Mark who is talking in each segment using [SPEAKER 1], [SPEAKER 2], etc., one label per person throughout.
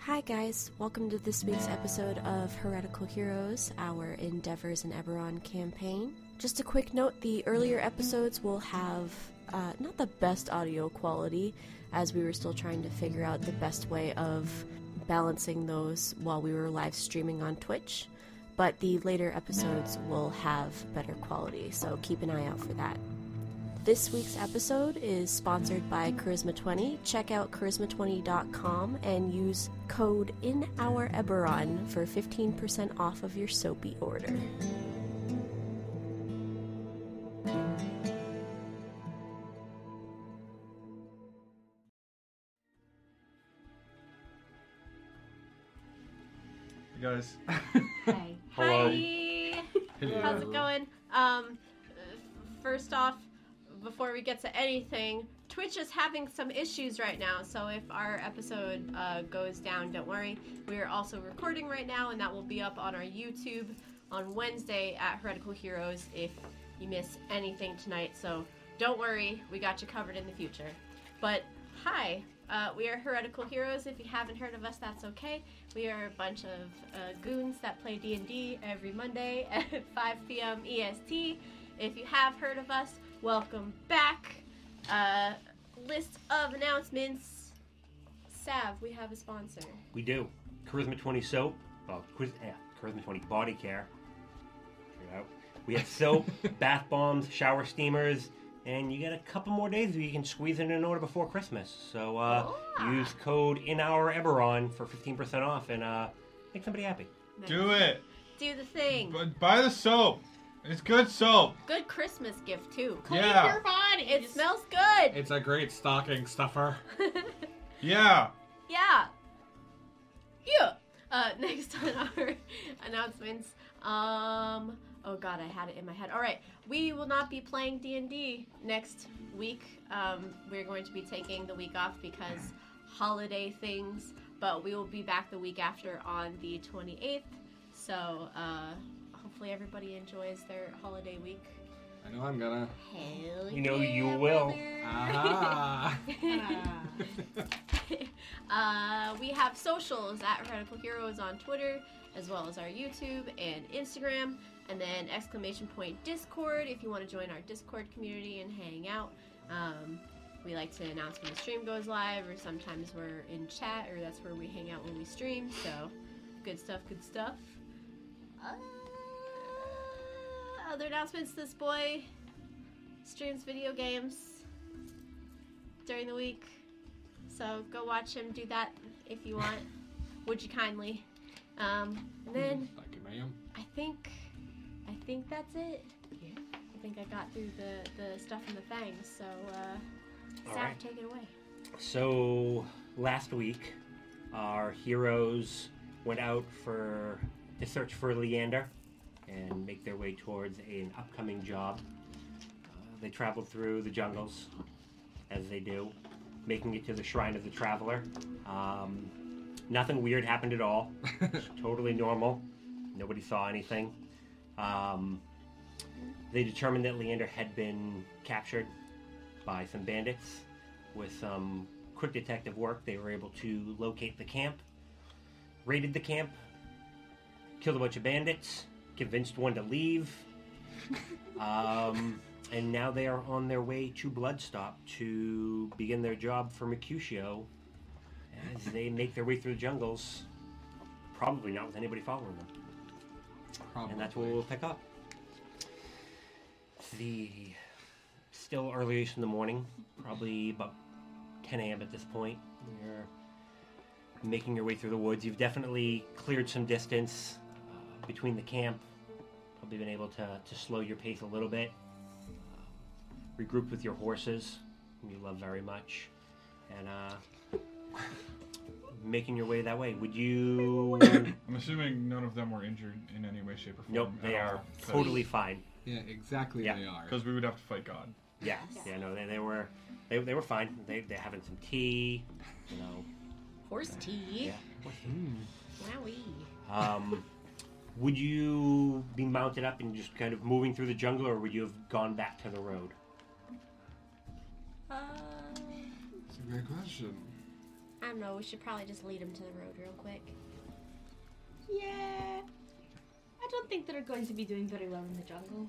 [SPEAKER 1] Hi, guys. Welcome to this week's episode of Heretical Heroes, our Endeavors in Eberron campaign. Just a quick note the earlier episodes will have uh, not the best audio quality, as we were still trying to figure out the best way of balancing those while we were live streaming on Twitch. But the later episodes will have better quality, so keep an eye out for that. This week's episode is sponsored by Charisma20. Check out charisma20.com and use code in our Eberron for 15% off of your soapy order.
[SPEAKER 2] You guys.
[SPEAKER 3] Hi.
[SPEAKER 2] Hello.
[SPEAKER 4] Hi.
[SPEAKER 2] Hello.
[SPEAKER 4] How's it going? Um, f- first off, before we get to anything, Twitch is having some issues right now. So if our episode uh, goes down, don't worry. We are also recording right now, and that will be up on our YouTube on Wednesday at Heretical Heroes. If you miss anything tonight, so don't worry, we got you covered in the future. But hi. Uh, we are Heretical Heroes. If you haven't heard of us, that's okay. We are a bunch of uh, goons that play D&D every Monday at 5 p.m. EST. E If you have heard of us, welcome back. Uh, list of announcements. Sav, we have a sponsor.
[SPEAKER 5] We do. Charisma 20 soap. Well, Chris, eh, Charisma 20 body care. Figure it out. We have soap, bath bombs, shower steamers, and you get a couple more days where you can squeeze it in an order before Christmas. So uh,
[SPEAKER 4] Ah.
[SPEAKER 5] use code in our Eberron for 15% off and uh, make somebody happy.
[SPEAKER 2] Do it.
[SPEAKER 4] Do the thing.
[SPEAKER 2] Bu- Buy the soap. It's good soap.
[SPEAKER 4] Good Christmas gift, too.
[SPEAKER 2] Yeah.
[SPEAKER 3] your body.
[SPEAKER 4] It smells good.
[SPEAKER 6] It's a great stocking stuffer.
[SPEAKER 2] Yeah.
[SPEAKER 4] Yeah. Yeah. Uh, next on our announcements. Um. Oh God, I had it in my head. All right, we will not be playing D and D next week. Um, we're going to be taking the week off because holiday things. But we will be back the week after on the 28th. So uh, hopefully everybody enjoys their holiday week.
[SPEAKER 6] I know I'm gonna.
[SPEAKER 4] Hell
[SPEAKER 5] You know
[SPEAKER 4] yeah,
[SPEAKER 5] you will.
[SPEAKER 4] brother.
[SPEAKER 2] Uh-huh.
[SPEAKER 6] Aha!
[SPEAKER 3] Ah.
[SPEAKER 4] uh, we have socials at Heretical Heroes on Twitter, as well as our YouTube and Instagram, and then exclamation point Discord if you want to join our Discord community and hang out. Um, we like to announce when the stream goes live, or sometimes we're in chat, or that's where we hang out when we stream. So, good stuff, good stuff. Uh, other announcements this boy streams video games during the week. So go watch him do that if you want. Would you kindly? Um, and then
[SPEAKER 6] Thank you, ma'am.
[SPEAKER 4] I think I think that's it. I think I got through the, the stuff and the things. So uh,
[SPEAKER 5] All
[SPEAKER 4] Saf,
[SPEAKER 5] right.
[SPEAKER 4] take it away.
[SPEAKER 5] So last week, our heroes went out for to search for Leander and make their way towards an upcoming job. Uh, they traveled through the jungles, as they do, making it to the Shrine of the Traveler. Um, nothing weird happened at all. It's totally normal. Nobody saw anything. Um, they determined that Leander had been captured by some bandits with some quick detective work, they were able to locate the camp, raided the camp, killed a bunch of bandits, convinced one to leave, um, and now they are on their way to Bloodstop to begin their job for Mercutio as they make their way through the jungles, probably not with anybody following them.
[SPEAKER 6] Probably.
[SPEAKER 5] And that's where we'll pick up. It's the still earlyish in the morning, probably about 10 a.m. at this point. You're making your way through the woods. You've definitely cleared some distance uh, between the camp. Probably been able to, to slow your pace a little bit. Um, Regroup with your horses, whom you love very much, and uh, making your way that way. Would you?
[SPEAKER 2] I'm assuming none of them were injured in any way, shape, or form.
[SPEAKER 5] Nope, they are totally fine.
[SPEAKER 6] Yeah, exactly.
[SPEAKER 5] Yeah.
[SPEAKER 6] They are.
[SPEAKER 2] Because we would have to fight God.
[SPEAKER 5] Yeah, yeah, no, they, they were, they, they were fine. They they having some tea, you know.
[SPEAKER 4] Horse tea.
[SPEAKER 5] Yeah.
[SPEAKER 4] Wowie.
[SPEAKER 5] Um, would you be mounted up and just kind of moving through the jungle, or would you have gone back to the road?
[SPEAKER 4] Uh,
[SPEAKER 6] It's a great question.
[SPEAKER 4] I don't know. We should probably just lead him to the road real
[SPEAKER 3] think they're going to be doing very well in the jungle.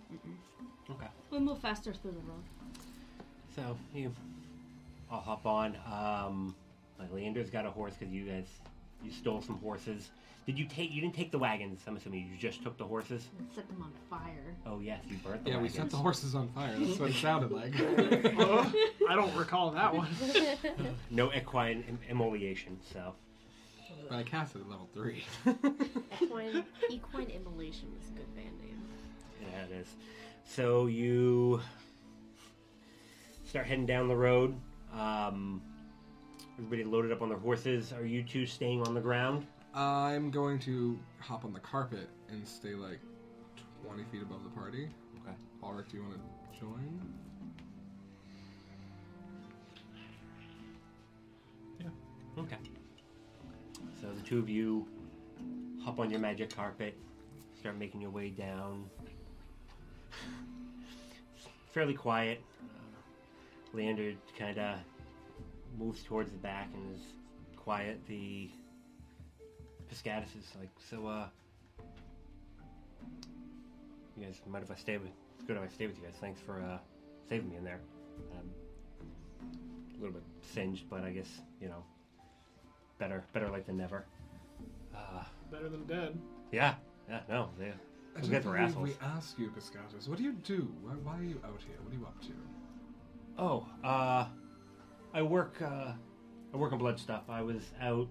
[SPEAKER 5] Okay.
[SPEAKER 3] We'll move faster through the road.
[SPEAKER 5] So you, I'll hop on. Um, like Leander's got a horse because you guys, you stole some horses. Did you take? You didn't take the wagons. I'm assuming you just took the horses.
[SPEAKER 3] Let's set them on fire.
[SPEAKER 5] Oh yes, you burnt the
[SPEAKER 6] Yeah, we
[SPEAKER 5] wagons.
[SPEAKER 6] set the horses on fire. That's what it sounded like.
[SPEAKER 7] I don't recall that one.
[SPEAKER 5] No equine em- emoliation. So
[SPEAKER 6] but I cast it at level three.
[SPEAKER 4] Equine, equine immolation was a good band name.
[SPEAKER 5] yeah, it is. So you start heading down the road. Um, everybody loaded up on their horses. Are you two staying on the ground?
[SPEAKER 6] I'm going to hop on the carpet and stay like 20 feet above the party.
[SPEAKER 5] Okay.
[SPEAKER 6] Ulrich, do you want to join?
[SPEAKER 5] Okay. So the two of you hop on your magic carpet, start making your way down. Fairly quiet. Uh, Leander kind of moves towards the back and is quiet. The Piscatus is like, so, uh, you guys mind if I stay with? It's good if I stay with you guys. Thanks for uh, saving me in there. Um, a little bit singed, but I guess you know better better late than never. Uh,
[SPEAKER 7] Better than dead.
[SPEAKER 5] yeah, yeah, no, they,
[SPEAKER 6] I
[SPEAKER 5] those
[SPEAKER 6] don't
[SPEAKER 5] guys were
[SPEAKER 6] believe
[SPEAKER 5] assholes.
[SPEAKER 6] We ask you, Piscatus, what do you do? Why, why are you out here? What are you up to?
[SPEAKER 5] Oh, uh, I work uh, I work on blood stuff. I was out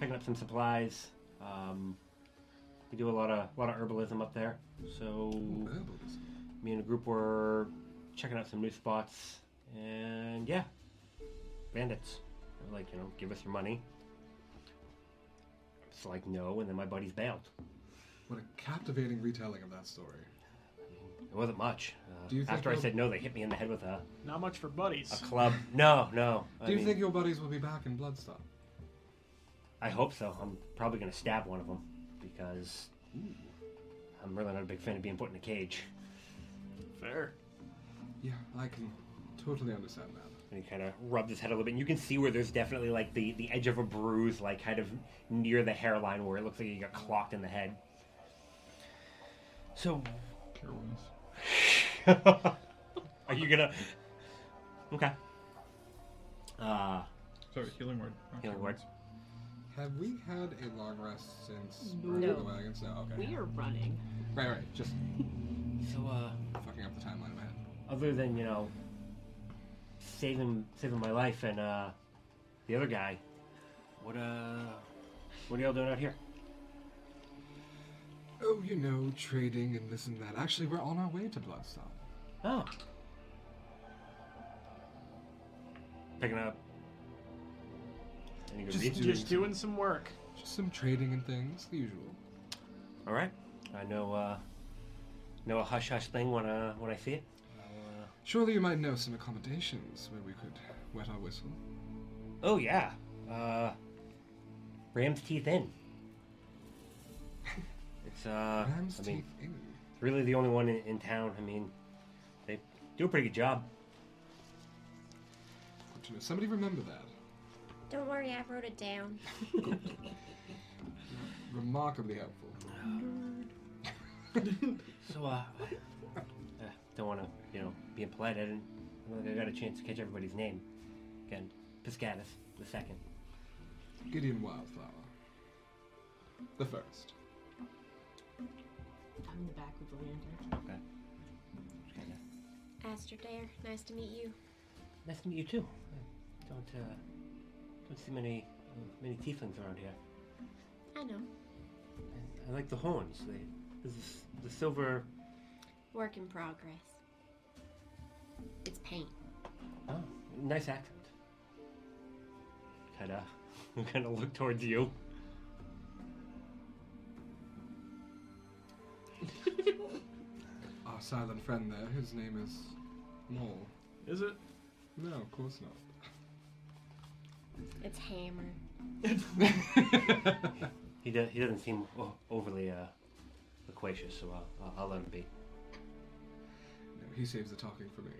[SPEAKER 5] picking up some supplies. Um, we do a lot of a lot of herbalism up there, so
[SPEAKER 6] Herbalism.
[SPEAKER 5] me and a group were checking out some new spots, and yeah, bandits. They were like, you know, give us your money. It's like no, and then my buddies bailed.
[SPEAKER 6] What a captivating retelling of that story.
[SPEAKER 5] It wasn't much. Uh,
[SPEAKER 6] Do you think
[SPEAKER 5] after I
[SPEAKER 6] you'll-
[SPEAKER 5] said no, they hit me in the head with a,
[SPEAKER 7] Not much for
[SPEAKER 5] a
[SPEAKER 7] buddies.
[SPEAKER 5] club. No, no. I
[SPEAKER 6] do you
[SPEAKER 5] mean,
[SPEAKER 6] think your buddies will be back in Bloodstock?
[SPEAKER 5] I hope so. I'm probably going to stab one of them because I'm really not a big fan of being put in a cage.
[SPEAKER 7] Fair.
[SPEAKER 6] Yeah, I can totally understand that.
[SPEAKER 5] And he kind of rubbed his head a little bit. And you can see where there's definitely like the, the edge of a bruise, like kind of near the hairline where it looks like he got clocked in the head. So,
[SPEAKER 2] Care ones.
[SPEAKER 5] are you going to. Okay. Uh,
[SPEAKER 2] Sorry, healing word. Not
[SPEAKER 5] Healing
[SPEAKER 2] care
[SPEAKER 5] word.
[SPEAKER 2] ones.
[SPEAKER 6] Have we had a long rest since
[SPEAKER 3] No.
[SPEAKER 6] burning the wagons? No, okay.
[SPEAKER 3] We are running.
[SPEAKER 6] Right, right. Just
[SPEAKER 5] so, uh.
[SPEAKER 6] fucking up the timeline in my head.
[SPEAKER 5] other than you know saving saving my life and uh the other guy what uh what are y'all doing out here
[SPEAKER 6] Oh, you know, trading and this and that. Actually, we're on our way to Bloodstock.
[SPEAKER 5] oh picking up any good
[SPEAKER 6] Just
[SPEAKER 5] reads?
[SPEAKER 6] Doing
[SPEAKER 7] Just doing some work.
[SPEAKER 6] Just some trading and things, the usual.
[SPEAKER 5] all right i know uh know a hush hush thing when uh when i see it I'll, uh,
[SPEAKER 6] Surely you might know some accommodations where we could wet our whistle.
[SPEAKER 5] oh yeah uh ram's teeth in it's uh
[SPEAKER 6] Ram's
[SPEAKER 5] i mean
[SPEAKER 6] Teeth Inn.
[SPEAKER 5] It's really the only one in, in town. I mean, they do a pretty good job.
[SPEAKER 6] Good to know. Somebody remember that.
[SPEAKER 4] Don't worry, I wrote it down.
[SPEAKER 6] Remarkably helpful.
[SPEAKER 5] So, uh, I don't want to, you know, be impolite. I didn't I don't think I got a chance to catch everybody's name. Again, Piscatus the second.
[SPEAKER 6] Gideon Wildflower. The first.
[SPEAKER 3] I'm in the back with the lantern.
[SPEAKER 5] Okay. Kinda.
[SPEAKER 4] Aster Dare, nice to meet you.
[SPEAKER 5] Nice to meet you too. I Don't uh, don't see many many tieflings around here.
[SPEAKER 4] I know.
[SPEAKER 5] I, I like the horns. They, this is the silver.
[SPEAKER 4] Work in progress. It's paint.
[SPEAKER 5] Oh, nice accent. Kind of, kind of look towards you.
[SPEAKER 6] Our silent friend there, his name is Mole.
[SPEAKER 7] Is it?
[SPEAKER 6] No, of course not.
[SPEAKER 4] It's hammer.
[SPEAKER 5] He, do, he doesn't seem o- overly uh, loquacious, so I'll, I'll, I'll let him be.
[SPEAKER 6] No, he saves the talking for me.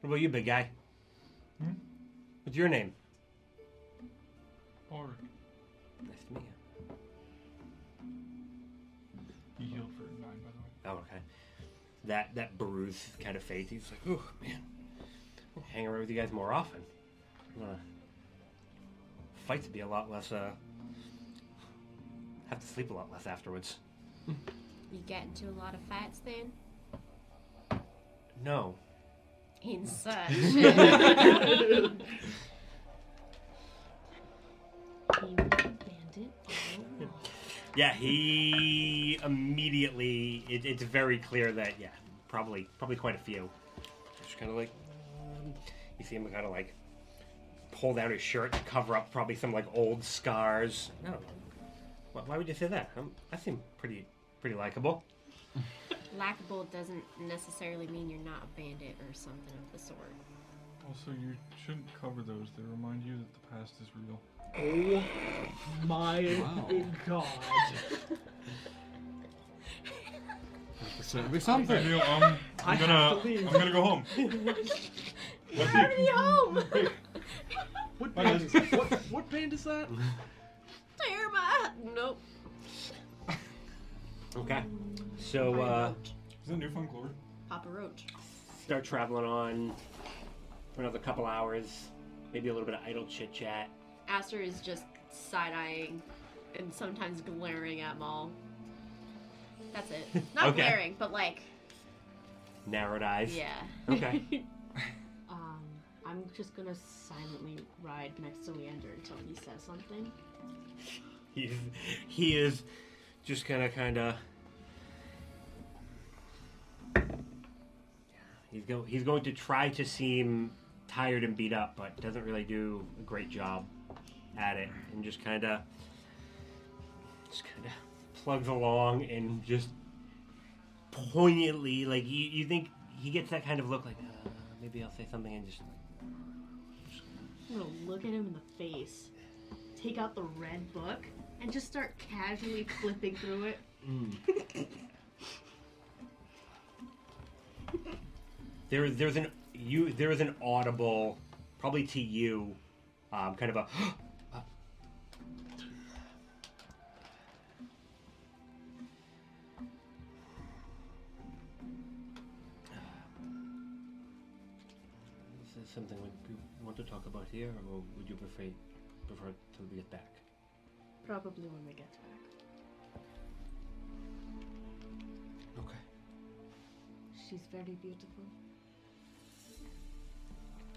[SPEAKER 5] What about you, big guy?
[SPEAKER 2] Hmm?
[SPEAKER 5] What's your name?
[SPEAKER 2] Ulrich.
[SPEAKER 5] Nice to meet you.
[SPEAKER 2] mine, by the way.
[SPEAKER 5] Oh, okay. That that bruise kind of fades. He's like, oh man, I'll hang around with you guys more often. I'm gonna fight to be a lot less. uh Have to sleep a lot less afterwards.
[SPEAKER 4] You get into a lot of fights then?
[SPEAKER 5] No,
[SPEAKER 4] In such.
[SPEAKER 3] Team bandit. Oh.
[SPEAKER 5] Yeah, he immediately. It, it's very clear that yeah, probably probably quite a few. Just kind of like um, you see him kind of like pull down his shirt to cover up probably some like old scars. No, why, why would you say that? Um, I seem pretty pretty likable.
[SPEAKER 4] Lackable doesn't necessarily mean you're not a bandit or something of the sort.
[SPEAKER 2] Also, you shouldn't cover those. They remind you that the past is real.
[SPEAKER 7] Oh my
[SPEAKER 6] Wow.
[SPEAKER 7] god.
[SPEAKER 6] So it'd be something.
[SPEAKER 2] Neil, um,
[SPEAKER 7] I
[SPEAKER 2] I'm
[SPEAKER 7] have
[SPEAKER 2] gonna,
[SPEAKER 7] to leave.
[SPEAKER 2] I'm gonna go home.
[SPEAKER 4] You're already home!
[SPEAKER 7] What
[SPEAKER 2] My
[SPEAKER 7] band, is,
[SPEAKER 2] bad.
[SPEAKER 7] what, what band is that?
[SPEAKER 4] Tear my. Nope.
[SPEAKER 5] Okay, so uh,
[SPEAKER 2] Is that Newfound Glory?
[SPEAKER 4] Papa Roach.
[SPEAKER 5] start traveling on for another couple hours, maybe a little bit of idle chit chat.
[SPEAKER 4] Aster is just side eyeing and sometimes glaring at Maul. That's it. Not
[SPEAKER 5] Okay.
[SPEAKER 4] glaring, but like,
[SPEAKER 5] Narrowed eyes.
[SPEAKER 4] yeah.
[SPEAKER 5] Okay.
[SPEAKER 3] Um, I'm just gonna silently ride next to Leander until he says something.
[SPEAKER 5] He's, he is just kind of, kind of. He's go, He's going to try to seem tired and beat up, but doesn't really do a great job at it, and just kind of, just kind of plugs along and just poignantly, like you, you think he gets that kind of look, like uh, maybe I'll say something and just
[SPEAKER 3] I'm gonna look at him in the face, take out the red book, and just start casually flipping through it.
[SPEAKER 5] there there's an you there is an audible probably to you um, kind of a Is this something we we want to talk about here or would you prefer prefer till we get back
[SPEAKER 3] Probably when we get back.
[SPEAKER 5] okay
[SPEAKER 3] She's very beautiful.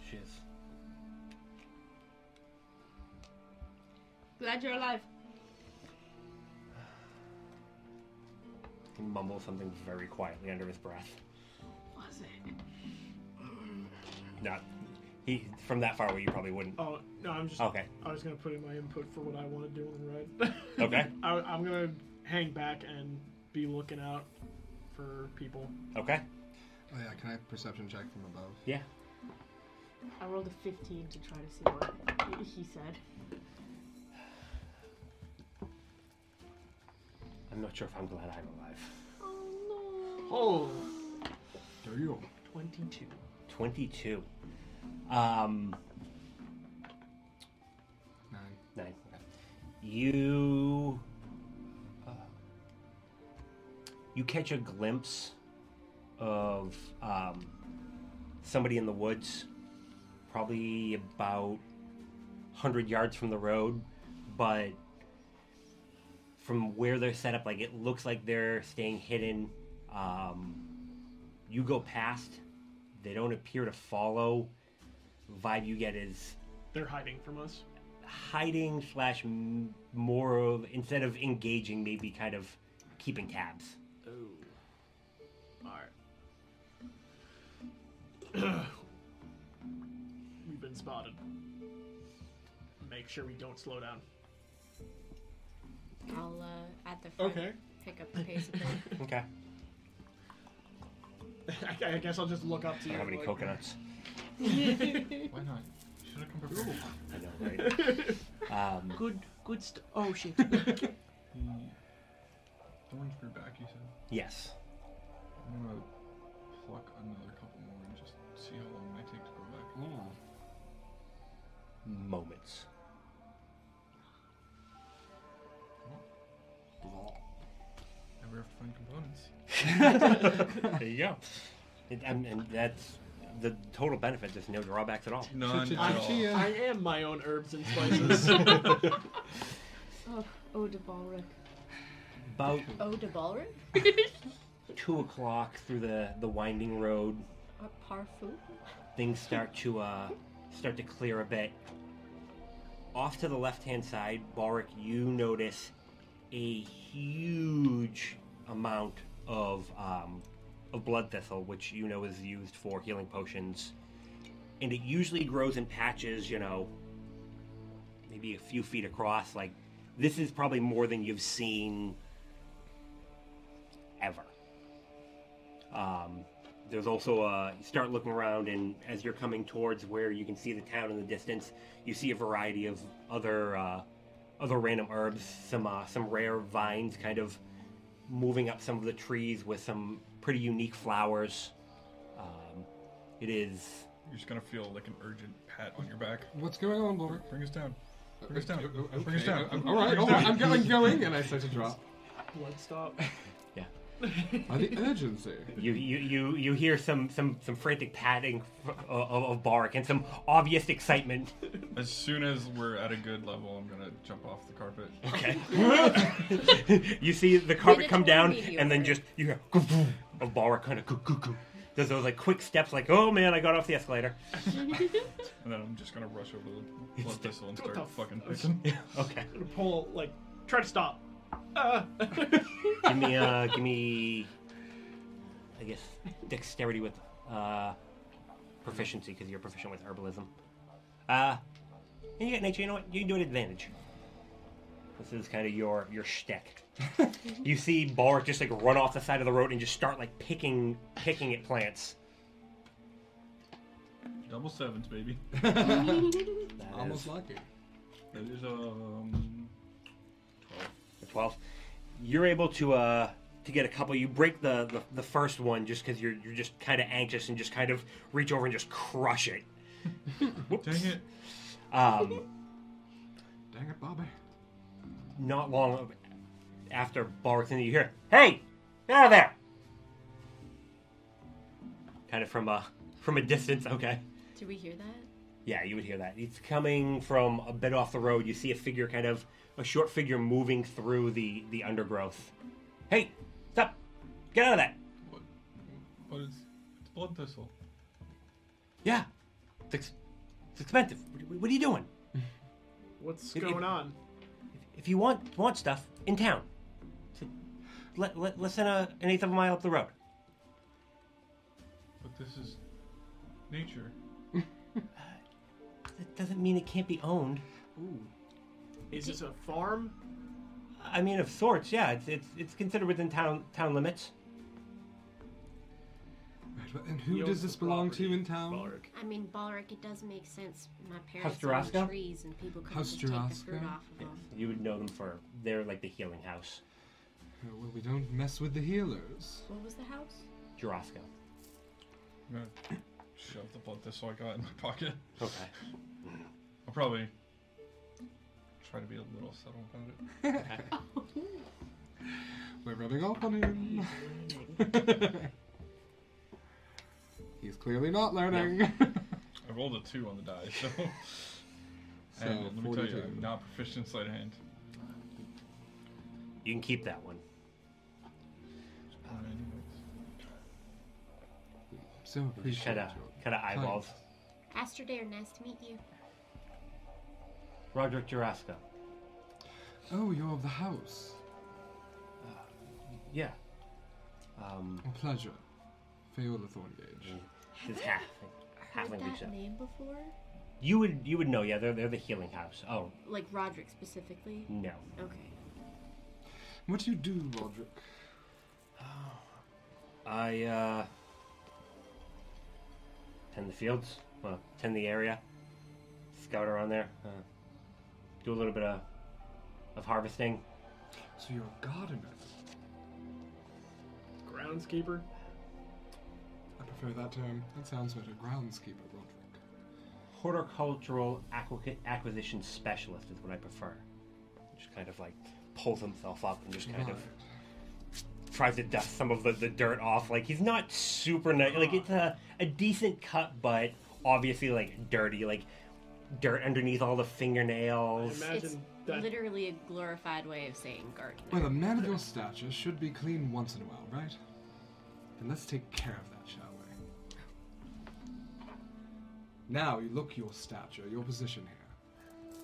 [SPEAKER 5] cheers
[SPEAKER 3] Glad you're alive.
[SPEAKER 5] he mumbles something very quietly under his breath
[SPEAKER 3] Was it?
[SPEAKER 5] not he from that far away you probably wouldn't
[SPEAKER 7] Oh no, I'm just.
[SPEAKER 5] okay
[SPEAKER 7] I was gonna put in my input for what I want to do on the ride.
[SPEAKER 5] okay
[SPEAKER 7] I, I'm gonna hang back and be looking out for people.
[SPEAKER 5] okay
[SPEAKER 6] Oh yeah, can I perception check from above?
[SPEAKER 5] yeah
[SPEAKER 3] I rolled a 15 to try to see what he- he said.
[SPEAKER 5] I'm not sure if I'm glad I'm alive.
[SPEAKER 7] Oh,
[SPEAKER 6] There you go.
[SPEAKER 7] 22.
[SPEAKER 5] 22. Um,
[SPEAKER 6] Nine.
[SPEAKER 5] nine. Okay. You. uh, you catch a glimpse of um, somebody in the woods, probably about 100 yards from the road, but from where they're set up, like it looks like they're staying hidden. Um, you go past, they don't appear to follow. Vibe you get is
[SPEAKER 7] They're hiding from us.
[SPEAKER 5] hiding slash m- more of instead of engaging maybe kind of keeping tabs
[SPEAKER 7] Oh. Alright. We've been spotted. Make sure we don't slow down.
[SPEAKER 4] I'll, uh, at the front,
[SPEAKER 7] Okay.
[SPEAKER 4] pick up the pace again.
[SPEAKER 5] okay
[SPEAKER 7] I, I guess I'll just look up to
[SPEAKER 5] i
[SPEAKER 7] you.
[SPEAKER 5] don't have any
[SPEAKER 7] like-
[SPEAKER 5] coconuts
[SPEAKER 2] Why not? You should have come prepared.
[SPEAKER 5] i know right um,
[SPEAKER 7] Good, good st- Oh shit.
[SPEAKER 2] The thorns grew back, you said.
[SPEAKER 5] yes
[SPEAKER 2] I'm gonna pluck another couple more and just see how long they take to grow back.
[SPEAKER 5] moments
[SPEAKER 6] Blah.
[SPEAKER 2] Never have to find components.
[SPEAKER 5] and,
[SPEAKER 2] There you go.
[SPEAKER 5] and and that's the total benefit. There's no drawbacks at all.
[SPEAKER 2] None
[SPEAKER 6] Cha-
[SPEAKER 2] at
[SPEAKER 6] cha-
[SPEAKER 2] all.
[SPEAKER 6] cha.
[SPEAKER 7] I am my own herbs and spices.
[SPEAKER 3] Oh, Ode to Balric.
[SPEAKER 5] About
[SPEAKER 4] Oh, to Balric?
[SPEAKER 5] two o'clock through the the winding road,
[SPEAKER 4] Or Parfu?
[SPEAKER 5] things start to uh, start to clear a bit. Off to the left hand side, Balric, you notice a huge amount of um, of blood thistle, which you know is used for healing potions, and it usually grows in patches. You know, maybe a few feet across. Like this is probably more than you've seen ever. Um, there's also uh, you start looking around, and as you're coming towards where you can see the town in the distance, you see a variety of other uh, other random herbs, some uh, some rare vines, kind of moving up some of the trees with some pretty unique flowers. Um, it is
[SPEAKER 2] You're just gonna feel like an urgent pat on your back.
[SPEAKER 6] What's going on, Balric?
[SPEAKER 2] Bring us down. Bring us down. Bring us
[SPEAKER 6] Uh, Okay,
[SPEAKER 2] down.
[SPEAKER 6] I'm- All right, all right, I'm going, going, and I start to drop.
[SPEAKER 7] Blood stop.
[SPEAKER 5] Yeah.
[SPEAKER 6] By the urgency.
[SPEAKER 5] you you you, you hear some some some frantic patting f- of, of bark and some obvious excitement.
[SPEAKER 2] As soon as we're at a good level, I'm gonna jump off the carpet.
[SPEAKER 5] Okay. you see the carpet come down,
[SPEAKER 4] meteor.
[SPEAKER 5] and then just you hear "Goo-goo," a bar kind of goo goo goo. Does those like quick steps, like oh man, I got off the escalator.
[SPEAKER 2] And then I'm just gonna rush over the blood thistle and
[SPEAKER 7] What
[SPEAKER 2] start
[SPEAKER 7] the
[SPEAKER 2] fucking
[SPEAKER 7] f-
[SPEAKER 2] picking.
[SPEAKER 5] Okay.
[SPEAKER 7] I'm gonna pull like try to stop. Uh,
[SPEAKER 5] Give me uh, give me, I guess dexterity with uh, proficiency because you're proficient with herbalism. Uh, and you got nature. You know what? You can do it advantage. This is kind of your your shtick. you see Bar just like run off the side of the road and just start like picking picking at plants.
[SPEAKER 2] Double sevens, baby.
[SPEAKER 5] That
[SPEAKER 6] Almost
[SPEAKER 5] is-
[SPEAKER 6] lucky.
[SPEAKER 2] That is um. 12.
[SPEAKER 5] the 12th you're able to uh to get a couple you break the the, the first one just because you're you're just kind of anxious and just kind of reach over and just crush it
[SPEAKER 2] Dang it!
[SPEAKER 5] um
[SPEAKER 6] Dang it, Bobby.
[SPEAKER 5] not long after barking you hear hey get out of there kind of from a from a distance okay
[SPEAKER 4] Did we hear that?
[SPEAKER 5] Yeah, you would hear that. It's coming from a bit off the road. You see a figure, kind of a short figure, moving through the the undergrowth. Hey, stop! Get out of that!
[SPEAKER 2] What? What is? It's blood thistle.
[SPEAKER 5] Yeah, it's, ex- it's expensive. What, what are you doing?
[SPEAKER 7] what's
[SPEAKER 5] If- if-
[SPEAKER 7] going on?
[SPEAKER 5] If you want want stuff in town, let, let, less than a, an eighth of a mile up the road.
[SPEAKER 2] But this is nature.
[SPEAKER 5] That doesn't mean it can't be owned.
[SPEAKER 7] Is this a farm?
[SPEAKER 5] I mean, of sorts. Yeah, it's it's, it's considered within town town limits.
[SPEAKER 6] Right, but- And who
[SPEAKER 7] He
[SPEAKER 6] does
[SPEAKER 7] owns the
[SPEAKER 6] this belong to
[SPEAKER 7] property,
[SPEAKER 6] in town?
[SPEAKER 7] Balric.
[SPEAKER 1] I mean, Balric, it does make sense. My
[SPEAKER 5] parents own Hasterasca?
[SPEAKER 1] trees, and people
[SPEAKER 6] couldn't just take the fruit Hasterasca? off
[SPEAKER 1] of them.
[SPEAKER 5] You would know them for they're like the healing house,
[SPEAKER 6] Oh, Well, we don't mess with the healers.
[SPEAKER 1] What was the house?
[SPEAKER 5] Jurasco.
[SPEAKER 2] I'm gonna shove the blood thistle I got in my pocket.
[SPEAKER 5] Okay.
[SPEAKER 2] I'll probably try to be a little subtle about it.
[SPEAKER 6] We're rubbing off on him. He's clearly not learning.
[SPEAKER 2] I rolled a two on the die, so.
[SPEAKER 6] So,
[SPEAKER 2] and let me tell you,
[SPEAKER 6] 42.
[SPEAKER 2] I'm not proficient in sleight of hand.
[SPEAKER 5] You can keep that one.
[SPEAKER 6] so appreciate
[SPEAKER 5] Kind of,
[SPEAKER 6] you.
[SPEAKER 5] kind of eyeballs.
[SPEAKER 1] Astrodare, nice to meet you.
[SPEAKER 5] Roderick Jurasco.
[SPEAKER 6] Oh, you're of the house.
[SPEAKER 5] Yeah. Um,
[SPEAKER 6] A pleasure. Feola Thorngage.
[SPEAKER 5] Mm. this half, half
[SPEAKER 1] Heard
[SPEAKER 5] language.
[SPEAKER 1] that name before?
[SPEAKER 5] You would, you would know. Yeah, they're they're the healing house. Oh
[SPEAKER 1] Like Roderick specifically?
[SPEAKER 5] no.
[SPEAKER 1] Okay.
[SPEAKER 6] What do you do, Roderick?
[SPEAKER 5] I uh, tend the fields. Well, tend the area. Scout around there. Uh, do a little bit of of harvesting.
[SPEAKER 6] So you're a gardener.
[SPEAKER 7] Groundskeeper.
[SPEAKER 6] I prefer that term. That sounds better. Groundskeeper, Roderick.
[SPEAKER 5] Horticultural acqui- acquisition specialist is what I prefer. Just kind of like pulls himself up and just kind of
[SPEAKER 6] Right.
[SPEAKER 5] tries to dust some of the, the dirt off. Like he's not super nice. Like it's a, a decent cut, but obviously like dirty. Like dirt underneath all the
[SPEAKER 7] I
[SPEAKER 5] fingernails.
[SPEAKER 4] It's
[SPEAKER 7] imagine that.
[SPEAKER 4] literally a glorified way of saying
[SPEAKER 6] Well, a
[SPEAKER 4] gardener.
[SPEAKER 6] man of your stature should be clean once in a while, right? Then let's take care of that, shall we? Now, you look your stature, your position here.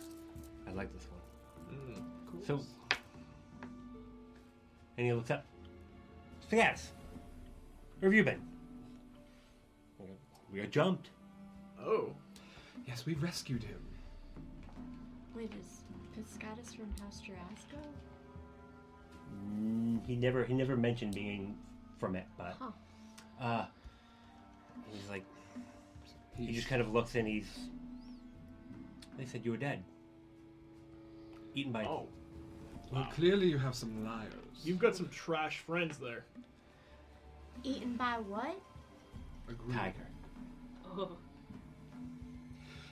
[SPEAKER 5] I like this one.
[SPEAKER 7] Mm, cool.
[SPEAKER 5] So, and he looks up. So yes, where have you been? We are jumped.
[SPEAKER 7] oh,
[SPEAKER 6] Yes, we rescued him.
[SPEAKER 4] Wait, is Piscatus from House Jurasco?
[SPEAKER 5] Mm, he never he never mentioned being from it, but
[SPEAKER 4] Huh.
[SPEAKER 5] uh, he's like he just kind of looks and he's. They said you were dead, eaten by.
[SPEAKER 7] oh,
[SPEAKER 6] Well, clearly you have some liars.
[SPEAKER 7] you've got some trash friends there.
[SPEAKER 8] Eaten by what?
[SPEAKER 6] a group.
[SPEAKER 5] tiger.
[SPEAKER 3] Oh.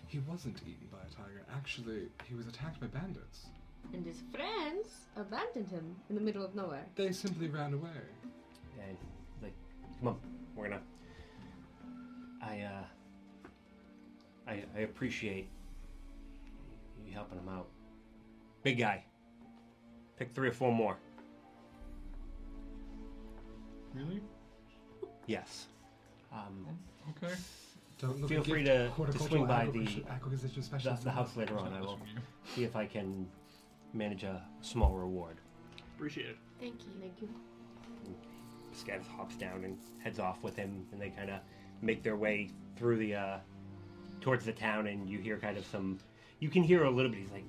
[SPEAKER 6] He wasn't eaten by a tiger. Actually, he was attacked by bandits.
[SPEAKER 8] And his friends abandoned him in the middle of nowhere.
[SPEAKER 6] They simply ran away.
[SPEAKER 5] And he's like, come on, we're gonna. I uh. I I appreciate you helping him out. Big guy. Pick three or four more.
[SPEAKER 2] Really?
[SPEAKER 5] Yes. Um,
[SPEAKER 2] Okay.
[SPEAKER 6] Don't look
[SPEAKER 5] Feel
[SPEAKER 6] a
[SPEAKER 5] free
[SPEAKER 6] gift.
[SPEAKER 5] to- to
[SPEAKER 6] Horticultural
[SPEAKER 5] swing by
[SPEAKER 6] agriculture-
[SPEAKER 5] the-
[SPEAKER 6] agriculture
[SPEAKER 5] the,
[SPEAKER 6] specialist.
[SPEAKER 5] the house later on. I will see if I can manage a small reward.
[SPEAKER 7] Appreciate it.
[SPEAKER 4] Thank you. Thank you.
[SPEAKER 5] Scav hops down and heads off with him, and they kind of make their way through the uh, towards the town. And you hear kind of some, you can hear a little bit. He's like,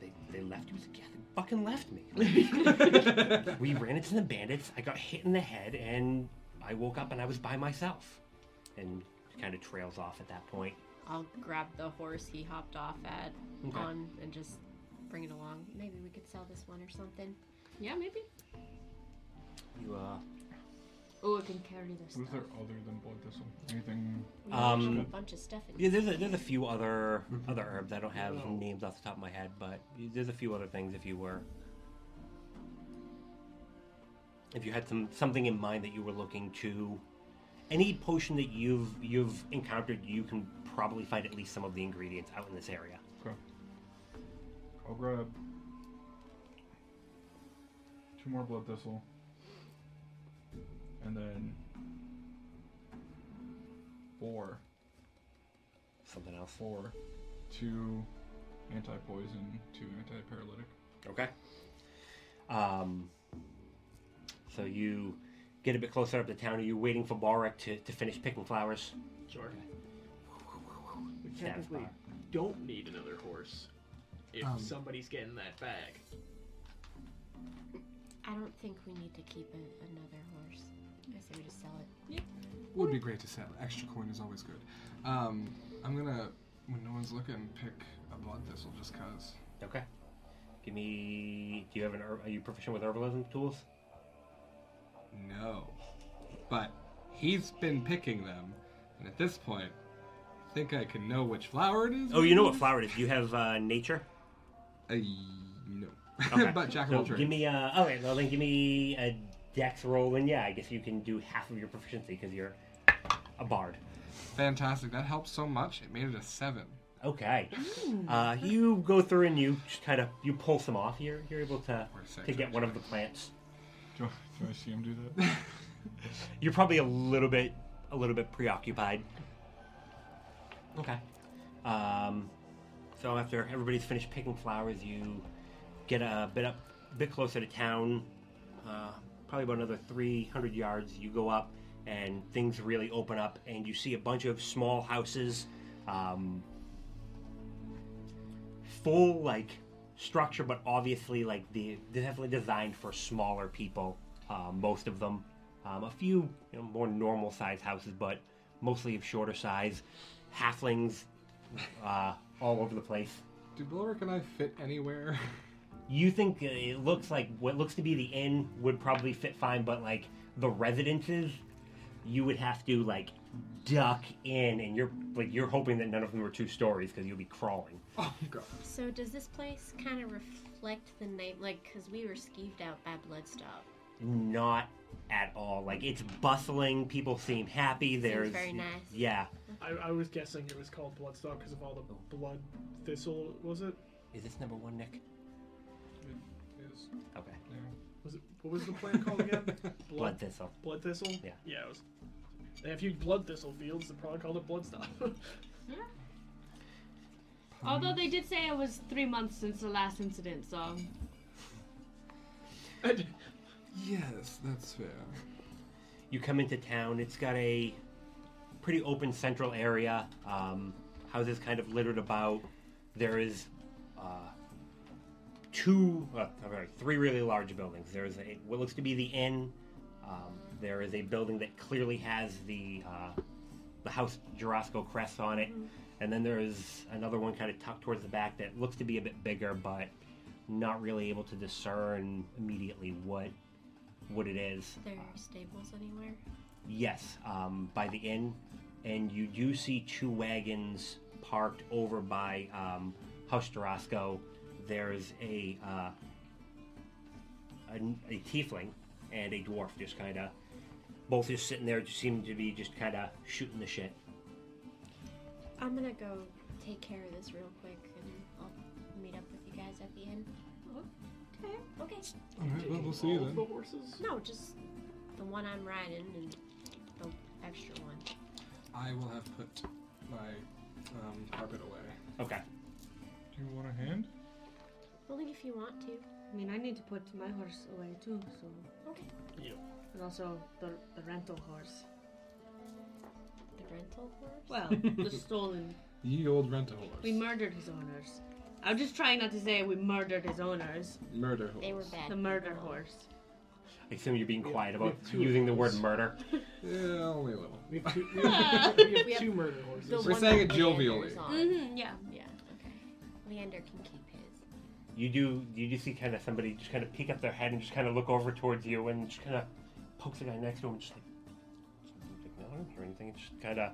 [SPEAKER 5] they, they left you. He's like, yeah, they fucking left me. Like, we ran into the bandits. I got hit in the head, and I woke up and I was by myself. And kind of trails off at that point.
[SPEAKER 4] I'll grab the horse he hopped off at
[SPEAKER 5] Okay.
[SPEAKER 4] on and just bring it along. Maybe we could sell this one or something. Yeah, maybe.
[SPEAKER 5] You uh,
[SPEAKER 8] Oh, I can carry this
[SPEAKER 2] What is
[SPEAKER 8] stuff.
[SPEAKER 2] there other than blood thistle? Anything?
[SPEAKER 4] We already
[SPEAKER 5] Um,
[SPEAKER 4] have a bunch of stuff in
[SPEAKER 5] Yeah, there's a, there's a few other other herbs. I don't have
[SPEAKER 7] No.
[SPEAKER 5] names off the top of my head, but there's a few other things. If you were, if you had some something in mind that you were looking to, any potion that you've you've encountered, you can probably find at least some of the ingredients out in this area.
[SPEAKER 2] Okay. I'll grab two more blood thistle, and then four,
[SPEAKER 5] Something else.
[SPEAKER 2] four, two anti-poison, two anti-paralytic.
[SPEAKER 5] Okay. Um. So you get a bit closer up to town. Are you waiting for Balric to, to finish picking flowers?
[SPEAKER 7] Sure. We
[SPEAKER 5] Stabs
[SPEAKER 7] technically
[SPEAKER 5] bar.
[SPEAKER 7] don't need another horse if
[SPEAKER 6] Um,
[SPEAKER 7] somebody's getting that bag.
[SPEAKER 4] I don't think we need to keep a, another horse. I say we just sell it.
[SPEAKER 6] Would be great to sell. Extra coin is always good. Um, I'm gonna, when no one's looking, pick a blood thistle just cause.
[SPEAKER 5] Okay. Give me. Do you have an? herb- Are you proficient with herbalism tools?
[SPEAKER 6] No. But he's been picking them, and at this point, I think I can know which flower it is.
[SPEAKER 5] Oh, you know what flower it is. You have uh, nature.
[SPEAKER 6] Uh, no.
[SPEAKER 5] Okay.
[SPEAKER 6] but jack of
[SPEAKER 5] so
[SPEAKER 6] all trades.
[SPEAKER 5] Give me. Uh, okay. Well, then give me a dex roll, and yeah, I guess you can do half of your proficiency because you're a bard.
[SPEAKER 6] Fantastic. That helps so much. It made it a seven.
[SPEAKER 5] Okay.
[SPEAKER 6] Mm.
[SPEAKER 5] Uh, you go through and you just kind of you pull some off. You're you're able to
[SPEAKER 6] Or six,
[SPEAKER 5] to get one of the plants.
[SPEAKER 2] Do I, do I see him do that?
[SPEAKER 5] You're probably a little bit a little bit preoccupied. Okay. Um, so after everybody's finished picking flowers, you get a bit up, bit closer to town. Uh, probably about another 300 yards. You go up, and things really open up, and you see a bunch of small houses, um, full like structure, but obviously like the they're definitely designed for smaller people. Uh, most of them, um, a few you know, more normal size houses, but mostly of shorter size. Halflings uh, all over the place.
[SPEAKER 6] Do Blorick and I fit anywhere?
[SPEAKER 5] You think uh, it looks like what looks to be the inn would probably fit fine, but like the residences, you would have to like duck in, and you're like you're hoping that none of them are two stories because you'll be crawling.
[SPEAKER 6] oh god.
[SPEAKER 4] So does this place kind of reflect the night, like, because we were skeeved out by Bloodstop?
[SPEAKER 5] not at all. Like it's bustling. People seem happy. There's
[SPEAKER 4] very nice.
[SPEAKER 5] Yeah.
[SPEAKER 7] I, I was guessing it was called Bloodstock because of all the blood thistle. Was it?
[SPEAKER 5] Is this number one, Nick?
[SPEAKER 2] It is
[SPEAKER 5] Okay.
[SPEAKER 2] now.
[SPEAKER 7] Was it? What was the plant called again?
[SPEAKER 5] Blood thistle.
[SPEAKER 7] Blood thistle.
[SPEAKER 5] Yeah.
[SPEAKER 7] Yeah. It was, they have huge blood thistle fields. They probably called it Bloodstock.
[SPEAKER 3] Although they did say it was three months since the last incident, so
[SPEAKER 6] Yes, that's fair.
[SPEAKER 5] you come into town. It's got a pretty open central area. Um, houses kind of littered about. There is uh, two, uh, I'm sorry, three really large buildings. There is a what looks to be the inn. Um, there is a building that clearly has the uh, the house Jurasco crest on it, and then there is another one kind of tucked towards the back that looks to be a bit bigger, but not really able to discern immediately what what it is.
[SPEAKER 4] There are stables anywhere?
[SPEAKER 5] Yes, um, by the inn, and you do see two wagons parked over by um, House Tarasco. There's a, uh, a a tiefling and a dwarf just kind of both just sitting there, just seem to be just kind of shooting the shit.
[SPEAKER 4] I'm gonna go take care of this real quick and I'll meet up with you guys at the end.
[SPEAKER 3] okay.
[SPEAKER 4] Okay.
[SPEAKER 6] All right, well, we'll see you
[SPEAKER 7] All of The
[SPEAKER 6] then.
[SPEAKER 7] horses.
[SPEAKER 4] No, just the one I'm riding and the extra one.
[SPEAKER 6] I will have put my um, carpet away.
[SPEAKER 5] Okay.
[SPEAKER 2] Do you want a hand?
[SPEAKER 4] Only if you want to.
[SPEAKER 8] I mean, I need to put my horse away too, so.
[SPEAKER 4] Okay.
[SPEAKER 7] Yeah.
[SPEAKER 8] And also the, the rental horse.
[SPEAKER 4] The rental horse?
[SPEAKER 8] Well, the stolen.
[SPEAKER 6] Ye old rental horse.
[SPEAKER 8] We murdered his owners. I'm just trying not to say we murdered his owners.
[SPEAKER 6] Murder horse.
[SPEAKER 4] They were bad.
[SPEAKER 8] The murder
[SPEAKER 4] people.
[SPEAKER 8] horse.
[SPEAKER 5] I assume you're being quiet about
[SPEAKER 6] two
[SPEAKER 5] using the word
[SPEAKER 6] wheels.
[SPEAKER 5] murder.
[SPEAKER 6] Yeah, only a little.
[SPEAKER 7] We have two, we have, we have
[SPEAKER 4] We have
[SPEAKER 7] two murder horses.
[SPEAKER 4] The
[SPEAKER 6] We're
[SPEAKER 4] one
[SPEAKER 6] saying
[SPEAKER 4] that
[SPEAKER 6] it
[SPEAKER 4] Leander's
[SPEAKER 6] jovially.
[SPEAKER 4] on.
[SPEAKER 8] Mm-hmm, yeah.
[SPEAKER 4] Yeah, okay. Leander can keep his.
[SPEAKER 5] You do you do see kind of somebody just kind of peek up their head and just kind of look over towards you and just kind of pokes the guy next to him and just like doesn't acknowledge him or anything. Just kind of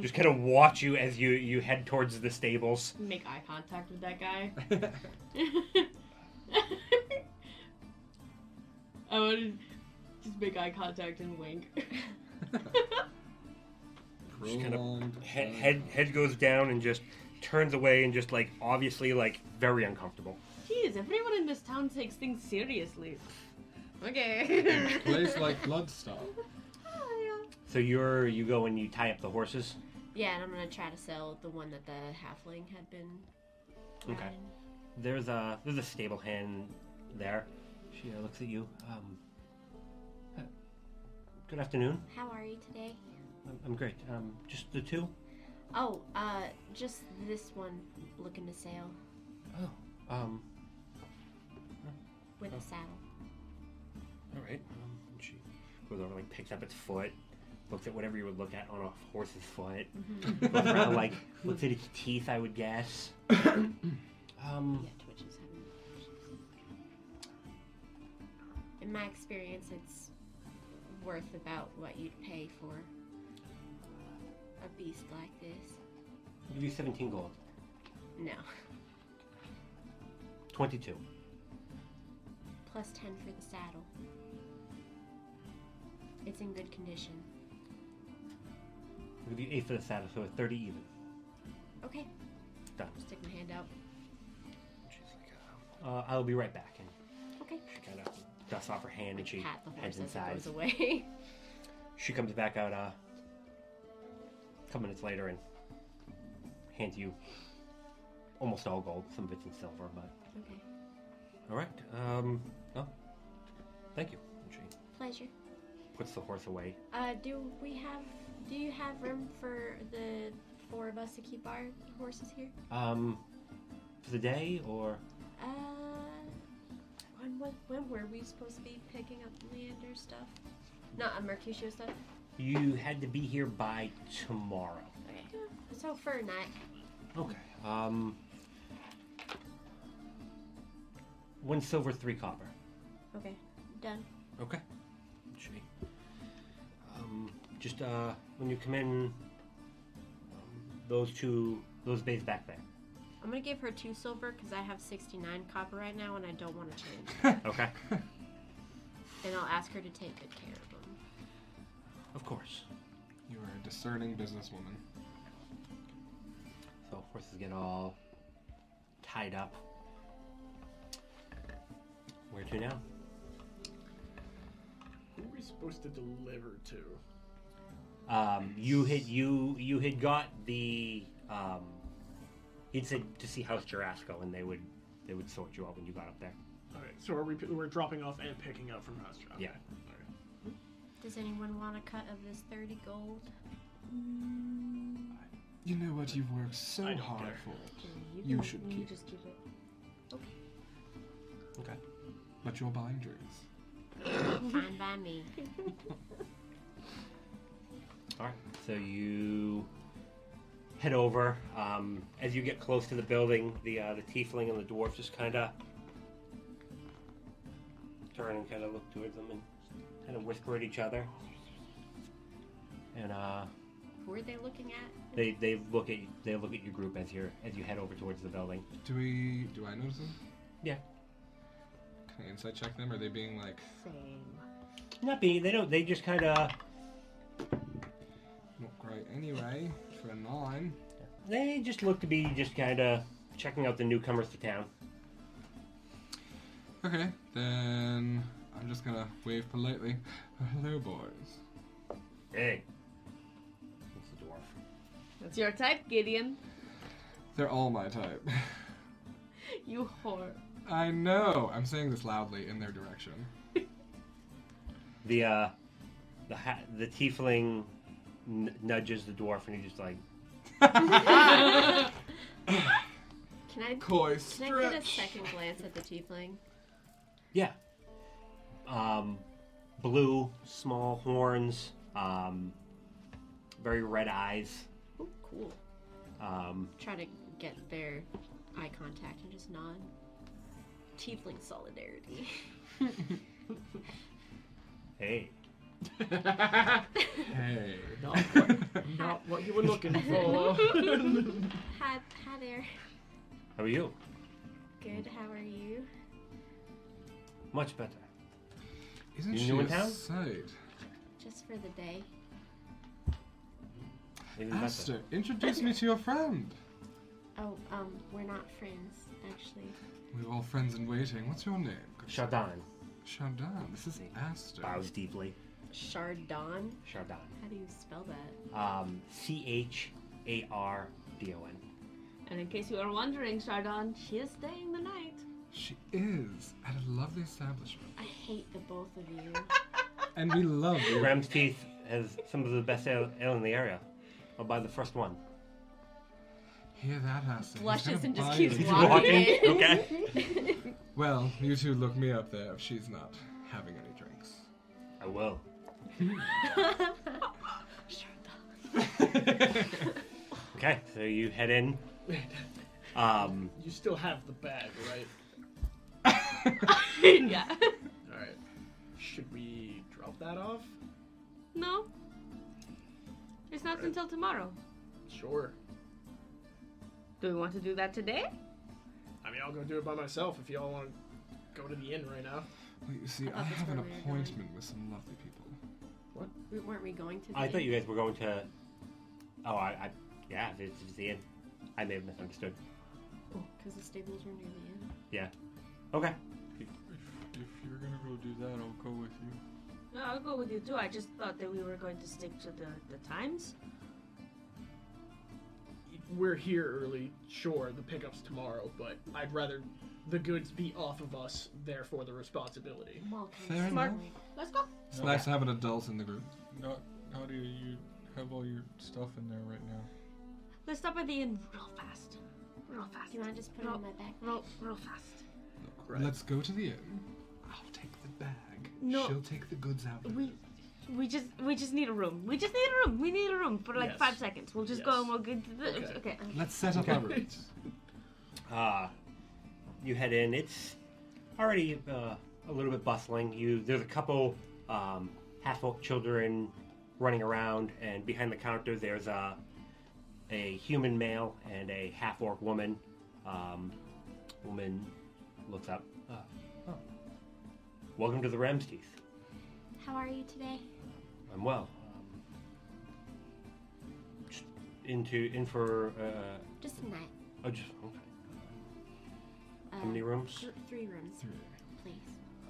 [SPEAKER 5] just kind of watch you as you you head towards the stables.
[SPEAKER 3] Make eye contact with that guy. I want to just make eye contact and wink.
[SPEAKER 5] Just kind
[SPEAKER 6] Prolonged
[SPEAKER 5] of head,
[SPEAKER 6] time.
[SPEAKER 5] head head goes down and just turns away and just like obviously like very uncomfortable.
[SPEAKER 3] Jeez, everyone in this town takes things seriously.
[SPEAKER 4] Okay.
[SPEAKER 6] Place like Bloodstock.
[SPEAKER 5] So you're you go and you tie up the horses.
[SPEAKER 4] yeah, and I'm gonna try to sell the one that the halfling had been.
[SPEAKER 5] Okay.
[SPEAKER 4] riding.
[SPEAKER 5] There's a there's a stable hand there. She uh, looks at you. Um, uh, good afternoon.
[SPEAKER 4] How are you today?
[SPEAKER 5] I'm, I'm great. Um, just the two.
[SPEAKER 4] Oh, uh, just this one looking to sail
[SPEAKER 5] Oh, um,
[SPEAKER 6] Oh.
[SPEAKER 4] with a saddle.
[SPEAKER 5] all right. Um, and she goes over, like picks up its foot, looks at whatever you would look at on a horse's foot, looks around, like looks at its teeth, I would guess. um,
[SPEAKER 4] Yeah, Twitch is having. In my experience, it's worth about what you'd pay for a beast like this.
[SPEAKER 5] I'll give you seventeen gold.
[SPEAKER 4] No,
[SPEAKER 5] Twenty-two.
[SPEAKER 4] plus ten for the saddle. It's in good condition.
[SPEAKER 5] I'll give you eight for the saddle, so a thirty even.
[SPEAKER 4] Okay,
[SPEAKER 5] Done.
[SPEAKER 4] stick my hand out.
[SPEAKER 5] She's like, uh, I'll be right back. And
[SPEAKER 4] Okay.
[SPEAKER 5] she kind of dusts off her hand and she
[SPEAKER 4] Pat the horse
[SPEAKER 5] heads
[SPEAKER 4] as it
[SPEAKER 5] inside.
[SPEAKER 4] goes away.
[SPEAKER 5] She comes back out uh, a couple minutes later and hands you almost all gold. Some of it's in silver, but
[SPEAKER 4] okay,
[SPEAKER 5] all right. Um, no, thank you. And she
[SPEAKER 4] pleasure.
[SPEAKER 5] puts the horse away.
[SPEAKER 4] Uh, do we have? Do you have room for the four of us to keep our horses here?
[SPEAKER 5] Um, for the day, or
[SPEAKER 4] Uh, when, was, when were we supposed to be picking up Leander stuff? Not a Mercutio stuff.
[SPEAKER 5] you had to be here by tomorrow.
[SPEAKER 4] Okay. So for a night,
[SPEAKER 5] Okay. Um, one silver, three copper.
[SPEAKER 4] okay, done.
[SPEAKER 5] Okay. Should be. Um, just uh, when you come in, um, those two, those bays back there.
[SPEAKER 4] I'm gonna give her two silver because I have 69 copper right now and I don't want to change.
[SPEAKER 5] Okay.
[SPEAKER 4] and I'll ask her to take good care of him.
[SPEAKER 5] Of course.
[SPEAKER 6] You are a discerning businesswoman.
[SPEAKER 5] So horses get all tied up. Where to now?
[SPEAKER 7] Who are we supposed to deliver to?
[SPEAKER 5] Um, you had you you had got the um, he'd said to see House Jurasco, and they would they would sort you out when you got up there.
[SPEAKER 7] Alright, so are we we're dropping off and picking up from house job.
[SPEAKER 5] Yeah.
[SPEAKER 4] Does anyone want a cut of this 30 gold? Mm.
[SPEAKER 6] You know what you've worked so
[SPEAKER 7] I don't
[SPEAKER 6] hard
[SPEAKER 7] care.
[SPEAKER 6] for.
[SPEAKER 8] You,
[SPEAKER 6] You
[SPEAKER 8] can-
[SPEAKER 6] should
[SPEAKER 8] you
[SPEAKER 6] keep
[SPEAKER 8] just keep it.
[SPEAKER 5] Okay.
[SPEAKER 6] But you're buying drinks.
[SPEAKER 4] Fine by me.
[SPEAKER 5] All right. So you head over. Um, as you get close to the building, the uh, the tiefling and the dwarf just kind of turn and kind of look towards them and kind of whisper at each other. And uh,
[SPEAKER 4] Who are they looking at?
[SPEAKER 5] they they look at they look at your group as you as you head over towards the building.
[SPEAKER 6] Do we? Do I notice them?
[SPEAKER 5] Yeah.
[SPEAKER 6] Can I insight check them? Are they being like?
[SPEAKER 8] Same.
[SPEAKER 5] Not being they don't they just kind of
[SPEAKER 6] Not great anyway. For a nine.
[SPEAKER 5] they just look to be just kind of checking out the newcomers to town.
[SPEAKER 6] Okay, then I'm just gonna wave politely. Hello, boys.
[SPEAKER 5] Hey. It's the dwarf.
[SPEAKER 8] That's your type, Gideon.
[SPEAKER 6] They're all my type.
[SPEAKER 8] You whore.
[SPEAKER 6] I know. I'm saying this loudly in their direction.
[SPEAKER 5] The uh the ha- the tiefling n- nudges the dwarf and he just like
[SPEAKER 4] Can I
[SPEAKER 6] Coy
[SPEAKER 4] can I get a
[SPEAKER 6] stretch.
[SPEAKER 4] second glance at the tiefling?
[SPEAKER 5] Yeah. Um, blue, small horns, um, very red eyes.
[SPEAKER 4] Oh, cool.
[SPEAKER 5] Um,
[SPEAKER 4] Try to get their eye contact and just nod. Tiefling solidarity.
[SPEAKER 5] hey.
[SPEAKER 6] Hey.
[SPEAKER 7] Not what, not what you were looking for.
[SPEAKER 4] Hi, hi there.
[SPEAKER 5] How are you?
[SPEAKER 4] Good. How are you?
[SPEAKER 5] Much better.
[SPEAKER 6] Isn't
[SPEAKER 5] You
[SPEAKER 6] she
[SPEAKER 5] new in
[SPEAKER 6] a
[SPEAKER 5] town?
[SPEAKER 6] sight?
[SPEAKER 4] Just for the day.
[SPEAKER 5] Even better.
[SPEAKER 6] Aster, introduce me to your friend.
[SPEAKER 4] Oh, um, we're not friends, actually.
[SPEAKER 6] We're all friends in waiting. What's your name? good sir?
[SPEAKER 5] Shardan
[SPEAKER 6] Shardan. This is Aster.
[SPEAKER 5] bows deeply.
[SPEAKER 4] Chardon?
[SPEAKER 5] Shardan.
[SPEAKER 4] How do you spell that?
[SPEAKER 5] Um, C H A R D O N.
[SPEAKER 8] And in case you are wondering, Chardon, she is staying the night.
[SPEAKER 6] She is at a lovely establishment,
[SPEAKER 4] I hate the both of you.
[SPEAKER 6] and we love you.
[SPEAKER 5] Ram's Teeth has some of the best ale, ale in the area. I'll buy the first one.
[SPEAKER 6] Hear that, Aster? He's
[SPEAKER 8] Blushes
[SPEAKER 6] gonna
[SPEAKER 8] and just
[SPEAKER 6] buy
[SPEAKER 8] keeps
[SPEAKER 6] you.
[SPEAKER 8] walking.
[SPEAKER 5] okay.
[SPEAKER 6] Well, you two look me up there if she's not having any drinks.
[SPEAKER 5] I will. Okay, so you head in. Um,
[SPEAKER 7] you still have the bag, right?
[SPEAKER 8] yeah.
[SPEAKER 7] Alright. Should we drop that off?
[SPEAKER 8] No. It's not until tomorrow.
[SPEAKER 7] Sure.
[SPEAKER 8] Do we want to do that today?
[SPEAKER 7] I mean, I'll go do it by myself if y'all want to go to the inn right now.
[SPEAKER 6] Well, you see,
[SPEAKER 4] thought
[SPEAKER 6] I,
[SPEAKER 4] that's
[SPEAKER 6] have an
[SPEAKER 4] where we were going.
[SPEAKER 6] appointment with some lovely people.
[SPEAKER 4] We- Weren't we going to the
[SPEAKER 5] I thought you guys were going to. Oh, I, I yeah, if it's, if it's the end. I may have misunderstood.
[SPEAKER 4] Because Oh, the stables were near the end.
[SPEAKER 5] Okay.
[SPEAKER 2] If, if, if you're gonna go do that, I'll go with you.
[SPEAKER 8] No, I'll go with you too. I just thought that we were going to stick to the, the times.
[SPEAKER 7] We're here early, sure, the pickup's tomorrow, but I'd rather the goods be off of us, therefore the responsibility.
[SPEAKER 4] Mall kind
[SPEAKER 6] Fair
[SPEAKER 4] of
[SPEAKER 6] enough.
[SPEAKER 8] Let's go.
[SPEAKER 6] It's nice to have an adult in the group.
[SPEAKER 2] Not, Nadia, you have all your stuff in there right now.
[SPEAKER 8] Let's stop at the inn real fast. Real fast.
[SPEAKER 4] You want to just put it
[SPEAKER 8] No.
[SPEAKER 4] in my back?
[SPEAKER 8] Real, real fast.
[SPEAKER 7] Right.
[SPEAKER 6] Let's go to the inn. I'll take the bag.
[SPEAKER 8] No.
[SPEAKER 6] She'll take the goods out.
[SPEAKER 8] We we just we just need a room. We just need a room. We need a room for like
[SPEAKER 7] Yes.
[SPEAKER 8] five seconds. We'll just go
[SPEAKER 7] Yes.
[SPEAKER 8] and we'll get to the
[SPEAKER 7] Okay.
[SPEAKER 8] okay.
[SPEAKER 6] Let's set up our roots.
[SPEAKER 5] Uh, you head in. It's already uh, a little bit bustling. You there's a couple um, half orc children running around, and behind the counter there's a a human male and a half orc woman. Um, woman looks up. Uh, oh. Welcome to the Ram's Teeth.
[SPEAKER 9] How are you today?
[SPEAKER 5] I'm well. Um, just into in for uh,
[SPEAKER 9] Just a night.
[SPEAKER 5] oh, just okay.
[SPEAKER 9] Uh,
[SPEAKER 5] How many rooms?
[SPEAKER 9] th- three rooms, please.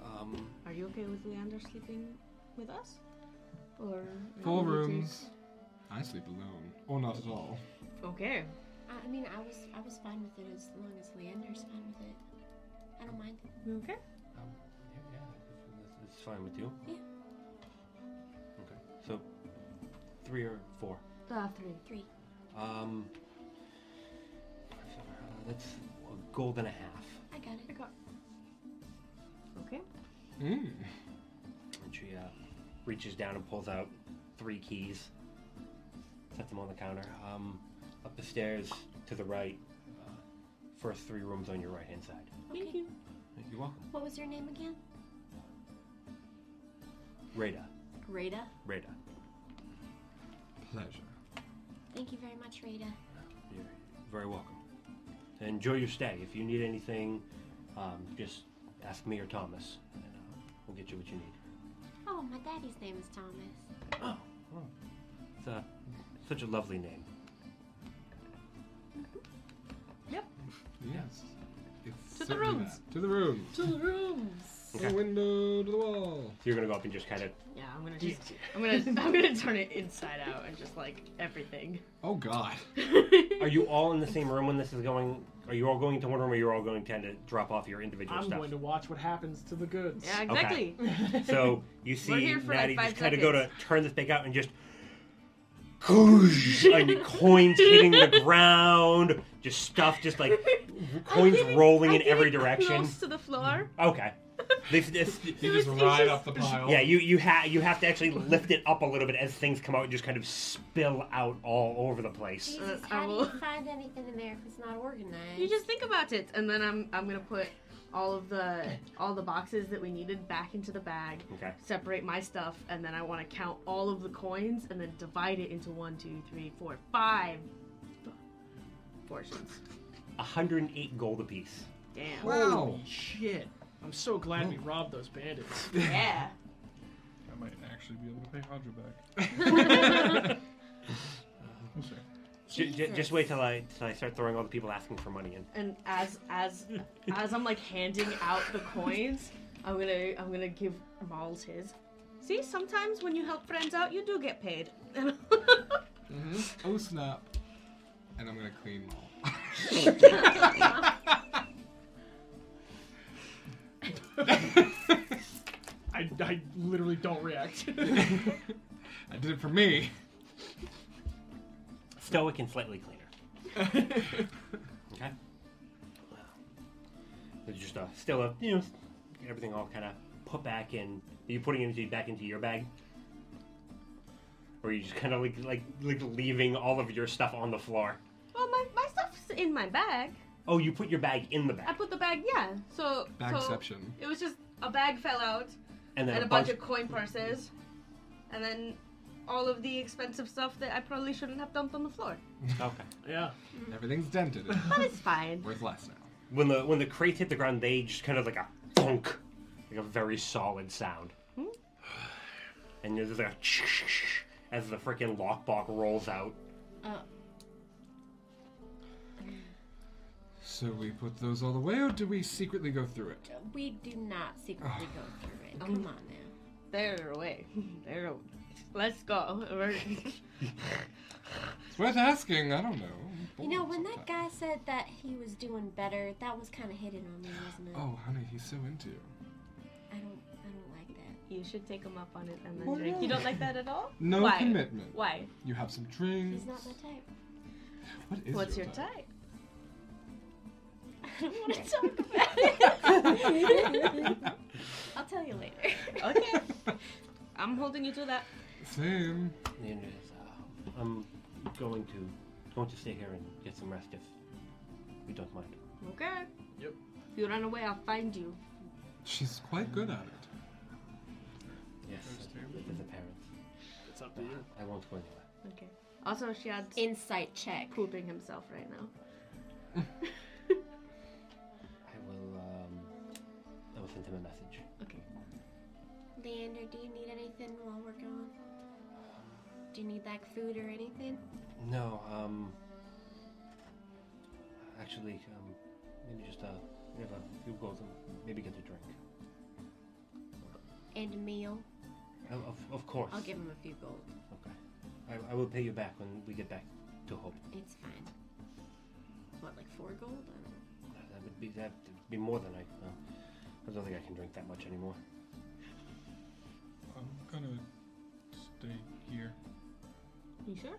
[SPEAKER 5] Um,
[SPEAKER 8] Are you okay with Leander sleeping with us? Or
[SPEAKER 6] Full rooms. I sleep alone. Or not at all.
[SPEAKER 8] Okay.
[SPEAKER 9] I, I mean, I was I was fine with it as long as Leander's fine with it. I don't mind.
[SPEAKER 8] Okay.
[SPEAKER 5] um, yeah, yeah, that's- that's fine with you.
[SPEAKER 9] Yeah.
[SPEAKER 5] Okay, so three or four.
[SPEAKER 8] Uh, three.
[SPEAKER 9] Three.
[SPEAKER 5] Um, uh, that's a gold and a half.
[SPEAKER 9] I got it.
[SPEAKER 8] Okay.
[SPEAKER 6] Mm.
[SPEAKER 5] And she uh, reaches down and pulls out three keys, sets them on the counter. Um, up the stairs to the right, uh, first three rooms on your right hand side.
[SPEAKER 9] Okay.
[SPEAKER 5] You're welcome.
[SPEAKER 9] What was your name again?
[SPEAKER 5] Rada.
[SPEAKER 9] Rada.
[SPEAKER 5] Rada.
[SPEAKER 6] Pleasure.
[SPEAKER 9] Thank you very much, Rada.
[SPEAKER 5] You're very welcome. And enjoy your stay. If you need anything, um, just ask me or Thomas, and uh, we'll get you what you need.
[SPEAKER 9] Oh, my daddy's name is Thomas.
[SPEAKER 5] Oh, oh. It's, uh, such a lovely name.
[SPEAKER 6] Yes. It's
[SPEAKER 8] To the
[SPEAKER 6] certainly
[SPEAKER 8] rooms.
[SPEAKER 6] that. To the rooms.
[SPEAKER 8] To the rooms.
[SPEAKER 5] Okay.
[SPEAKER 6] The window to the wall.
[SPEAKER 5] So you're gonna go up and just kind of
[SPEAKER 8] Yeah, I'm gonna just, I'm gonna, I'm gonna turn it inside out and just like everything.
[SPEAKER 6] Oh God.
[SPEAKER 5] Are you all in the same room when this is going? Are you all going to one room, or you're all going to tend to drop off your individual
[SPEAKER 7] I'm
[SPEAKER 5] stuff?
[SPEAKER 7] going to watch what happens to the goods.
[SPEAKER 8] Yeah, exactly.
[SPEAKER 5] So you
[SPEAKER 8] We're
[SPEAKER 5] see
[SPEAKER 8] here for, like,
[SPEAKER 5] Natty
[SPEAKER 8] five
[SPEAKER 5] just kind of go to
[SPEAKER 8] seconds.
[SPEAKER 5] turn this thing out and just, and coins hitting the ground, just stuff, just like coins rolling in every direction. Mm-hmm.
[SPEAKER 8] Close to the floor.
[SPEAKER 5] Okay. This, this,
[SPEAKER 6] You just ride up the pile.
[SPEAKER 5] yeah, you you have you have to actually lift it up a little bit as things come out and just kind of spill out all over the place.
[SPEAKER 9] Jesus,
[SPEAKER 8] Uh, I
[SPEAKER 9] how do
[SPEAKER 8] will-
[SPEAKER 9] you find anything in there if it's not organized?
[SPEAKER 8] You just think about it, and then I'm, I'm gonna put all of the, all the boxes that we needed back into the bag.
[SPEAKER 5] Okay.
[SPEAKER 8] Separate my stuff, and then I want to count all of the coins, and then divide it into one, two, three, four, five portions.
[SPEAKER 5] 108 gold apiece.
[SPEAKER 8] Damn.
[SPEAKER 6] Wow.
[SPEAKER 7] Holy shit. I'm so glad we robbed those bandits.
[SPEAKER 8] Yeah.
[SPEAKER 2] I might actually be able to pay Hodja back. We'll see.
[SPEAKER 5] J- j- just wait till I, till I start throwing all the people asking for money in.
[SPEAKER 8] And as as as I'm like handing out the coins, I'm gonna I'm gonna give Malls his. See, sometimes when you help friends out, you do get paid. And
[SPEAKER 6] Oh snap. And I'm gonna clean them all.
[SPEAKER 7] I, I literally don't react.
[SPEAKER 6] I did it for me.
[SPEAKER 5] Stoic and slightly cleaner. Okay. There's just a, still a you know everything all kind of put back in. Are you putting it into, back into your bag, or are you just kind of like like like leaving all of your stuff on the floor?
[SPEAKER 8] well, my, my stuff's in my bag.
[SPEAKER 5] Oh, you put your bag in the
[SPEAKER 8] I
[SPEAKER 5] bag,
[SPEAKER 8] put the bag. Yeah. So so
[SPEAKER 6] Bagception.
[SPEAKER 8] it was just a bag fell out
[SPEAKER 5] and then
[SPEAKER 8] and a bunch of coin purses, and then all of the expensive stuff that I probably shouldn't have dumped on the floor.
[SPEAKER 5] okay.
[SPEAKER 7] yeah.
[SPEAKER 6] Everything's dented.
[SPEAKER 8] But it's fine.
[SPEAKER 6] Worth less now.
[SPEAKER 5] When the when the crates hit the ground, they just kind of like a thunk, like a very solid sound. And there's like a as the freaking lockbox rolls out.
[SPEAKER 9] Uh,
[SPEAKER 6] So we put those all away, or do we secretly go through it?
[SPEAKER 9] We do not secretly go through it. Come on now.
[SPEAKER 8] They're away. They're. Away. Let's go. We're-
[SPEAKER 6] It's worth asking. I don't know. I'm
[SPEAKER 9] You know,
[SPEAKER 6] bored
[SPEAKER 9] when that
[SPEAKER 6] sometimes.
[SPEAKER 9] guy said that he was doing better, that was kind of hitting on me, wasn't it?
[SPEAKER 6] Oh, honey, he's so into you.
[SPEAKER 9] I don't, I don't like that.
[SPEAKER 8] You should take him up on it and then
[SPEAKER 9] Oh,
[SPEAKER 6] Well,
[SPEAKER 8] drink.
[SPEAKER 6] no.
[SPEAKER 8] You don't like that at all?
[SPEAKER 6] No
[SPEAKER 8] Why?
[SPEAKER 6] commitment.
[SPEAKER 8] Why?
[SPEAKER 6] You have some drinks.
[SPEAKER 9] He's not my type.
[SPEAKER 6] What is
[SPEAKER 8] What's
[SPEAKER 6] your
[SPEAKER 8] your
[SPEAKER 6] type?
[SPEAKER 8] type?
[SPEAKER 9] I don't want to talk about it. I'll tell you later.
[SPEAKER 8] Okay. I'm holding you to that.
[SPEAKER 6] Same.
[SPEAKER 5] And it's, uh, I'm going to going to stay here and get some rest if you don't mind.
[SPEAKER 8] Okay.
[SPEAKER 7] Yep.
[SPEAKER 8] If you run away, I'll find you.
[SPEAKER 6] She's quite good at it.
[SPEAKER 5] Yes, with the parents.
[SPEAKER 7] It's up to you.
[SPEAKER 5] I won't go anywhere.
[SPEAKER 8] Okay. Also, Shad's
[SPEAKER 9] Insight check.
[SPEAKER 8] pooping himself right now.
[SPEAKER 5] I will. Um, I will send him a message.
[SPEAKER 8] Okay.
[SPEAKER 4] Leander, do you need anything while we're gone? Do you need like food or anything?
[SPEAKER 5] No, um. Actually, um, maybe just uh, we have a few goals and maybe get a drink.
[SPEAKER 4] And a meal?
[SPEAKER 5] Of, of, Oh, of course.
[SPEAKER 4] I'll give him a few gold.
[SPEAKER 5] Okay. I, I will pay you back when we get back to Hope.
[SPEAKER 4] It's fine. What, like four gold? I don't know.
[SPEAKER 5] That would be that would be more than I. Uh, I don't think I can drink that much anymore.
[SPEAKER 2] I'm gonna stay here.
[SPEAKER 8] You sure?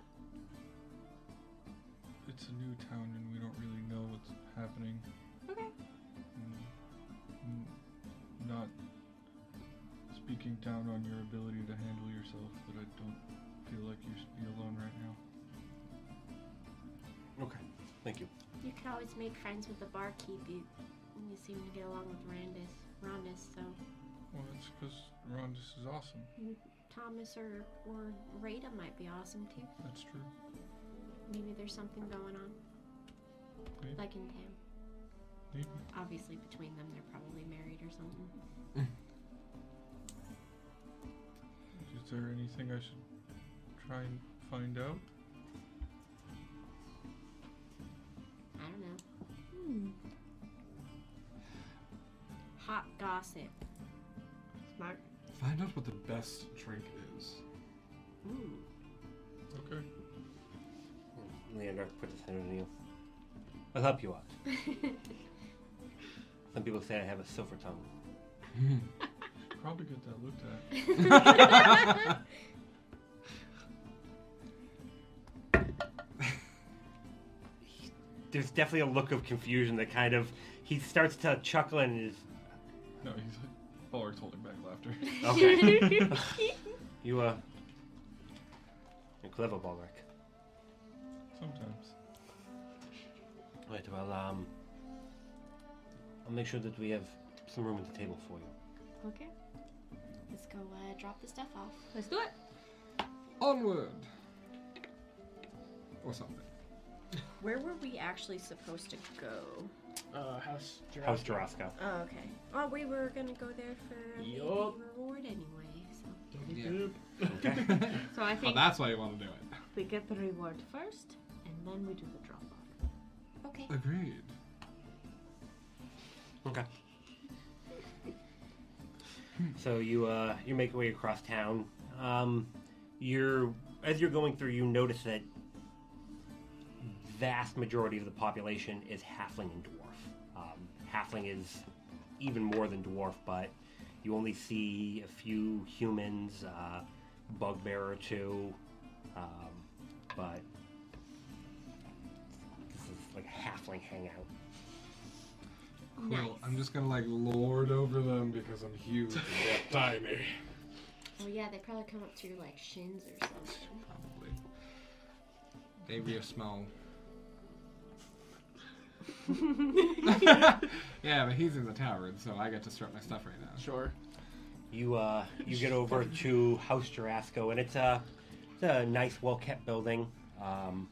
[SPEAKER 2] It's a new town and we don't really know what's happening.
[SPEAKER 8] Okay.
[SPEAKER 2] Mm, mm, Not speaking down on your ability to handle yourself, but I don't feel like you should be alone right now.
[SPEAKER 5] Okay. Thank you.
[SPEAKER 4] You could always make friends with the barkeep. You, you seem to get along with Randis, Rondis, so
[SPEAKER 2] Well, it's because Rondus is awesome.
[SPEAKER 4] Thomas or, or Rada might be awesome too.
[SPEAKER 2] That's true.
[SPEAKER 4] Maybe there's something going on.
[SPEAKER 2] Maybe.
[SPEAKER 4] Like in town.
[SPEAKER 2] Maybe.
[SPEAKER 4] Obviously, between them, they're probably married or something.
[SPEAKER 2] Is there anything I should try and find out?
[SPEAKER 4] I don't know. Hot gossip.
[SPEAKER 8] Smart.
[SPEAKER 6] Find out what the best drink is.
[SPEAKER 4] Ooh.
[SPEAKER 2] Okay.
[SPEAKER 5] Leander, put this under you. I'll help you out. Some people say I have a silver tongue.
[SPEAKER 2] Probably get that looked at.
[SPEAKER 5] There's definitely a look of confusion that kind of he starts to chuckle and is
[SPEAKER 2] No, he's like, Bulwark's holding back laughter.
[SPEAKER 5] okay. you uh, you're clever, Balric.
[SPEAKER 2] Sometimes.
[SPEAKER 5] Right. Well, um, I'll make sure that we have some room at the table for you.
[SPEAKER 8] Okay.
[SPEAKER 4] Let's go uh, drop the stuff off.
[SPEAKER 8] Let's do it.
[SPEAKER 6] Onward! Or something.
[SPEAKER 10] Where were we actually supposed to go?
[SPEAKER 7] Uh, House Jurassic.
[SPEAKER 5] How's Jarasco?
[SPEAKER 10] Oh, okay. Oh, we were gonna go there for.
[SPEAKER 4] Maybe
[SPEAKER 7] Yup.
[SPEAKER 4] Reward anyway. So.
[SPEAKER 6] Yeah.
[SPEAKER 5] Okay.
[SPEAKER 8] So I
[SPEAKER 6] Well,
[SPEAKER 8] think
[SPEAKER 6] that's why you want to do it.
[SPEAKER 8] we get the reward first, and then we do the drop off.
[SPEAKER 4] Okay.
[SPEAKER 6] Agreed.
[SPEAKER 5] Okay. So you uh, you make your way across town. Um, you're as you're going through, you notice that vast majority of the population is halfling and dwarf. Um, halfling is even more than dwarf, but you only see a few humans, uh, bugbear or two, um, but this is like a halfling hangout.
[SPEAKER 6] Cool. I'm just gonna like lord over them because I'm huge. and they're tiny.
[SPEAKER 4] Oh yeah, they probably come up to your like shins or something.
[SPEAKER 6] Probably. Maybe a small. yeah, but he's in the tavern, so I get to strut my stuff right now.
[SPEAKER 7] Sure.
[SPEAKER 5] You uh, you get over to House Jurasco, and it's a it's a nice, well kept building. Um,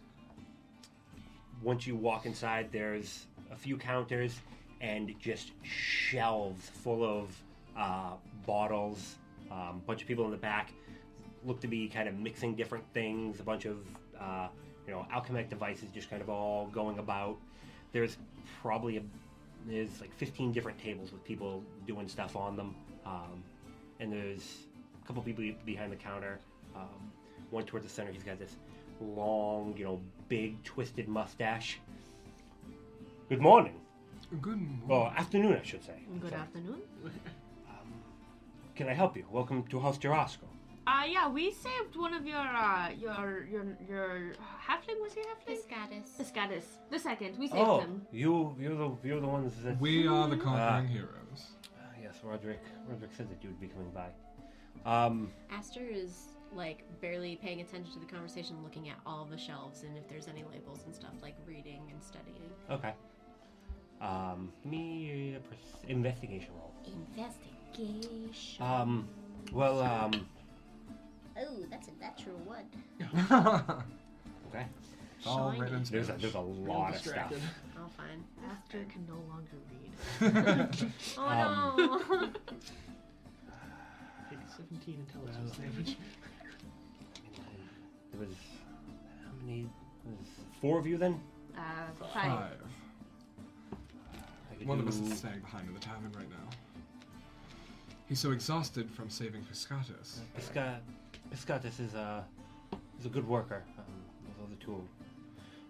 [SPEAKER 5] once you walk inside, there's a few counters and just shelves full of uh, bottles. A um, bunch of people in the back look to be kind of mixing different things. A bunch of uh, you know alchemic devices just kind of all going about. There's probably a, there's like 15 different tables with people doing stuff on them. Um, and there's a couple people behind the counter. Um, one towards the center, he's got this long, you know, big twisted mustache. Good morning.
[SPEAKER 6] Good morning.
[SPEAKER 5] Well, afternoon, I should say.
[SPEAKER 8] Good
[SPEAKER 5] Sorry.
[SPEAKER 8] afternoon.
[SPEAKER 5] Can I help you? Welcome to House Jarasco.
[SPEAKER 8] Uh, yeah, we saved one of your, uh, your, your, your uh, halfling. Was he halfling?
[SPEAKER 4] This goddess.
[SPEAKER 8] The Scottish. The second. We saved
[SPEAKER 5] Oh,
[SPEAKER 8] him.
[SPEAKER 5] you you're the you're the ones that
[SPEAKER 6] we are the conquering
[SPEAKER 5] Ah.
[SPEAKER 6] heroes.
[SPEAKER 5] Ah, yes, Roderick. Roderick said that you would be coming by. Um,
[SPEAKER 4] Aster is like barely paying attention to the conversation, looking at all the shelves and if there's any labels and stuff, like reading and studying.
[SPEAKER 5] okay. Um, give me a pers- investigation roll.
[SPEAKER 4] Investigation.
[SPEAKER 5] Um, well, um,
[SPEAKER 10] Oh, that's a natural one.
[SPEAKER 5] okay.
[SPEAKER 6] It's all written in
[SPEAKER 5] There's a,
[SPEAKER 6] Spanish.
[SPEAKER 5] there's a lot of stuff.
[SPEAKER 7] distracted.
[SPEAKER 4] All fine.
[SPEAKER 8] Aster can no Oh, longer read.
[SPEAKER 4] Oh
[SPEAKER 5] Um,
[SPEAKER 4] no.
[SPEAKER 6] does damage.
[SPEAKER 5] There was how many? There was four of you then?
[SPEAKER 8] Uh, five.
[SPEAKER 5] I could
[SPEAKER 6] One of us
[SPEAKER 5] do-
[SPEAKER 6] is staying behind in the tavern right now. He's so exhausted from saving Piscatus.
[SPEAKER 5] Pisca, Piscatus is a is a good worker. Um, those other two,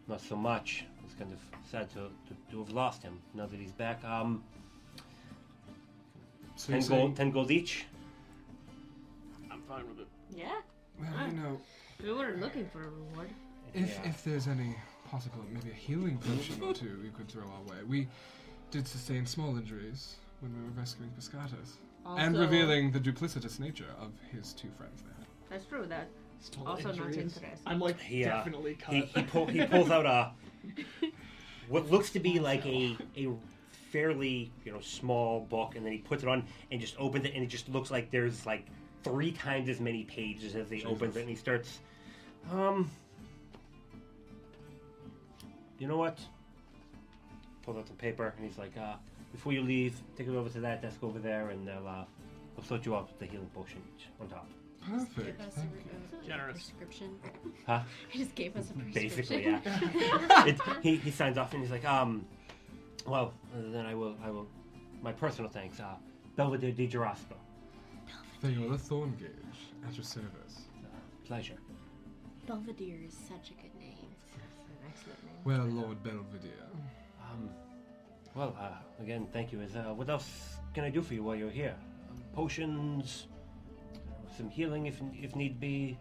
[SPEAKER 5] not so much. It's kind of sad to, to, to have lost him. Now that he's back, um,
[SPEAKER 6] So
[SPEAKER 5] ten
[SPEAKER 6] you're
[SPEAKER 5] gold,
[SPEAKER 6] saying,
[SPEAKER 5] ten gold each.
[SPEAKER 7] I'm fine with it.
[SPEAKER 8] Yeah.
[SPEAKER 6] well, you know,
[SPEAKER 3] We were looking for a reward.
[SPEAKER 6] if
[SPEAKER 5] Yeah.
[SPEAKER 6] if there's any possible, maybe a healing potion or two you could throw our way. We did sustain small injuries when we were rescuing Piscatus. and
[SPEAKER 8] Also-
[SPEAKER 6] revealing the duplicitous nature of his two friends there.
[SPEAKER 8] That's true. That
[SPEAKER 7] Small
[SPEAKER 8] also not
[SPEAKER 7] injuries.
[SPEAKER 8] interesting.
[SPEAKER 7] I'm like
[SPEAKER 5] He, uh,
[SPEAKER 7] definitely cut.
[SPEAKER 5] He he, pull, he pulls out a what looks to be like a a fairly you know small book, and then he puts it on and just opens it, and it just looks like there's like three times as many pages as he opens it, and he starts. Um, you know what? Pulls out some paper, and he's like, uh, "Before you leave, take it over to that desk over there, and they'll uh, they'll sort you out with the healing potion on top."
[SPEAKER 6] Perfect.
[SPEAKER 4] Give us
[SPEAKER 6] Thank
[SPEAKER 4] a re-
[SPEAKER 6] you.
[SPEAKER 4] uh,
[SPEAKER 7] Generous.
[SPEAKER 4] prescription.
[SPEAKER 5] Huh?
[SPEAKER 4] He just gave us a prescription.
[SPEAKER 5] Basically, yeah. it, he, he signs off and he's like, um, well, then I will, I will, my personal thanks, uh, Belvedere di Gerasco.
[SPEAKER 6] Theola Thorngage, at your service.
[SPEAKER 5] Uh, pleasure.
[SPEAKER 1] Belvedere is such a good name.
[SPEAKER 6] Well, Lord Belvedere.
[SPEAKER 5] Um, well, uh, again, thank you. Is, uh, what else can I do for you while you're here? Um, potions, uh, some healing if, if need be.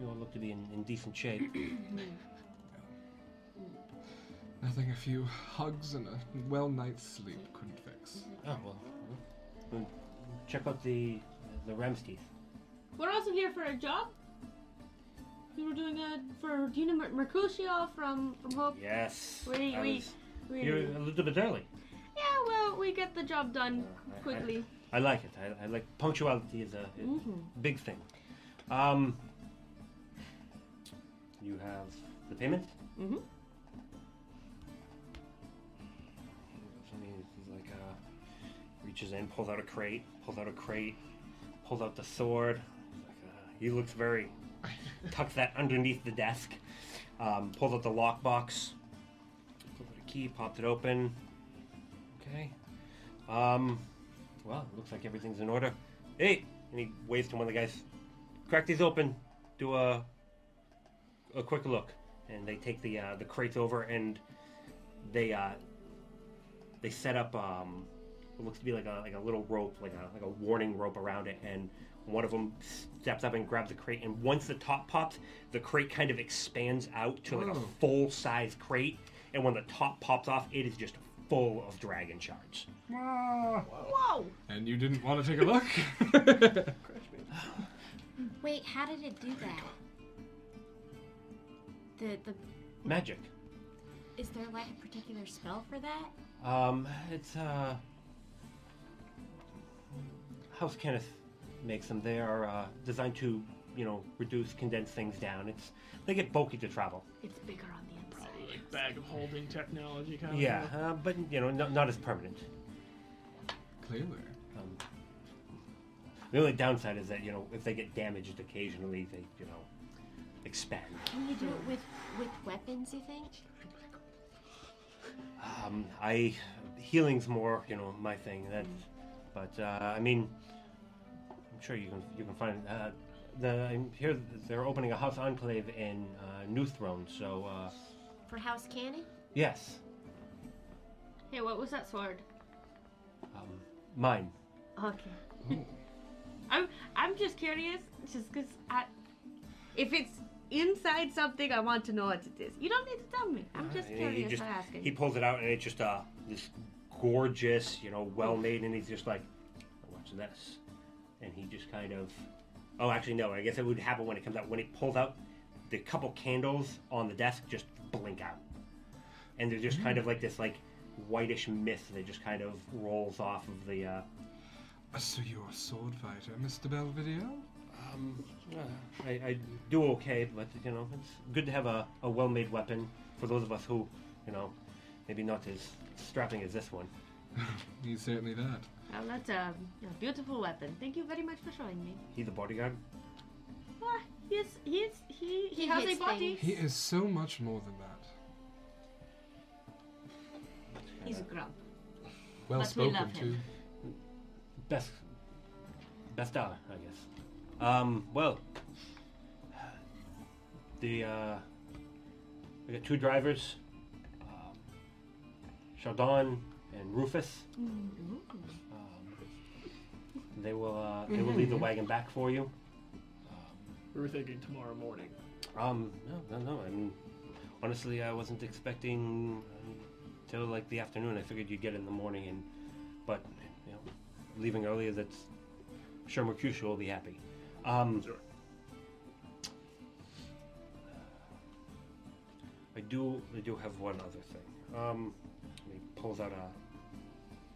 [SPEAKER 5] You all look to be in, in decent shape.
[SPEAKER 6] Nothing a few hugs and a well night's sleep couldn't fix.
[SPEAKER 5] oh, well, well, check out the, the ram's teeth.
[SPEAKER 9] We're also here for a job. We were doing a for do you know Mer- Mercutio from from Hope?
[SPEAKER 5] Yes.
[SPEAKER 9] We-
[SPEAKER 5] I
[SPEAKER 9] we-
[SPEAKER 5] was-
[SPEAKER 9] We,
[SPEAKER 5] You're a little bit early.
[SPEAKER 9] yeah, well, we get the job done
[SPEAKER 5] Uh, I- I-
[SPEAKER 9] quickly.
[SPEAKER 5] I like it. I, I like punctuality is a a
[SPEAKER 8] Mm-hmm.
[SPEAKER 5] big thing. Um, you have the payment.
[SPEAKER 8] Mhm.
[SPEAKER 5] Something is like uh, reaches in, pulls out a crate, pulls out a crate, pulls out the sword. Like, uh, he looks very tucks that underneath the desk. Um, pulls out the lockbox, pulls out a key, popped it open. Okay. Um, well, it looks like everything's in order. Hey! And he waves to one of the guys. Crack these open. Do a a quick look. And they take the uh, the crates over and they uh, they set up um, what looks to be like a like a little rope, like a like a warning rope around it. And one of them steps up and grabs the crate. And once the top pops, the crate kind of expands out to like a
[SPEAKER 6] Whoa.
[SPEAKER 5] full size crate. And when the top pops off, it is just full of dragon shards.
[SPEAKER 6] Ah!
[SPEAKER 8] Whoa!
[SPEAKER 6] And you didn't want to take a look?
[SPEAKER 1] Wait, how did it do that? The the
[SPEAKER 5] Magic.
[SPEAKER 1] is there like a particular spell for that?
[SPEAKER 5] Um, it's uh, House Kenneth makes them. They are uh, designed to, you know, reduce, condense things down. It's they get bulky to travel.
[SPEAKER 9] It's bigger on the inside.
[SPEAKER 7] Probably like bag of holding technology kind of.
[SPEAKER 5] Yeah,
[SPEAKER 7] thing.
[SPEAKER 5] uh, but you know, not, not as permanent.
[SPEAKER 6] Clearly.
[SPEAKER 5] Um, the only downside is that you know, if they get damaged occasionally, they you know, expand.
[SPEAKER 1] Can you do it with with weapons? You think?
[SPEAKER 5] Um, I healing's more, you know, my thing. That, but uh, I mean, I'm sure you can you can find uh, the. I'm here they're opening a house enclave in uh, New Throne. So uh,
[SPEAKER 1] For house cannon?
[SPEAKER 5] yes,
[SPEAKER 9] Hey, what was that sword?
[SPEAKER 5] um, mine.
[SPEAKER 9] Okay.
[SPEAKER 6] Oh.
[SPEAKER 8] I'm I'm just curious, just because I, if it's inside something, I want to know what it is. You don't need to tell me. I'm just
[SPEAKER 5] Uh,
[SPEAKER 8] curious.
[SPEAKER 5] he just
[SPEAKER 8] I'm asking.
[SPEAKER 5] he pulls it out and it's just uh this gorgeous, you know, well
[SPEAKER 8] Hmm.
[SPEAKER 5] made, and he's just like, "Oh, watch this, and he just kind of. Oh, actually, no. I guess it would happen when it comes out. When it pulls out, the couple candles on the desk just blink out, and they're
[SPEAKER 8] Hmm.
[SPEAKER 5] just kind of like this, like whitish mist that just kind of rolls off of the. Uh,
[SPEAKER 6] So you're a sword fighter, Mr. Belvedere?
[SPEAKER 5] um, I, I do okay, but you know, it's good to have a, a well-made weapon for those of us who, you know, maybe not as strapping as this one.
[SPEAKER 6] He's certainly that.
[SPEAKER 8] Well, that's a, a beautiful weapon. Thank you very much for showing me.
[SPEAKER 5] He the bodyguard?
[SPEAKER 8] Well, he's he's he he,
[SPEAKER 9] Ah, He
[SPEAKER 8] has a
[SPEAKER 9] hits
[SPEAKER 8] body.
[SPEAKER 9] things.
[SPEAKER 6] He is so much more than that.
[SPEAKER 9] He's a grump. But
[SPEAKER 6] Well
[SPEAKER 9] we
[SPEAKER 6] spoken
[SPEAKER 9] love
[SPEAKER 6] too.
[SPEAKER 9] him.
[SPEAKER 5] Best, best hour, I guess. Um, well, the uh, we got two drivers, um, Chardon and Rufus.
[SPEAKER 9] Mm-hmm.
[SPEAKER 5] Um, they will uh, they will leave the wagon back for you.
[SPEAKER 7] We were thinking tomorrow morning.
[SPEAKER 5] Um, no, no, no. I mean, honestly, I wasn't expecting um, till like the afternoon. I figured you'd get it in the morning, and but you know, leaving earlier, that's I'm sure Mercutio will be happy. Um,
[SPEAKER 7] Sure.
[SPEAKER 5] I do, I do have one other thing. Um, and he pulls out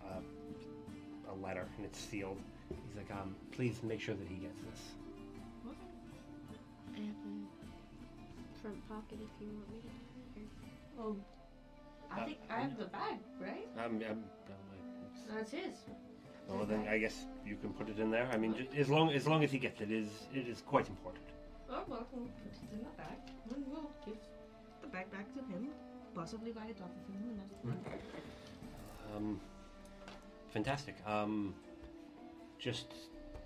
[SPEAKER 5] a, a a letter, and it's sealed. He's like, um, please make sure that he gets this.
[SPEAKER 1] I have a Mm-hmm. front pocket if you want me to.
[SPEAKER 9] Oh, I think I have the bag, right?
[SPEAKER 5] Um, um, um, I-
[SPEAKER 9] That's his.
[SPEAKER 5] Well, then I guess you can put it in there. I mean, ju- as long as long as he gets it, it is it is quite important.
[SPEAKER 9] Oh, well, we'll put it in the bag. And we'll give the bag back to him. Possibly buy it off of him. and that's fine.
[SPEAKER 5] Um, fantastic. Um, just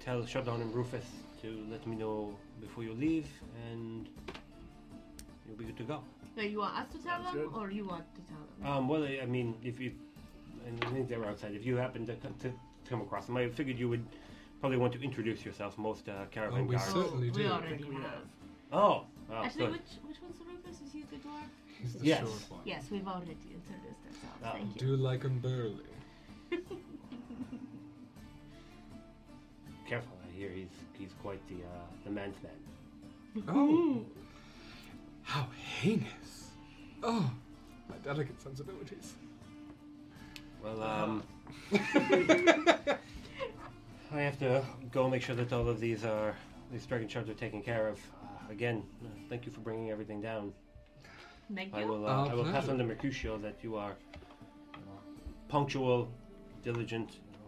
[SPEAKER 5] tell Shardon and Rufus to let me know before you leave, and you'll be good to go.
[SPEAKER 9] No, you want us to tell
[SPEAKER 7] Sounds
[SPEAKER 9] them,
[SPEAKER 7] good.
[SPEAKER 9] or you want to tell them?
[SPEAKER 5] Um, well, I I mean, if you, and I think they were outside. If you happen to, co- to come across them, I figured you would probably want to introduce yourself. Most uh,
[SPEAKER 6] Oh,
[SPEAKER 5] caravan
[SPEAKER 6] we
[SPEAKER 5] guards.
[SPEAKER 6] certainly
[SPEAKER 9] oh, we
[SPEAKER 6] do.
[SPEAKER 9] already
[SPEAKER 7] think we
[SPEAKER 9] have.
[SPEAKER 7] have.
[SPEAKER 5] Oh, oh,
[SPEAKER 9] Actually,
[SPEAKER 5] good.
[SPEAKER 9] which which one's the Rufus? Is he the dwarf?
[SPEAKER 6] He's the
[SPEAKER 5] Yes.
[SPEAKER 6] short one.
[SPEAKER 9] Yes, we've already introduced ourselves.
[SPEAKER 5] Ah.
[SPEAKER 9] Thank you.
[SPEAKER 6] Do like him burly.
[SPEAKER 5] Careful, I hear he's he's quite the uh, the man's man.
[SPEAKER 6] Oh, how heinous! Oh, my delicate sensibilities.
[SPEAKER 5] Well, um, I have to go make sure that all of these are these dragon shards are taken care of. Uh, again, uh, thank you for bringing everything down.
[SPEAKER 9] Thank
[SPEAKER 5] I
[SPEAKER 9] you.
[SPEAKER 5] will. Uh,
[SPEAKER 6] Our
[SPEAKER 5] I will pass
[SPEAKER 6] pleasure.
[SPEAKER 5] on to Mercutio that you are you know, punctual, diligent. You know.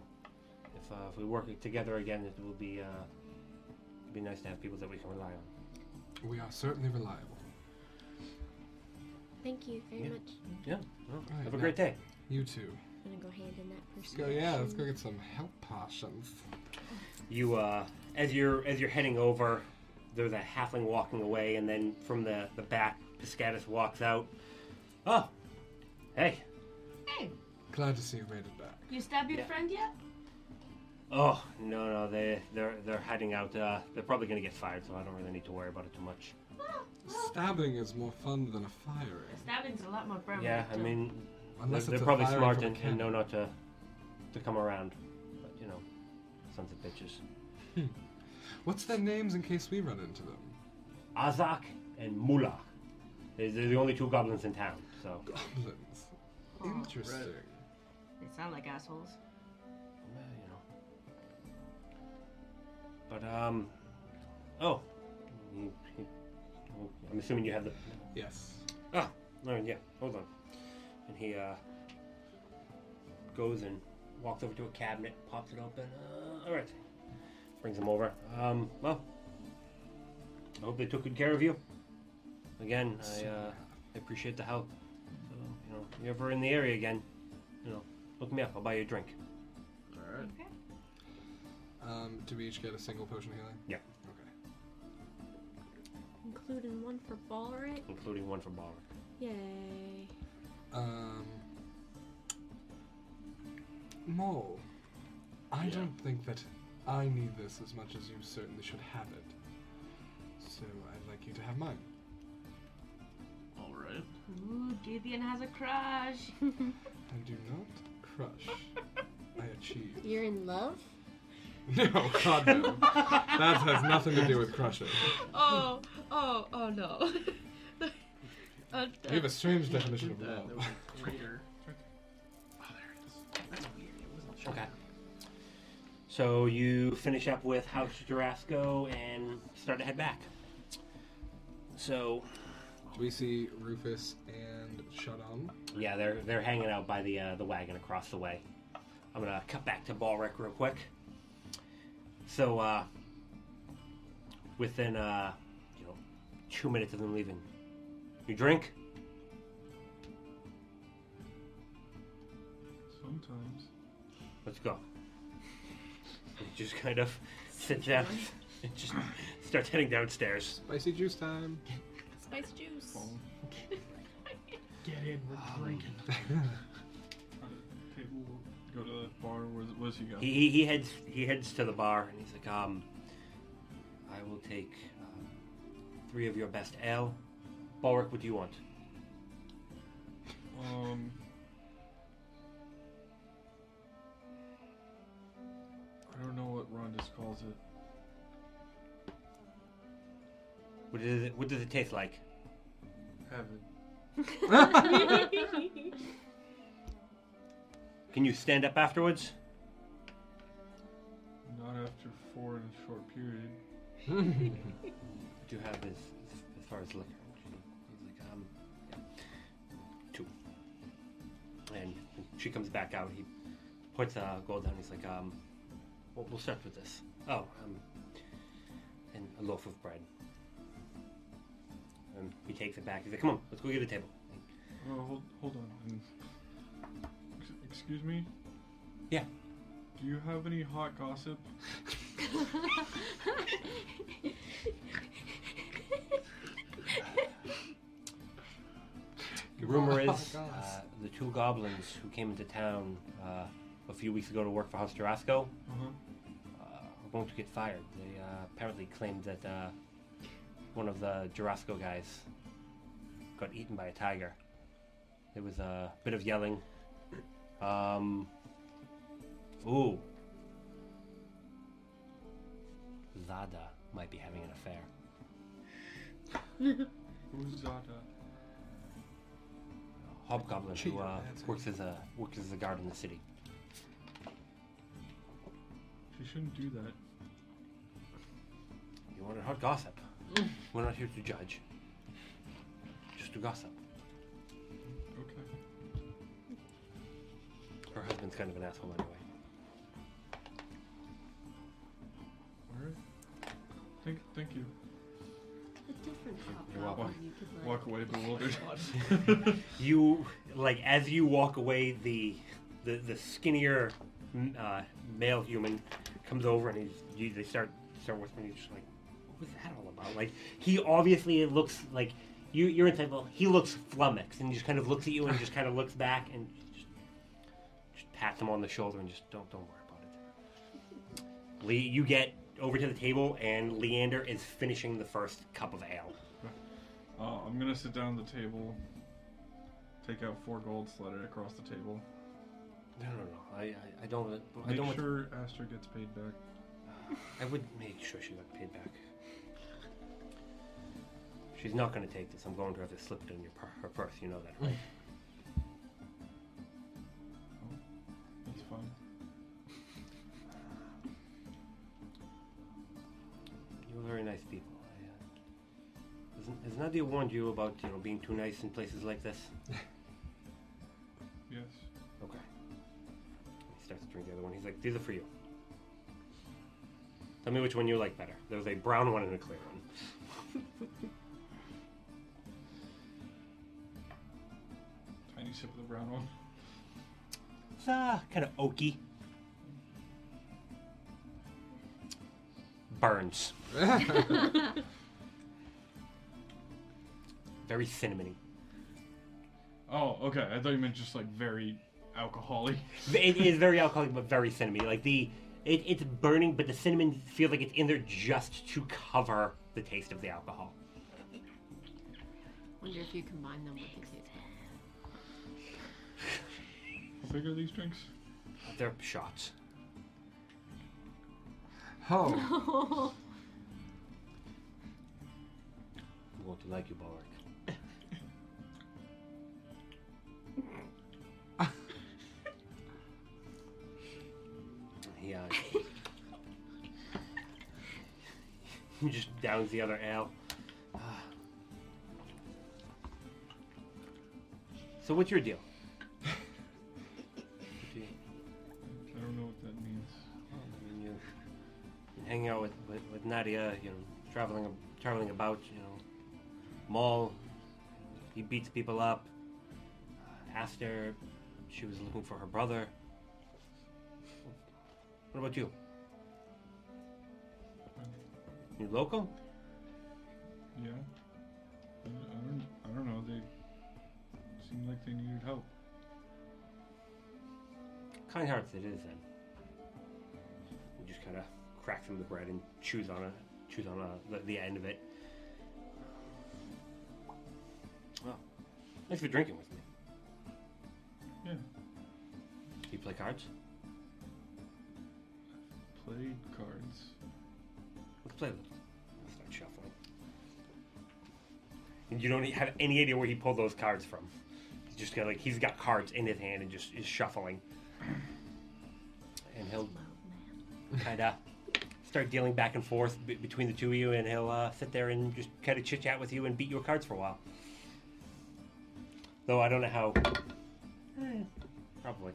[SPEAKER 5] If uh, if we work together again, it will be uh, it'd be nice to have people that we can rely on.
[SPEAKER 6] We are certainly reliable.
[SPEAKER 1] Thank you very
[SPEAKER 5] Yeah.
[SPEAKER 1] much.
[SPEAKER 5] Yeah. Well,
[SPEAKER 6] Right,
[SPEAKER 5] have a
[SPEAKER 6] now-
[SPEAKER 5] great day.
[SPEAKER 6] You too.
[SPEAKER 1] I'm gonna go hand in that
[SPEAKER 6] Let's
[SPEAKER 1] person.
[SPEAKER 6] go. Yeah, let's go get some help potions.
[SPEAKER 5] you uh, as you're as you're heading over there's a halfling walking away and then from the the back piscatus walks out oh hey
[SPEAKER 6] Glad to see you made it back.
[SPEAKER 9] You stab your
[SPEAKER 5] Yeah.
[SPEAKER 9] friend yet?
[SPEAKER 5] oh no no they they're they're heading out uh, they're probably gonna get fired so i don't really need to worry about it too much
[SPEAKER 6] Stabbing is more fun than a firing.
[SPEAKER 9] Stabbing's a lot more permanent.
[SPEAKER 5] yeah i
[SPEAKER 9] too.
[SPEAKER 5] mean they're,
[SPEAKER 6] Unless
[SPEAKER 5] they're
[SPEAKER 6] it's a
[SPEAKER 5] probably
[SPEAKER 6] firing
[SPEAKER 5] smart
[SPEAKER 6] from a
[SPEAKER 5] and, and know
[SPEAKER 6] cannon.
[SPEAKER 5] not to to come around but you know sons of bitches
[SPEAKER 6] What's their names in case we run into them?
[SPEAKER 5] azak and mullah they're, they're the only two goblins in town so
[SPEAKER 6] Goblins.
[SPEAKER 9] Oh,
[SPEAKER 6] Interesting.
[SPEAKER 9] They sound like assholes.
[SPEAKER 5] Well, you know. But um, oh, you- you- well, I'm assuming you have the.
[SPEAKER 6] Yes.
[SPEAKER 5] Ah, no, yeah. Hold on. And he uh goes and walks over to a cabinet, pops it open. Uh, all right, brings him over. Um, well, I hope they took good care of you. Again, I uh, I appreciate the help. So, you know, if you're ever in the area again, you know, look me up. I'll buy you a drink.
[SPEAKER 7] All right.
[SPEAKER 6] Um, do we each get a single potion of healing?
[SPEAKER 5] Yeah.
[SPEAKER 6] Okay.
[SPEAKER 1] Including one for Balric.
[SPEAKER 5] including one for Balric.
[SPEAKER 1] Yay.
[SPEAKER 6] Um. Mole, I
[SPEAKER 7] Yeah.
[SPEAKER 6] don't think that I need this as much as you certainly should have it. So I'd like you to have mine.
[SPEAKER 7] All right.
[SPEAKER 9] Ooh, Gideon has a crush.
[SPEAKER 6] I do not crush. I achieve.
[SPEAKER 1] You're in love?
[SPEAKER 6] No, God no. that has nothing to do with crushing.
[SPEAKER 8] Oh oh oh no.
[SPEAKER 4] Oh,
[SPEAKER 8] Uh,
[SPEAKER 6] You have a strange
[SPEAKER 7] Yeah, I
[SPEAKER 6] definition
[SPEAKER 7] did
[SPEAKER 6] of
[SPEAKER 7] that. That
[SPEAKER 6] love.
[SPEAKER 7] was a traitor. Oh, there it is. That's weird. It wasn't sure.
[SPEAKER 5] Okay. So you finish up with House Jurasco and start to head back. So
[SPEAKER 6] Do we see Rufus and Shadam?
[SPEAKER 5] yeah, they're they're hanging out by the uh, the wagon across the way. I'm gonna cut back to Balric real quick. So uh, within uh, you know two minutes of them leaving. You drink?
[SPEAKER 2] Sometimes.
[SPEAKER 5] Let's go. And you just kind of sit down and just starts heading downstairs.
[SPEAKER 6] Spicy juice time.
[SPEAKER 4] Spice juice.
[SPEAKER 7] Get in, we're drinking.
[SPEAKER 2] Okay, we'll go to the bar. Where's, where's he going?
[SPEAKER 5] He, he, he heads he heads to the bar and he's like, um, I will take um, three of your best ale. Balric, what do you want?
[SPEAKER 2] Um. I don't know what Rondis calls it.
[SPEAKER 5] What does it, what does it taste like?
[SPEAKER 2] Heaven.
[SPEAKER 5] Can you stand up afterwards?
[SPEAKER 2] Not after four in a short period.
[SPEAKER 5] do have as, as far as liquor. He's like, um, yeah, two. And she comes back out. He puts uh, gold down. He's like, um, we'll, we'll start with this. Oh, um, and a loaf of bread. And he takes it back. He's like, come on, let's go get a table.
[SPEAKER 2] Oh, hold, hold on. Mm. Ex- Excuse me?
[SPEAKER 5] Yeah.
[SPEAKER 2] Do you have any hot gossip?
[SPEAKER 5] The rumor
[SPEAKER 6] Oh,
[SPEAKER 5] is
[SPEAKER 6] gosh.
[SPEAKER 5] uh, the two goblins who came into town uh, a few weeks ago to work for House Durasco
[SPEAKER 2] Uh-huh.
[SPEAKER 6] Mm-hmm.
[SPEAKER 5] uh, are going to get fired. They uh, apparently claimed that uh, one of the Jurasco guys got eaten by a tiger. There was a bit of yelling. Um, ooh. Zada might be having an affair.
[SPEAKER 2] Who's Zada?
[SPEAKER 5] Hobgoblin who
[SPEAKER 6] Cheater,
[SPEAKER 5] uh,
[SPEAKER 6] that's it.
[SPEAKER 5] works as a works as a guard in the city.
[SPEAKER 2] She shouldn't do that.
[SPEAKER 5] You wanted hot gossip. We're not here to judge. Just to gossip.
[SPEAKER 2] Okay.
[SPEAKER 5] Her husband's kind of an asshole anyway.
[SPEAKER 2] Alright. Thank, thank you.
[SPEAKER 3] A different hot
[SPEAKER 5] You're welcome.
[SPEAKER 3] goblin you could like.
[SPEAKER 2] Walk away bewildered.
[SPEAKER 5] you like as you walk away the the, the skinnier m- uh, male human comes over and he's you, they start start whispering he's just like what was that all about like he obviously looks like you you're inside well he looks flummoxed and he just kind of looks at you and just kind of looks back and just, just pats him on the shoulder and just don't don't worry about it Lee you get over to the table and Leander is finishing the first cup of ale
[SPEAKER 2] Uh, I'm gonna sit down at the table, take out four gold, slide it across the table.
[SPEAKER 5] no no no I I, I don't I
[SPEAKER 2] Make
[SPEAKER 5] don't want to-
[SPEAKER 2] sure Astra gets paid back.
[SPEAKER 5] I would make sure she got paid back. She's not going to take this. I'm going to have to slip it in your pur- her purse. You know that, right?
[SPEAKER 2] That's fine.
[SPEAKER 5] You're very nice people. I, uh, has- has Nadia warned you about you know being too nice in places like this?
[SPEAKER 2] Yes.
[SPEAKER 5] Okay. He starts to drink the other one. He's like, "These are for you." Tell me which one you like better. There was a brown one and a clear one.
[SPEAKER 2] Tiny sip of the brown one.
[SPEAKER 5] It's uh, kind of oaky. Burns. Very cinnamony.
[SPEAKER 2] Oh, okay. I thought you meant just like very alcoholic.
[SPEAKER 5] It is very alcoholic, but very cinnamony. Like the, it, it's burning, but the cinnamon feels like it's in there just to cover the taste of the alcohol.
[SPEAKER 4] Wonder if you combine them with the taste.
[SPEAKER 2] How big are these drinks?
[SPEAKER 5] They're shots.
[SPEAKER 6] Oh,
[SPEAKER 5] I'm going to like you, Balric. he, uh, he just downs the other ale. Ah. So what's your deal? What do you-
[SPEAKER 2] I don't know what that means.
[SPEAKER 5] And you you hang out with, with, with Nadia, you know, traveling traveling about, you know, mall. He beats people up. Asked her, she was looking for her brother. What about you? You local?
[SPEAKER 2] Yeah. I I don't, I don't know. They seemed like they needed help.
[SPEAKER 5] Kind hearts it is then. You just kind of crack some of the bread and chews on it, chews on a, the, the end of it. Well, thanks for drinking with me.
[SPEAKER 2] Yeah.
[SPEAKER 5] You play cards?
[SPEAKER 2] Play cards.
[SPEAKER 5] Let's play a little. I'll start shuffling. And you don't e-, have any idea where he pulled those cards from. He's just got like he's got cards in his hand and just is shuffling. And he'll kind of start dealing back and forth b- between the two of you, and he'll uh, sit there and just kind of chit chat with you and beat your cards for a while. Though I don't know how. Eh, Probably.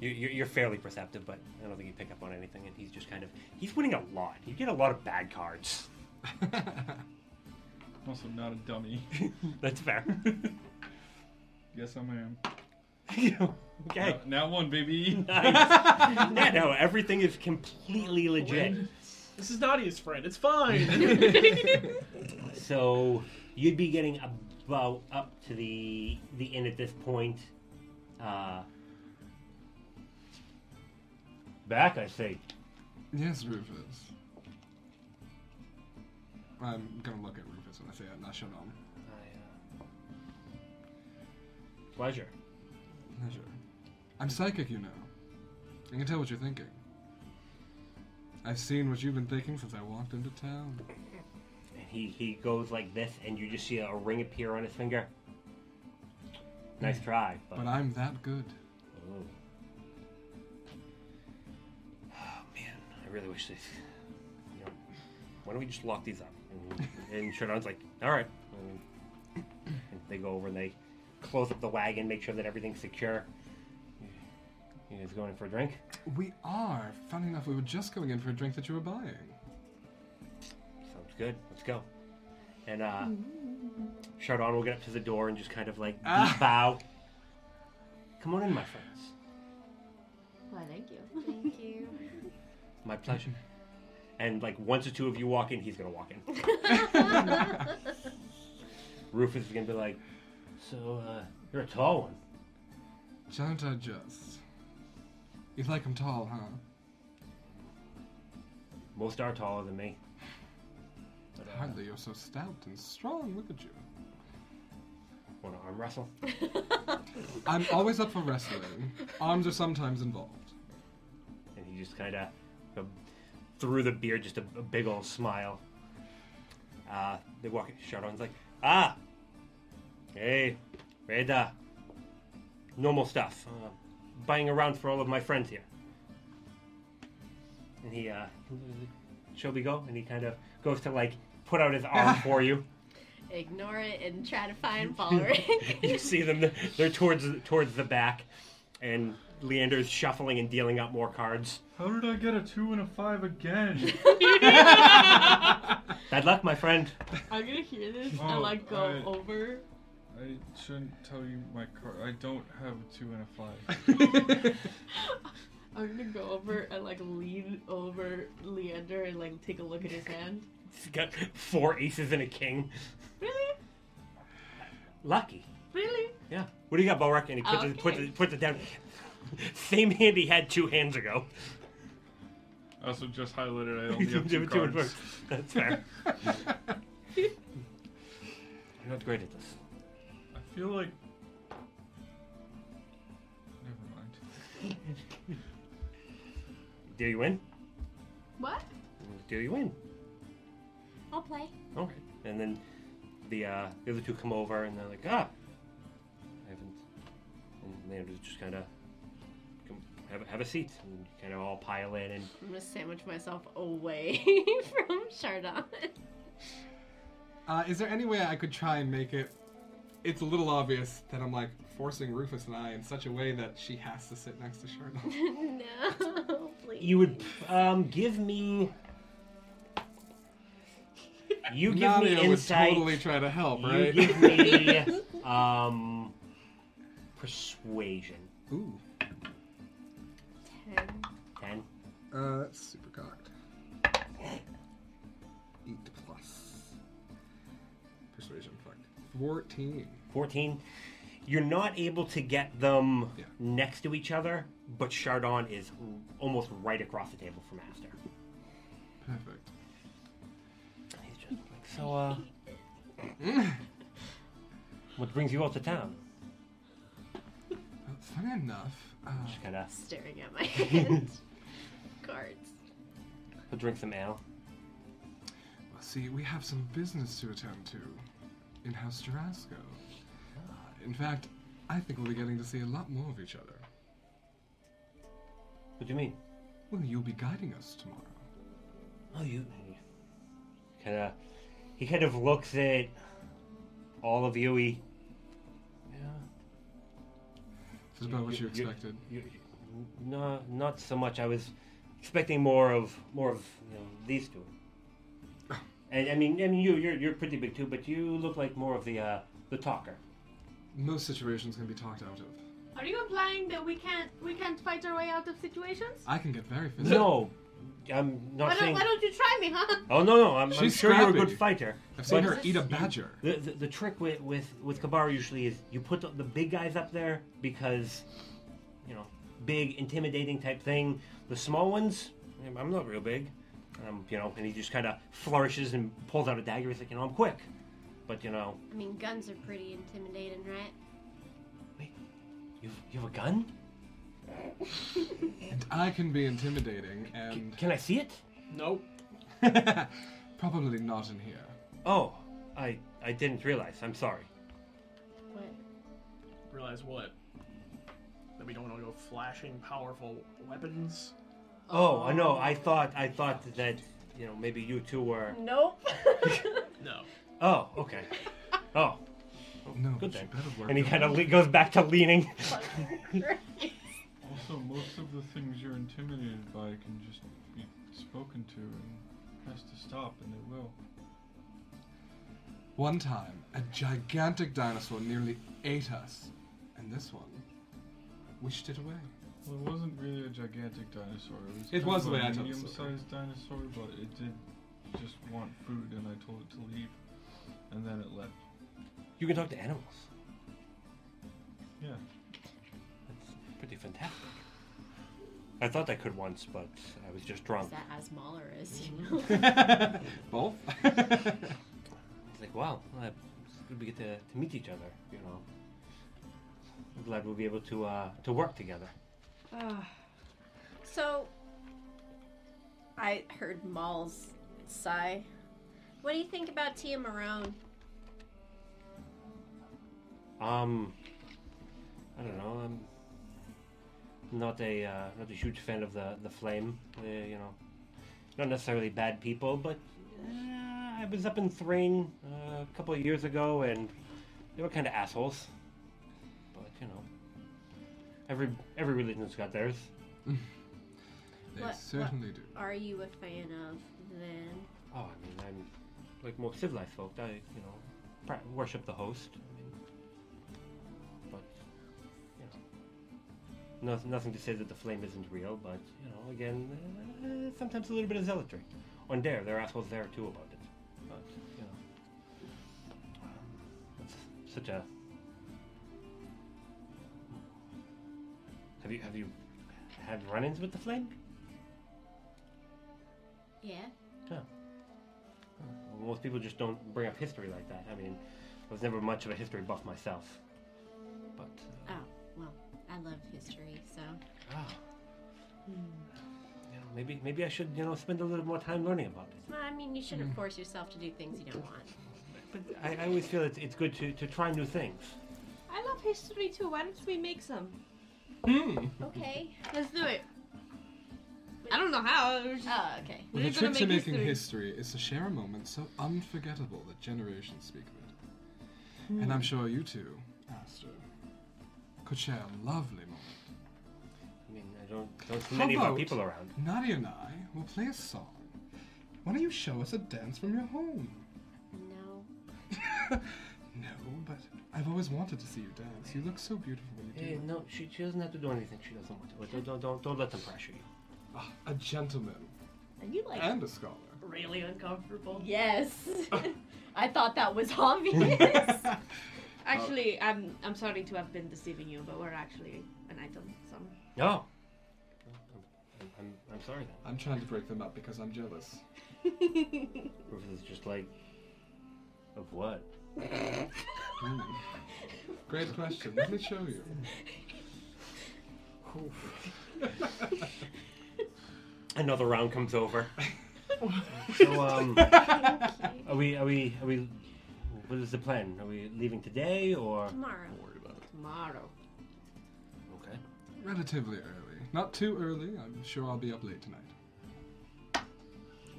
[SPEAKER 5] You, you're, you're fairly perceptive, but I don't think you pick up on anything. And he's just kind of he's winning a lot. You get a lot of bad cards.
[SPEAKER 6] uh,
[SPEAKER 2] I'm also not a dummy.
[SPEAKER 5] That's fair.
[SPEAKER 2] yes, I am. Now,
[SPEAKER 5] okay.
[SPEAKER 2] now one, baby.
[SPEAKER 5] Nice. yeah, no, everything is completely legit.
[SPEAKER 7] This is Nadia's friend. It's fine.
[SPEAKER 5] So you'd be getting about up to the the end at this point. Uh, back, I say.
[SPEAKER 6] Yes, Rufus. I'm gonna look at Rufus when I say that, not Shalom.
[SPEAKER 5] I, uh, Pleasure.
[SPEAKER 6] Pleasure. I'm psychic, you know. I can tell what you're thinking. I've seen what you've been thinking since I walked into town.
[SPEAKER 5] And he he goes like this, and you just see a ring appear on his finger. Nice try, but,
[SPEAKER 6] But I'm that good.
[SPEAKER 5] Oh. Oh, man, I really wish this. You know, why don't we just lock these up? And, and Showdown's like, all right. And they go over and they close up the wagon, make sure that everything's secure. You guys going in for a drink?
[SPEAKER 6] We are. Funny enough, we were just going in for a drink that you were buying.
[SPEAKER 5] Sounds good. Let's go. And uh, Chardon will get up to the door and just kind of like
[SPEAKER 6] Ah.
[SPEAKER 5] bow. Come on in, my friends.
[SPEAKER 9] Why, thank you.
[SPEAKER 1] Thank you.
[SPEAKER 5] My pleasure. And like once or two of you walk in, he's gonna walk in. Rufus is gonna be like, "So uh, you're a tall one."
[SPEAKER 6] Don't I just? You like him tall, huh?
[SPEAKER 5] Most are taller than me. But, uh,
[SPEAKER 6] Hardly, you're so stout and strong. Look at you.
[SPEAKER 5] Want to arm wrestle?
[SPEAKER 6] I'm always up for wrestling. Arms are sometimes involved.
[SPEAKER 5] And he just kind of through the beard, just a, a big old smile. Uh, they walk. Chardon's like, "Ah, hey, Reda. Normal stuff. Uh, buying around for all of my friends here." And he, uh, shall we go? And he kind of goes to like put out his arm for you.
[SPEAKER 4] Ignore it and try to find Balric.
[SPEAKER 5] You see them; they're towards towards the back, and Leander's shuffling and dealing out more cards.
[SPEAKER 2] How did I get a two and a five again?
[SPEAKER 5] Bad luck, my friend.
[SPEAKER 8] I'm gonna hear this
[SPEAKER 2] Oh,
[SPEAKER 8] and like go
[SPEAKER 2] alright.
[SPEAKER 8] over.
[SPEAKER 2] I shouldn't tell you my card. I don't have a two and a five.
[SPEAKER 8] I'm gonna go over and like lean over Leander and like take a look at his hand.
[SPEAKER 5] He's got four aces and a king.
[SPEAKER 8] Really?
[SPEAKER 5] Lucky.
[SPEAKER 8] Really?
[SPEAKER 5] Yeah. What do you got, Balrog? And he puts, it, puts,
[SPEAKER 8] Okay.
[SPEAKER 5] it, puts it down. Same hand he had two hands ago.
[SPEAKER 2] I also just highlighted I only have
[SPEAKER 5] Two
[SPEAKER 2] two
[SPEAKER 5] and four.
[SPEAKER 2] cards.
[SPEAKER 5] That's fair. You're not great at this.
[SPEAKER 2] I feel like. Never mind.
[SPEAKER 5] Do you win?
[SPEAKER 4] what?
[SPEAKER 5] Do you win?
[SPEAKER 9] I'll play.
[SPEAKER 5] Okay. And then the uh, the other two come over and they're like, ah, I haven't. And they just kind of have, have a seat and kind of all pile in and
[SPEAKER 4] I'm gonna sandwich myself away from Chardon.
[SPEAKER 6] Uh, is there any way I could try and make it? It's a little obvious that I'm like forcing Rufus and I in such a way that she has to sit next to Charlotte.
[SPEAKER 4] no, please.
[SPEAKER 5] you would um, give me You give
[SPEAKER 6] Nadia
[SPEAKER 5] me
[SPEAKER 6] would
[SPEAKER 5] insight.
[SPEAKER 6] totally try to help,
[SPEAKER 5] you
[SPEAKER 6] right?
[SPEAKER 5] give me um, persuasion.
[SPEAKER 6] Ooh,
[SPEAKER 5] Ten.
[SPEAKER 6] uh, super cocked. Eight plus persuasion. Fuck. Fourteen.
[SPEAKER 5] Fourteen. You're not able to get them
[SPEAKER 6] Yeah.
[SPEAKER 5] next to each other, but Chardon is r- almost right across the table from Master.
[SPEAKER 6] Perfect.
[SPEAKER 5] He's just like, so, uh, what brings you all to town?
[SPEAKER 6] Uh, Funny enough, uh,
[SPEAKER 5] Just kind of
[SPEAKER 4] Staring at my hand. Cards.
[SPEAKER 5] drink some ale.
[SPEAKER 6] well, see, we have some business to attend to in House Jurasco. Uh, in fact, I think we'll be getting to see a lot more of each other.
[SPEAKER 5] What do you mean?
[SPEAKER 6] Well, you'll be guiding us tomorrow.
[SPEAKER 5] Oh, you. Kind of. He kind of looks at all of you. He. Yeah.
[SPEAKER 6] This is about what you expected.
[SPEAKER 5] You, you- no, not so much. I was expecting more of more of you know, these two. And I mean, I mean, you you're you're pretty big too, but you look like more of the uh, the talker.
[SPEAKER 6] Most situations can be talked out of.
[SPEAKER 8] Are you implying that we can't we can't fight our way out of situations?
[SPEAKER 6] I can get very physical.
[SPEAKER 5] No, I'm not
[SPEAKER 8] Why don't,
[SPEAKER 5] saying.
[SPEAKER 8] why don't you try me, huh?
[SPEAKER 5] Oh no, no, I'm, I'm
[SPEAKER 6] She's
[SPEAKER 5] sure you're a
[SPEAKER 6] scrappy.
[SPEAKER 5] good fighter.
[SPEAKER 6] I've seen
[SPEAKER 5] but
[SPEAKER 6] her eat a badger.
[SPEAKER 5] The, the, the trick with, with, with Kabara usually is you put the, the big guys up there because, you know, big, intimidating type thing. The small ones, "I'm- I'm not real big. Um, you know, and he just kind of flourishes and pulls out a dagger. He's like, you know, I'm quick. But, you know,
[SPEAKER 4] I mean, guns are pretty intimidating, right?
[SPEAKER 5] you, you have a gun?
[SPEAKER 6] And I can be intimidating,
[SPEAKER 5] C-
[SPEAKER 6] and
[SPEAKER 5] can I see it?
[SPEAKER 7] Nope.
[SPEAKER 6] probably not in here.
[SPEAKER 5] Oh, I, I didn't realize. I'm sorry.
[SPEAKER 4] What?
[SPEAKER 7] Realize what? That we don't want to go flashing powerful weapons.
[SPEAKER 5] Oh, I know. I thought I thought that, you know, maybe you two were.
[SPEAKER 4] Nope.
[SPEAKER 7] No.
[SPEAKER 5] Oh, okay. Oh.
[SPEAKER 6] No,
[SPEAKER 5] Good
[SPEAKER 6] but
[SPEAKER 5] thing.
[SPEAKER 6] you better work.
[SPEAKER 5] And he
[SPEAKER 6] on
[SPEAKER 5] kind of
[SPEAKER 6] it.
[SPEAKER 5] le- goes back to leaning.
[SPEAKER 2] Also, most of the things you're intimidated by can just be spoken to and has to stop, and it will.
[SPEAKER 6] One time, a gigantic dinosaur nearly ate us, and this one wished it away.
[SPEAKER 2] Well, it wasn't really a gigantic dinosaur. It was,
[SPEAKER 6] It was the way I
[SPEAKER 2] kind of a
[SPEAKER 6] told the story.
[SPEAKER 2] medium-sized dinosaur, but it did just want food, and I told it to leave, and then it left.
[SPEAKER 5] You can talk to animals.
[SPEAKER 2] Yeah.
[SPEAKER 5] That's pretty fantastic. I thought I could once, but I was just drunk.
[SPEAKER 4] Is that as Mahler is, you know?
[SPEAKER 6] Both?
[SPEAKER 5] It's like, wow, uh, it's good we get to, to meet each other, you know. I'm glad we'll be able to uh, to work together.
[SPEAKER 4] So, I heard Maul's sigh. What do you think about Tia Marone?
[SPEAKER 5] Um, I don't know. I'm not a uh, not a huge fan of the the flame. Uh, you know, not necessarily bad people, but uh, I was up in Thrain uh, a couple of years ago, and they were kind of assholes. But you know, every every religion's got theirs.
[SPEAKER 6] they
[SPEAKER 4] What-
[SPEAKER 6] certainly do.
[SPEAKER 4] Are you a fan of then?
[SPEAKER 5] Oh, I mean, I'm like more civilized folk. I you know pra- worship the host. I mean, but you know, no, nothing to say that the flame isn't real. But you know, again, uh, sometimes a little bit of zealotry. On Dare, there are assholes there too about it. But you know, um, it's such a. Have you have you had run-ins with the flame?
[SPEAKER 4] Yeah.
[SPEAKER 5] Well, Most people just don't bring up history like that. I mean, I was never much of a history buff myself. But.
[SPEAKER 4] Oh, well, I love history, so.
[SPEAKER 5] Uh, ah. You know, maybe maybe I should you know spend a little more time learning about it.
[SPEAKER 4] Well, I mean, you shouldn't force yourself to do things you don't want.
[SPEAKER 5] But I, I always feel it's, it's good to, to try new things.
[SPEAKER 8] I love history too. Why don't we make some?
[SPEAKER 4] Okay.
[SPEAKER 8] Let's do it. I don't know how. We're just-
[SPEAKER 4] Oh, okay.
[SPEAKER 6] Well,
[SPEAKER 8] We're
[SPEAKER 6] the
[SPEAKER 8] gonna
[SPEAKER 6] trick to
[SPEAKER 8] make
[SPEAKER 6] making
[SPEAKER 8] history.
[SPEAKER 6] history is to share a moment so unforgettable that generations speak of it. And
[SPEAKER 8] Hmm.
[SPEAKER 6] I'm sure you two, Master, could share a lovely moment.
[SPEAKER 5] I mean, I don't don't see
[SPEAKER 6] How
[SPEAKER 5] many of our
[SPEAKER 6] about-
[SPEAKER 5] people around.
[SPEAKER 6] Nadia and I will play a song. Why don't you show us a dance from your home? no, but I've always wanted to see you dance. You look so beautiful when you do.
[SPEAKER 5] Hey,
[SPEAKER 6] it.
[SPEAKER 5] no, she, she doesn't have to do anything she doesn't want to. Don't, don't, don't, don't let them pressure you.
[SPEAKER 6] Ah, a gentleman
[SPEAKER 9] Are you like
[SPEAKER 6] and a scholar.
[SPEAKER 3] Really uncomfortable.
[SPEAKER 9] Yes. I thought that was obvious.
[SPEAKER 8] Actually, I'm I'm sorry to have been deceiving you, but we're actually an item. So
[SPEAKER 5] No. I'm, I'm, I'm sorry then.
[SPEAKER 6] I'm trying to break them up because I'm jealous.
[SPEAKER 5] Rufus is just like, of what?
[SPEAKER 6] Hmm. Great question. Let me show you.
[SPEAKER 5] Another round comes over. so, um, are we, are we, are we, what is the plan? Are we leaving today or?
[SPEAKER 4] Tomorrow.
[SPEAKER 6] Don't worry about it.
[SPEAKER 8] tomorrow.
[SPEAKER 5] Okay.
[SPEAKER 6] Relatively early. Not too early. I'm sure I'll be up late tonight.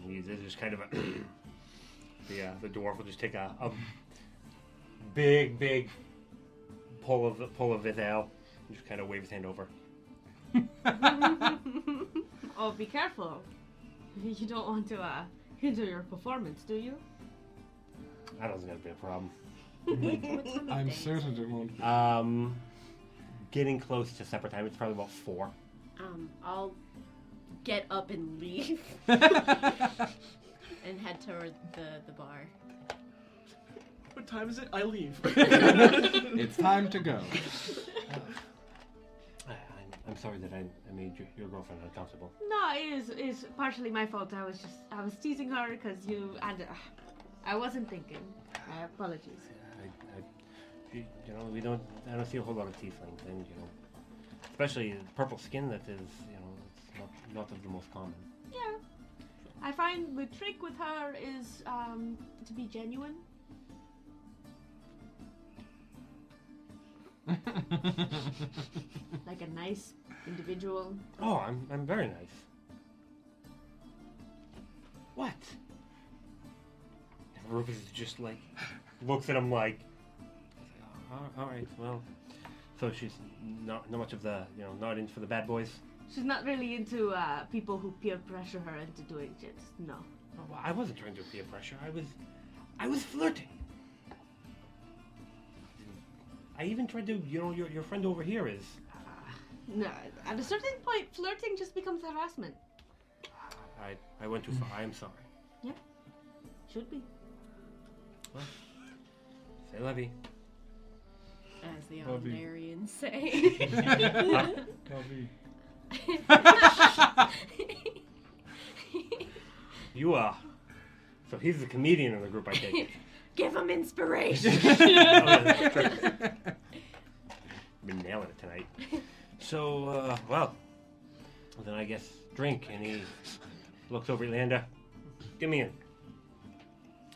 [SPEAKER 5] He- There's just kind of a. the, uh, the dwarf will just take a, a big, big pull of pull of his ale and just kind of wave his hand over.
[SPEAKER 8] Oh, be careful. You don't want to uh, hinder your performance, do you?
[SPEAKER 5] That doesn't have to be a problem.
[SPEAKER 6] I'm certain it won't be.
[SPEAKER 5] Um, getting close to supper time. It's probably about four.
[SPEAKER 4] Um, I'll get up and leave and head toward the, the bar.
[SPEAKER 7] What time is it? I leave.
[SPEAKER 6] it's time to go.
[SPEAKER 5] I, I'm, I'm sorry that I, I made your, your girlfriend uncomfortable.
[SPEAKER 8] No, it is it is partially my fault. I was just I was teasing her because you and uh, I wasn't thinking. My apologies.
[SPEAKER 5] I, I, you you know, we don't. I don't see a whole lot of tieflings, and you know, especially purple skin. That is, you know, it's not not of the most common.
[SPEAKER 8] Yeah. I find the trick with her is um, to be genuine. like a nice individual.
[SPEAKER 5] Oh, I'm I'm very nice. What? And Rufus is just like looks at him like, all right, well. So she's not not much of the you know not in for the bad boys.
[SPEAKER 8] She's not really into uh, people who peer pressure her into doing shit. No.
[SPEAKER 5] Oh, well, I wasn't trying to peer pressure. I was, I was flirting. I even tried to you know your your friend over here is.
[SPEAKER 8] No. At a certain point, flirting just becomes harassment.
[SPEAKER 5] I I went too far. I am sorry.
[SPEAKER 8] Should be.
[SPEAKER 5] Say levy.
[SPEAKER 4] As the
[SPEAKER 2] Bobby.
[SPEAKER 4] Aldarians say.
[SPEAKER 2] Bobby,
[SPEAKER 5] You are. So he's the comedian of the group, I take it.
[SPEAKER 4] Give them inspiration.
[SPEAKER 5] Been nailing it tonight. So, uh, well, then I guess drink. And he looks over at Leander. Give me in.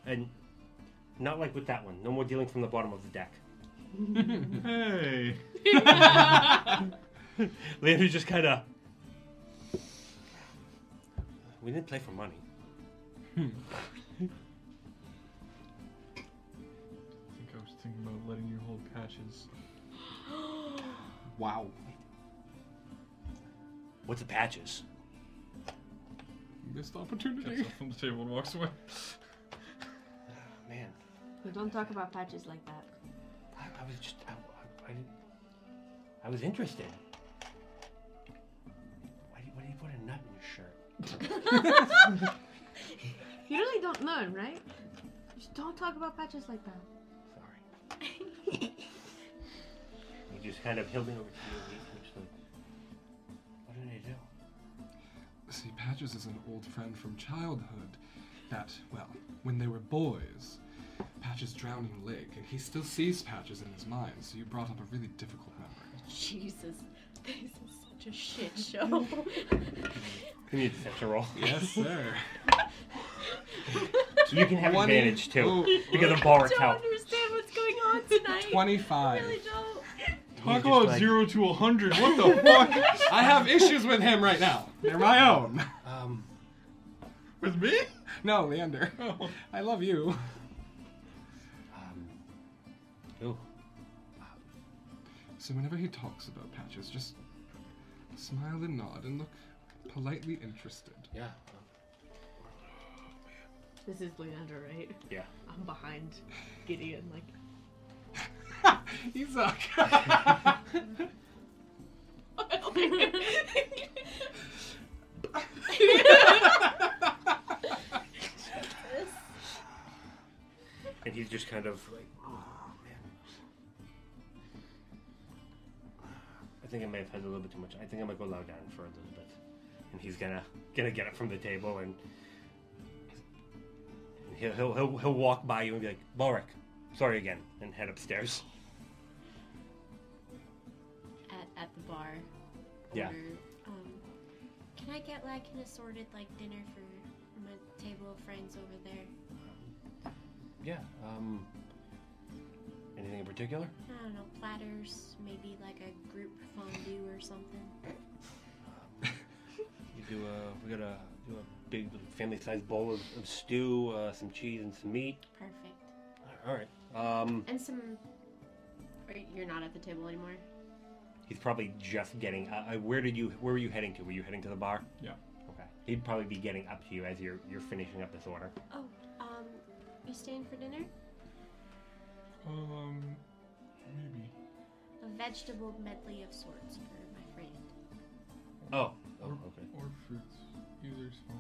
[SPEAKER 5] And not like with that one. No more dealing from the bottom of the deck.
[SPEAKER 2] hey,
[SPEAKER 5] Leander just kind of. We didn't play for money.
[SPEAKER 2] I think I was thinking about letting you hold patches.
[SPEAKER 6] Wow.
[SPEAKER 5] What's the patches?
[SPEAKER 6] Missed
[SPEAKER 2] Gets
[SPEAKER 6] opportunity.
[SPEAKER 2] up from the table and walks away.
[SPEAKER 5] Man,
[SPEAKER 8] We don't talk about patches like that.
[SPEAKER 5] I, I was just. I, I, I, didn't- I was interested. Why do, you- why do you put a nut in your shirt?
[SPEAKER 8] You really don't learn, right? Just don't talk about patches like that.
[SPEAKER 5] Sorry. he just kind of held me over to you. and he was like, what did I do?
[SPEAKER 6] See, Patches is an old friend from childhood. That, well, when they were boys, Patches' drowning leg, and he still sees Patches in his mind, so you brought up a really difficult memory.
[SPEAKER 4] Jesus, this is such a shit show.
[SPEAKER 5] You need such a roll.
[SPEAKER 6] Yes, sir.
[SPEAKER 5] you can have
[SPEAKER 6] Twenty-
[SPEAKER 5] advantage too.
[SPEAKER 6] Oh,
[SPEAKER 5] because of bar
[SPEAKER 4] I don't
[SPEAKER 5] count.
[SPEAKER 4] understand what's going on tonight.
[SPEAKER 6] 25.
[SPEAKER 4] don't.
[SPEAKER 2] Talk
[SPEAKER 5] just
[SPEAKER 2] about
[SPEAKER 5] like-
[SPEAKER 2] zero to a hundred. What the fuck?
[SPEAKER 6] I have issues with him right now. They're my own.
[SPEAKER 5] Um,
[SPEAKER 2] With me?
[SPEAKER 6] No, Leander.
[SPEAKER 2] Oh.
[SPEAKER 6] I love you.
[SPEAKER 5] um, ooh.
[SPEAKER 6] So whenever he talks about Patches, just smile and nod and look politely interested.
[SPEAKER 5] Yeah.
[SPEAKER 3] This is Leander, right?
[SPEAKER 5] Yeah.
[SPEAKER 3] I'm behind Gideon. Like,
[SPEAKER 6] you suck.
[SPEAKER 5] And he's just kind of like, oh man. I think I may have had a little bit too much. I think I'm gonna go lie down for a little bit. And he's gonna gonna get up from the table and and he'll he'll he'll, he'll walk by you and be like, Borik, sorry again, and head upstairs.
[SPEAKER 4] at, at the bar.
[SPEAKER 5] Yeah.
[SPEAKER 4] Order, um, can I get like an assorted like dinner for my table of friends over there?
[SPEAKER 5] Yeah. Um. Anything in particular?
[SPEAKER 4] I don't know, platters, maybe like a group fondue or something.
[SPEAKER 5] We do a we got a do a big family sized bowl of, of stew, uh, some cheese, and some meat.
[SPEAKER 4] Perfect.
[SPEAKER 5] All right. Um.
[SPEAKER 4] And some. Or you're not at the table anymore.
[SPEAKER 5] He's probably just getting. Uh, uh, where did you? Where were you heading to? Were you heading to the bar?
[SPEAKER 2] Yeah.
[SPEAKER 5] Okay. He'd probably be getting up to you as you're you're finishing up this order.
[SPEAKER 4] Oh, um, you staying for dinner?
[SPEAKER 2] Um, maybe.
[SPEAKER 4] A vegetable medley of sorts for my friend.
[SPEAKER 5] Oh. Oh. Okay.
[SPEAKER 2] Or fruits. Either's fine.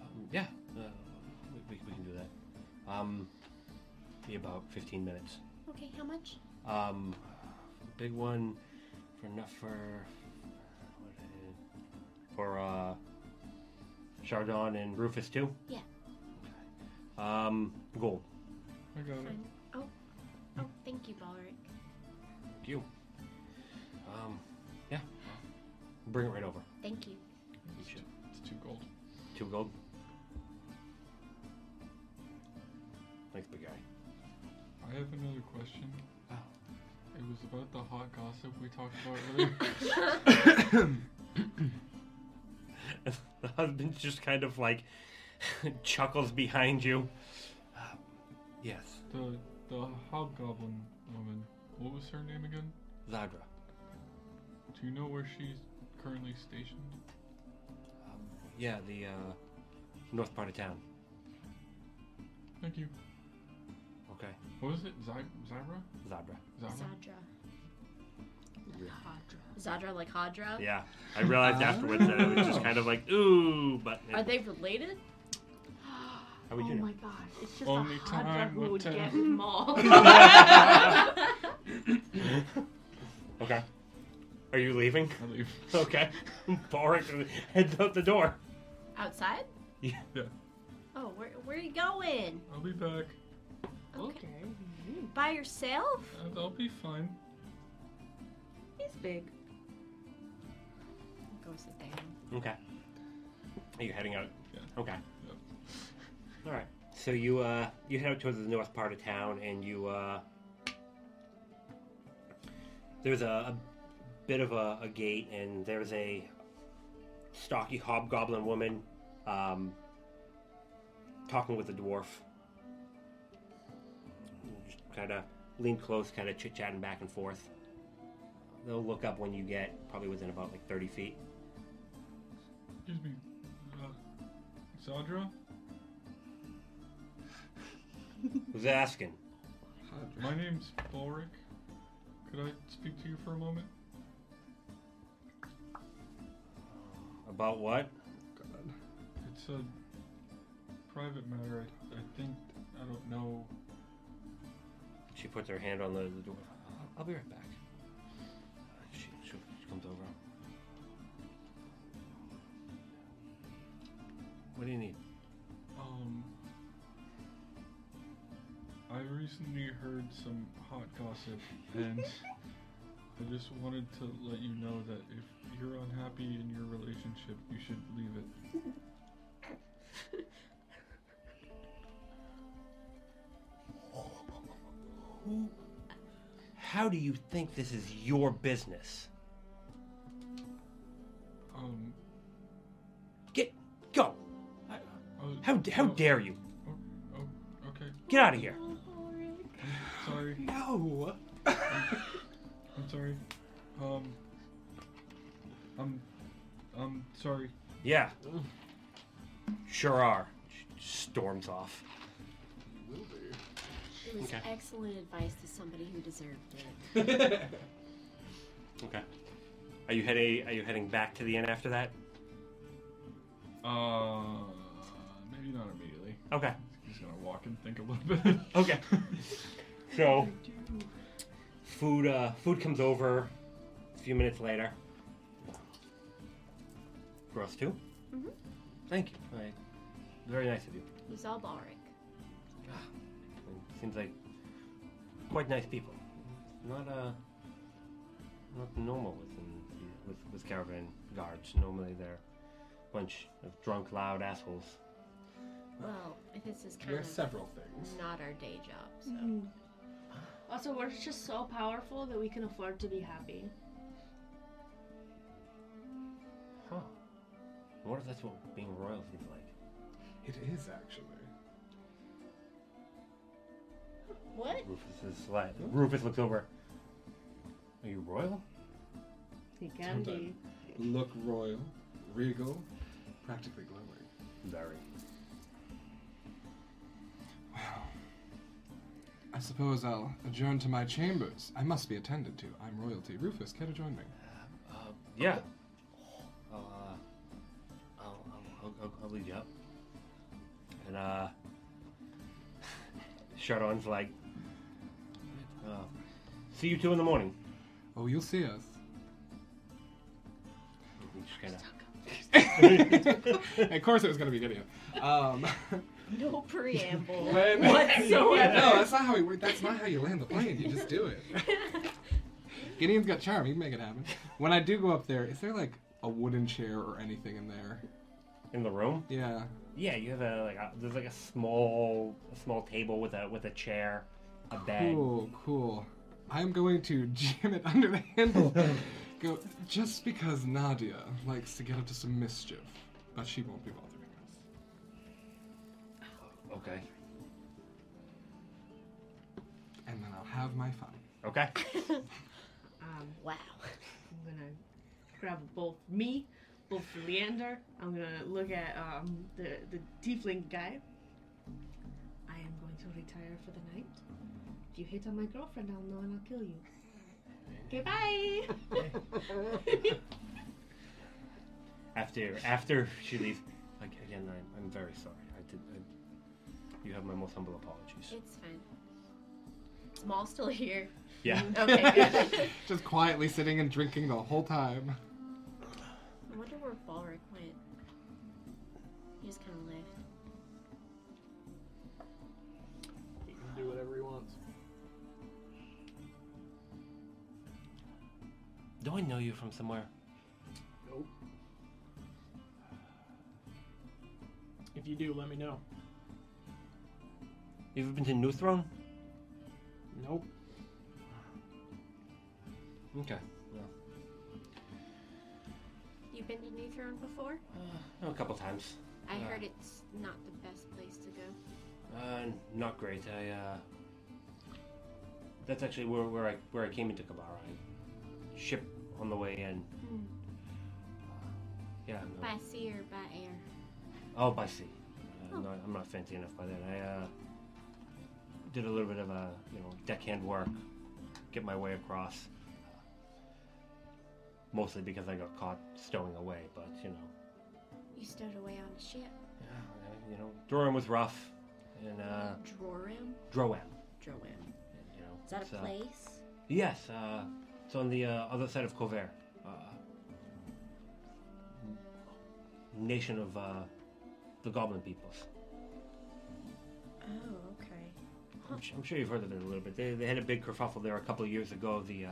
[SPEAKER 5] Um, yeah. Uh, we, we, we can do that. Um. Be about fifteen minutes.
[SPEAKER 4] Okay, how much?
[SPEAKER 5] Um. Big one for enough for what is it? for uh. Chardon and Rufus too.
[SPEAKER 4] Yeah.
[SPEAKER 5] Okay. Um. Gold.
[SPEAKER 2] I got it.
[SPEAKER 4] Fine. Oh, oh, thank you, Balric.
[SPEAKER 5] Thank you. Um. Yeah. Bring it right over.
[SPEAKER 4] Thank you.
[SPEAKER 5] You should.
[SPEAKER 2] It's two gold.
[SPEAKER 5] Two gold. Thanks, big guy.
[SPEAKER 2] I have another question.
[SPEAKER 5] Oh.
[SPEAKER 2] It was about the hot gossip we talked about earlier.
[SPEAKER 5] the husband just kind of like chuckles behind you. Uh, yes,
[SPEAKER 2] the the hobgoblin woman. What was her name again?
[SPEAKER 5] Zadra.
[SPEAKER 2] Do you know where she's currently stationed?
[SPEAKER 5] Um, yeah, the uh, north part of town.
[SPEAKER 2] Thank you.
[SPEAKER 5] Okay,
[SPEAKER 2] What was it? Zy- Zybra?
[SPEAKER 5] Zadra.
[SPEAKER 1] Uh-huh.
[SPEAKER 2] Zybra?
[SPEAKER 4] Zadra. Zadra like Hadra?
[SPEAKER 5] Yeah, I
[SPEAKER 3] Oh.
[SPEAKER 5] realized afterwards that it was just kind of like ooh, but
[SPEAKER 4] Are they related?
[SPEAKER 5] how would
[SPEAKER 3] oh
[SPEAKER 5] you know?
[SPEAKER 3] my gosh, it's just
[SPEAKER 2] Only
[SPEAKER 3] a Hadra
[SPEAKER 2] time
[SPEAKER 3] who
[SPEAKER 2] will
[SPEAKER 3] would
[SPEAKER 2] tell.
[SPEAKER 3] get mauled.
[SPEAKER 5] Okay, are you leaving?
[SPEAKER 2] I leave.
[SPEAKER 5] Okay, Borik heads out the door.
[SPEAKER 4] Outside?
[SPEAKER 2] Yeah.
[SPEAKER 4] Oh, where, where are you going?
[SPEAKER 2] I'll be back.
[SPEAKER 4] Okay. By yourself?
[SPEAKER 2] I'll- I'll be fine.
[SPEAKER 8] He's big.
[SPEAKER 4] Go sit down.
[SPEAKER 5] Okay. Are you heading out?
[SPEAKER 2] Yeah.
[SPEAKER 5] Okay.
[SPEAKER 2] Yep.
[SPEAKER 5] All right. So you uh you head out towards the north part of town, and you uh there's a, a bit of a, a gate, and there's a stocky hobgoblin woman um talking with a dwarf. Just kind of lean close, kind of chit chatting back and forth. They'll look up when you get probably within about like thirty feet.
[SPEAKER 2] Excuse me. Uh, Zadra?
[SPEAKER 5] Who's asking?
[SPEAKER 2] My name's Balric. Could I speak to you for a moment?
[SPEAKER 5] About what?
[SPEAKER 2] It's a private matter. I, I think. I don't know.
[SPEAKER 5] She puts her hand on the, the door. I'll be right back. She, she, she comes over. What do you need?
[SPEAKER 2] Um. I recently heard some hot gossip, and I just wanted to let you know that if you're unhappy in your relationship, you should leave it.
[SPEAKER 5] How do you think this is your business?
[SPEAKER 2] Um.
[SPEAKER 5] Get go!
[SPEAKER 2] oh,
[SPEAKER 5] How d- how
[SPEAKER 2] oh,
[SPEAKER 5] dare you?
[SPEAKER 2] Oh, oh, okay.
[SPEAKER 5] Get out of here!
[SPEAKER 2] Sorry.
[SPEAKER 6] No.
[SPEAKER 2] I'm sorry. Um. I'm. I'm sorry.
[SPEAKER 5] Yeah. Sure are. She storms off.
[SPEAKER 6] Will be.
[SPEAKER 1] It was
[SPEAKER 5] Okay.
[SPEAKER 1] excellent advice to somebody who deserved it.
[SPEAKER 5] Okay. Are you heading? Are you heading back to the inn after that?
[SPEAKER 2] Uh, maybe not immediately.
[SPEAKER 5] Okay.
[SPEAKER 2] He's gonna walk and think a little bit.
[SPEAKER 5] Okay. So, food uh, food comes over a few minutes later. For us too. Mm-hmm. Thank you. Like, very nice of you.
[SPEAKER 4] He's all Balric.
[SPEAKER 5] Seems like quite nice people. Not uh, not normal within, with with caravan guards. Normally they're a bunch of drunk, loud assholes.
[SPEAKER 4] Well, this is kind
[SPEAKER 6] There are
[SPEAKER 4] of
[SPEAKER 6] several things.
[SPEAKER 4] not our day job, so
[SPEAKER 1] Mm-hmm.
[SPEAKER 9] Also, we're just so powerful that we can afford to be happy.
[SPEAKER 5] Huh. I wonder if that's what being royal seems like.
[SPEAKER 6] It is actually.
[SPEAKER 9] What?
[SPEAKER 5] Rufus is like Rufus looks over. Are you royal?
[SPEAKER 9] He can be.
[SPEAKER 6] Look royal, regal, practically glowing.
[SPEAKER 5] Very.
[SPEAKER 6] I suppose I'll adjourn to my chambers. I must be attended to. I'm royalty. Rufus, care to join me?
[SPEAKER 5] Uh, yeah. I'll, uh, I'll, I'll, I'll, I'll lead you up. And uh, Chardon's like, uh, see you two in the morning.
[SPEAKER 6] Oh, you'll see us.
[SPEAKER 5] And Just kinda...
[SPEAKER 6] of course, it was going to be Gideon. Um,
[SPEAKER 4] no preamble.
[SPEAKER 6] when... Whatsoever. No, that's not how we work. That's not how you land the plane. You just do it. Gideon's got charm. He can make it happen. When I do go up there, is there like a wooden chair or anything in there?
[SPEAKER 5] in the room.
[SPEAKER 6] Yeah.
[SPEAKER 5] Yeah, you have a like a, there's like a small a small table with a with a chair, a bed.
[SPEAKER 6] Cool, cool. I'm going to jam it under the handle. Go just because Nadia likes to get up to some mischief, but she won't be bothering us.
[SPEAKER 5] Okay.
[SPEAKER 6] And then I'll have my fun.
[SPEAKER 5] Okay.
[SPEAKER 8] Um,
[SPEAKER 1] Wow.
[SPEAKER 8] I'm gonna grab both me, both Leander. I'm gonna look at um, the the tiefling guy. I am going to retire for the night. If you hit on my girlfriend, I'll know and I'll kill you. Goodbye.
[SPEAKER 5] After after she leaves, like, again, I'm, I'm very sorry. I did. I, you have my most humble apologies.
[SPEAKER 4] it's fine. Is Maul still here?
[SPEAKER 5] Yeah.
[SPEAKER 4] Okay, good.
[SPEAKER 6] Just quietly sitting and drinking the whole time.
[SPEAKER 4] I wonder where Balric went. He just kind of left.
[SPEAKER 7] He can do whatever he wants.
[SPEAKER 5] Do I know you from somewhere?
[SPEAKER 7] Nope. If you do, let me know.
[SPEAKER 5] You ever been to New Throne?
[SPEAKER 7] Nope.
[SPEAKER 5] Okay.
[SPEAKER 4] You been to New Throne before?
[SPEAKER 5] Uh, a couple times.
[SPEAKER 4] I
[SPEAKER 5] Yeah.
[SPEAKER 4] heard it's not the best place to go.
[SPEAKER 5] Uh, not great. I. uh... That's actually where, where I where I came into Kabara. I ship on the way in.
[SPEAKER 4] Hmm.
[SPEAKER 5] Yeah. No.
[SPEAKER 4] By sea or by air?
[SPEAKER 5] Oh, by sea. Uh,
[SPEAKER 4] Oh.
[SPEAKER 5] not, I'm not fancy enough by that. I uh, did a little bit of a you know deckhand work, get my way across. Mostly because I got caught stowing away, but you know,
[SPEAKER 4] You stowed away on a ship.
[SPEAKER 5] yeah, I- you know, Droram was rough, and uh,
[SPEAKER 1] Droram?
[SPEAKER 5] Droam,
[SPEAKER 1] Droam.
[SPEAKER 5] you know.
[SPEAKER 1] Is that
[SPEAKER 5] it's,
[SPEAKER 1] a
[SPEAKER 5] uh,
[SPEAKER 1] place?
[SPEAKER 5] Yes, uh, it's on the uh, other side of Cover. Uh, nation of uh, the Goblin peoples.
[SPEAKER 1] Oh, okay.
[SPEAKER 5] I'm, su- I'm sure you've heard of it a little bit. They, they had a big kerfuffle there a couple of years ago. The uh,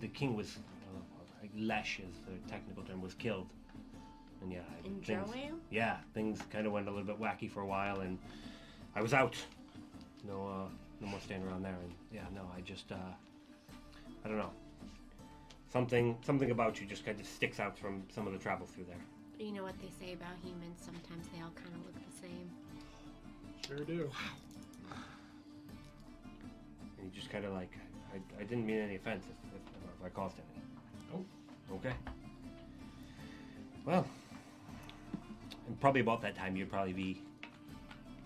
[SPEAKER 5] the king was uh, like Lesh, is the technical term, was killed, and yeah, I-
[SPEAKER 1] In
[SPEAKER 5] things,
[SPEAKER 1] Droam?
[SPEAKER 5] yeah, things kind of went a little bit wacky for a while, and I was out. No, uh, no more staying around there. And yeah, no, I just uh, I don't know. Something something about you just kind of sticks out from some of the travel through there.
[SPEAKER 4] But you know what they say about humans? Sometimes they all kind of look the same.
[SPEAKER 7] Sure do.
[SPEAKER 5] And he just kind of like, I, I didn't mean any offense if, if, if I caused any. Oh. Okay. Well, I'm probably about that time you'd probably be,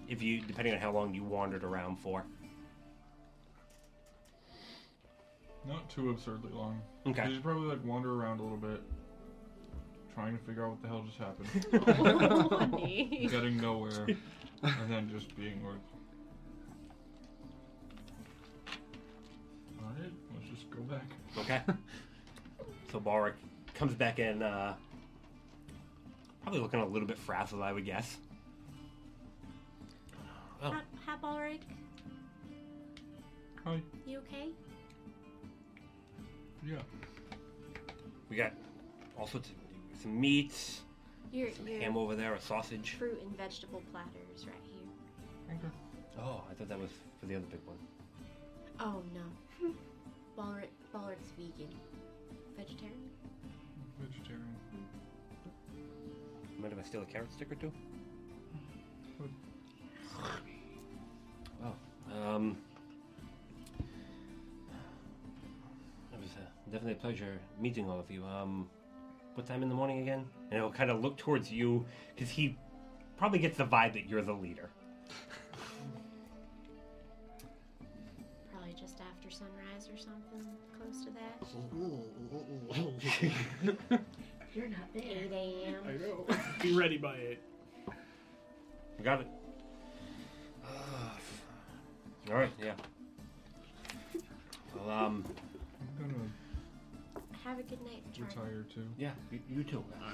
[SPEAKER 5] if you depending on how long you wandered around for.
[SPEAKER 2] Not too absurdly long. You
[SPEAKER 5] Okay.
[SPEAKER 2] should probably like wander around a little bit, trying to figure out what the hell just happened,
[SPEAKER 4] Funny.
[SPEAKER 2] getting nowhere, and then just being like, all right, let's just go back.
[SPEAKER 5] Okay. so Balric comes back in, uh, probably looking a little bit frazzled, I would guess. Oh,
[SPEAKER 4] Ha- Hap Ulrich,
[SPEAKER 2] Hi.
[SPEAKER 4] you okay?
[SPEAKER 2] Oh, Yeah.
[SPEAKER 5] we got all sorts of some meats,
[SPEAKER 4] Your
[SPEAKER 5] some
[SPEAKER 4] your
[SPEAKER 5] ham over there, a sausage.
[SPEAKER 4] fruit and vegetable platters right here.
[SPEAKER 2] Okay.
[SPEAKER 5] Oh, I thought that was for the other big one.
[SPEAKER 4] Oh no. Balric Balric's vegan. Vegetarian?
[SPEAKER 2] Vegetarian.
[SPEAKER 5] Might have I steal a carrot stick or two? Oh, um, it was uh, definitely a pleasure meeting all of you. Um, what time in the morning again? And he'll kind of look towards you because he probably gets the vibe that you're the leader.
[SPEAKER 4] Probably just after sunrise or something close to that.
[SPEAKER 3] You're not there.
[SPEAKER 4] 8 a.m.
[SPEAKER 7] know. Be ready by it.
[SPEAKER 5] We got it. all right, yeah. Well, um,
[SPEAKER 2] I'm gonna
[SPEAKER 4] Have a good night, Charlie.
[SPEAKER 2] retire too.
[SPEAKER 5] yeah, you, you too. Uh,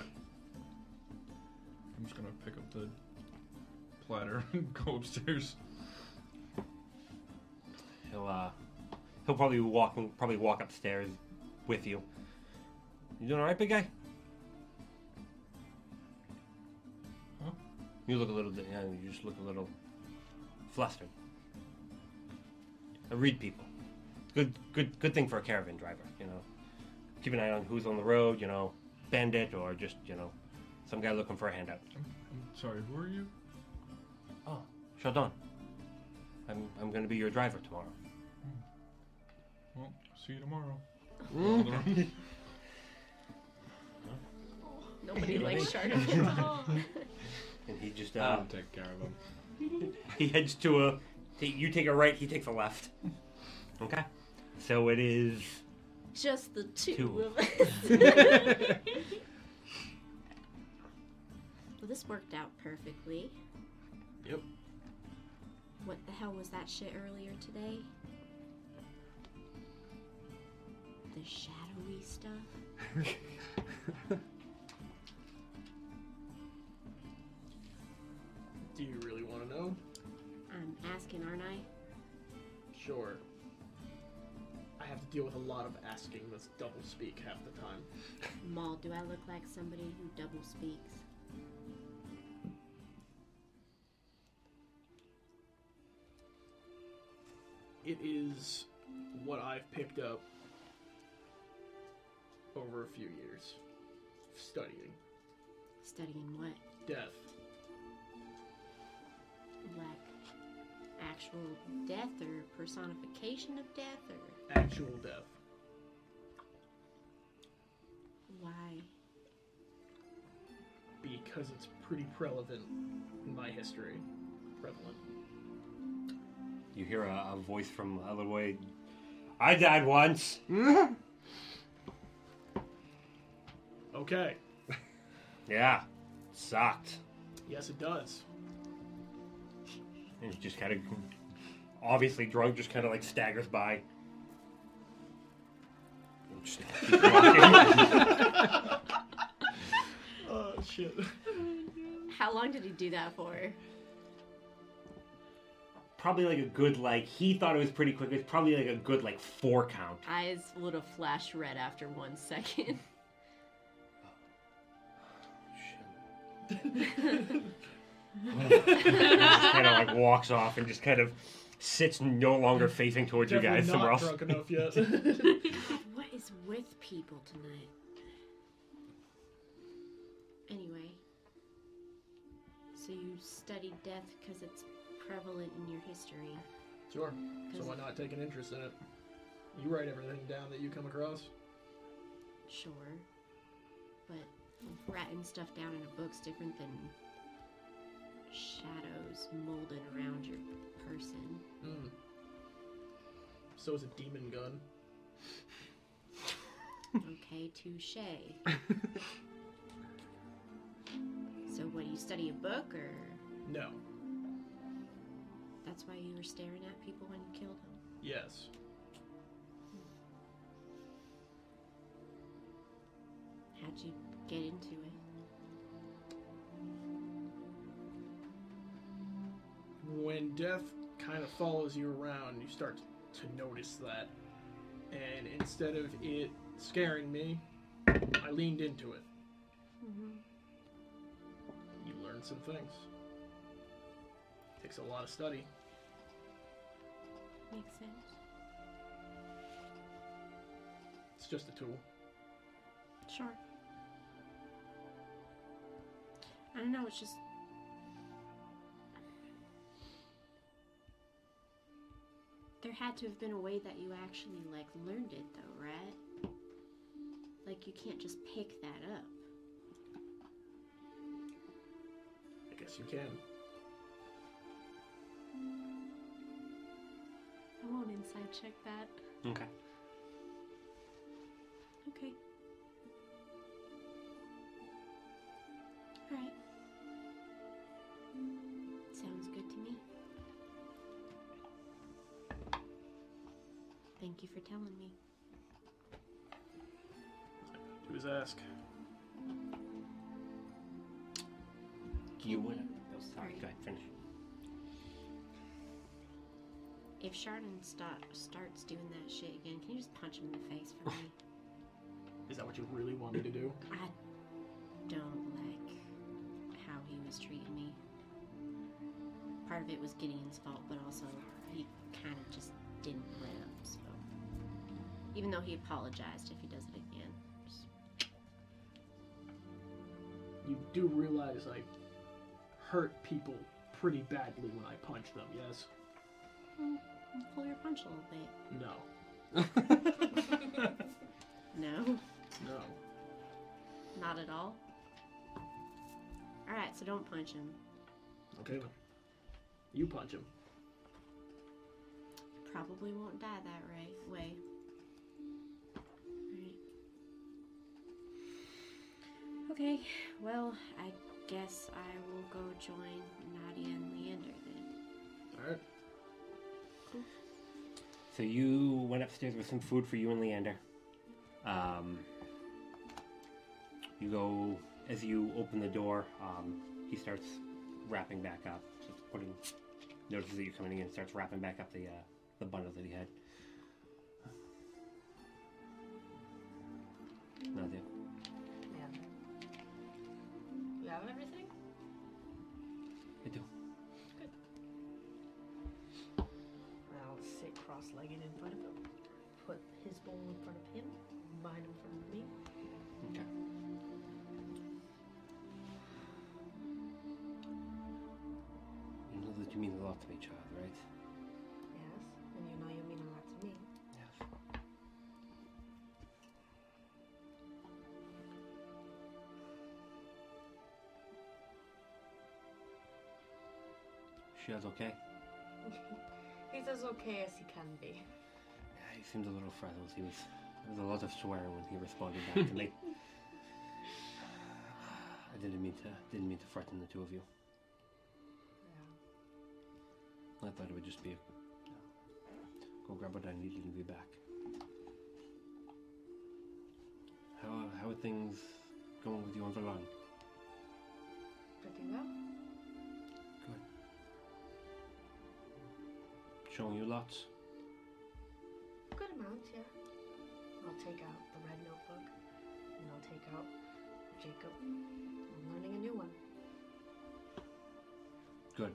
[SPEAKER 2] I'm just gonna pick up the platter and go upstairs.
[SPEAKER 5] He'll uh, he'll probably walk probably walk upstairs with you. You doing all right, big guy?
[SPEAKER 2] Huh?
[SPEAKER 5] You look a little. di- Yeah, you just look a little flustered. I read people. Good, good, good thing for a caravan driver. You know, keep an eye on who's on the road. You know, bandit or just you know, some guy looking for a handout.
[SPEAKER 2] I'm sorry, who are you?
[SPEAKER 5] Oh, Chardon. I'm I'm going to be your driver tomorrow.
[SPEAKER 2] Well, see you tomorrow.
[SPEAKER 4] Nobody likes shark.
[SPEAKER 5] And he just uh,
[SPEAKER 2] Ah.
[SPEAKER 11] I'll take care of him.
[SPEAKER 5] He heads to a. t- You take a right. He takes a left. Okay. So it is.
[SPEAKER 4] just the two,
[SPEAKER 5] Two.
[SPEAKER 4] of us. well, this worked out perfectly.
[SPEAKER 11] Yep.
[SPEAKER 4] What the hell was that shit earlier today? The shadowy stuff.
[SPEAKER 7] Do you really want to know?
[SPEAKER 4] I'm asking, aren't I?
[SPEAKER 7] Sure. I have to deal with a lot of asking that's double speak half the time.
[SPEAKER 4] Maul, do I look like somebody who double speaks?
[SPEAKER 7] It is what I've picked up over a few years of studying
[SPEAKER 4] Studying what?
[SPEAKER 7] death.
[SPEAKER 4] Like actual death or personification of death or
[SPEAKER 7] Actual death.
[SPEAKER 4] why?
[SPEAKER 7] because it's pretty prevalent in my history. Prevalent.
[SPEAKER 5] You hear a, a voice from a little way. I died once.
[SPEAKER 7] Okay.
[SPEAKER 5] Yeah. Sucked.
[SPEAKER 7] Yes, it does.
[SPEAKER 5] And he just kind of, obviously drunk, just kind of like staggers by. And just keeps walking.
[SPEAKER 7] Oh shit.
[SPEAKER 4] How long did he do that for?
[SPEAKER 5] probably like a good like he thought it was pretty quick. It's probably like a good like four count.
[SPEAKER 4] Eyes would have flashed red after one second.
[SPEAKER 5] kind of like walks off and just kind of sits no longer facing towards you guys
[SPEAKER 7] Definitely
[SPEAKER 5] somewhere
[SPEAKER 7] not
[SPEAKER 5] else.
[SPEAKER 7] drunk enough yet.
[SPEAKER 4] what is with people tonight? Anyway, so you studied death because it's prevalent in your history.
[SPEAKER 7] sure. So why not take an interest in it? You write everything down that you come across.
[SPEAKER 4] Sure. But writing stuff down in a book's different than it's molded around your person.
[SPEAKER 7] Mm. So is a demon gun.
[SPEAKER 4] Okay, touche. so, what do you study a book, or
[SPEAKER 7] No.
[SPEAKER 4] that's why you were staring at people when you killed them?
[SPEAKER 7] Yes.
[SPEAKER 4] How'd you get into it?
[SPEAKER 7] When death kind of follows you around, you start to notice that. And instead of it scaring me, I leaned into it.
[SPEAKER 4] Mm-hmm.
[SPEAKER 7] You learn some things. Takes a lot of study.
[SPEAKER 4] Makes sense.
[SPEAKER 7] It's just a tool.
[SPEAKER 4] Sure. I don't know, it's just. There had to have been a way that you actually, like, learned it, though, right? Like, you can't just pick that up.
[SPEAKER 7] I guess you can.
[SPEAKER 4] I won't inside check that.
[SPEAKER 5] Okay.
[SPEAKER 4] Okay. Alright. Sounds good to me. Thank you for telling me.
[SPEAKER 7] Do is ask.
[SPEAKER 5] You would. Oh,
[SPEAKER 4] Sorry.
[SPEAKER 5] sorry. Go ahead. Finish.
[SPEAKER 4] If Chardon stop, starts doing that shit again, can you just punch him in the face for me?
[SPEAKER 7] Is that what you really want me to do?
[SPEAKER 4] I don't like how he was treating me. Part of it was Gideon's fault, but also he kind of just didn't let up. So, even though he apologized, if he does it again, just-
[SPEAKER 7] You do realize I hurt people pretty badly when I punch them, yes?
[SPEAKER 4] pull your punch a little bit.
[SPEAKER 7] No.
[SPEAKER 4] No,
[SPEAKER 7] No.
[SPEAKER 4] not at all. All right, so don't punch him.
[SPEAKER 7] Okay then. You punch him.
[SPEAKER 4] Probably won't die that right way. Right. Okay, well, I guess I will go join Nadia and Leander then.
[SPEAKER 7] Alright.
[SPEAKER 5] So you went upstairs with some food for you and Leander. Um, you go as you open the door. Um, he starts wrapping back up, just putting notices that you're coming in and starts wrapping back up the uh, the bundle that he had. Nadia,
[SPEAKER 9] You have everything?
[SPEAKER 5] I do.
[SPEAKER 9] I'll sit cross-legged in front of him. Put his bowl in front of him, mine in front of me.
[SPEAKER 5] Okay. You know that you mean a lot to me, child, right?
[SPEAKER 9] Yes, and you know you mean a lot to me.
[SPEAKER 5] Yes. She was okay.
[SPEAKER 9] He's as okay as he can be.
[SPEAKER 5] Yeah, he seemed a little frazzled. He was there was a lot of swearing when he responded back to me. I didn't mean to didn't mean to frighten the two of you.
[SPEAKER 9] Yeah.
[SPEAKER 5] I thought it would just be a go grab what I needed and be back. How how are things going with you on Valon?
[SPEAKER 9] Pretty well.
[SPEAKER 5] Showing you lots?
[SPEAKER 9] Good amount, yeah. I'll take out the red notebook, and I'll take out Jacob. I'm learning a new one.
[SPEAKER 5] Good.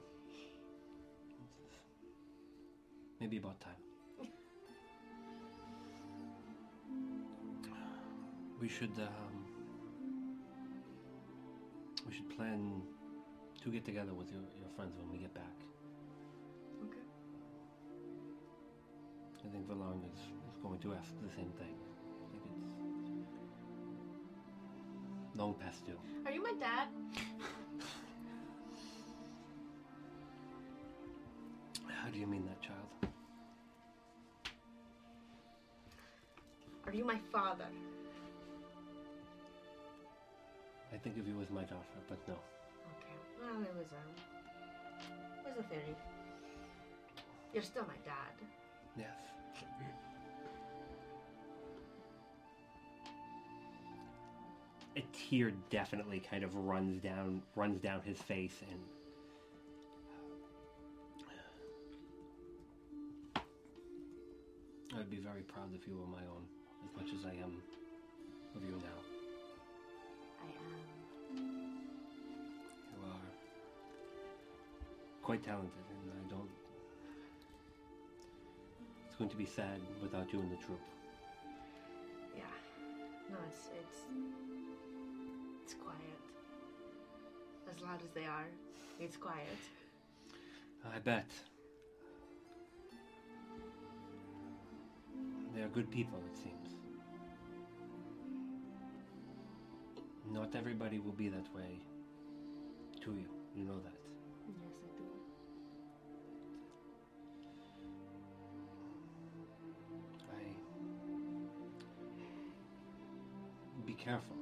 [SPEAKER 5] Maybe about time. We should um, we should plan to get together with your, your friends when we get back.
[SPEAKER 9] Okay.
[SPEAKER 5] I think Valong is, is going to ask the same thing. I think it's long past due.
[SPEAKER 9] Are you my dad?
[SPEAKER 5] How do you mean that, child?
[SPEAKER 8] Are you my father?
[SPEAKER 5] I think of you as my daughter, but no.
[SPEAKER 8] Okay. Well, it was um, it was a theory. You're still my dad.
[SPEAKER 5] Yes.
[SPEAKER 12] A tear definitely kind of runs down runs down his face and
[SPEAKER 5] I'd be very proud if you were my own, as much as I am of you now.
[SPEAKER 8] I am.
[SPEAKER 5] You are quite talented, and I don't. It's going to be sad without you in the troupe.
[SPEAKER 8] Yeah. No, it's it's it's quiet. As loud as they are, it's quiet.
[SPEAKER 5] I bet. They are good people, it seems. Not everybody will be that way to you. You know that.
[SPEAKER 8] Yes, I do.
[SPEAKER 5] I. Be careful.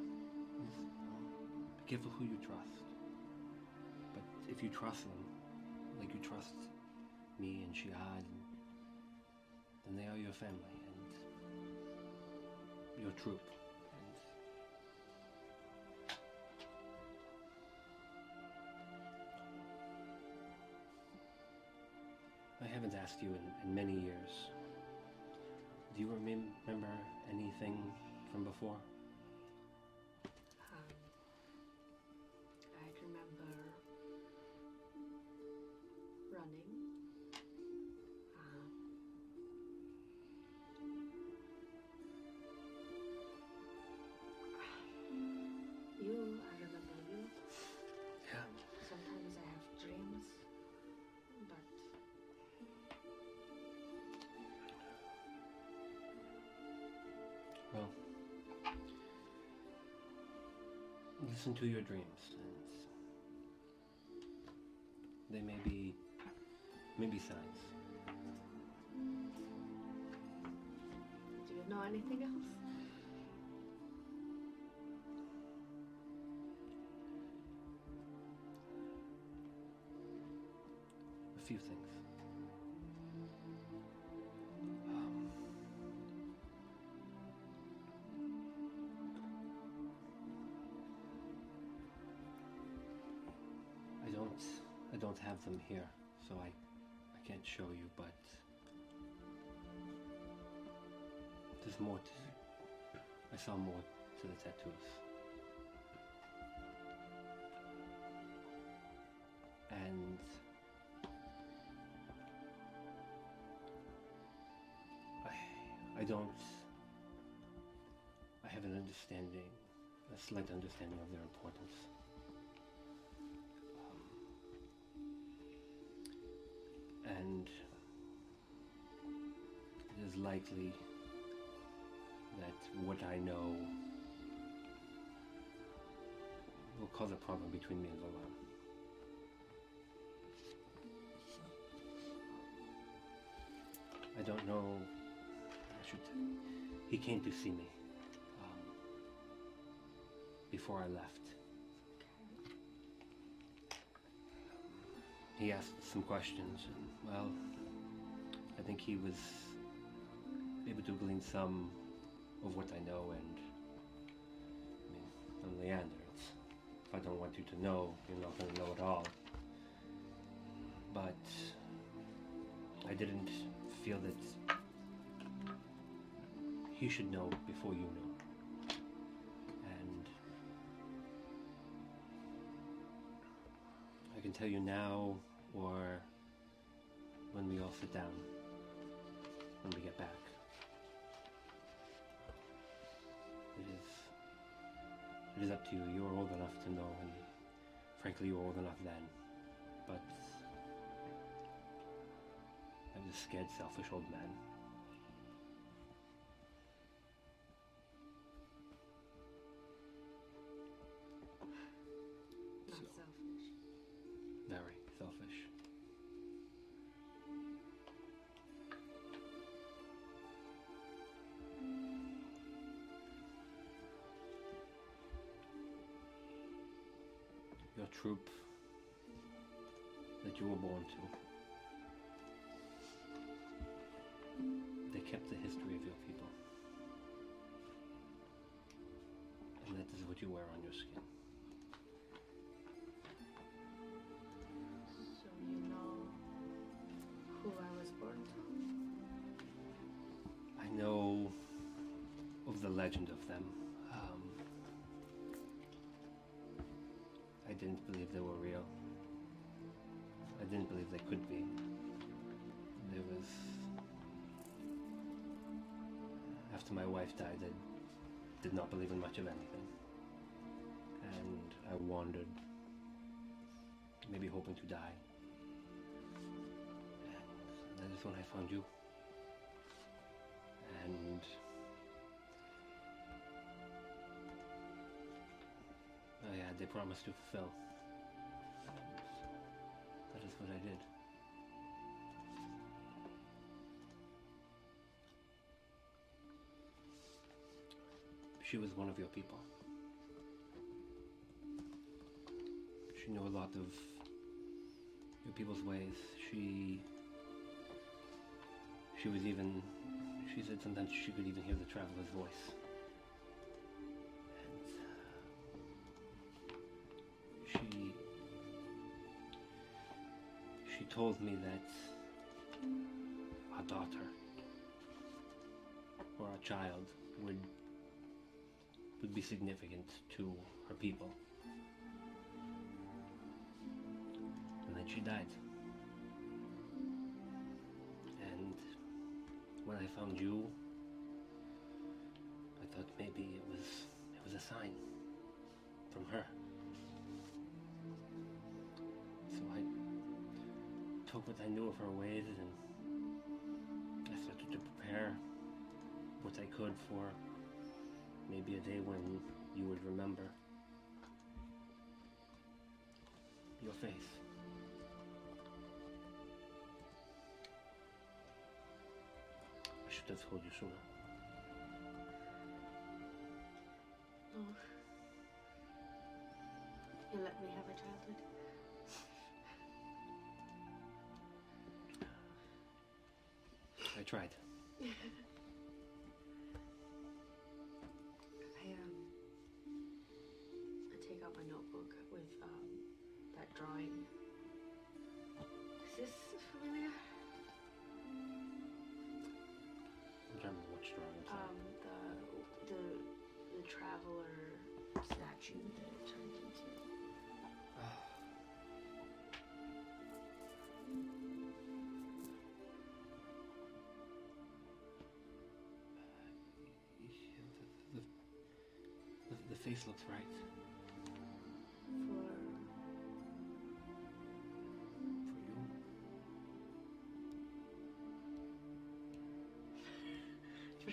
[SPEAKER 5] Be careful who you trust. But if you trust them, like you trust me and Shihad, then they are your family and your troop. And I haven't asked you in, in many years. Do you remem- remember anything from before?
[SPEAKER 8] Um, I can remember running. Um, you, I remember you.
[SPEAKER 5] Yeah.
[SPEAKER 8] Sometimes I have dreams, but
[SPEAKER 5] Well, listen to your dreams, and they may be, may be signs.
[SPEAKER 8] do you know anything else?
[SPEAKER 5] a few things. Um, I don't I don't have them here, so I I can't show you, but there's more to I saw more to the tattoos. And I, I don't. I have an understanding, a slight understanding of their importance. Um, and it is likely that what I know will cause a problem between me and Zolan. I don't know I should. He came to see me um, before I left. He asked some questions, and well, I think he was able to glean some of what I know, and I mean, I'm Leander. It's, if I don't want you to know, you're not going to know it all. But I didn't feel that he should know before you know. And I can tell you now or when we all sit down, when we get back. It is, it is up to you. You are old enough to know, and frankly, you were old enough then. But I was a scared, selfish old man.
[SPEAKER 8] Not selfish.
[SPEAKER 5] Very selfish. troop that you were born to. They kept the history of your people. And that is what you wear on your skin.
[SPEAKER 8] So you know who I was born to?
[SPEAKER 5] I know of the legend of them. Um, I didn't believe they were real. I didn't believe they could be. There was. After my wife died, I did not believe in much of anything. And I wandered, maybe hoping to die. And that is when I found you and oh yeah, they promised to fulfill. That is what I did. She was one of your people. She knew a lot of your people's ways. She she was even she said sometimes she could even hear the traveler's voice. And uh, she she told me that our daughter or our child would would be significant to her people. And then she died. And when I found you, I thought maybe it was it was a sign from her. So I took what I knew of her ways and I started to prepare what I could for maybe a day when you would remember your face. I should have told you sooner.
[SPEAKER 8] You let me have a childhood.
[SPEAKER 5] I tried.
[SPEAKER 8] I um I take out my notebook with um that drawing. Is this familiar?
[SPEAKER 5] I don't remember which drawing. I'm sorry.
[SPEAKER 8] Um the the the traveler statue that it turned into.
[SPEAKER 5] the, the, the face looks right
[SPEAKER 8] For
[SPEAKER 5] for you.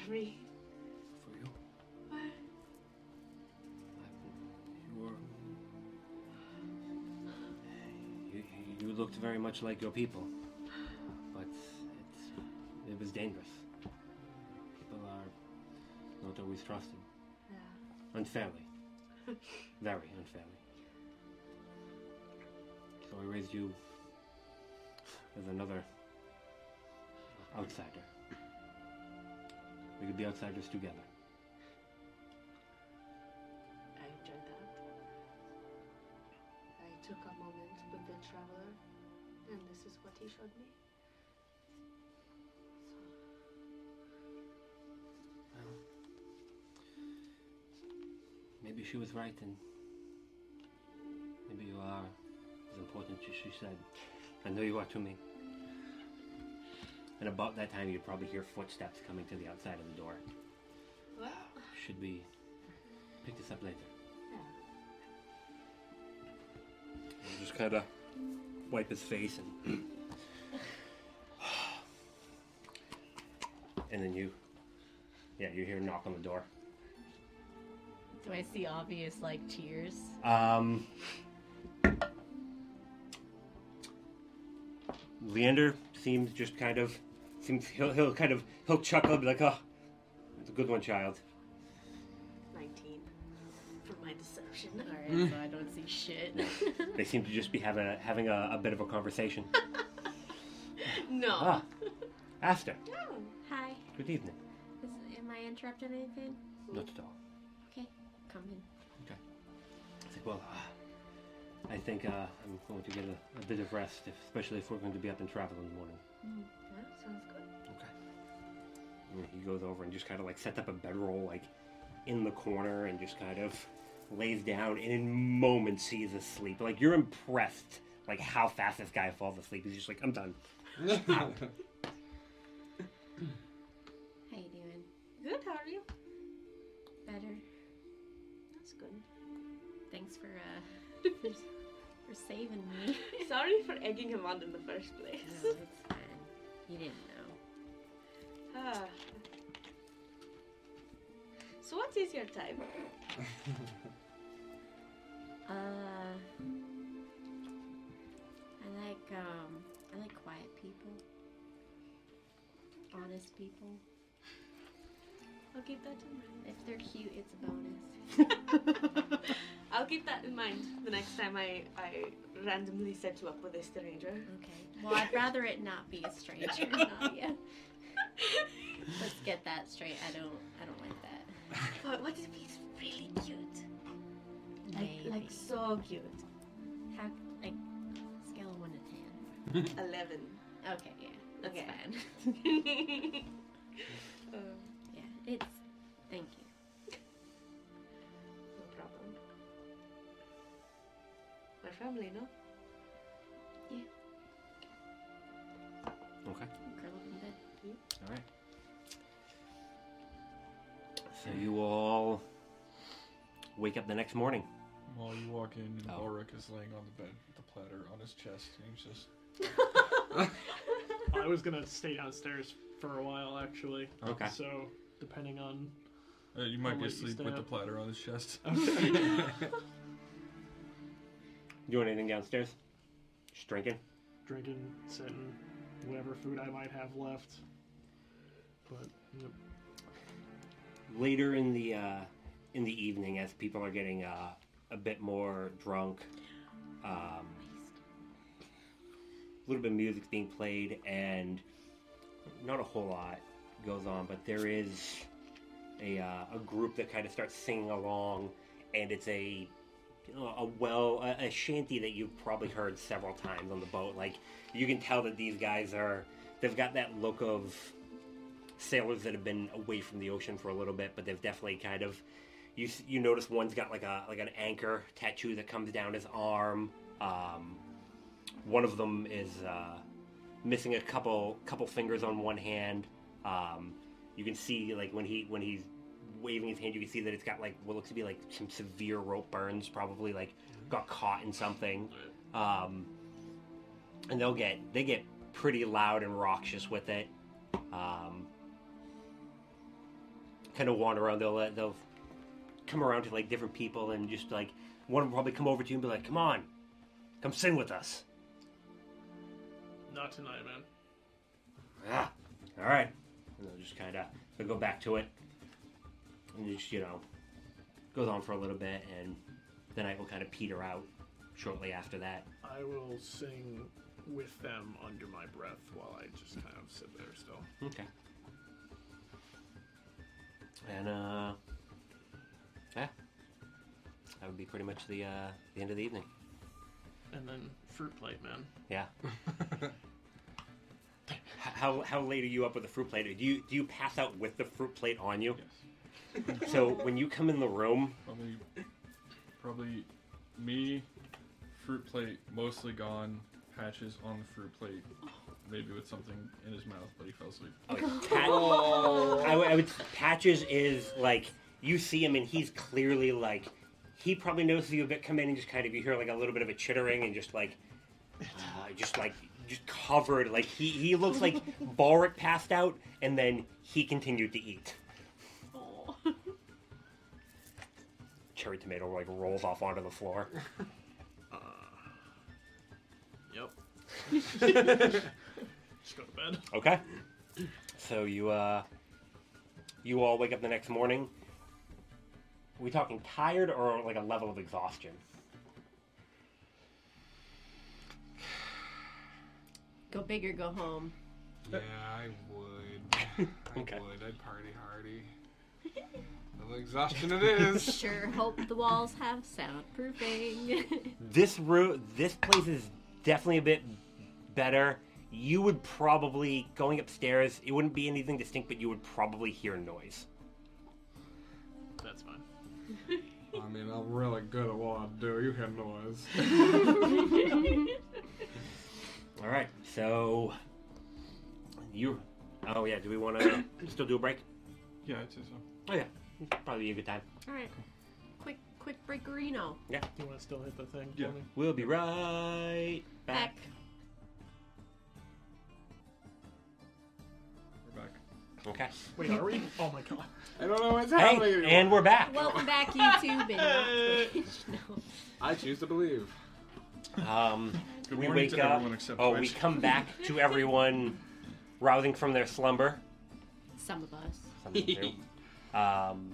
[SPEAKER 8] for me.
[SPEAKER 5] For you.
[SPEAKER 8] What?
[SPEAKER 5] I- You were. You, you looked very much like your people, but it's, it was dangerous. People are not always trusted. Unfairly. very unfairly. So I raised you as another outsider. We could be outsiders together.
[SPEAKER 8] I enjoyed that. I took a moment with the traveler, and this is what he showed me.
[SPEAKER 5] Well, maybe she was right, and maybe you are as important as she said. I know you are to me.
[SPEAKER 13] And about that time, you'd probably hear footsteps coming to the outside of the door.
[SPEAKER 8] Well,
[SPEAKER 5] Should we pick this up later?
[SPEAKER 13] He'll just kind of wipe his face and. and then you. Yeah, you hear a knock on the door.
[SPEAKER 4] Do I see obvious like tears?
[SPEAKER 13] Um, Leander seems just kind of seems he'll he'll kind of he'll chuckle and be like, "Oh, it's a good one, child."
[SPEAKER 8] 19 for my deception.
[SPEAKER 9] action.
[SPEAKER 4] Alright, so I don't see shit.
[SPEAKER 5] They seem to just be having a, having a, a bit of a conversation.
[SPEAKER 4] no.
[SPEAKER 5] ah, Aster,
[SPEAKER 4] Hi.
[SPEAKER 5] good evening.
[SPEAKER 4] Is, am I interrupting anything?
[SPEAKER 11] Not at all.
[SPEAKER 4] Come in.
[SPEAKER 11] It's like, well, uh, I think uh, I'm going to get a, a bit of rest, if, especially if we're going to be up and travel in the morning.
[SPEAKER 9] Yeah, sounds good.
[SPEAKER 5] And he goes over and just kind of like sets up a bedroll like in the corner and just kind of lays down and in moments he's asleep. Like you're impressed like how fast this guy falls asleep. He's just like, I'm done.
[SPEAKER 4] How you doing?
[SPEAKER 8] Good, how are you?
[SPEAKER 4] Better.
[SPEAKER 8] That's good.
[SPEAKER 4] Thanks for uh for, for saving me.
[SPEAKER 8] Sorry for egging him on in the first place.
[SPEAKER 4] no, it's fine. You didn't know.
[SPEAKER 8] Ah. So what is your type?
[SPEAKER 4] Uh I like um I like quiet people. Honest people.
[SPEAKER 8] I'll keep that in mind.
[SPEAKER 4] If they're cute, it's a bonus.
[SPEAKER 8] I'll keep that in mind the next time I, I randomly set you up with a stranger.
[SPEAKER 4] Okay. Well, I'd rather it not be a stranger. not you. Let's get that straight. I don't. I don't like that.
[SPEAKER 8] But what if he's really cute?
[SPEAKER 4] Maybe.
[SPEAKER 8] Like, like so cute.
[SPEAKER 4] How, like scale of one to ten.
[SPEAKER 8] Eleven.
[SPEAKER 4] Okay. Yeah. That's
[SPEAKER 8] Okay.
[SPEAKER 4] fine.
[SPEAKER 8] Uh,
[SPEAKER 4] Yeah. It's. Thank you.
[SPEAKER 8] no problem. My family, no?
[SPEAKER 4] Curl
[SPEAKER 5] Okay.
[SPEAKER 4] up in bed.
[SPEAKER 5] Alright. So you all wake up the next morning.
[SPEAKER 2] While you walk in, and
[SPEAKER 5] Oh.
[SPEAKER 2] Ulrich is laying on the bed with the platter on his chest, and he's just
[SPEAKER 7] I was gonna stay downstairs for a while, actually.
[SPEAKER 5] Okay.
[SPEAKER 7] So, depending on.
[SPEAKER 2] uh, you
[SPEAKER 7] I'll
[SPEAKER 2] might be
[SPEAKER 7] let you
[SPEAKER 2] asleep
[SPEAKER 7] stay
[SPEAKER 2] with
[SPEAKER 7] up.
[SPEAKER 2] the platter on his chest.
[SPEAKER 5] Doing anything downstairs? Just drinking.
[SPEAKER 7] drinking, sitting, whatever food I might have left. But yep.
[SPEAKER 5] Later in the uh, in the evening, as people are getting uh, a bit more drunk, um, a little bit of music's being played, and not a whole lot goes on, but there is a, uh, a group that kind of starts singing along, and it's a you know, a well a, a shanty that you've probably heard several times on the boat. Like you can tell that these guys are they've got that look of sailors that have been away from the ocean for a little bit, but they've definitely kind of you s- you notice one's got like a like an anchor tattoo that comes down his arm. Um, one of them is uh, missing a couple couple fingers on one hand. Um, you can see like when he when he's waving his hand, you can see that it's got like what looks to be like some severe rope burns, probably like got caught in something. Um, and they'll get they get pretty loud and raucous with it. Um, kind of wander around. They'll let they'll come around to like different people and just like one will probably come over to you and be like, "Come on, come sing with us."
[SPEAKER 7] not tonight, man.
[SPEAKER 5] Ah, all right. And they'll just kind of they'll go back to it, and just you know goes on for a little bit, and the night will kind of peter out shortly after that.
[SPEAKER 7] I will sing with them under my breath while I just kind of sit there still.
[SPEAKER 5] Okay. And uh, yeah, that would be pretty much the uh, the end of the evening.
[SPEAKER 7] And then fruit plate, man.
[SPEAKER 5] Yeah. H- how how late are you up with the fruit plate? Do you do you pass out with the fruit plate on you?
[SPEAKER 2] Yes.
[SPEAKER 5] So when you come in the room,
[SPEAKER 2] Probably, probably me, fruit plate mostly gone, patches on the fruit plate, maybe with something in his mouth, but he fell asleep.
[SPEAKER 5] oh, Pat, I, would- I would patches is like you see him and he's clearly like he probably notices you a bit come in and just kind of you hear like a little bit of a chittering and just like uh, just like just covered like he he looks like Balric passed out and then he continued to eat.
[SPEAKER 4] Oh.
[SPEAKER 5] Cherry tomato like rolls off onto the floor.
[SPEAKER 7] Yep. just go to bed.
[SPEAKER 5] Okay. So you uh you all wake up the next morning. we talking tired or like a level of exhaustion?
[SPEAKER 4] Go big or go home.
[SPEAKER 6] Yeah, I would. I
[SPEAKER 5] Okay.
[SPEAKER 6] would. I'd party hardy. Little exhaustion it is.
[SPEAKER 4] Sure, hope the walls have soundproofing.
[SPEAKER 5] This room, this place is definitely a bit better. You would probably going upstairs. It wouldn't be anything distinct, but you would probably hear noise.
[SPEAKER 14] That's fine.
[SPEAKER 6] I mean, I'm really good at what I do. You hear noise.
[SPEAKER 5] All right, so you. Oh yeah, do we want to still do a break?
[SPEAKER 2] Yeah, I'd say so.
[SPEAKER 5] Oh yeah, probably be a good time.
[SPEAKER 4] All right, quick, quick breakerino.
[SPEAKER 7] You want to still hit the thing?
[SPEAKER 2] Yeah.
[SPEAKER 7] for me?
[SPEAKER 5] We'll be right back.
[SPEAKER 4] Back.
[SPEAKER 2] We're back.
[SPEAKER 5] Okay.
[SPEAKER 7] Wait, are we? Oh my god.
[SPEAKER 6] I don't know what's happening.
[SPEAKER 5] Hey,
[SPEAKER 6] anymore.
[SPEAKER 5] and we're back.
[SPEAKER 4] Welcome back, YouTube and not Twitch. No.
[SPEAKER 6] I choose to believe.
[SPEAKER 5] Um,
[SPEAKER 2] Good
[SPEAKER 5] we
[SPEAKER 2] morning
[SPEAKER 5] wake
[SPEAKER 2] to
[SPEAKER 5] up.
[SPEAKER 2] everyone except
[SPEAKER 5] oh, we
[SPEAKER 2] Twitch.
[SPEAKER 5] come back to everyone rousing from their slumber.
[SPEAKER 4] Some of us.
[SPEAKER 5] Some of them do. um,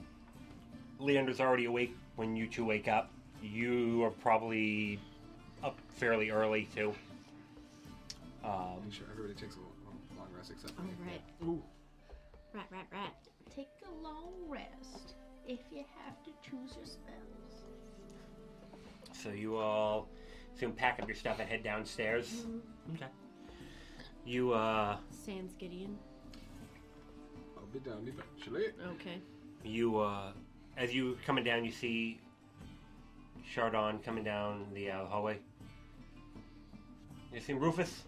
[SPEAKER 5] Leander's already awake when you two wake up. You are probably up fairly early too. Um,
[SPEAKER 6] Make sure everybody takes a long, long rest except for
[SPEAKER 4] All
[SPEAKER 6] me.
[SPEAKER 4] right.
[SPEAKER 5] ooh,
[SPEAKER 4] Right, right, right.
[SPEAKER 9] Take a long rest if you have to choose your spells.
[SPEAKER 5] so you all soon pack up your stuff and head downstairs. Okay. You uh,
[SPEAKER 4] Sans Gideon.
[SPEAKER 6] I'll be down eventually.
[SPEAKER 4] Okay.
[SPEAKER 5] you uh, as you coming down, you see Chardon coming down the uh, hallway. You seen Rufus?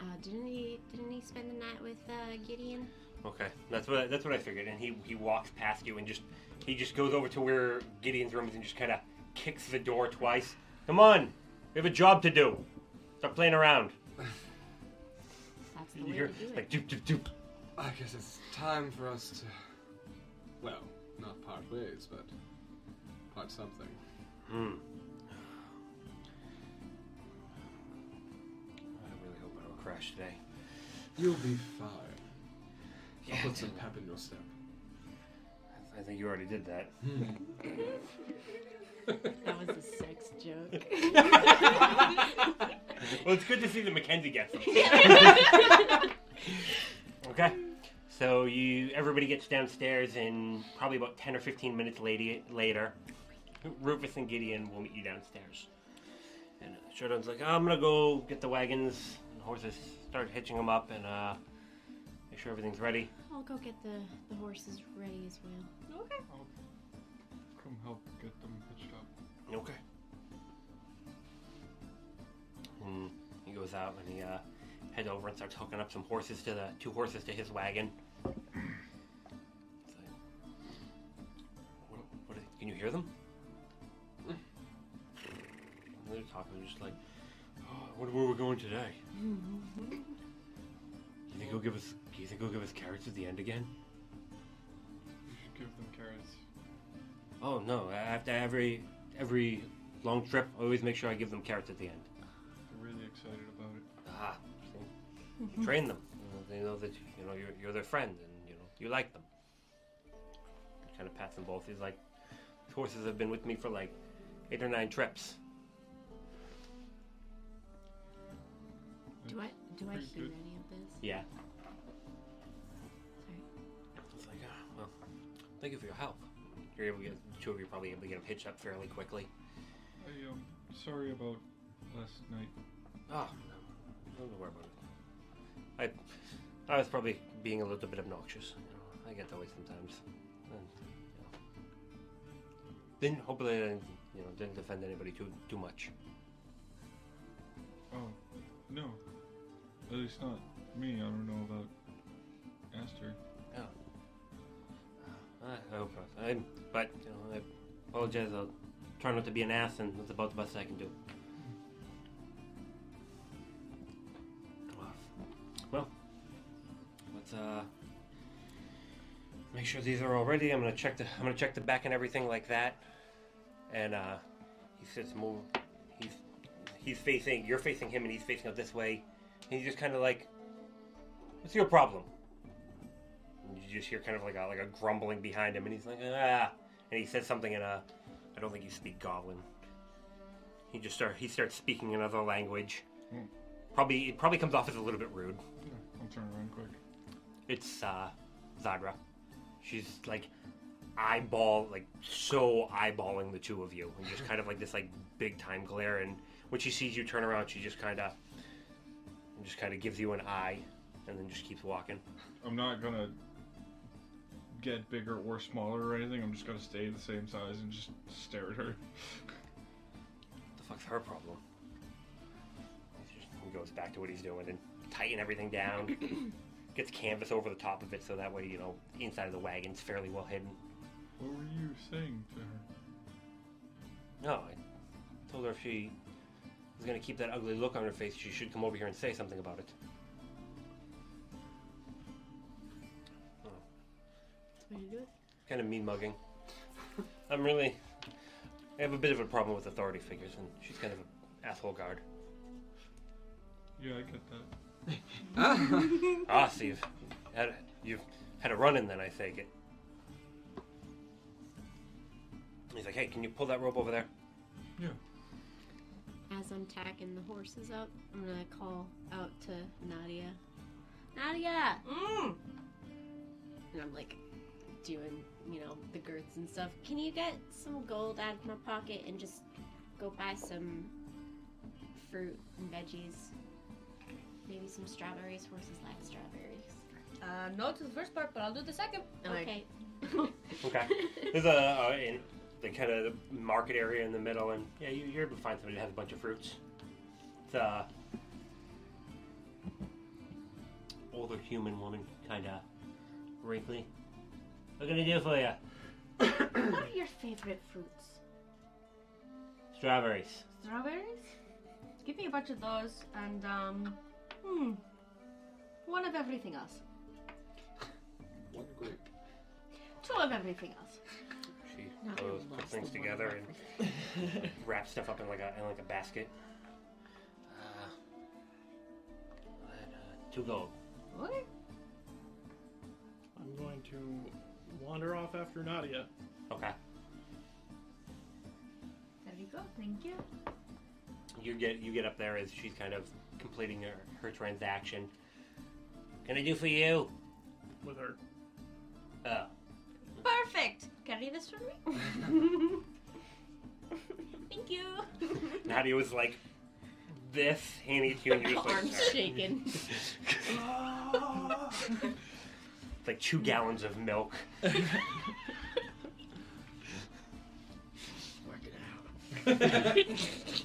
[SPEAKER 4] Uh, didn't he? Didn't he spend the night with uh, Gideon?
[SPEAKER 5] Okay, that's what that's what I figured. And he he walks past you and just he just goes over to where Gideon's room is and just kind of kicks the door twice. Come on, we have a job to do. Stop playing around.
[SPEAKER 4] That's the
[SPEAKER 5] You
[SPEAKER 4] way to
[SPEAKER 5] hear
[SPEAKER 4] do it.
[SPEAKER 5] like doop doop doop.
[SPEAKER 6] I guess it's time for us to. Well, not part ways, but part something.
[SPEAKER 5] Hmm. I really hope I don't crash today.
[SPEAKER 6] You'll be fine.
[SPEAKER 5] Yeah,
[SPEAKER 6] I'll put some pep in your step.
[SPEAKER 5] I think you already did that.
[SPEAKER 4] That was a sex joke.
[SPEAKER 5] well, it's good to see that Mackenzie gets it. okay. So you, everybody gets downstairs, and probably about ten or fifteen minutes lady, later, Rufus and Gideon will meet you downstairs. And uh, Shorthand's like, "I'm gonna go get the wagons and horses, start hitching them up, and uh, make sure everything's ready."
[SPEAKER 4] I'll go get the the horses ready as well.
[SPEAKER 2] I'll come help get them hitched up.
[SPEAKER 5] Okay. And he goes out and he uh, heads over and starts hooking up some horses to the two horses to his wagon. It's like, what, what is- can you hear them? And Mm. they're talking, just like, oh, I wonder where we're going today. Mm-hmm. You think he'll give us? Do you think he'll give us carrots at the end again?
[SPEAKER 2] You should give them carrots.
[SPEAKER 5] Oh no! After every every long trip, I always make sure I give them carrots at the end.
[SPEAKER 2] They're really excited about it.
[SPEAKER 5] Ah, see? You train them. You know, they know that you know you're, you're their friend, and you know you like them. He kind of pats them both. He's like, "These horses have been with me for like eight or nine trips.
[SPEAKER 4] Do I do I
[SPEAKER 2] Pretty
[SPEAKER 4] hear
[SPEAKER 2] good.
[SPEAKER 4] any of this?
[SPEAKER 5] Yeah. It's like, ah, well, thank you for your help. You're able to get the two of you are probably able to get them hitched up fairly quickly.
[SPEAKER 2] I um, sorry about last night.
[SPEAKER 5] Ah, no, don't worry about it. I, I was probably being a little bit obnoxious. You know, I get that way sometimes. And, you know. Didn't hopefully I didn't, you know didn't defend anybody too too much.
[SPEAKER 2] Oh, no. At least not me. I don't know about Aster.
[SPEAKER 5] I, I hope not. I, but you know, I apologize. I'll try not to be an ass, and that's about the best I can do. Well, let's uh make sure these are all ready. I'm gonna check the I'm gonna check the back and everything like that. And uh, he sits move. He's he's facing you're facing him, and he's facing out this way. And he's just kind of like, "What's your problem?" And you just hear kind of like a like a grumbling behind him, and he's like, ah. and he says something in a. I don't think you speak Goblin. He just start. He starts speaking another language.
[SPEAKER 2] Hmm.
[SPEAKER 5] Probably it probably comes off as a little bit rude.
[SPEAKER 2] Yeah, I'll turn around quick.
[SPEAKER 5] It's uh, Zadra. She's like eyeball, like so eyeballing the two of you, and just kind of like this like big time glare. And when she sees you turn around, she just kind of, just kind of gives you an eye, and then just keeps walking.
[SPEAKER 2] I'm not gonna get bigger or smaller or anything. I'm just gonna stay the same size and just stare at her.
[SPEAKER 5] the fuck's her problem? He just- He goes back to what he's doing and tighten everything down. Gets canvas over the top of it so that way, you know, the inside of the wagon's fairly well hidden.
[SPEAKER 2] What were you saying to her?
[SPEAKER 5] No, I told her if she was gonna keep that ugly look on her face, she should come over here and say something about it.
[SPEAKER 4] What do you do?
[SPEAKER 5] Kind of mean mugging. I'm really. I have a bit of a problem with authority figures, and she's kind of an asshole guard.
[SPEAKER 2] Yeah, I get that.
[SPEAKER 5] Ah, so you've had, you've had a run in then, I take it. He's like, hey, can you pull that rope over there?
[SPEAKER 4] As I'm tacking the horses up, I'm gonna call out to Nadia. Nadia!
[SPEAKER 8] Mm.
[SPEAKER 4] And I'm like doing, you know, the girths and stuff. Can you get some gold out of my pocket and just go buy some fruit and veggies? Maybe some strawberries. Horses like strawberries.
[SPEAKER 8] Uh, no to the first part, but I'll do the second. And I-
[SPEAKER 4] Okay.
[SPEAKER 5] Okay. There's a, a in the kind of market area in the middle, and yeah, you, you're able to find somebody that has a bunch of fruits. It's uh, a older human woman, kind of wrinkly. What can I do for you?
[SPEAKER 9] What are your favorite fruits?
[SPEAKER 5] Strawberries.
[SPEAKER 8] Strawberries? Give me a bunch of those and, um, hmm. One of everything else.
[SPEAKER 11] One grape.
[SPEAKER 8] Two of everything else.
[SPEAKER 5] She goes, puts things together, and wraps stuff up in like a in like a basket. Uh, and, uh, two gold.
[SPEAKER 8] Okay.
[SPEAKER 7] I'm going to wander off after Nadia.
[SPEAKER 5] Okay.
[SPEAKER 8] There you go. Thank you.
[SPEAKER 5] You get you get up there as she's kind of completing her, her transaction. Can I do for you?
[SPEAKER 7] With her.
[SPEAKER 5] Oh.
[SPEAKER 4] Perfect! Carry this for me? Thank you!
[SPEAKER 5] Nadia was like this, handing it to you, and you're just like,
[SPEAKER 4] Arms
[SPEAKER 5] "Sorry."
[SPEAKER 4] shaking.
[SPEAKER 5] It's like two gallons of milk.
[SPEAKER 11] Work it out.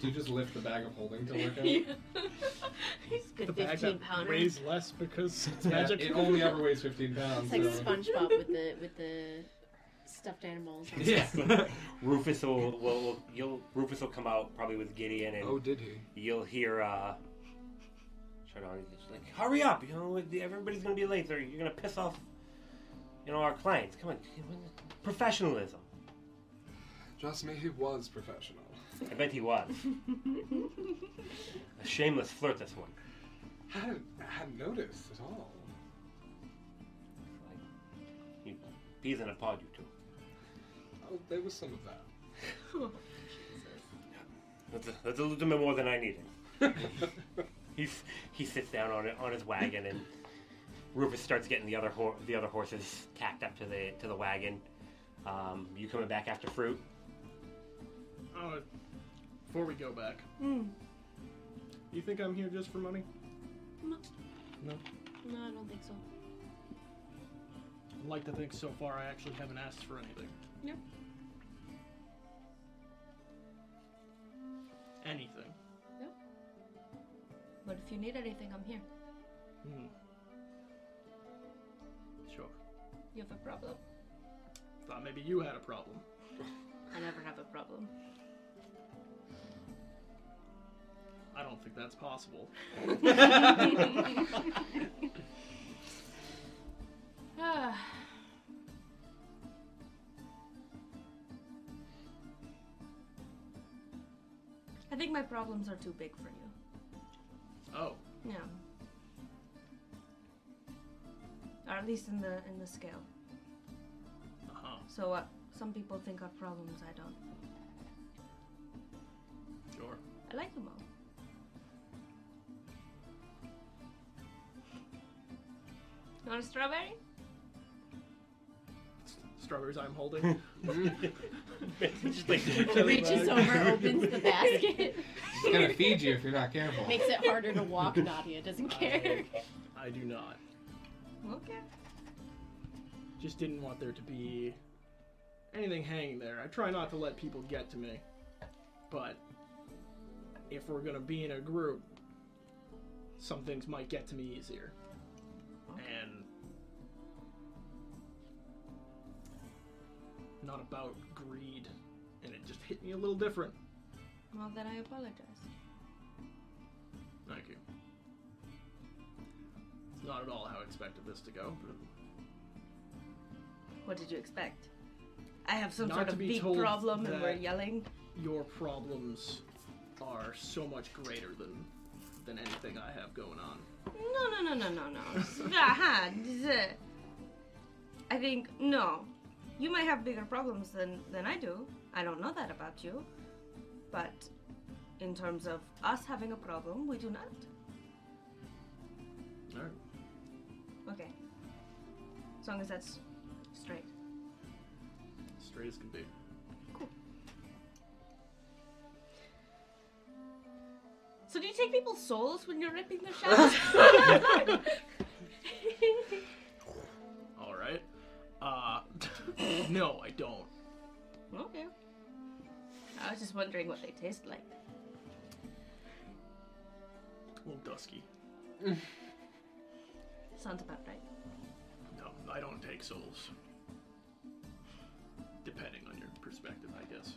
[SPEAKER 6] you just lift the bag of holding to look at?
[SPEAKER 8] He's good.
[SPEAKER 7] The bag
[SPEAKER 8] 15
[SPEAKER 7] that
[SPEAKER 8] pounder.
[SPEAKER 7] weighs less because it's
[SPEAKER 6] Yeah,
[SPEAKER 7] magic.
[SPEAKER 6] it only ever weighs 15
[SPEAKER 1] It's
[SPEAKER 6] pounds.
[SPEAKER 1] like
[SPEAKER 6] so-
[SPEAKER 1] SpongeBob with the with the stuffed animals.
[SPEAKER 6] Yeah.
[SPEAKER 5] Rufus will, will, will you'll Rufus will come out probably with Gideon, and
[SPEAKER 6] oh, did he?
[SPEAKER 5] you'll hear. uh Shut on. It's like, hurry up! You know, everybody's gonna be late. Or you're gonna piss off, you know, our clients. Come on, professionalism.
[SPEAKER 6] Just me, he was professional.
[SPEAKER 5] I bet he was. A shameless flirt, this one.
[SPEAKER 6] Hadn't, hadn't noticed at all.
[SPEAKER 5] Like, you, peas in a pod, you two.
[SPEAKER 6] Oh, there was some of that.
[SPEAKER 5] That's a, that's a little bit more than I needed. He s- he sits down on it on his wagon, and Rufus starts getting the other hor- the other horses tacked up to the to the wagon. Um, you coming back after fruit?
[SPEAKER 7] Uh, before we go back, you think I'm here just for money?
[SPEAKER 4] No, I don't think so.
[SPEAKER 7] I'd like to think so far I actually haven't asked for anything.
[SPEAKER 4] Yep.
[SPEAKER 7] Anything.
[SPEAKER 8] But if you need anything, I'm here.
[SPEAKER 7] Hmm. Sure.
[SPEAKER 8] You have a problem.
[SPEAKER 7] Thought maybe you had a problem.
[SPEAKER 8] I never have a problem.
[SPEAKER 7] I don't think that's possible.
[SPEAKER 8] I think my problems are too big for you.
[SPEAKER 7] Oh,
[SPEAKER 8] Yeah. Or at least in the in the scale.
[SPEAKER 7] uh huh.
[SPEAKER 8] So uh, Some people think are problems. I don't.
[SPEAKER 15] Sure.
[SPEAKER 8] I like them all. You want a strawberry?
[SPEAKER 7] Strawberries I'm holding.
[SPEAKER 5] Just like-
[SPEAKER 4] Reaches over, opens the basket.
[SPEAKER 6] She's gonna feed you if you're not careful.
[SPEAKER 4] Makes it harder to walk. Nadia doesn't care.
[SPEAKER 7] I do not.
[SPEAKER 8] Okay.
[SPEAKER 7] Just didn't want there to be anything hanging there. I try not to let people get to me. But if we're going to be in a group, some things might get to me easier. And not about greed. And it just hit me a little different.
[SPEAKER 8] Well, then I apologize.
[SPEAKER 7] Thank you. It's not at all how I expected this to go. but-
[SPEAKER 8] What did you expect? I have some
[SPEAKER 7] Not
[SPEAKER 8] sort
[SPEAKER 7] to
[SPEAKER 8] of
[SPEAKER 7] be
[SPEAKER 8] big
[SPEAKER 7] told
[SPEAKER 8] problem and we're
[SPEAKER 7] that-
[SPEAKER 8] yelling.
[SPEAKER 7] your problems are so much greater than than anything I have going on.
[SPEAKER 8] No, no, no, no, no, no. Aha, z- I think, no. You might have bigger problems than, than I do. I don't know that about you. But in terms of us having a problem, we do not.
[SPEAKER 7] Alright.
[SPEAKER 8] Okay. As long as that's straight.
[SPEAKER 7] Straight as can be.
[SPEAKER 8] So do you take people's souls when you're ripping their shadows?
[SPEAKER 7] Alright. Uh no, I don't.
[SPEAKER 8] okay. I was just wondering what they taste like.
[SPEAKER 7] A little dusky.
[SPEAKER 8] Sounds about right.
[SPEAKER 7] No, I don't take souls. Depending on your perspective, I guess.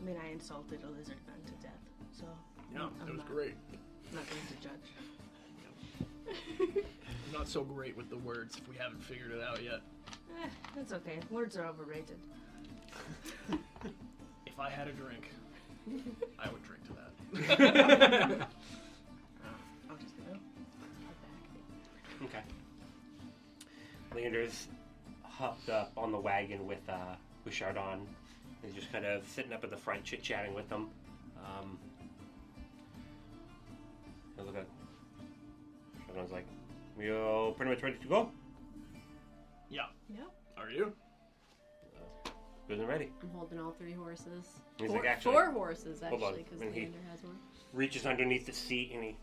[SPEAKER 8] I mean, I insulted a lizard man to death, so.
[SPEAKER 7] Yeah,
[SPEAKER 8] I'm
[SPEAKER 7] it was
[SPEAKER 8] not-
[SPEAKER 7] great.
[SPEAKER 8] Not going to judge.
[SPEAKER 7] I'm not so great with the words if we haven't figured it out yet.
[SPEAKER 8] Eh, that's okay. Words are overrated.
[SPEAKER 7] If I had a drink, I would drink to that.
[SPEAKER 8] I'll just go. Head
[SPEAKER 5] Okay. Leander's hopped up on the wagon with uh, Bouchardon. He's just kind of sitting up at the front, chit chatting with them. Um, I look at Bouchardon's like, We're pretty much ready to go.
[SPEAKER 7] Yeah.
[SPEAKER 4] Yeah.
[SPEAKER 7] Are you?
[SPEAKER 5] Good and ready.
[SPEAKER 4] I'm holding all three horses.
[SPEAKER 5] He's
[SPEAKER 4] four,
[SPEAKER 5] like, actually-
[SPEAKER 4] four horses
[SPEAKER 5] Hold on,
[SPEAKER 4] actually, because
[SPEAKER 5] when he-
[SPEAKER 4] Leander has one.
[SPEAKER 5] Reaches underneath the seat and he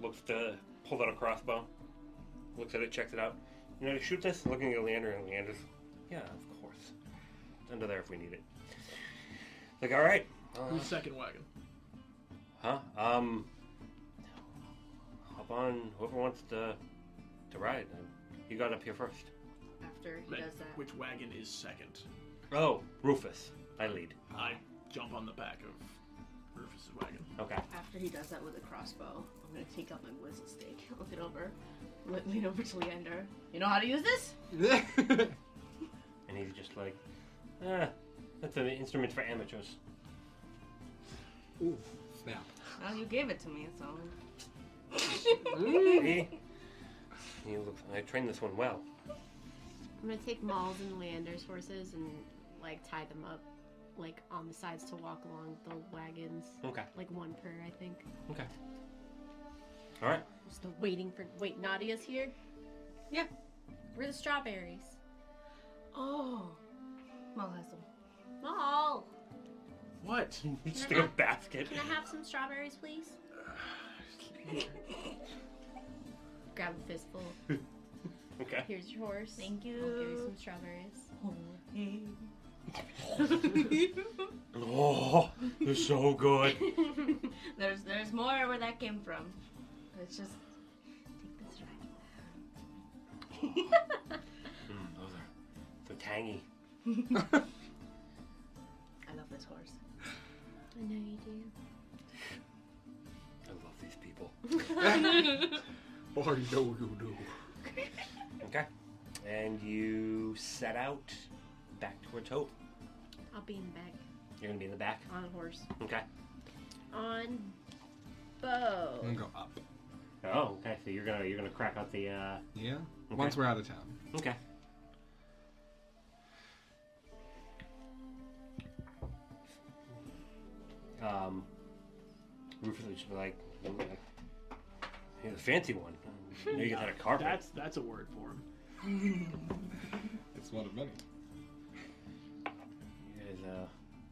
[SPEAKER 5] looks to pull out a crossbow. Looks at it, checks it out. You know, to shoot this, looking at Leander, and Leander's, yeah, of course. It's under there if we need it. Like, all right. uh,
[SPEAKER 7] Who's second wagon?
[SPEAKER 5] Huh? Um. Hop on whoever wants to to ride. Um, You got up here first.
[SPEAKER 4] After he
[SPEAKER 7] Wait,
[SPEAKER 4] does that.
[SPEAKER 7] Which wagon is second?
[SPEAKER 5] Oh, Rufus, I lead.
[SPEAKER 7] I jump on the back of Rufus's wagon.
[SPEAKER 5] Okay.
[SPEAKER 4] After he does that with a crossbow, I'm gonna take out my wizard stake, look it over, le- lean over to Leander. You know how to use this?
[SPEAKER 5] And he's just like, ah, that's an instrument for amateurs.
[SPEAKER 16] Ooh, snap.
[SPEAKER 8] Well, you gave it to me, so.
[SPEAKER 5] he, he looks. I trained this one well.
[SPEAKER 4] I'm gonna take Maul's and Leander's horses and like tie them up, like on the sides to walk along the wagons.
[SPEAKER 5] Okay.
[SPEAKER 4] Like one per, I think.
[SPEAKER 5] Okay. All right.
[SPEAKER 4] Just the waiting for. Wait, Nadia's here.
[SPEAKER 8] Yeah.
[SPEAKER 4] Where are the strawberries?
[SPEAKER 8] Oh. Well, has them.
[SPEAKER 4] Maul,
[SPEAKER 7] What?
[SPEAKER 5] just like a basket.
[SPEAKER 4] can I have some strawberries, please? Grab a fistful.
[SPEAKER 5] Okay.
[SPEAKER 4] Here's your horse.
[SPEAKER 8] Thank
[SPEAKER 4] I'll give you
[SPEAKER 8] you.
[SPEAKER 4] some strawberries.
[SPEAKER 5] Oh, they're so good.
[SPEAKER 8] there's there's more where that came from. Let's just take this ride.
[SPEAKER 5] Mm, those are so tangy.
[SPEAKER 8] I love this horse.
[SPEAKER 4] I know you do.
[SPEAKER 5] I love these people.
[SPEAKER 6] Or no, you do.
[SPEAKER 5] Okay. And you set out back towards Hope.
[SPEAKER 4] I'll be in back
[SPEAKER 5] You're gonna be in the back.
[SPEAKER 4] on horse.
[SPEAKER 5] Okay.
[SPEAKER 4] On bow.
[SPEAKER 16] I'm gonna go up.
[SPEAKER 5] Oh, okay. So you're gonna you're gonna crack out the. Uh...
[SPEAKER 6] Yeah.
[SPEAKER 5] Okay.
[SPEAKER 6] Once we're out of town.
[SPEAKER 5] Okay. Um, Rufus would just be like, "He's a fancy one. I knew you had a carpet."
[SPEAKER 7] That's that's a word for him.
[SPEAKER 6] It's one of many.
[SPEAKER 5] You guys, uh,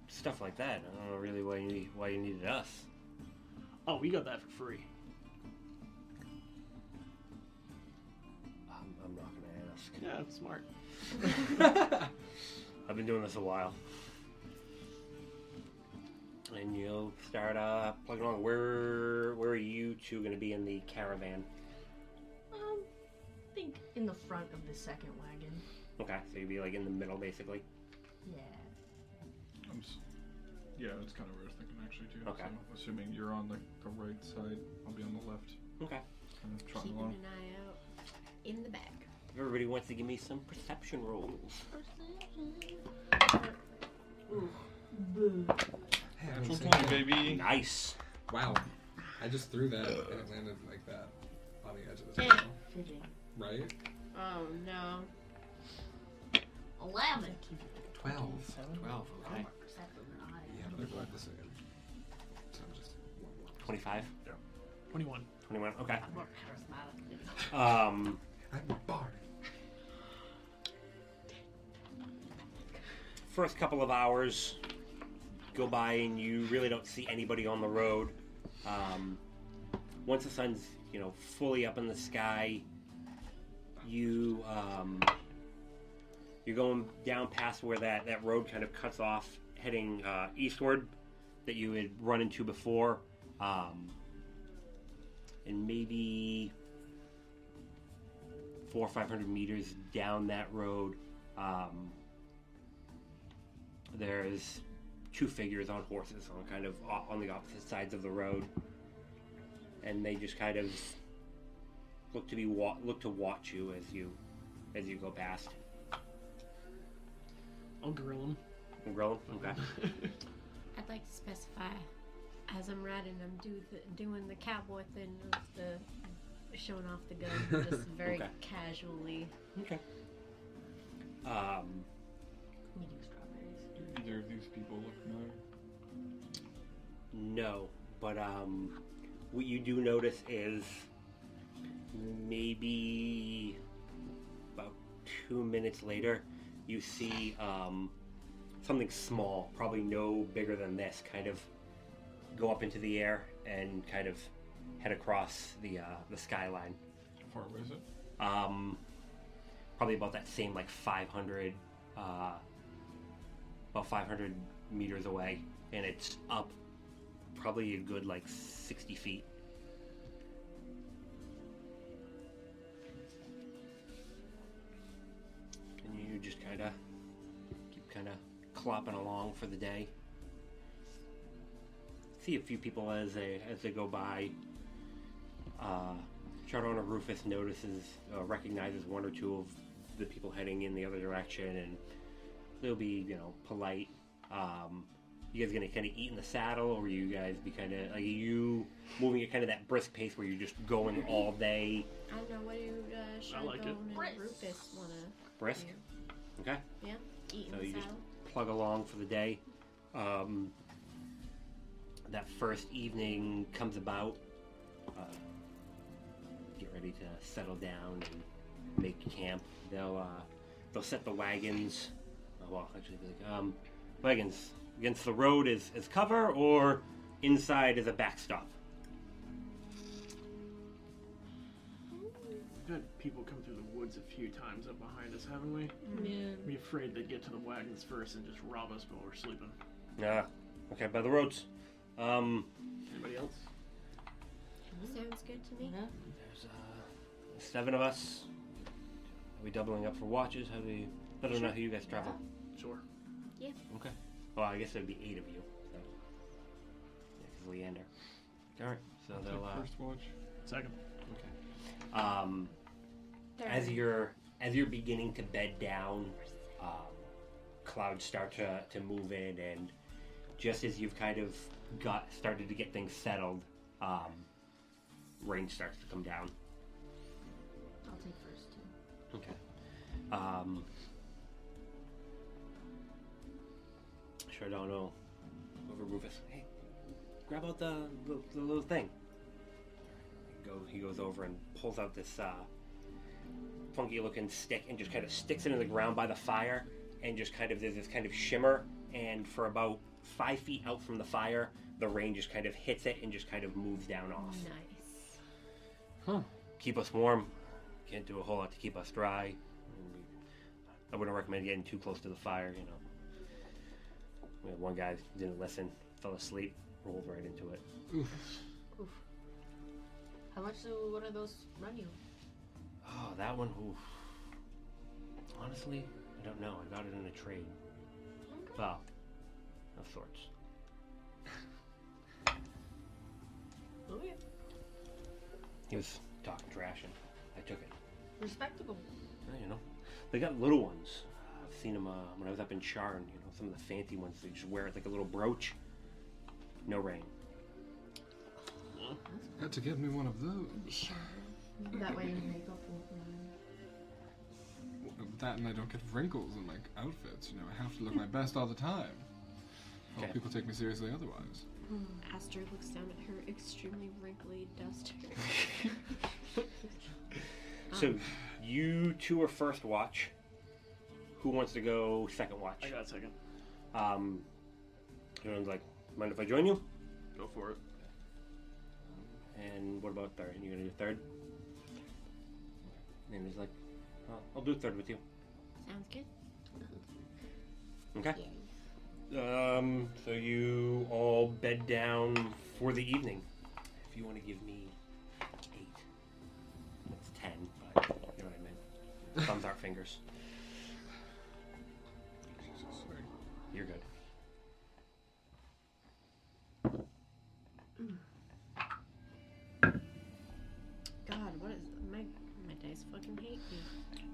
[SPEAKER 5] stuff like that. I don't know really why you need, why you needed us.
[SPEAKER 7] Oh, we got that for free.
[SPEAKER 5] I'm, I'm not gonna ask.
[SPEAKER 7] Yeah, that's smart.
[SPEAKER 5] I've been doing this a while. And you'll start uh, plugging along. Where where are you two gonna be in the caravan?
[SPEAKER 8] Um, I think in the front of the second wagon.
[SPEAKER 5] Okay, so you'd be like in the middle basically.
[SPEAKER 8] Yeah.
[SPEAKER 2] I'm s- yeah, that's kind of what I was thinking actually too.
[SPEAKER 5] Okay.
[SPEAKER 2] So, assuming you're on like the right side, I'll be on the left.
[SPEAKER 5] Okay.
[SPEAKER 2] Kind of trotting
[SPEAKER 4] Keeping
[SPEAKER 2] along.
[SPEAKER 4] an eye out in the back.
[SPEAKER 5] Everybody wants to give me some perception rolls.
[SPEAKER 6] Hey, I
[SPEAKER 2] Natural
[SPEAKER 6] don't see
[SPEAKER 2] 20,
[SPEAKER 6] that.
[SPEAKER 2] baby.
[SPEAKER 5] Nice.
[SPEAKER 6] Wow. I just threw that and it landed like that on the edge of the
[SPEAKER 4] Eh.
[SPEAKER 6] table. Right?
[SPEAKER 4] Oh no.
[SPEAKER 3] Eleven.
[SPEAKER 6] Twelve.
[SPEAKER 11] Twelve. Okay.
[SPEAKER 6] Yeah, but they're both the same. So I'm just one more.
[SPEAKER 5] Twenty five.
[SPEAKER 7] Twenty-one.
[SPEAKER 5] Twenty one. Okay.
[SPEAKER 3] More charismatic.
[SPEAKER 5] Um.
[SPEAKER 6] I'm a bard.
[SPEAKER 5] first couple of hours go by and you really don't see anybody on the road. Um, once the sun's you know fully up in the sky, you um, you're going down past where that that road kind of cuts off, heading uh, eastward that you had run into before, um, and maybe four or five hundred meters down that road. Um, there's two figures on horses on kind of o- on the opposite sides of the road and they just kind of look to be wa- look to watch you as you as you go past
[SPEAKER 7] I'll grill him.
[SPEAKER 5] Roll, okay
[SPEAKER 4] I'd like to specify, as I'm riding, I'm do the, doing the cowboy thing of the showing off the gun, just very
[SPEAKER 5] Okay.
[SPEAKER 4] casually.
[SPEAKER 5] okay um
[SPEAKER 8] Eating strawberries.
[SPEAKER 2] Do either of these people look familiar?
[SPEAKER 5] No, but um, what you do notice is maybe about two minutes later, you see um, something small, probably no bigger than this, kind of go up into the air and kind of head across the uh, the skyline.
[SPEAKER 2] Far away is it?
[SPEAKER 5] Um, probably about that same like 500, uh, about 500 meters away, and it's up probably a good like 60 feet. And you just kind of keep kind of clopping along for the day. See a few people as they as they go by. Uh, Chardona Rufus notices, uh, recognizes one or two of the people heading in the other direction, and they'll be, you know, polite. Um, you guys gonna kind of eat in the saddle, or you guys be kind of like you moving at kind of that brisk pace where you're just going all day
[SPEAKER 4] I don't know what do you, uh, Shargon
[SPEAKER 7] like it.
[SPEAKER 4] and Rufus want
[SPEAKER 5] brisk? Okay,
[SPEAKER 4] to yeah eat
[SPEAKER 5] So
[SPEAKER 4] in
[SPEAKER 5] you
[SPEAKER 4] the
[SPEAKER 5] just-
[SPEAKER 4] saddle.
[SPEAKER 5] plug along for the day. Um, that first evening comes about. Uh, get ready to settle down and make camp. They'll uh, they'll set the wagons. Uh, well, actually, be like, um, wagons against the road as, as cover or inside as a backstop.
[SPEAKER 7] We've had people come through the woods a few times up behind us, haven't we? Be afraid they'd get to the wagons first and just rob us while we're sleeping.
[SPEAKER 5] Yeah. Uh, Okay, by the roads. Um,
[SPEAKER 7] Anybody else?
[SPEAKER 3] Mm-hmm.
[SPEAKER 4] Sounds good to me.
[SPEAKER 5] there's uh, seven of us. Are we doubling up for watches? How do we? I don't know how you guys travel.
[SPEAKER 7] Sure.
[SPEAKER 5] Okay. Well, I guess there'd be eight of you. So. Yeah, 'cause Leander. All right. So
[SPEAKER 2] I'll
[SPEAKER 5] they'll.
[SPEAKER 2] take first watch.
[SPEAKER 7] Second.
[SPEAKER 5] Uh, um, as you're as you're beginning to bed down, um, clouds start to, to move in, and just as you've kind of got started to get things settled, um, rain starts to come down.
[SPEAKER 3] I'll take first too.
[SPEAKER 5] Okay. Um, sure don't know. Over Rufus. Hey, grab out the, the, the little thing. He, go, he goes over and pulls out this uh, funky looking stick and just kind of sticks it in the ground by the fire and just kind of there's this kind of shimmer and for about five feet out from the fire the rain just kind of hits it and just kind of moves down off
[SPEAKER 4] Nice.
[SPEAKER 5] huh. keep us warm. Can't do a whole lot to keep us dry. I wouldn't recommend getting too close to the fire, you know. We had one guy who didn't listen, fell asleep, rolled right into it.
[SPEAKER 3] Oof. How much do one of those run you?
[SPEAKER 5] Oh, that one, oof. Honestly, I don't know. I got it in a trade. Well, of sorts.
[SPEAKER 3] Oh yeah.
[SPEAKER 5] He was talking trash and I took it.
[SPEAKER 3] Respectable.
[SPEAKER 5] Yeah, you know, they got little ones. I've seen them uh, when I was up in Charn. You know, some of the fancy ones. They just wear it like a little brooch. No rain.
[SPEAKER 6] Got to get me one of those.
[SPEAKER 3] That way your makeup won't run.
[SPEAKER 6] That and I don't get wrinkles in my outfits. You know, I have to look my best all the time. I hope
[SPEAKER 5] Okay.
[SPEAKER 6] people take me seriously otherwise.
[SPEAKER 1] Aster looks down at her extremely wrinkly duster.
[SPEAKER 14] Hmm.
[SPEAKER 5] So, you two are first watch. Who wants to go second watch?
[SPEAKER 14] I got a second.
[SPEAKER 5] Um, everyone's like, mind if I join you?
[SPEAKER 14] Go for it.
[SPEAKER 5] And what about third? You're gonna do third? And he's like, oh, I'll do third with you.
[SPEAKER 1] Sounds good.
[SPEAKER 5] Okay. Um, so you all bed down for the evening. If you want to give me eight, that's ten, but you know what I mean. Thumbs aren't fingers. You're good.
[SPEAKER 4] God, what is my my dice fucking hate me.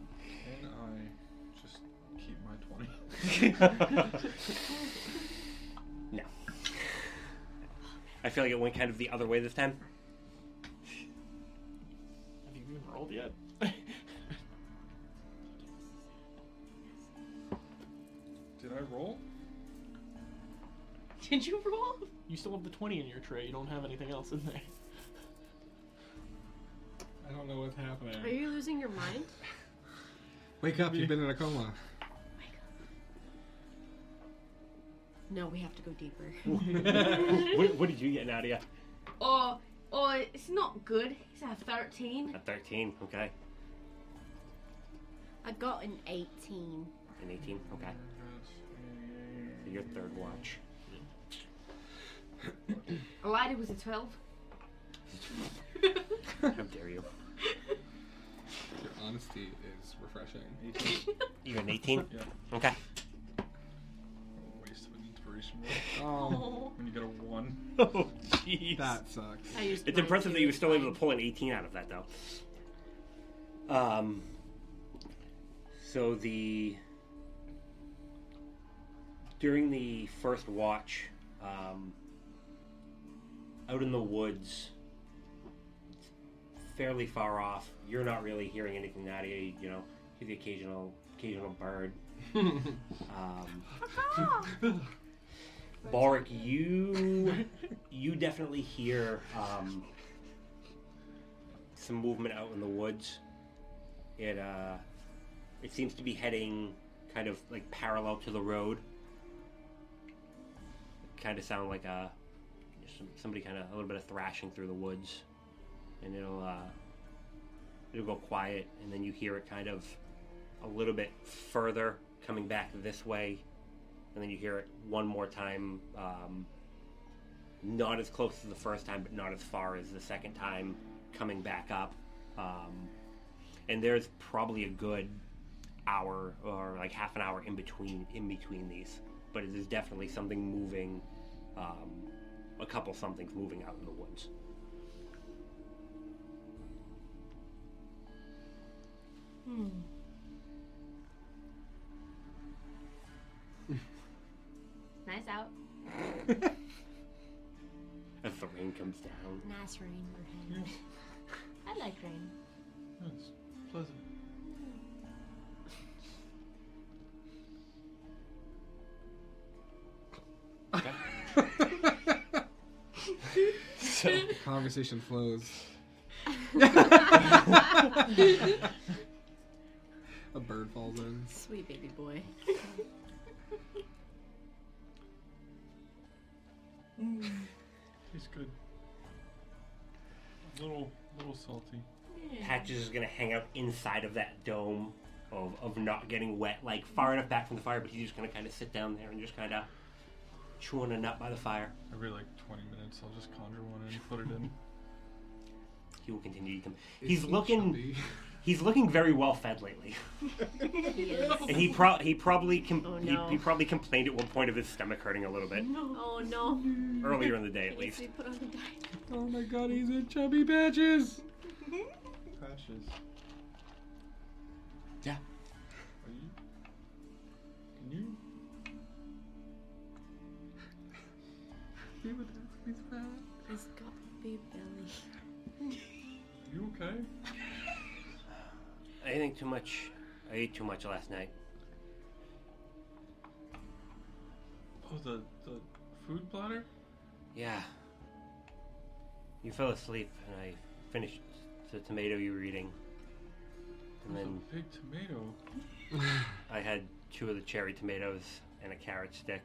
[SPEAKER 2] Can I just keep my 20?
[SPEAKER 5] No. I feel like it went kind of the other way this time.
[SPEAKER 14] Have you even rolled yet?
[SPEAKER 2] Did I roll?
[SPEAKER 3] Did you roll?
[SPEAKER 14] You still have the 20 in your tray. You don't have anything else in there.
[SPEAKER 2] I don't know what's happening.
[SPEAKER 4] Are you losing your mind?
[SPEAKER 6] Wake up! You've been in a coma.
[SPEAKER 1] No, we have to go deeper.
[SPEAKER 5] what, what did you get, Nadia?
[SPEAKER 3] Oh, oh, it's not good. It's a thirteen.
[SPEAKER 5] A 13, okay.
[SPEAKER 1] I got an 18.
[SPEAKER 5] An 18, okay. So your third watch.
[SPEAKER 3] I lied. It was a twelve.
[SPEAKER 5] How dare you?
[SPEAKER 6] Your honesty is refreshing.
[SPEAKER 5] You're an 18?
[SPEAKER 2] Yeah.
[SPEAKER 5] Okay.
[SPEAKER 2] Waste of an inspiration roll.
[SPEAKER 6] Oh.
[SPEAKER 2] When you got a 1.
[SPEAKER 5] Oh, jeez.
[SPEAKER 6] That sucks.
[SPEAKER 4] I used
[SPEAKER 5] It's
[SPEAKER 4] mine
[SPEAKER 5] impressive
[SPEAKER 4] too,
[SPEAKER 5] that you were
[SPEAKER 4] it's
[SPEAKER 5] still able
[SPEAKER 4] fine.
[SPEAKER 5] to pull an 18 out of that, though. Um, so the during the first watch, um, out in the woods, fairly far off, you're not really hearing anything. Nadia, you know, hear the occasional occasional bird. um, Balric, you you definitely hear um, some movement out in the woods. It uh, it seems to be heading kind of like parallel to the road. Kind of sound like a some, somebody kind of a little bit of thrashing through the woods, and it'll uh, it'll go quiet, and then you hear it kind of a little bit further coming back this way, and then you hear it one more time. Um, not as close as the first time, but not as far as the second time coming back up. Um, and there's probably a good hour or like half an hour in between in between these, but it is definitely something moving. Um, a couple somethings moving out in the woods.
[SPEAKER 1] Hmm.
[SPEAKER 3] Nice out.
[SPEAKER 5] That's the rain
[SPEAKER 11] rain comes down.
[SPEAKER 17] Nice rain, Rain. I like rain.
[SPEAKER 2] That's pleasant.
[SPEAKER 6] So conversation flows. A bird falls in.
[SPEAKER 4] Sweet baby boy.
[SPEAKER 2] Tastes good. A little, little salty.
[SPEAKER 5] Patches is gonna hang out inside of that dome of, of not getting wet, like far enough back from the fire, but he's just gonna kind of sit down there and just kind of chewing a nut by the fire.
[SPEAKER 2] Every like 20 minutes, I'll just conjure one and put it in.
[SPEAKER 5] He will continue to eat them.
[SPEAKER 2] It
[SPEAKER 5] He's
[SPEAKER 2] seems
[SPEAKER 5] looking, he's looking very well fed lately, and he pro- he probably com-
[SPEAKER 4] Oh,
[SPEAKER 5] he-
[SPEAKER 4] no.
[SPEAKER 5] he, probably complained at one point of his stomach hurting a little bit
[SPEAKER 4] Oh no.
[SPEAKER 5] earlier in the
[SPEAKER 4] He
[SPEAKER 5] day, at
[SPEAKER 4] needs
[SPEAKER 5] least.
[SPEAKER 4] to be put on the diet.
[SPEAKER 6] Oh my god, he's in chubby patches.
[SPEAKER 4] Hmm?
[SPEAKER 2] Patches.
[SPEAKER 5] Yeah.
[SPEAKER 2] Are you? Can you?
[SPEAKER 4] He's got big belly.
[SPEAKER 2] You okay?
[SPEAKER 5] I think too much. I ate too much last night.
[SPEAKER 2] Oh, the the food platter.
[SPEAKER 5] Yeah. You fell asleep, and I finished the tomato you were eating, and
[SPEAKER 2] There's
[SPEAKER 5] then
[SPEAKER 2] a big tomato.
[SPEAKER 5] I had two of the cherry tomatoes and a carrot stick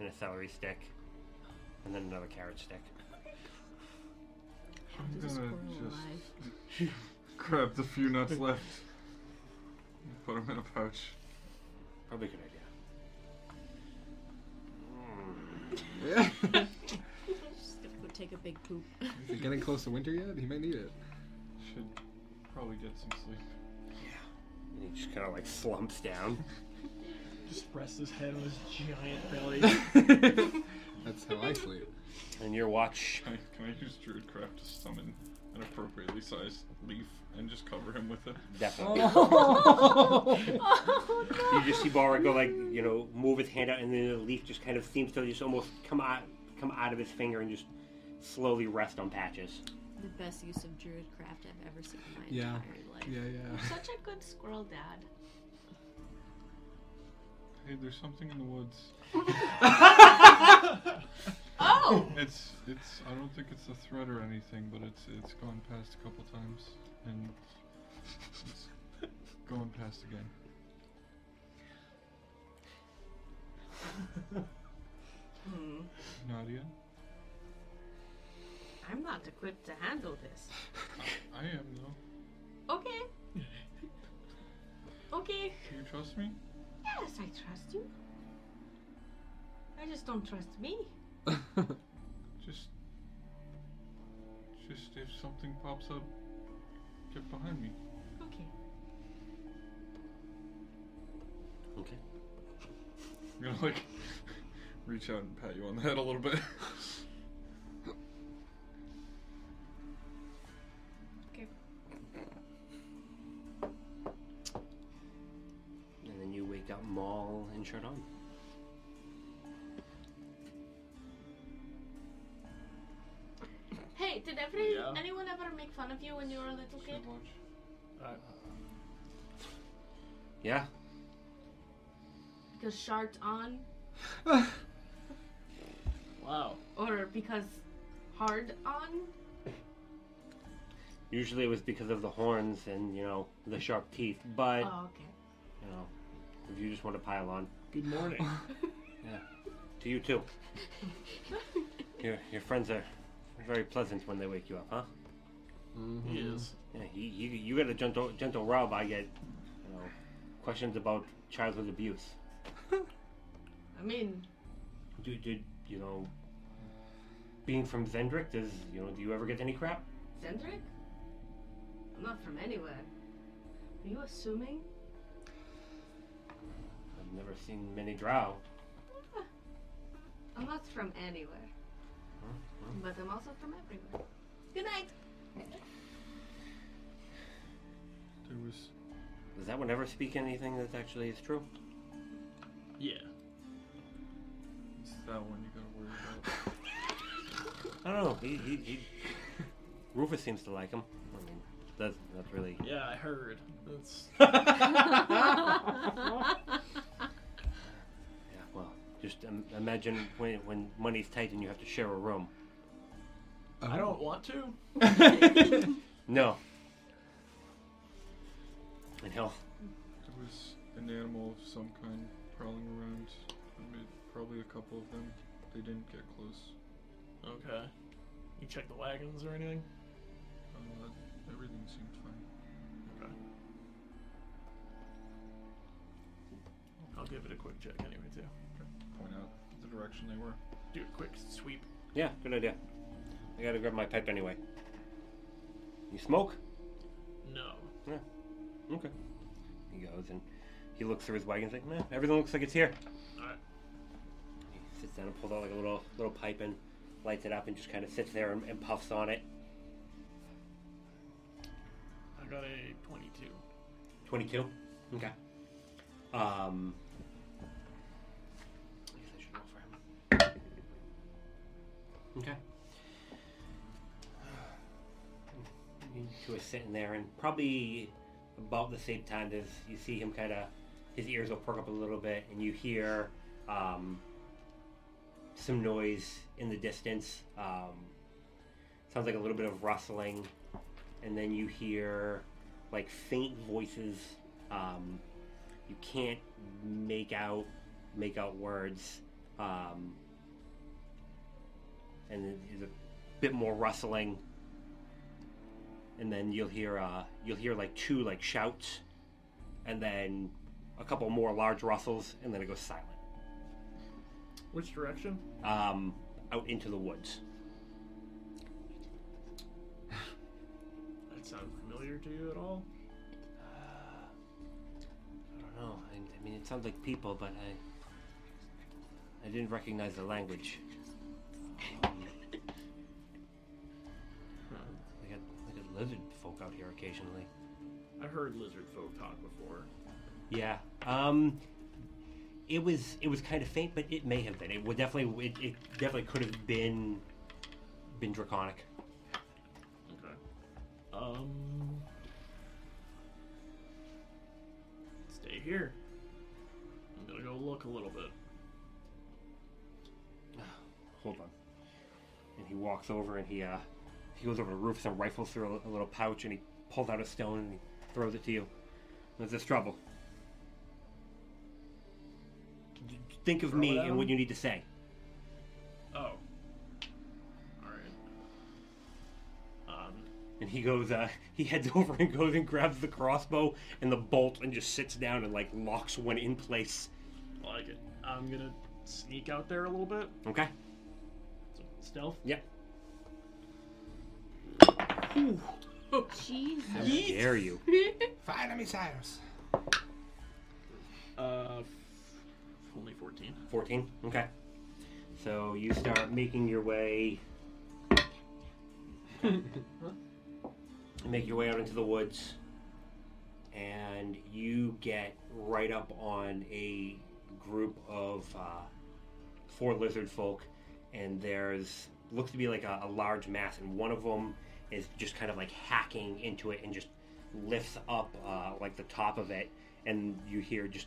[SPEAKER 5] and a celery stick and then another carrot stick.
[SPEAKER 2] I'm
[SPEAKER 4] This
[SPEAKER 2] gonna
[SPEAKER 4] squirrel
[SPEAKER 2] just grab the few nuts left. and Put them in a pouch.
[SPEAKER 5] Probably a good idea. Mm.
[SPEAKER 4] Just gonna go take a big poop.
[SPEAKER 6] Is it getting close to winter yet? He may need it.
[SPEAKER 2] Should probably get some sleep.
[SPEAKER 5] And he just kind of like slumps down.
[SPEAKER 14] Just rests his head on his giant belly.
[SPEAKER 6] That's how I sleep.
[SPEAKER 5] and your watch.
[SPEAKER 2] Can I, can I use Druidcraft to summon an appropriately sized leaf and just cover him with it?
[SPEAKER 5] Definitely. You just see Balrog go like, you know, move his hand out, and then the leaf just kind of seems to just almost come out, come out of his finger and just slowly rest on patches.
[SPEAKER 4] The best use of druidcraft I've ever seen in my
[SPEAKER 6] Yeah.
[SPEAKER 4] entire life.
[SPEAKER 6] Yeah, yeah.
[SPEAKER 9] Such a good squirrel dad.
[SPEAKER 2] Hey, there's something in the woods.
[SPEAKER 9] Oh!
[SPEAKER 2] It's it's. I don't think it's a threat or anything, but it's it's gone past a couple times and it's going past again.
[SPEAKER 9] Hmm.
[SPEAKER 2] Nadia,
[SPEAKER 9] I'm not equipped to handle this.
[SPEAKER 2] I am though.
[SPEAKER 9] Okay. okay.
[SPEAKER 2] Can you trust me?
[SPEAKER 9] Yes, I trust you. I just don't trust me.
[SPEAKER 2] Just just if something pops up, get behind me.
[SPEAKER 9] Okay.
[SPEAKER 5] Okay.
[SPEAKER 2] I'm gonna like reach out and pat you on the head a little bit.
[SPEAKER 5] And then you wake up Maul and shirt on.
[SPEAKER 17] Hey, did every,
[SPEAKER 14] Yeah.
[SPEAKER 17] anyone ever make fun of you when you were a little kid?
[SPEAKER 7] Uh,
[SPEAKER 5] Yeah.
[SPEAKER 9] Because shart on,
[SPEAKER 14] wow.
[SPEAKER 9] or because hard on.
[SPEAKER 5] Usually it was because of the horns and, you know, the sharp teeth, but,
[SPEAKER 9] Oh, okay.
[SPEAKER 5] you know, if you just want to pile on,
[SPEAKER 14] Good morning.
[SPEAKER 5] to you too. your, your friends are very pleasant when they wake you up, huh?
[SPEAKER 14] He is.
[SPEAKER 5] Yeah, you, you, you get a gentle, gentle rub. I get, you know, questions about childhood abuse.
[SPEAKER 9] I mean,
[SPEAKER 5] Do, do you know, being from Zendrick, does, you know, do you ever get any crap?
[SPEAKER 9] Zendrick? I'm not from anywhere. Are you assuming?
[SPEAKER 5] I've never seen many drow.
[SPEAKER 9] I'm not from anywhere. But I'm also from everywhere. Good night!
[SPEAKER 2] There was
[SPEAKER 5] Does that one ever speak anything that actually is true?
[SPEAKER 14] Yeah.
[SPEAKER 2] it's that one you gotta worry about.
[SPEAKER 5] I don't know. He, he, he Rufus seems to like him. I mean, that's that's really.
[SPEAKER 7] Yeah, I heard. That's.
[SPEAKER 5] Yeah, well, just um, imagine when when money's tight and you have to share a room.
[SPEAKER 7] I don't want to.
[SPEAKER 5] No. And he'll
[SPEAKER 2] There was an animal of some kind prowling around. I mean, Probably a couple of them. They didn't get close.
[SPEAKER 7] Okay. You check the wagons or anything?
[SPEAKER 2] Uh, everything seemed fine.
[SPEAKER 7] Okay. I'll give it a quick check anyway, too.
[SPEAKER 2] Point out the direction they were.
[SPEAKER 7] Do a quick sweep.
[SPEAKER 5] Yeah, good idea. I gotta grab my pipe anyway. You smoke?
[SPEAKER 7] No.
[SPEAKER 5] Yeah. Okay. He goes and he looks through his wagon. He's like, man, everything looks like it's here.
[SPEAKER 7] Alright.
[SPEAKER 5] He sits down and pulls out like a little little pipe and lights it up and just kind of sits there and, and puffs on it.
[SPEAKER 7] I got a 22.
[SPEAKER 5] 22. Okay. Um. I guess I should roll for him. Okay. You two are sitting there, and probably about the same time as you see him, kind of his ears will perk up a little bit, and you hear um, some noise in the distance. Um, sounds like a little bit of rustling, and then you hear like faint voices. Um, you can't make out make out words, um, and then there's a bit more rustling, and then you'll hear uh, you'll hear like two like shouts, and then a couple more large rustles, and then it goes silent.
[SPEAKER 7] Which direction?
[SPEAKER 5] Um, out into the woods.
[SPEAKER 7] That sounds familiar to you at all?
[SPEAKER 5] I don't know. I, I mean, it sounds like people, but I I didn't recognize the language. Um, we got we got lizard folk out here occasionally.
[SPEAKER 7] I've heard lizard folk talk before.
[SPEAKER 5] Yeah. Um, it was it was kind of faint, but it may have been. It would definitely it, it definitely could have been been draconic.
[SPEAKER 7] Okay. Um. Stay here. I'm gonna go look a little bit.
[SPEAKER 5] Hold on. And he walks over and he uh he goes over to Rufus and rifles through a, a little pouch and he pulls out a stone and he throws it to you. There's this trouble. D- Think of
[SPEAKER 7] Throw
[SPEAKER 5] me
[SPEAKER 7] it at
[SPEAKER 5] and what
[SPEAKER 7] him?
[SPEAKER 5] you need to say.
[SPEAKER 7] Oh. Alright. Um.
[SPEAKER 5] And he goes, uh, he heads over and goes and grabs the crossbow and the bolt and just sits down and like locks one in place.
[SPEAKER 7] Like it. I'm gonna sneak out there a little bit.
[SPEAKER 5] Okay.
[SPEAKER 7] Stealth.
[SPEAKER 5] Yep.
[SPEAKER 3] Oh, jeez.
[SPEAKER 5] How dare you?
[SPEAKER 18] Fire me, Cyrus.
[SPEAKER 7] Uh, f- only 14.
[SPEAKER 5] 14. Okay. So you start making your way. Make your way out into the woods. And you get right up on a group of uh, four lizard folk. And there's. Looks to be like a, a large mass. And one of them is just kind of like hacking into it and just lifts up uh, like the top of it. And you hear just.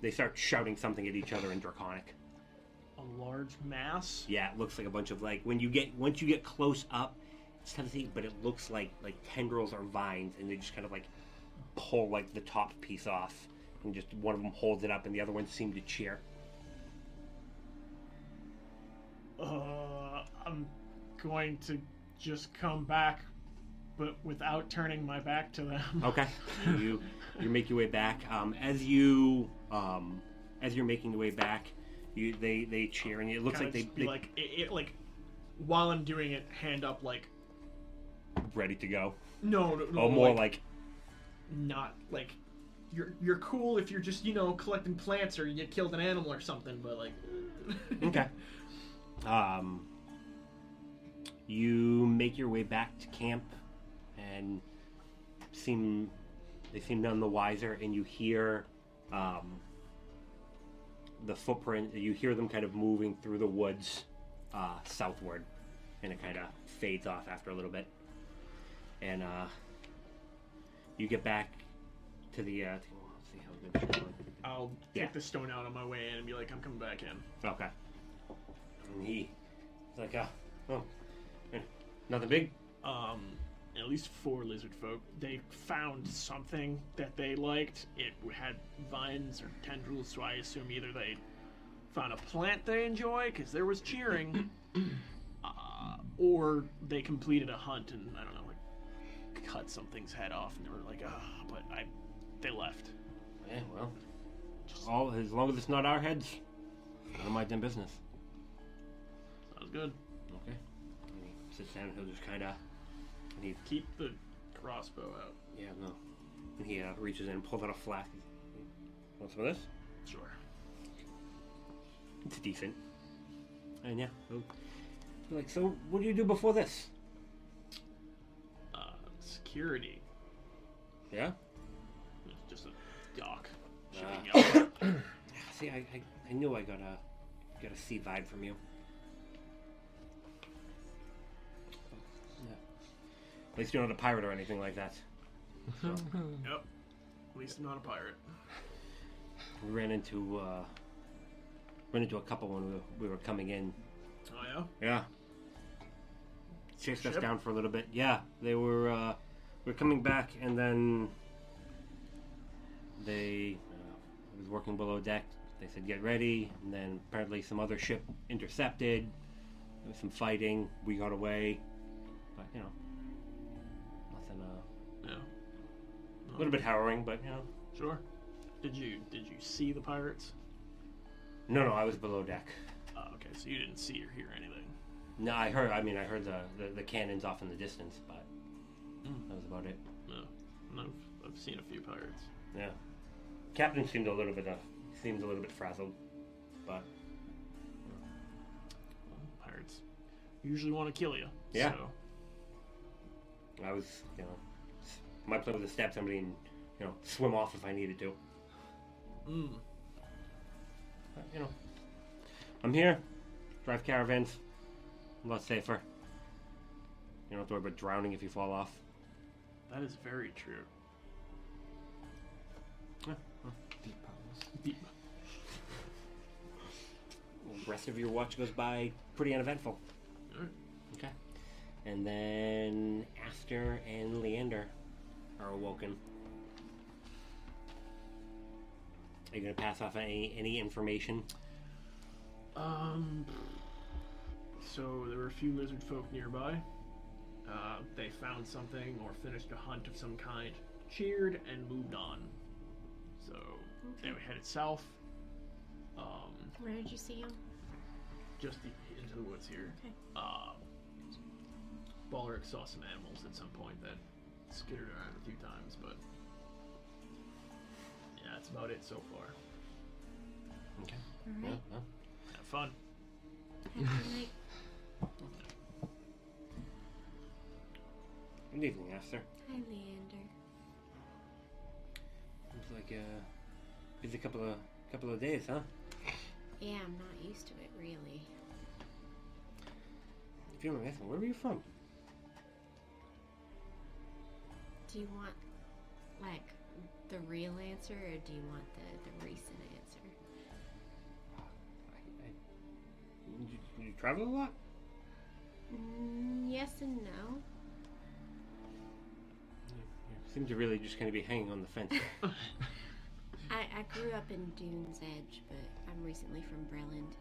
[SPEAKER 5] They start shouting something at each other in Draconic.
[SPEAKER 7] A large mass.
[SPEAKER 5] Yeah, it looks like a bunch of like when you get once you get close up, it's tough to see, but it looks like like tendrils or vines, and they just kind of like pull like the top piece off, and just one of them holds it up, and the other one seemed to cheer.
[SPEAKER 14] Uh, I'm going to just come back, but without turning my back to them.
[SPEAKER 5] Okay, you you make your way back. Um, as you um, as you're making your way back, you they they cheer, and it looks
[SPEAKER 7] Kinda
[SPEAKER 5] like they,
[SPEAKER 7] just be
[SPEAKER 5] they
[SPEAKER 7] like it, it like while I'm doing it, hand up like
[SPEAKER 5] ready to go.
[SPEAKER 7] no no, no
[SPEAKER 5] oh, more
[SPEAKER 7] like,
[SPEAKER 5] like
[SPEAKER 7] not like you're you're cool if you're just you know collecting plants or you killed an animal or something, but like
[SPEAKER 5] Okay. Um, you make your way back to camp, and seem they seem none the wiser, and you hear um, the footprint. You hear them kind of moving through the woods uh, southward. and it kind of fades off after a little bit. And uh, you get back to the. Uh, thing. Let's see how good this one.
[SPEAKER 7] I'll
[SPEAKER 5] Yeah.
[SPEAKER 7] take the stone out on my way in and be like, I'm coming back in.
[SPEAKER 5] Okay. And he, he's like, uh, oh, eh, nothing big.
[SPEAKER 7] Um, at least four lizard folk. They found something that they liked. It had vines or tendrils, so I assume either they found a plant they enjoy because there was cheering, uh, or they completed a hunt and I don't know, like cut something's head off, and they were like, ah, but I, they left.
[SPEAKER 5] Yeah, Eh, well, all as long as it's not our heads, none of my damn business.
[SPEAKER 7] Sounds good.
[SPEAKER 5] Okay. And he sits down and he'll just kind of. And he
[SPEAKER 7] keep the crossbow out.
[SPEAKER 5] Yeah, no. And he uh, reaches in and pulls out a flask. Want some of this?
[SPEAKER 7] Sure.
[SPEAKER 5] It's decent. And yeah, so, you're like, so what do you do before this?
[SPEAKER 7] Uh, security.
[SPEAKER 5] Yeah.
[SPEAKER 7] It's just a dock.
[SPEAKER 5] Ah.
[SPEAKER 7] Shipping dock.
[SPEAKER 5] See, I, I, I knew I got a got a C vibe from you. Yeah. At least you're not a pirate or anything like that. So,
[SPEAKER 7] Yep. At least I'm not a pirate.
[SPEAKER 5] we ran into uh, ran into a couple when we were, we were coming in.
[SPEAKER 7] Oh yeah.
[SPEAKER 5] Yeah. Chased us
[SPEAKER 7] Ship?
[SPEAKER 5] down for a little bit. Yeah, they were uh, we were coming back, and then they uh, I was working below deck. They said get ready, and then apparently some other ship intercepted. There was some fighting. We got away, but you know, nothing. Uh,
[SPEAKER 7] yeah,
[SPEAKER 5] a little bit harrowing, but you know.
[SPEAKER 7] Sure. Did you did you see the pirates?
[SPEAKER 5] No, no, I was below deck.
[SPEAKER 7] Oh, okay, so you didn't see or hear anything.
[SPEAKER 5] No, I heard. I mean, I heard the the, the cannons off in the distance, but that was about it.
[SPEAKER 7] No, no, I've seen a few pirates.
[SPEAKER 5] Yeah. Captain seemed a little bit uh, seemed a little bit frazzled, but
[SPEAKER 7] Pirates usually want to kill you.
[SPEAKER 5] Yeah.
[SPEAKER 7] So,
[SPEAKER 5] I was, you know, s- my plan was to stab somebody and, you know, swim off if I needed to.
[SPEAKER 7] mm,
[SPEAKER 5] But, you know, I'm here. Drive caravans. A lot safer. You don't have to worry about drowning if you fall off.
[SPEAKER 7] that is very true.
[SPEAKER 19] Deep pose.
[SPEAKER 7] Deep-
[SPEAKER 5] The rest of your watch goes by pretty uneventful.
[SPEAKER 7] Alright.
[SPEAKER 5] Okay. And then Aster and Leander are awoken. Are you gonna pass off any any information?
[SPEAKER 7] Um. So there were a few lizard folk nearby. Uh, they found something or finished a hunt of some kind, cheered, and moved on. So they were headed south. Um,
[SPEAKER 20] Where did you see him?
[SPEAKER 7] just the, into the woods here.
[SPEAKER 20] Okay.
[SPEAKER 7] Uh, Balric saw some animals at some point that skittered around a few times, but yeah, that's about it so far.
[SPEAKER 5] Okay.
[SPEAKER 20] All right.
[SPEAKER 7] Have fun.
[SPEAKER 5] Good evening, Aster.
[SPEAKER 4] Hi, Leander.
[SPEAKER 5] Seems like uh busy couple of couple of days, huh?
[SPEAKER 4] Yeah, I'm not used to it, really.
[SPEAKER 5] If you don't mind asking, where were you from?
[SPEAKER 4] Do you want, like, the real answer, or do you want the, the recent answer?
[SPEAKER 5] You, you travel a lot?
[SPEAKER 4] Mm, yes and no.
[SPEAKER 5] You seem to really just kind of be hanging on the fence.
[SPEAKER 4] I, I grew up in Dune's Edge, but I'm recently from Breland.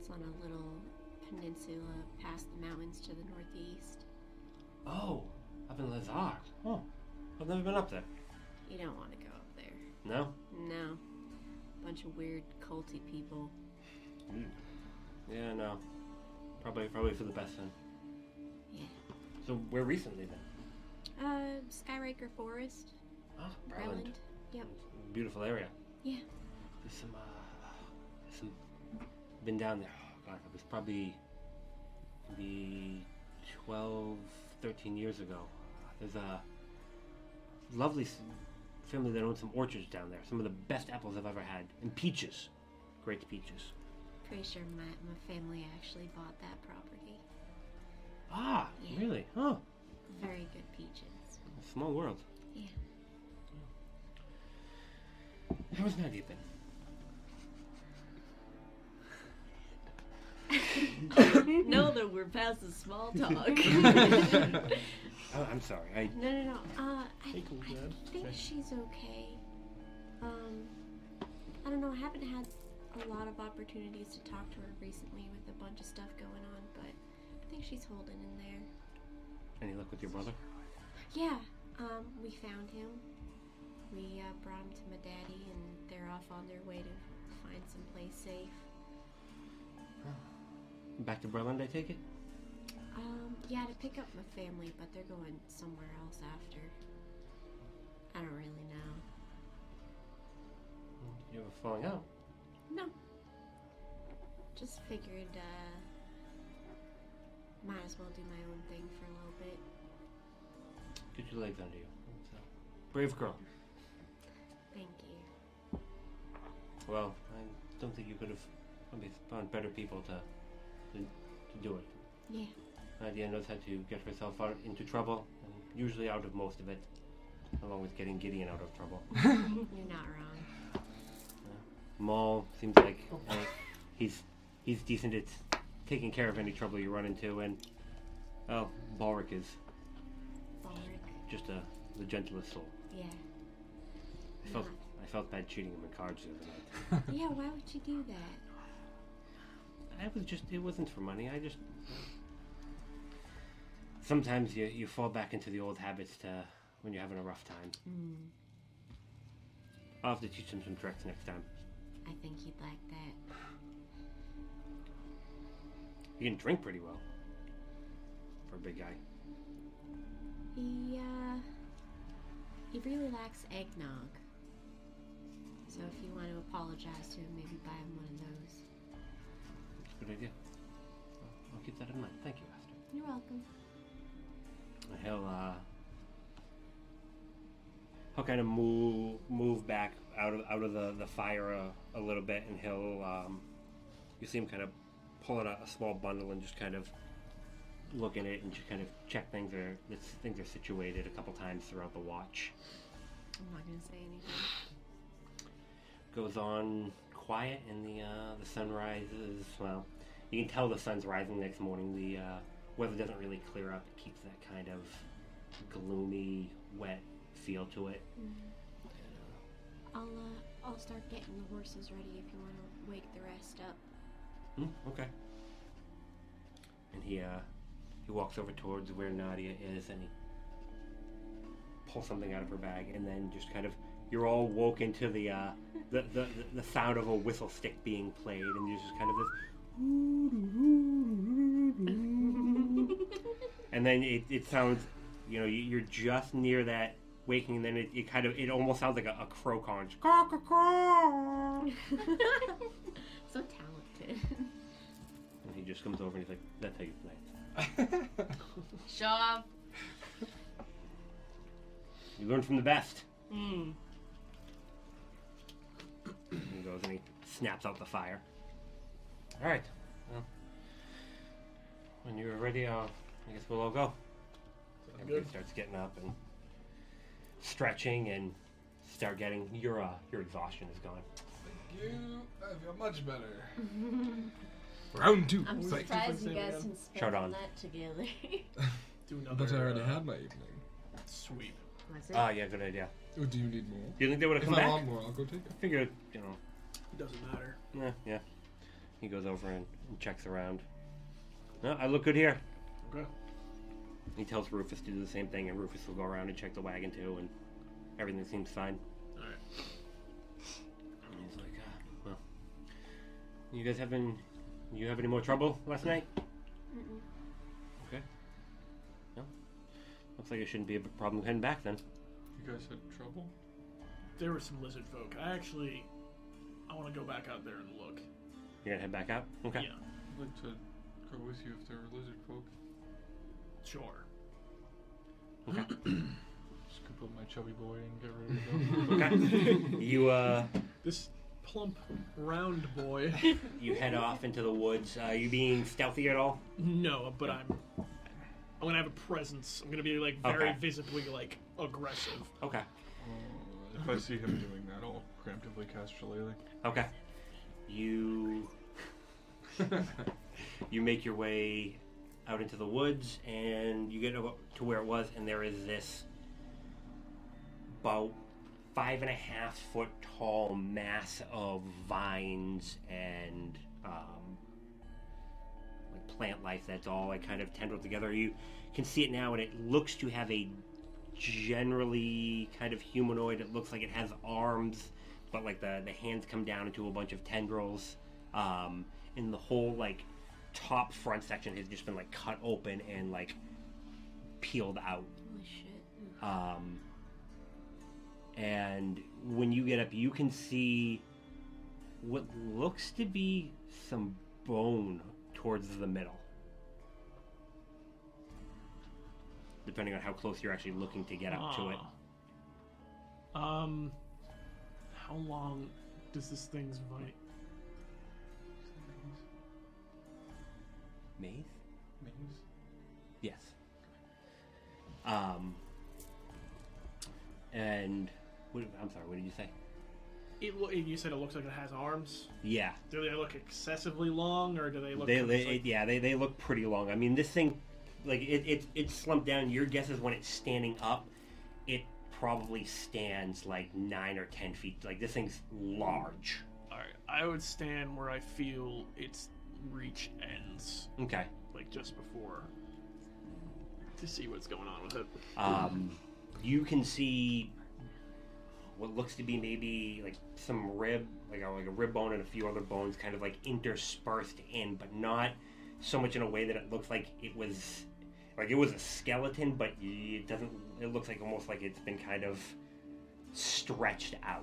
[SPEAKER 4] It's on a little peninsula past the mountains to the northeast.
[SPEAKER 5] oh, up in Lazar. Oh, I've never been up there.
[SPEAKER 4] You don't want to go up there.
[SPEAKER 5] No?
[SPEAKER 4] No. Bunch of weird culty people.
[SPEAKER 5] Yeah, no. Probably, probably for the best then.
[SPEAKER 4] Yeah.
[SPEAKER 5] So where recently then?
[SPEAKER 4] Uh, Skyraker Forest.
[SPEAKER 5] Oh, Breland.
[SPEAKER 4] Yep.
[SPEAKER 5] Beautiful area.
[SPEAKER 4] Yeah.
[SPEAKER 5] There's some, uh, there's some. Been down there. Oh God, it was probably, maybe 12, 13 years ago. There's a lovely s- family that owns some orchards down there. Some of the best apples I've ever had, and peaches. Great peaches.
[SPEAKER 4] Pretty sure my, my family actually bought that property.
[SPEAKER 5] Ah,
[SPEAKER 4] Yeah.
[SPEAKER 5] really? Huh.
[SPEAKER 4] Very good peaches.
[SPEAKER 5] Small world.
[SPEAKER 4] Yeah.
[SPEAKER 5] How was Nadia then?
[SPEAKER 21] no, that we're past the small talk.
[SPEAKER 5] Oh, I'm sorry. I
[SPEAKER 4] No, no, no. Uh, I,
[SPEAKER 5] Hey, cool dad.
[SPEAKER 4] I think
[SPEAKER 5] Okay.
[SPEAKER 4] she's okay. Um, I don't know. I haven't had a lot of opportunities to talk to her recently with a bunch of stuff going on, but I think she's holding in there.
[SPEAKER 5] any luck with your brother?
[SPEAKER 4] Yeah, um, we found him. We uh, brought him to my daddy, and they're off on their way to find someplace safe.
[SPEAKER 5] Back to Berlin, I take it?
[SPEAKER 4] Um, yeah, to pick up my family, but they're going somewhere else after. I don't really know.
[SPEAKER 5] Mm, You have a falling out.
[SPEAKER 4] No. Just figured, uh, might as well do my own thing for a little bit.
[SPEAKER 5] Get your legs under you. So, brave girl.
[SPEAKER 4] Thank you.
[SPEAKER 5] Well, I don't think you could have probably found better people to, to, to do it.
[SPEAKER 4] Yeah.
[SPEAKER 5] Nadia knows how to get herself out into trouble, and usually out of most of it, along with getting Gideon out of trouble.
[SPEAKER 4] You're not wrong.
[SPEAKER 5] Maul seems like uh, he's he's decent at taking care of any trouble you run into, and well, Balric is
[SPEAKER 4] Ulrich.
[SPEAKER 5] just a the gentlest soul.
[SPEAKER 4] Yeah.
[SPEAKER 5] I felt I felt bad cheating him in cards the other night.
[SPEAKER 4] yeah, why would you do that?
[SPEAKER 5] I was just, it wasn't for money. I just. Sometimes you, you fall back into the old habits to when you're having a rough time.
[SPEAKER 4] Mm,
[SPEAKER 5] I'll have to teach him some tricks next time.
[SPEAKER 4] I think you'd like that.
[SPEAKER 5] He can drink pretty well. For a big guy.
[SPEAKER 4] He, uh, he really likes eggnog. So if you want to apologize to him, maybe buy him one of those.
[SPEAKER 5] It's a good idea. I'll keep that in mind. Thank you, Esther.
[SPEAKER 4] You're welcome.
[SPEAKER 5] He'll, uh. He'll kind of move move back out of out of the, the fire a, a little bit, and he'll um, you see him kind of pulling out a small bundle and just kind of looking at it and just kind of check things are that things are situated a couple times throughout the watch.
[SPEAKER 21] I'm not gonna say anything.
[SPEAKER 5] Goes on quiet, and the uh, the sun rises. Well, you can tell the sun's rising next morning. The uh, weather doesn't really clear up; it keeps that kind of gloomy, wet feel to it.
[SPEAKER 4] I'll uh, I'll start getting the horses ready if you want to wake the rest up.
[SPEAKER 5] Hmm, okay. And he uh, he walks over towards where Nadia is, and he pulls something out of her bag, and then just kind of you're all woke into the uh, the, the the sound of a whistle stick being played, and there's just kind of this, and then it, it sounds, you know, you, you're just near that waking, and then it, it kind of it almost sounds like a, a crow conch.
[SPEAKER 4] so talented.
[SPEAKER 5] And he just comes over and he's like, "That's how you play." it."
[SPEAKER 22] Show off.
[SPEAKER 5] You learn from the best.
[SPEAKER 22] Mm.
[SPEAKER 5] And he goes and he snaps out the fire. All right. Well, when you're ready, uh, I guess we'll all go. Everybody
[SPEAKER 7] good.
[SPEAKER 5] starts getting up and stretching and start getting your uh, your exhaustion is gone.
[SPEAKER 6] You, I feel much better.
[SPEAKER 5] Round two.
[SPEAKER 8] I'm
[SPEAKER 6] Psych.
[SPEAKER 8] surprised you
[SPEAKER 6] Different
[SPEAKER 8] guys
[SPEAKER 6] scenario.
[SPEAKER 8] can
[SPEAKER 5] Shut
[SPEAKER 8] spend
[SPEAKER 5] on.
[SPEAKER 8] all that together.
[SPEAKER 7] Do
[SPEAKER 6] but I already
[SPEAKER 7] uh,
[SPEAKER 6] had my evening.
[SPEAKER 7] Sweep.
[SPEAKER 8] Was
[SPEAKER 5] Ah, yeah, good idea.
[SPEAKER 6] Oh, do you need more?
[SPEAKER 5] Do you think they would have
[SPEAKER 6] If
[SPEAKER 5] come
[SPEAKER 6] I
[SPEAKER 5] back?
[SPEAKER 6] want more, I'll go take
[SPEAKER 5] I figure, you know,
[SPEAKER 7] Doesn't matter.
[SPEAKER 5] Yeah, yeah. He goes over and, and checks around. No, I look good here.
[SPEAKER 7] Okay.
[SPEAKER 5] He tells Rufus to do the same thing, and Rufus will go around and check the wagon too, and everything seems fine.
[SPEAKER 7] All right.
[SPEAKER 5] And he's like, ah, well, you guys having, you have any more trouble last night?
[SPEAKER 4] Mm-mm.
[SPEAKER 5] Okay. No. Looks like it shouldn't be a big problem heading back then.
[SPEAKER 2] You guys had trouble?
[SPEAKER 7] There were some lizard folk. I actually, I want to go back out there and look.
[SPEAKER 5] You're gonna head back out. Okay.
[SPEAKER 7] Yeah.
[SPEAKER 2] I'd like to go with you if there were lizard folk.
[SPEAKER 7] Sure.
[SPEAKER 2] Scoop up my chubby boy and get rid of him.
[SPEAKER 5] Okay. you uh.
[SPEAKER 7] This plump, round boy.
[SPEAKER 5] You head off into the woods. Uh, you being stealthy at all?
[SPEAKER 7] No, but I'm. I'm gonna have a presence. I'm gonna be like very
[SPEAKER 5] Okay.
[SPEAKER 7] visibly like aggressive.
[SPEAKER 5] Okay.
[SPEAKER 2] Uh, If I see him doing that, I'll preemptively cast Shillelagh.
[SPEAKER 5] Okay. You you make your way out into the woods and you get up to where it was and there is this about five and a half foot tall mass of vines and um, like plant life that's all like kind of tendrilled together you can see it now and it looks to have a generally kind of humanoid it looks like it has arms but like the, the hands come down into a bunch of tendrils um, and the whole like top front section has just been like cut open and like peeled out
[SPEAKER 23] Holy shit.
[SPEAKER 5] um, and when you get up, you can see what looks to be some bone towards the middle. Depending on how close you're actually looking to get up to it.
[SPEAKER 7] Um, how long does this thing's bite?
[SPEAKER 5] Maze? Yes. Um, and what, I'm sorry, what did you say?
[SPEAKER 7] It, lo- you said it looks like it has arms.
[SPEAKER 5] Yeah.
[SPEAKER 7] Do they look excessively long, or do they look?
[SPEAKER 5] They,
[SPEAKER 7] just
[SPEAKER 5] they
[SPEAKER 7] like-
[SPEAKER 5] yeah, they, they look pretty long. I mean, this thing, like it, it it slumped down. Your guess is when it's standing up, it probably stands like nine or ten feet. Like this thing's large.
[SPEAKER 14] All right, I would stand where I feel its reach ends.
[SPEAKER 5] Okay.
[SPEAKER 14] Like just before. To see what's going on with it.
[SPEAKER 5] Um, you can see what looks to be maybe like some rib, like a, like a rib bone and a few other bones, kind of like interspersed in, but not so much in a way that it looks like it was like it was a skeleton, but y- it doesn't. It looks like almost like it's been kind of stretched out.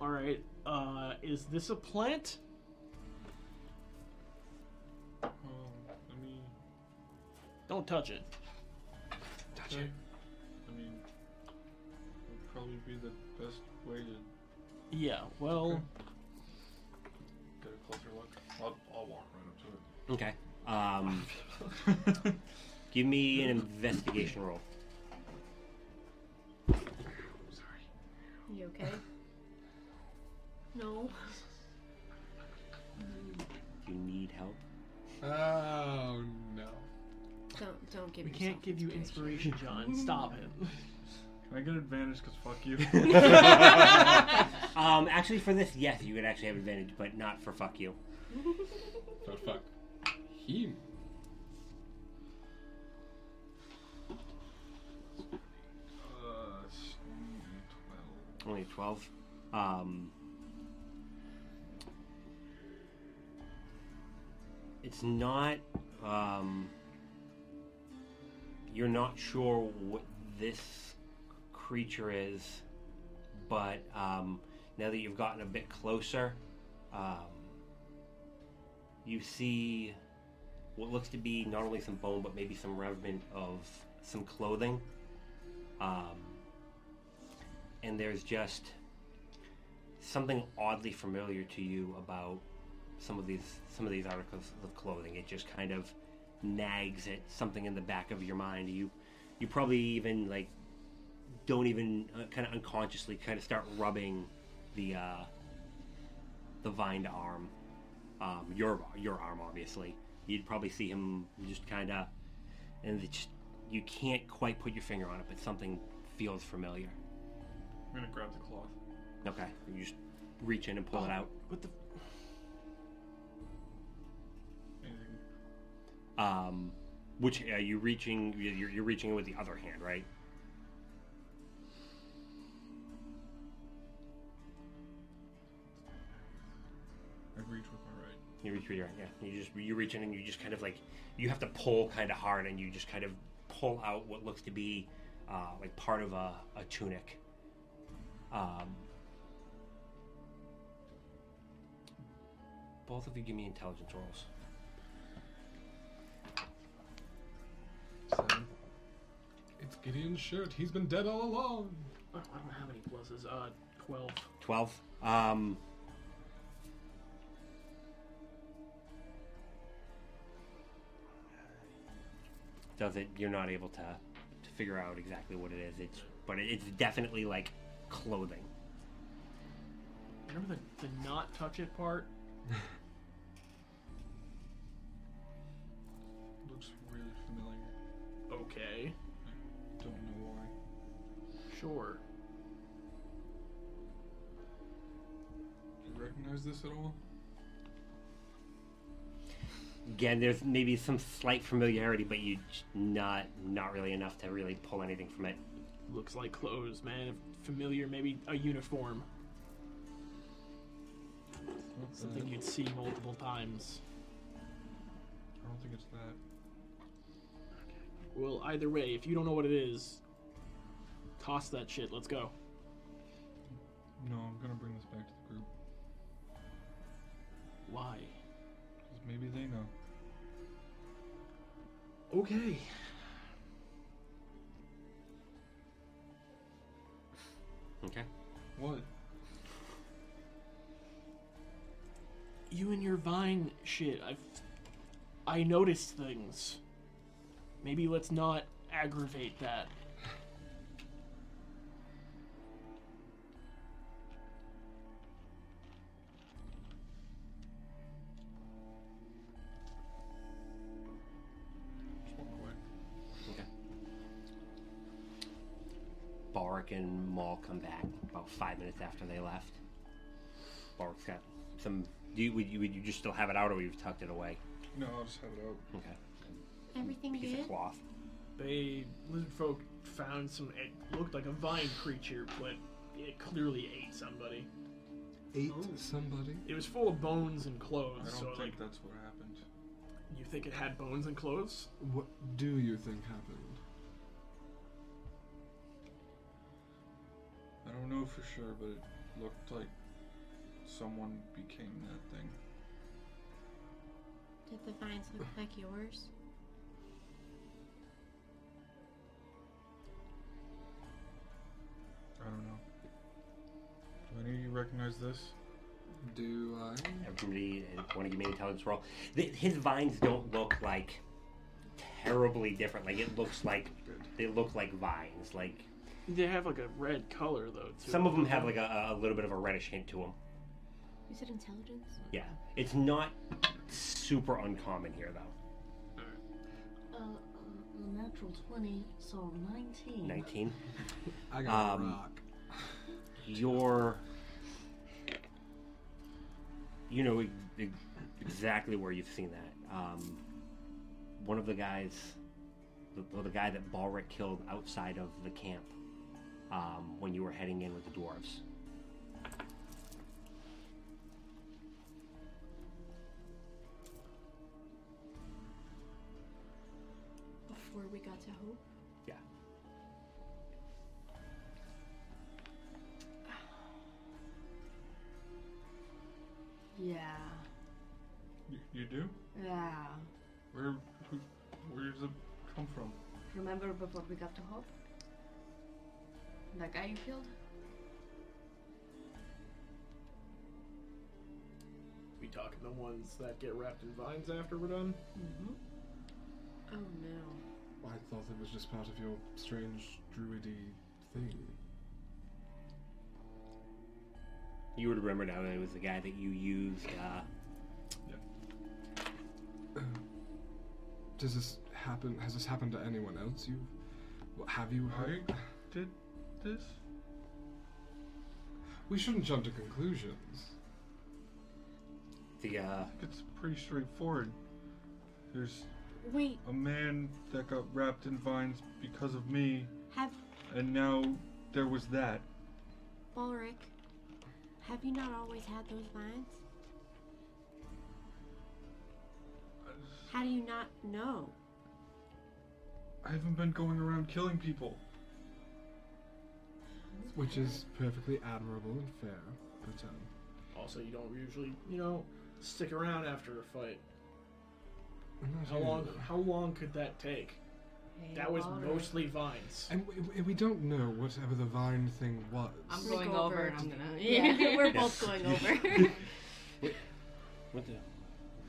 [SPEAKER 7] All right. Uh, is this a plant?
[SPEAKER 2] Um, I mean,
[SPEAKER 7] Don't touch it.
[SPEAKER 2] Touch it. I mean, would probably be the best way to
[SPEAKER 7] Yeah. Well,
[SPEAKER 2] get a closer look. I'll, I'll walk right up to it.
[SPEAKER 5] Okay. Um, give me an investigation roll.
[SPEAKER 9] You okay?
[SPEAKER 4] No.
[SPEAKER 5] You need help.
[SPEAKER 6] Oh no.
[SPEAKER 23] Don't don't give
[SPEAKER 7] we
[SPEAKER 23] me.
[SPEAKER 7] can't give you inspiration, John. Stop it.
[SPEAKER 2] Can I get advantage? Cause fuck you.
[SPEAKER 5] um, actually, for this, yes, you would actually have advantage, but not for fuck you.
[SPEAKER 6] Oh fuck. He.
[SPEAKER 2] Uh, s- twelve.
[SPEAKER 5] Only 12. Um, it's not. Um, you're not sure what this creature is, but um, now that you've gotten a bit closer, um, you see what looks to be not only some bone, but maybe some remnant of some clothing. Um, and there's just something oddly familiar to you about some of these some of these articles of clothing. It just kind of nags at something in the back of your mind. You you probably even like don't even uh, kind of unconsciously kind of start rubbing the uh, the vined arm, um, your your arm obviously. You'd probably see him just kind of, and it's just, you can't quite put your finger on it, but something feels familiar.
[SPEAKER 2] I'm gonna grab the cloth.
[SPEAKER 5] Okay. You just reach in and pull it out.
[SPEAKER 7] What the?
[SPEAKER 2] Anything?
[SPEAKER 5] Um, which are you reaching? You're, you're reaching with the other hand, right?
[SPEAKER 2] I reach with my right.
[SPEAKER 5] You reach with your yeah. You just you reach in and you just kind of like you have to pull kind of hard and you just kind of pull out what looks to be uh, like part of a, a tunic. Um, both of you give me intelligence rolls.
[SPEAKER 6] It's Gideon's shirt. He's been dead all along.
[SPEAKER 7] Oh, I don't have any pluses. Uh, twelve.
[SPEAKER 5] 12. Um, doesn't you're not able to to figure out exactly what it is. It's but it's definitely like clothing.
[SPEAKER 7] Remember the, the not touch it part?
[SPEAKER 2] Looks really familiar.
[SPEAKER 7] Okay.
[SPEAKER 2] Don't know why.
[SPEAKER 7] Sure.
[SPEAKER 2] Do you recognize this at all?
[SPEAKER 5] Again, there's maybe some slight familiarity, but you j- not not really enough to really pull anything from it.
[SPEAKER 7] Looks like clothes, man. Familiar, maybe a uniform.
[SPEAKER 2] Not
[SPEAKER 7] Something
[SPEAKER 2] that.
[SPEAKER 7] you'd see multiple times.
[SPEAKER 2] I don't think it's that.
[SPEAKER 7] Well, either way, if you don't know what it is, toss that shit. Let's go.
[SPEAKER 2] No, I'm gonna bring this back to the group.
[SPEAKER 7] Why?
[SPEAKER 2] 'cause maybe they know.
[SPEAKER 7] Okay.
[SPEAKER 5] Okay.
[SPEAKER 2] What?
[SPEAKER 7] You and your vine shit. I've. I noticed things. Maybe let's not aggravate that.
[SPEAKER 2] Just walk away.
[SPEAKER 5] Okay. Bark and Maul come back about five minutes after they left. Bark's got some. Do you, would, you, would you just still have it out, or you've tucked it away?
[SPEAKER 2] No, I'll just have it out.
[SPEAKER 5] Okay.
[SPEAKER 4] Everything
[SPEAKER 5] Piece
[SPEAKER 4] good?
[SPEAKER 5] of cloth.
[SPEAKER 7] They lizard folk found some. It looked like a vine creature, but it clearly ate somebody.
[SPEAKER 6] Ate
[SPEAKER 2] Oh,
[SPEAKER 6] somebody?
[SPEAKER 7] It was full of bones and clothes.
[SPEAKER 2] I don't
[SPEAKER 7] so
[SPEAKER 2] think
[SPEAKER 7] like,
[SPEAKER 2] that's what happened.
[SPEAKER 7] you think it had bones and clothes?
[SPEAKER 6] What do you think happened?
[SPEAKER 2] I don't know for sure, but it looked like someone became that thing.
[SPEAKER 4] Did the vines look like yours?
[SPEAKER 2] I don't know. Do any of you recognize this?
[SPEAKER 6] Do I?
[SPEAKER 5] Everybody want to give me an intelligence roll. Th his vines don't look like terribly different. Like it looks like they look like vines. Like
[SPEAKER 7] They have like a red color though. Too.
[SPEAKER 5] some of them have like a, a little bit of a reddish hint to them.
[SPEAKER 4] You said intelligence?
[SPEAKER 5] Yeah, it's not super uncommon here though.
[SPEAKER 24] Uh, uh, natural 20, so 19.
[SPEAKER 5] Nineteen.
[SPEAKER 6] I got
[SPEAKER 5] Um,
[SPEAKER 6] a rock.
[SPEAKER 5] You're, you know, e- e- exactly where you've seen that. Um, one of the guys, the, well, the guy that Balric killed outside of the camp um, when you were heading in with the dwarves.
[SPEAKER 4] Before we got to Hope?
[SPEAKER 5] Yeah.
[SPEAKER 24] Yeah.
[SPEAKER 2] You, you do?
[SPEAKER 24] Yeah.
[SPEAKER 2] Where, who, where does it come from?
[SPEAKER 8] Remember before we got to Hope? That guy you killed?
[SPEAKER 25] We talking the ones that get wrapped in vines after we're done?
[SPEAKER 26] Oh no.
[SPEAKER 6] I thought it was just part of your strange druidy thing.
[SPEAKER 5] You would remember now that it was the guy that you used. Uh,
[SPEAKER 6] Does this happen? Has this happened to anyone else? You, what, have you heard?
[SPEAKER 2] I did this?
[SPEAKER 6] We shouldn't jump to conclusions.
[SPEAKER 5] the uh,
[SPEAKER 2] It's pretty straightforward. There's
[SPEAKER 4] Wait,
[SPEAKER 2] a man that got wrapped in vines because of me,
[SPEAKER 4] have
[SPEAKER 2] and now there was that.
[SPEAKER 4] Ulrich, have you not always had those vines? How do you not know?
[SPEAKER 2] I haven't been going around killing people.
[SPEAKER 6] Which is perfectly admirable and fair, but um,
[SPEAKER 25] Also, you don't usually, you know, stick around after a fight.
[SPEAKER 6] I'm not
[SPEAKER 25] How
[SPEAKER 6] here.
[SPEAKER 25] long? How long could that take?
[SPEAKER 7] That was
[SPEAKER 27] Alright.
[SPEAKER 7] mostly vines.
[SPEAKER 6] And we- we, we don't know whatever the vine thing was.
[SPEAKER 27] I'm
[SPEAKER 8] We're going over and I'm gonna-
[SPEAKER 28] Yeah, we're both going over.
[SPEAKER 5] What, what the?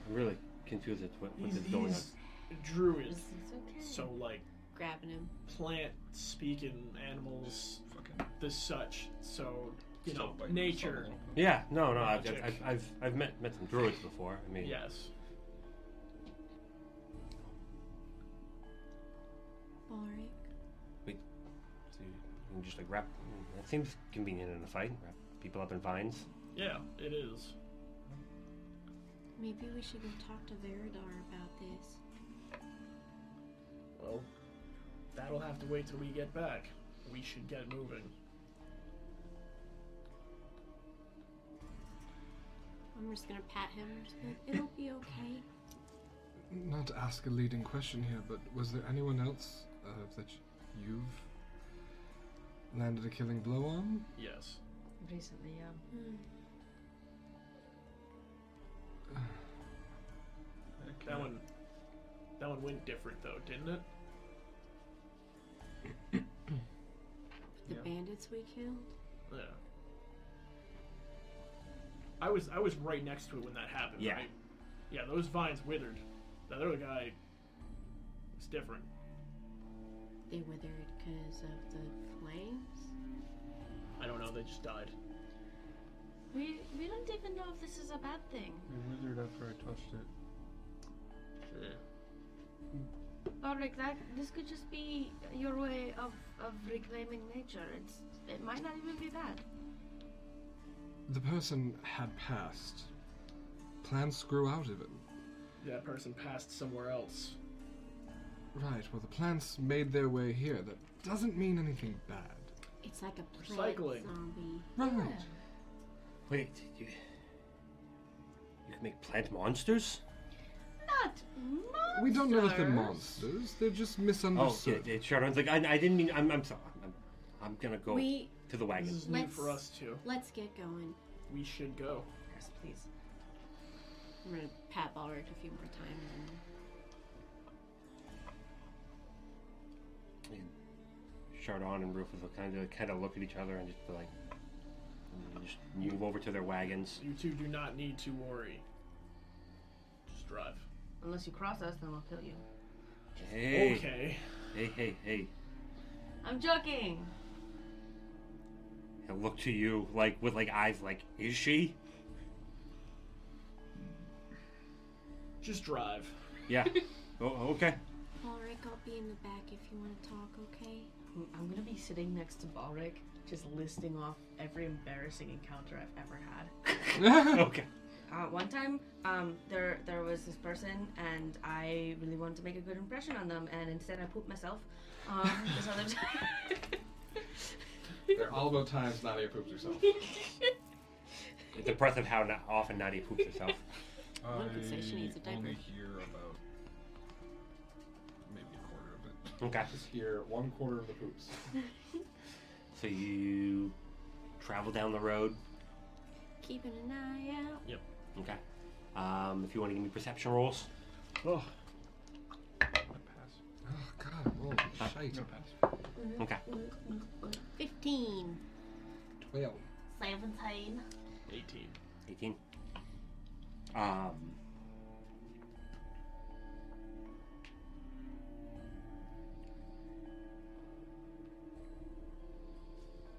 [SPEAKER 5] I'm really confused at what, what
[SPEAKER 7] He's,
[SPEAKER 5] is going on.
[SPEAKER 7] he's druid,
[SPEAKER 28] okay.
[SPEAKER 7] so like
[SPEAKER 28] Grabbing him.
[SPEAKER 7] plant speaking animals, the such. So you
[SPEAKER 2] Stop
[SPEAKER 7] know,
[SPEAKER 2] biting
[SPEAKER 7] nature.
[SPEAKER 2] yourself a
[SPEAKER 5] Yeah, no, no, I've,
[SPEAKER 7] Magic.
[SPEAKER 5] I've, I've, I've met, met some druids before. I mean,
[SPEAKER 7] Yes.
[SPEAKER 4] Ulrich.
[SPEAKER 5] so you can just like wrap. That seems convenient in a fight. Wrap people up in vines.
[SPEAKER 7] Yeah, it is.
[SPEAKER 4] Maybe we should go talk to Veridar about this.
[SPEAKER 7] Well, that'll have to wait till we get back. We should get moving.
[SPEAKER 4] I'm just gonna pat him. and just be like, It'll be okay.
[SPEAKER 6] Not to ask a leading question here, but was there anyone else uh, that you've landed a killing blow on?
[SPEAKER 7] Yes.
[SPEAKER 8] Recently, yeah.
[SPEAKER 7] That one, that one went different though, didn't it?
[SPEAKER 4] The
[SPEAKER 7] Yeah.
[SPEAKER 4] bandits we killed.
[SPEAKER 7] Yeah. I was I was right next to it when that happened.
[SPEAKER 29] Yeah.
[SPEAKER 7] Right? Yeah, those vines withered. That other guy was different.
[SPEAKER 4] They withered because of the flames.
[SPEAKER 7] I don't know. They just died.
[SPEAKER 30] We we don't even know if this is a bad thing.
[SPEAKER 2] It withered after I touched it.
[SPEAKER 30] Or like that, this could just be your way of, of reclaiming nature. It's it might not even be that.
[SPEAKER 6] The person had passed. Plants grew out of it.
[SPEAKER 7] That person passed somewhere else.
[SPEAKER 6] Right, well, the plants made their way here. That doesn't mean anything bad.
[SPEAKER 4] It's like a plant
[SPEAKER 7] Recycling.
[SPEAKER 4] zombie.
[SPEAKER 6] Right.
[SPEAKER 5] Wait, you, you can make plant monsters?
[SPEAKER 30] Not monsters.
[SPEAKER 6] We don't know if they're monsters, they're just
[SPEAKER 5] Oh, yeah,
[SPEAKER 6] misunderstood.
[SPEAKER 5] yeah, Sharon's like, I, I didn't mean. I'm, I'm sorry. I'm, I'm gonna go
[SPEAKER 4] We-
[SPEAKER 5] to the wagon.
[SPEAKER 7] This is new
[SPEAKER 4] Let's-
[SPEAKER 7] for us too.
[SPEAKER 4] Let's get going.
[SPEAKER 7] We should go.
[SPEAKER 8] Yes, please.
[SPEAKER 4] I'm gonna pat Ulrich a few more times. And
[SPEAKER 5] And Chardon and Rufus will kind of kind of look at each other and just be like, and just move over to their wagons.
[SPEAKER 7] You two do not need to worry. Just drive.
[SPEAKER 8] Unless you cross us, then we'll kill you.
[SPEAKER 5] Hey,
[SPEAKER 7] Okay.
[SPEAKER 5] hey, hey, hey!
[SPEAKER 8] I'm joking.
[SPEAKER 5] He'll look to you like with like eyes like, is she?
[SPEAKER 7] Just drive.
[SPEAKER 5] Yeah. oh, okay.
[SPEAKER 4] Ulrich, I'll be in the back if you want to talk. Okay.
[SPEAKER 8] I'm- I'm gonna be sitting next to Balric, just listing off every embarrassing encounter I've ever had.
[SPEAKER 5] Okay.
[SPEAKER 31] Uh, one time, um, there there was this person, and I really wanted to make a good impression on them, and instead I pooped myself. Um, this other time.
[SPEAKER 6] They're all about times Nadia poops herself.
[SPEAKER 5] It's impressive how not, often Nadia poops herself.
[SPEAKER 4] One could say she needs a
[SPEAKER 2] I only
[SPEAKER 4] diaper.
[SPEAKER 2] hear about maybe a quarter of it.
[SPEAKER 5] Okay.
[SPEAKER 6] Just hear one quarter of the poops.
[SPEAKER 5] So you travel down the road.
[SPEAKER 4] Keeping an eye out.
[SPEAKER 5] Okay. Um, if you want to give me perception rolls.
[SPEAKER 7] Oh,
[SPEAKER 6] Oh, God, roll shite.
[SPEAKER 5] Okay.
[SPEAKER 32] Fifteen.
[SPEAKER 6] 12.
[SPEAKER 30] Seventeen.
[SPEAKER 7] 18.
[SPEAKER 5] 18. Um,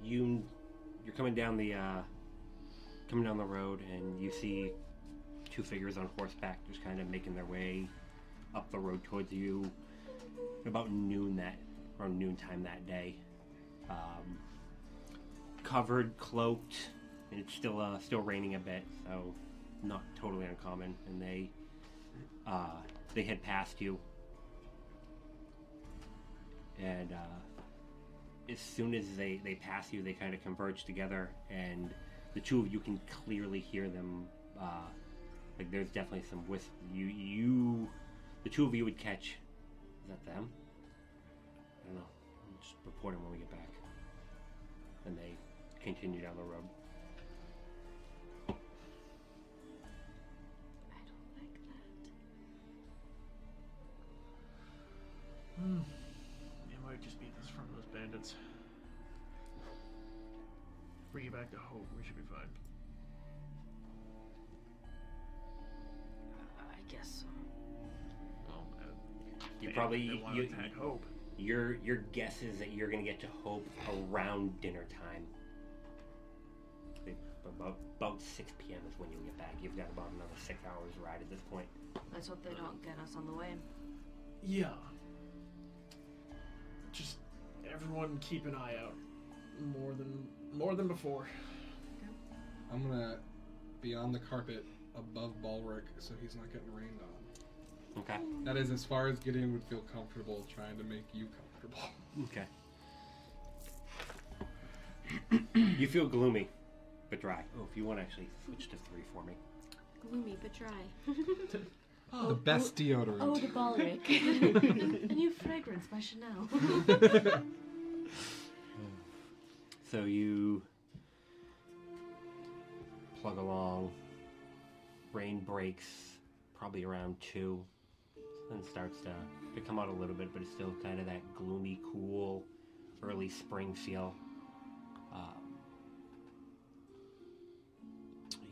[SPEAKER 5] you you're coming down the uh, coming down the road and you see two figures on horseback just kind of making their way up the road towards you about noon that around noontime that day um, covered cloaked and it's still uh, still raining a bit so not totally uncommon and they uh, they head past you and uh, as soon as they, they pass you, they kind of converge together, and the two of you can clearly hear them. Uh, like there's definitely some wisp. You you, the two of you would catch. Is that them? I don't know. I'll just report them when we get back. And they continue down the road.
[SPEAKER 30] I don't like that.
[SPEAKER 14] back to Hope. We should be fine.
[SPEAKER 9] I guess so.
[SPEAKER 14] Well, uh,
[SPEAKER 5] You
[SPEAKER 14] they-
[SPEAKER 5] probably
[SPEAKER 14] they wanna
[SPEAKER 5] you,
[SPEAKER 14] attack Hope.
[SPEAKER 5] Your your guess is that you're gonna get to Hope around dinner time. Like, About about six p.m. is when you'll get back. You've got about another six hours ride at this point.
[SPEAKER 9] Let's hope they don't get us on the way.
[SPEAKER 7] Yeah. Just everyone keep an eye out. More than more than before.
[SPEAKER 6] I'm gonna be on the carpet above Balric so he's not getting rained on.
[SPEAKER 5] Okay.
[SPEAKER 6] That is as far as Gideon would feel comfortable trying to make you comfortable.
[SPEAKER 5] Okay. you feel gloomy, but dry. Oh, if you want to actually switch to three for me.
[SPEAKER 1] Gloomy but dry.
[SPEAKER 6] the best deodorant.
[SPEAKER 17] Oh, the Balric. a new fragrance by Chanel.
[SPEAKER 5] So you plug along. Rain breaks probably around two, and starts to, to come out a little bit, but it's still kind of that gloomy, cool, early spring feel. Um,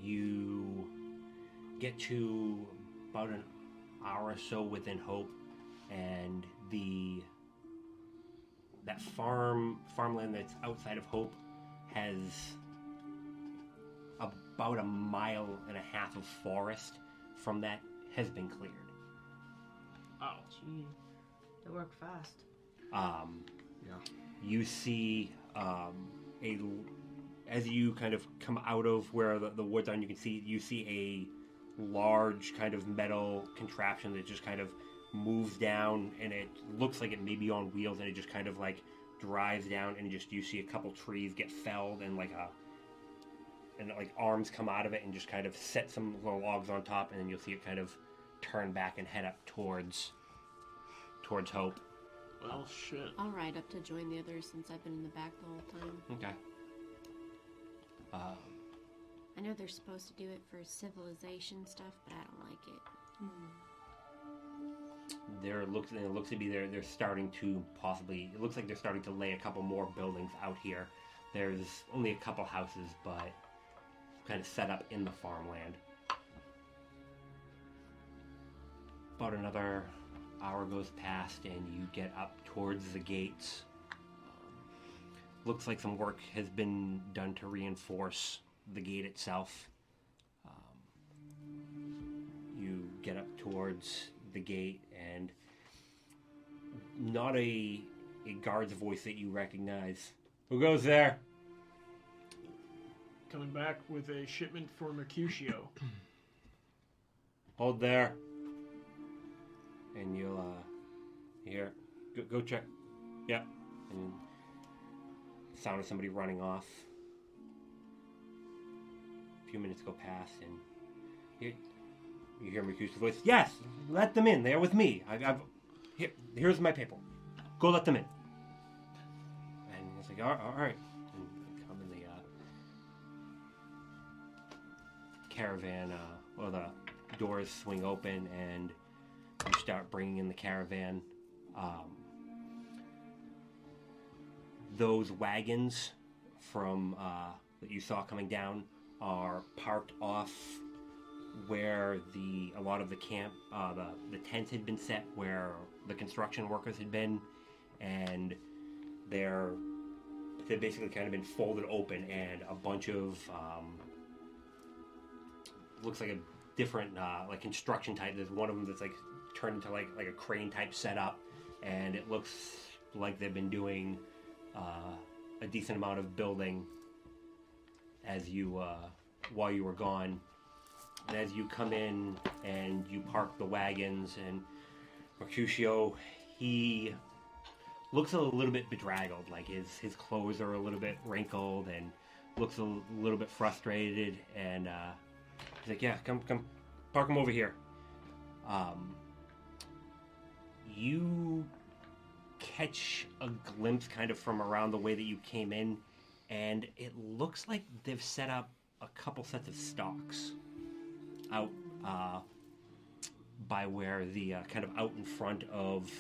[SPEAKER 5] you get to about an hour or so within Hope, and the that farm farmland that's outside of Hope has about a mile and a half of forest from that has been cleared.
[SPEAKER 14] Oh.
[SPEAKER 9] Gee. They work fast.
[SPEAKER 5] Um,
[SPEAKER 6] yeah.
[SPEAKER 5] You see um, a l- as you kind of come out of where the, the woods are, and you can see you see a large kind of metal contraption that just kind of moves down, and it looks like it may be on wheels, and it just kind of like drives down, and just you see a couple trees get felled, and like a and like arms come out of it and just kind of set some little logs on top, and then you'll see it kind of turn back and head up towards towards Hope.
[SPEAKER 14] Well, shit.
[SPEAKER 1] I'll ride up to join the others since I've been in the back the whole time.
[SPEAKER 5] Okay. Um,
[SPEAKER 1] I know they're supposed to do it for civilization stuff, but I don't like it.
[SPEAKER 5] there looks and it looks to be they're they're starting to possibly it looks like they're starting to lay a couple more buildings out here. There's only a couple houses, but kind of set up in the farmland. About another hour goes past, and you get up towards the gates. Um, Looks like some work has been done to reinforce the gate itself. you get up towards the gate and not a, a guard's voice that you recognize. Who goes there?
[SPEAKER 14] Coming back with a shipment for Mercutio.
[SPEAKER 5] Hold there. And you'll uh, hear, go, go check. Yep. And sound of somebody running off. A few minutes go past and you, you hear Mercutio's voice. Yes, let them in. They're with me. I, I've, here, here's my paper. Go let them in. And it's like, all, all right. And they come in the uh, caravan, uh, well, the doors swing open and you start bringing in the caravan. Um, those wagons from uh, that you saw coming down are parked off where the a lot of the camp uh, the, the tents had been set where the construction workers had been and they're they have basically kind of been folded open and a bunch of um, looks like a different uh, like construction type there's one of them that's like turned into like like a crane type setup and it looks like they've been doing uh, a decent amount of building as you uh, while you were gone. And as you come in and you park the wagons, and Mercutio, he looks a little bit bedraggled. Like his his clothes are a little bit wrinkled and looks a l- little bit frustrated. And uh, he's like, "Yeah, come come, park him over here." Um, you catch a glimpse kind of from around the way that you came in, and it looks like they've set up a couple sets of stocks out uh, by where the uh, kind of out in front of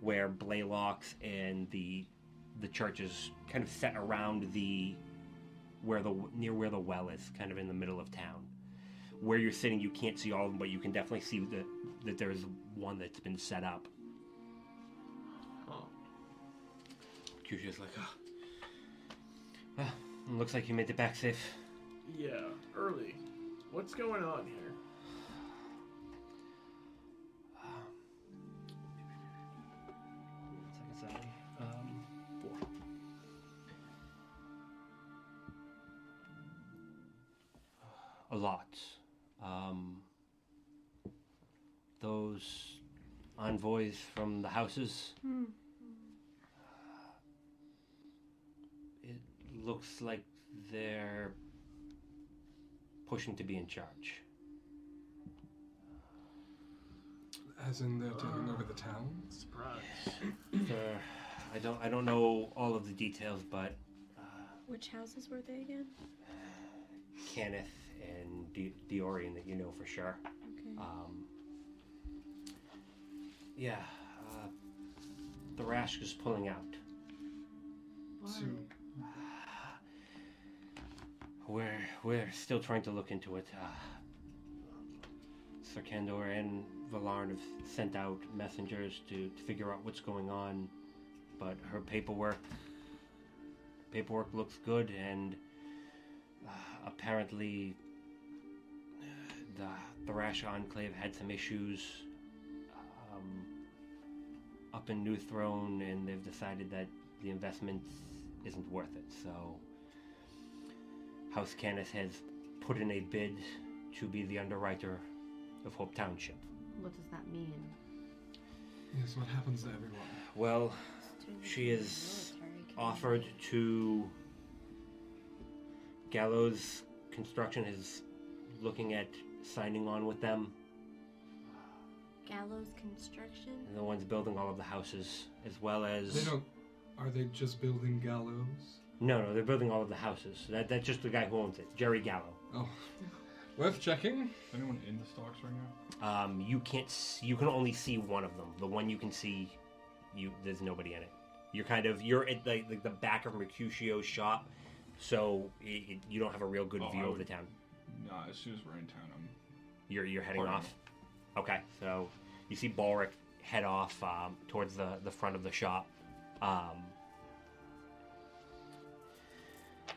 [SPEAKER 5] where Blaylock's and the the church is kind of set around the where the near where the well is, kind of in the middle of town. Where you're sitting, you can't see all of them, but you can definitely see that that there's one that's been set up. Kyushu's like, ah, well, looks like you made it back safe.
[SPEAKER 7] Yeah, early. What's going on here?
[SPEAKER 11] It's like it's I, um, four.
[SPEAKER 5] a lot. Um, those envoys from the houses. Uh, It looks like they're pushing to be in charge.
[SPEAKER 6] As in they're
[SPEAKER 17] Ah.
[SPEAKER 6] taking over the town?
[SPEAKER 7] Surprise.
[SPEAKER 23] Mm-hmm.
[SPEAKER 5] They're- I don't. I don't know all of the details, but uh,
[SPEAKER 23] Which houses were they again?
[SPEAKER 5] Kenneth and D- Diorian that you know for sure.
[SPEAKER 23] Okay.
[SPEAKER 5] Um, yeah, uh, the rash is pulling out. We're we're still trying to look into it. Uh, Sir Candor and Valarn have sent out messengers to, to figure out what's going on, but her paperwork paperwork looks good, and uh, apparently the the Rash Enclave had some issues um, up in New Throne, and they've decided that the investment isn't worth it. So House Canis has put in a bid to be the underwriter of Hope Township.
[SPEAKER 8] What does that mean?
[SPEAKER 6] Yes, what happens to everyone?
[SPEAKER 5] Well, she is offered to. Gallows Construction is looking at signing on with them.
[SPEAKER 23] Gallows Construction?
[SPEAKER 5] And the ones building all of the houses, as well as.
[SPEAKER 6] They don't. Are they just building gallows?
[SPEAKER 5] No, no, they're building all of the houses. That, that's just the guy who owns it, Jerry Gallo.
[SPEAKER 6] Oh. Worth checking.
[SPEAKER 2] Is anyone in the stocks right now?
[SPEAKER 5] Um, you can't. s you can only see one of them. The one you can see, you there's nobody in it. You're kind of you're at the like the back of Mercutio's shop, so it, it- you don't have a real good
[SPEAKER 2] Oh,
[SPEAKER 5] view
[SPEAKER 2] I
[SPEAKER 5] of
[SPEAKER 2] would-
[SPEAKER 5] the town.
[SPEAKER 2] Nah, as soon as we're in town, I'm.
[SPEAKER 5] You're you're heading
[SPEAKER 2] Pardon
[SPEAKER 5] off. Okay, so you see Balric head off um, towards the the front of the shop. Um,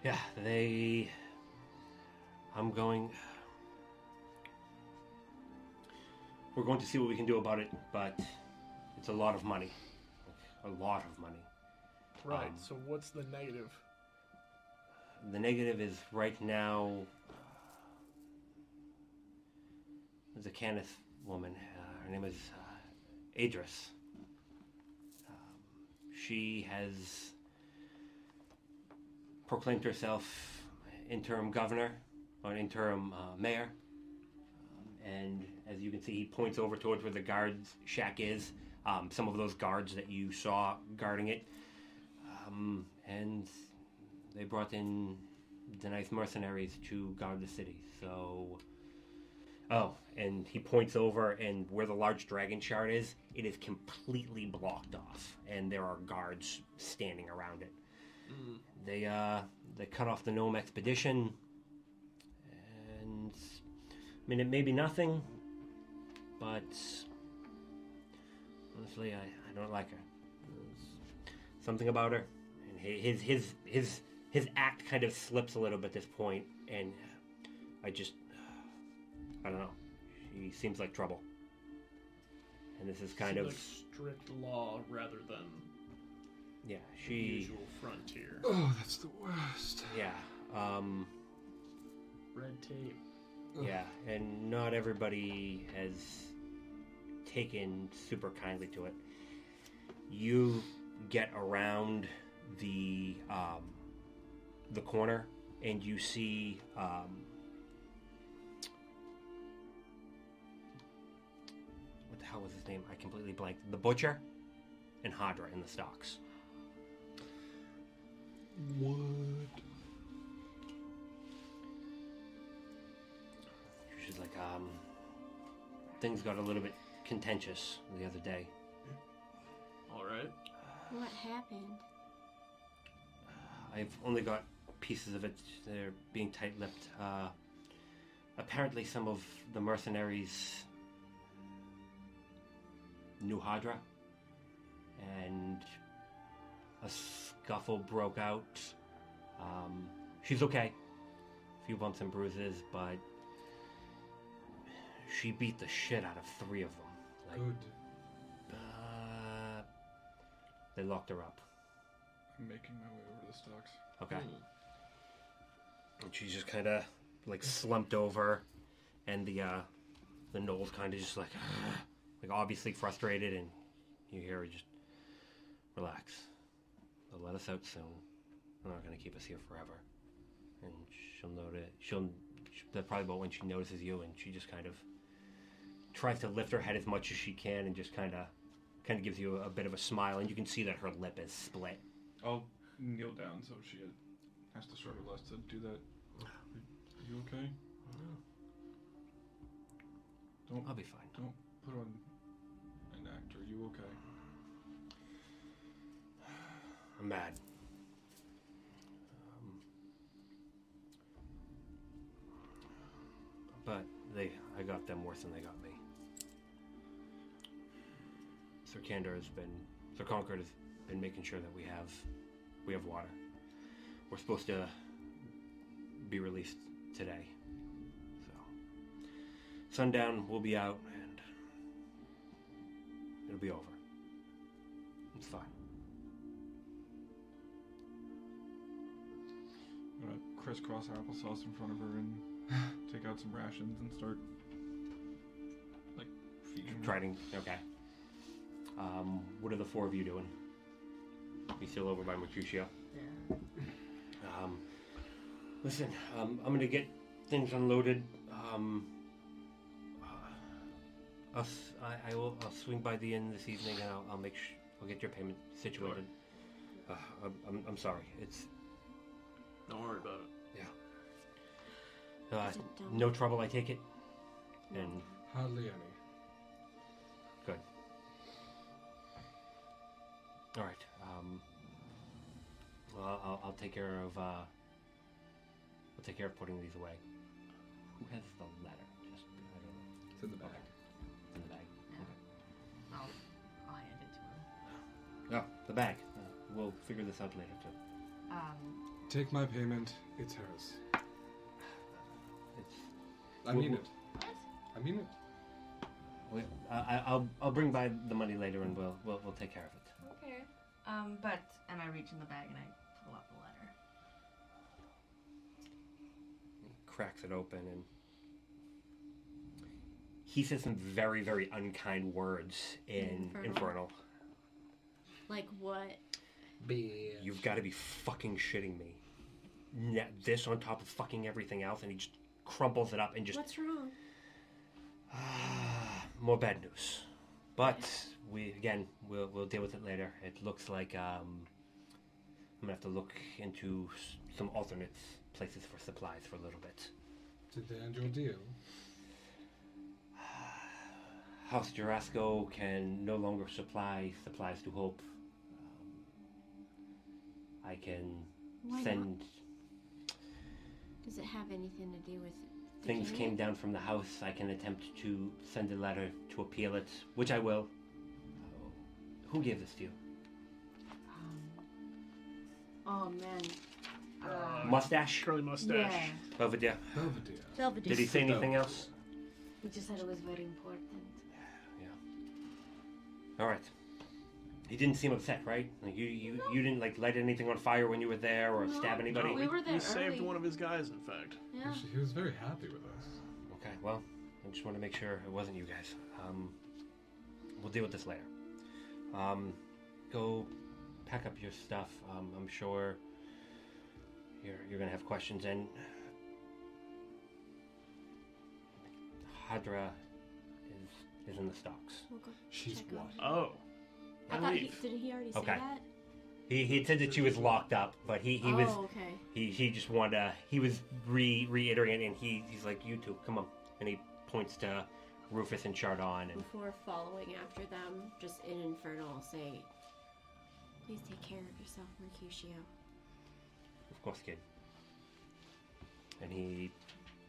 [SPEAKER 5] yeah, they. I'm going. We're going to see what we can do about it, but it's a lot of money. A lot of money.
[SPEAKER 7] Right,
[SPEAKER 5] Um,
[SPEAKER 7] so what's the negative?
[SPEAKER 5] the negative is right now the Caneth woman. Uh, her name is uh, Adris. Um, she has proclaimed herself interim governor or interim uh, mayor. Um, and as you can see, he points over towards where the guards shack is. Um, some of those guards that you saw guarding it. Um, and they brought in the nice mercenaries to guard the city. So, oh, and he points over, and where the large dragon shard is, it is completely blocked off, and there are guards standing around it. They uh, they cut off the gnome expedition, and I mean it may be nothing, but honestly, I, I don't like her. There's something about her, and hi- his his his his act kind of slips a little bit at this point, and I just I don't know. He seems like trouble, and this is kind
[SPEAKER 7] Seems
[SPEAKER 5] of
[SPEAKER 7] like strict law rather than
[SPEAKER 5] yeah.
[SPEAKER 7] the
[SPEAKER 5] She
[SPEAKER 7] usual frontier.
[SPEAKER 6] Oh, that's the worst.
[SPEAKER 5] yeah. Um,
[SPEAKER 7] Red tape.
[SPEAKER 5] Yeah, and not everybody has taken super kindly to it. You get around the um, the corner, and you see um, what the hell was his name? I completely blanked. The butcher and Hadra in the stocks.
[SPEAKER 6] What?
[SPEAKER 5] She's like, um, things got a little bit contentious the other day.
[SPEAKER 7] All right.
[SPEAKER 23] What happened?
[SPEAKER 5] I've only got pieces of it. They're being tight-lipped. Uh, apparently, some of the mercenaries knew Hadra, and a scuffle broke out. Um, she's okay. A few bumps and bruises, but she beat the shit out of three of them. Like, Uh, they locked her up.
[SPEAKER 2] I'm making my way over to the stocks.
[SPEAKER 5] Okay. And she's just kind of like slumped over, and the uh, the Knoll's kind of just like, like obviously frustrated, and you hear her just relax. They'll let us out soon. They're not gonna keep us here forever. And she'll notice. She'll. That's probably about when she notices you, and she just kind of tries to lift her head as much as she can, and just kind of, kind of gives you a, bit of a smile, and you can see that her lip is split.
[SPEAKER 2] I'll kneel down so she has to struggle less to do that. Are you okay? Don't.
[SPEAKER 5] I'll be fine.
[SPEAKER 2] Don't put on an act. Are you okay?
[SPEAKER 5] I'm mad. Um, but they, I got them worse than they got me. Sir Candor has been, Sir Concord has been making sure that we have, we have water. We're supposed to be released today, so sundown we'll be out and it'll be over. It's fine.
[SPEAKER 2] I'm gonna crisscross applesauce in front of her and take out some rations and start like feeding her.
[SPEAKER 5] Triding. Okay. Um, what are the four of you doing? You still over by Mercutio?
[SPEAKER 3] Yeah.
[SPEAKER 5] Um, listen, um, I'm gonna get things unloaded. Um, uh, I'll, s- I, I will. I'll swing by the inn this evening, and I'll, I'll make. Sh- I'll get your payment situated. Uh, I'm, I'm, I'm sorry. It's
[SPEAKER 14] Don't worry about it.
[SPEAKER 5] uh,
[SPEAKER 14] Is it done?
[SPEAKER 5] no trouble. I take it. And
[SPEAKER 6] Hardly any.
[SPEAKER 5] Good. All right. Um, well, I'll- I'll, I'll take care of. Uh, I'll take care of putting these away. Who has the letter? Just I don't know.
[SPEAKER 6] It's in the bag.
[SPEAKER 5] It's in the bag.
[SPEAKER 3] I'll, I'll hand it to
[SPEAKER 5] Oh, the bag. Uh, we'll figure this out later too.
[SPEAKER 3] him. Um,
[SPEAKER 6] Take my payment. It's hers.
[SPEAKER 5] It's.
[SPEAKER 6] I
[SPEAKER 5] we'll-
[SPEAKER 6] mean
[SPEAKER 5] we'll-
[SPEAKER 6] it. I mean it.
[SPEAKER 5] We, I, I- I'll I'll bring by the money later, and we'll we'll, we'll take care of it.
[SPEAKER 9] Okay.
[SPEAKER 3] um, but and I reach in the bag and I pull out the letter.
[SPEAKER 5] cracks it open and he says some very very unkind words in
[SPEAKER 4] Infernal.
[SPEAKER 5] infernal,
[SPEAKER 4] Like what?
[SPEAKER 5] you've got to be fucking shitting me yeah, this on top of fucking everything else and he just crumples it up and just
[SPEAKER 1] What's wrong?
[SPEAKER 5] more bad news but we again we'll, we'll deal with it later it looks like um, i'm gonna have to look into s- some alternate places for supplies for a little bit
[SPEAKER 6] Did they end your deal?
[SPEAKER 5] House Jurasco can no longer supply supplies to Hope. Um, I can
[SPEAKER 23] Why not?
[SPEAKER 5] send
[SPEAKER 23] Does it have anything to do with the
[SPEAKER 4] Mm-hmm.
[SPEAKER 5] things
[SPEAKER 23] game?
[SPEAKER 5] came down from the house. I can attempt to send a letter to appeal it, which I will. Oh. Who gave this to you?
[SPEAKER 8] Um,
[SPEAKER 3] Oh man. Uh,
[SPEAKER 5] mustache?
[SPEAKER 14] Curly
[SPEAKER 3] mustache. Yeah.
[SPEAKER 5] Belvedere.
[SPEAKER 6] Belvedere.
[SPEAKER 3] Belvedere.
[SPEAKER 5] Did he say anything
[SPEAKER 3] Belvedere.
[SPEAKER 5] else?
[SPEAKER 17] He just said it was very important.
[SPEAKER 5] All right. He didn't seem upset, right? Like you, you, you didn't like light anything on fire when you were there or stab anybody.
[SPEAKER 14] No, we, we saved one of his guys, in fact.
[SPEAKER 17] Yeah.
[SPEAKER 6] Actually, he was very happy with us.
[SPEAKER 5] Okay, well, I just want to make sure it wasn't you guys. Um, we'll deal with this later. Um, go pack up your stuff. Um, I'm sure you're, you're going to have questions. And Hadra is, is in the stocks.
[SPEAKER 23] We'll go
[SPEAKER 6] She's
[SPEAKER 23] check on
[SPEAKER 6] what?
[SPEAKER 23] it.
[SPEAKER 14] Oh.
[SPEAKER 23] I thought he, did he already say
[SPEAKER 5] Okay.
[SPEAKER 23] that?
[SPEAKER 5] He, he said that she was locked up, but he, he was
[SPEAKER 23] Oh, okay.
[SPEAKER 5] he, he just wanted to he was re reiterating and he, he's like you two come on and he points to Rufus and Chardon and
[SPEAKER 1] Before following after them, just in Infernal, say,
[SPEAKER 23] Please take care of yourself, Mercutio.
[SPEAKER 5] Of course, kid. and he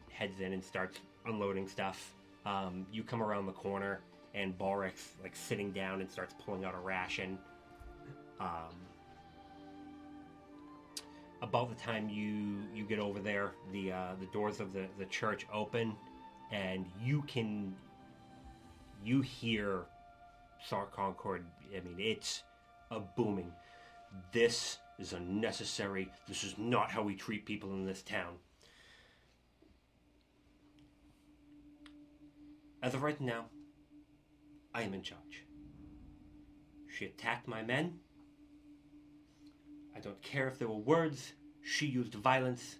[SPEAKER 5] heads in and starts unloading stuff. Um, you come around the corner, and Borik's like sitting down and starts pulling out a ration. Um, about the time you you get over there, the uh, the doors of the the church open, and you can you hear Sar Concord. I mean, it's a booming. This is unnecessary. This is not how we treat people in this town. As of right now, I am in charge. She attacked my men. I don't care if there were words. She used violence.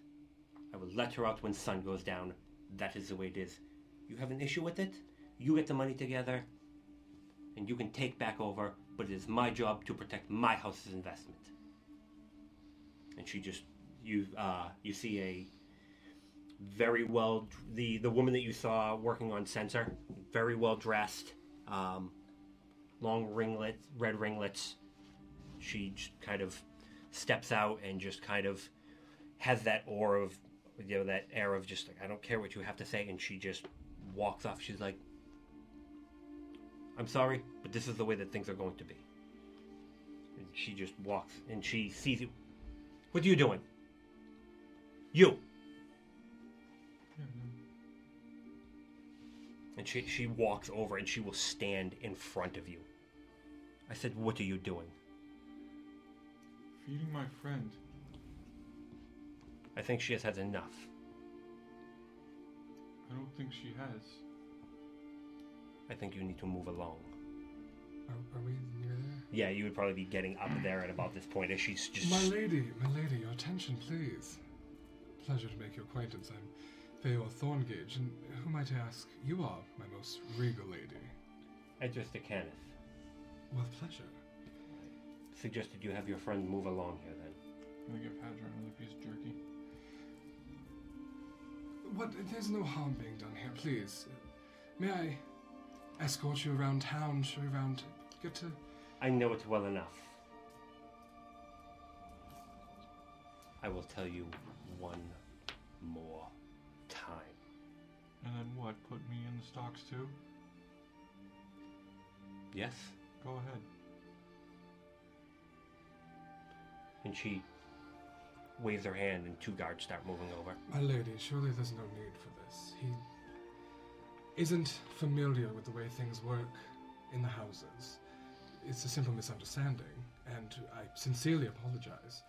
[SPEAKER 5] I will let her out when sun goes down. That is the way it is. You have an issue with it? You get the money together, and you can take back over, but it is my job to protect my house's investment. And she just you uh, you see a very well the the woman that you saw working on sensor, very well dressed, um, long ringlets, red ringlets. She just kind of steps out and just kind of has that aura of you know that air of just like I don't care what you have to say, and she just walks off. She's like, "I'm sorry, but this is the way that things are going to be." And she just walks, and she sees you. What are you doing? You. And she, she walks over and she will stand in front of you. I said, What are you doing?
[SPEAKER 2] Feeding my friend.
[SPEAKER 5] I think she has had enough.
[SPEAKER 2] I don't think she has.
[SPEAKER 5] I think you need to move along.
[SPEAKER 6] Are, are we near there?
[SPEAKER 5] Yeah, you would probably be getting up there at about this point as she's just.
[SPEAKER 6] My lady, my lady, your attention, please. Pleasure to make your acquaintance. I'm Feor Thorngage, and who might I ask you are, my most regal lady?
[SPEAKER 5] I just a Kenneth.
[SPEAKER 6] With pleasure.
[SPEAKER 5] Suggested you have your friend move along here then.
[SPEAKER 2] Can I give Hadra another piece of jerky?
[SPEAKER 6] What? There's no harm being done here, please. May I escort you around town, show you around, get to...
[SPEAKER 5] I know it well enough. I will tell you one more time.
[SPEAKER 2] And then what? Put me in the stocks too?
[SPEAKER 5] Yes?
[SPEAKER 2] Go ahead.
[SPEAKER 5] And she waves her hand, and two guards start moving over.
[SPEAKER 6] My lady, surely there's no need for this. He isn't familiar with the way things work in the houses. It's a simple misunderstanding, and I sincerely apologize.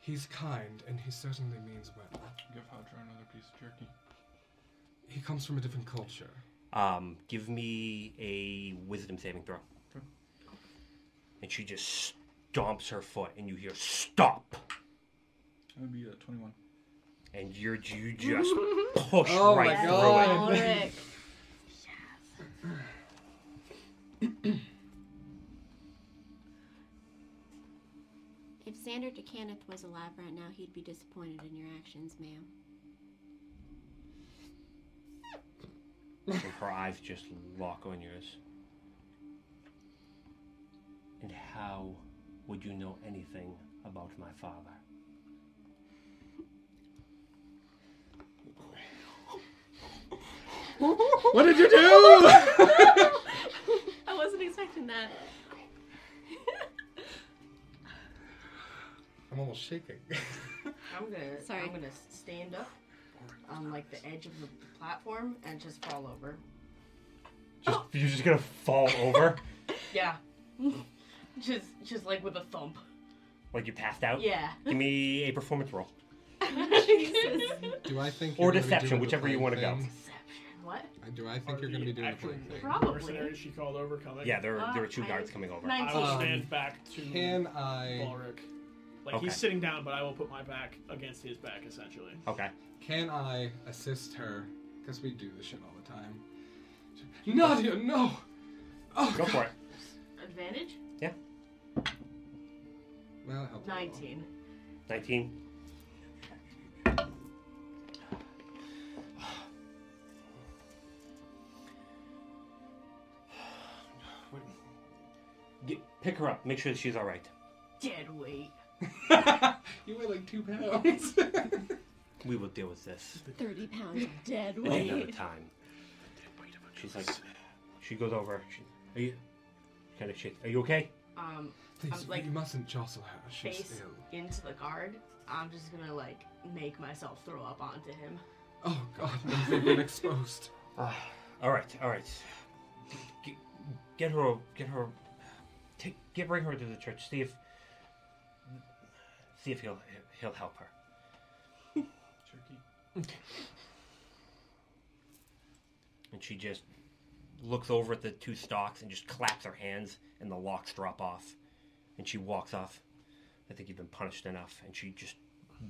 [SPEAKER 6] He's kind, and he certainly means well.
[SPEAKER 2] Give Hadra another piece of jerky.
[SPEAKER 6] He comes from a different culture.
[SPEAKER 5] Um, give me a wisdom saving throw. And she just stomps her foot, and you hear stop,
[SPEAKER 2] I'm gonna be at 21.
[SPEAKER 5] and you're you just push
[SPEAKER 2] Oh my
[SPEAKER 5] right through
[SPEAKER 2] God.
[SPEAKER 5] it.
[SPEAKER 2] Ulrich.
[SPEAKER 1] If Xander DeCaneth was alive right now, he'd be disappointed in your actions, ma'am.
[SPEAKER 5] and her eyes just lock on yours. And how would you know anything about my father?
[SPEAKER 7] What did you do?
[SPEAKER 4] I wasn't expecting that.
[SPEAKER 18] I'm almost shaking.
[SPEAKER 3] I'm gonna.
[SPEAKER 4] Sorry.
[SPEAKER 3] I'm gonna stand up on like the edge of the platform and just fall over.
[SPEAKER 5] Just, You're just gonna fall over
[SPEAKER 3] Yeah. just, just like with a thump.
[SPEAKER 5] like you passed out.
[SPEAKER 3] Yeah.
[SPEAKER 5] Give me a performance roll
[SPEAKER 18] Do I think you're gonna
[SPEAKER 5] or
[SPEAKER 18] be
[SPEAKER 5] deception,
[SPEAKER 18] doing the
[SPEAKER 5] whichever you
[SPEAKER 18] plain
[SPEAKER 5] want to go.
[SPEAKER 18] thing?
[SPEAKER 3] What?
[SPEAKER 18] And Do I think you're going to be doing the
[SPEAKER 14] Actually,
[SPEAKER 18] plain thing?
[SPEAKER 14] the mercenaries she called over coming.
[SPEAKER 5] Yeah, there there were two
[SPEAKER 14] Uh,
[SPEAKER 5] guards coming over.
[SPEAKER 14] I will
[SPEAKER 18] Um,
[SPEAKER 14] stand back to
[SPEAKER 18] Can I
[SPEAKER 14] Balric. Like
[SPEAKER 5] Okay. Oh.
[SPEAKER 14] he's sitting down, but I will put my back against his back essentially.
[SPEAKER 5] Okay.
[SPEAKER 18] can I assist her? Because we do this shit all the time. Nadia, no. Oh,
[SPEAKER 5] Go for it.
[SPEAKER 3] Advantage?
[SPEAKER 18] Well, help. me.
[SPEAKER 3] 19.
[SPEAKER 5] 19. What- Get- Pick her up. Make sure that she's all right.
[SPEAKER 3] Dead weight.
[SPEAKER 18] you weigh like two pounds.
[SPEAKER 5] We will deal with this.
[SPEAKER 17] 30 pounds of dead
[SPEAKER 5] at another
[SPEAKER 17] weight.
[SPEAKER 5] time. She's like, she goes over. She, are you kind of shit? Are you okay?
[SPEAKER 3] Um,
[SPEAKER 6] Please,
[SPEAKER 3] I'm like
[SPEAKER 6] you mustn't jostle her. She's
[SPEAKER 3] face
[SPEAKER 6] ill.
[SPEAKER 3] into the guard. I'm just gonna like make myself throw up onto him.
[SPEAKER 6] Oh God, they've been exposed.
[SPEAKER 5] all right, all right. Get, get her, get her, take, get bring her to the church. See if, see if he'll he'll help her.
[SPEAKER 14] Jerky.
[SPEAKER 5] And she just looks over at the two stocks and just claps her hands, and the locks drop off. And she walks off. I think you've been punished enough. And she just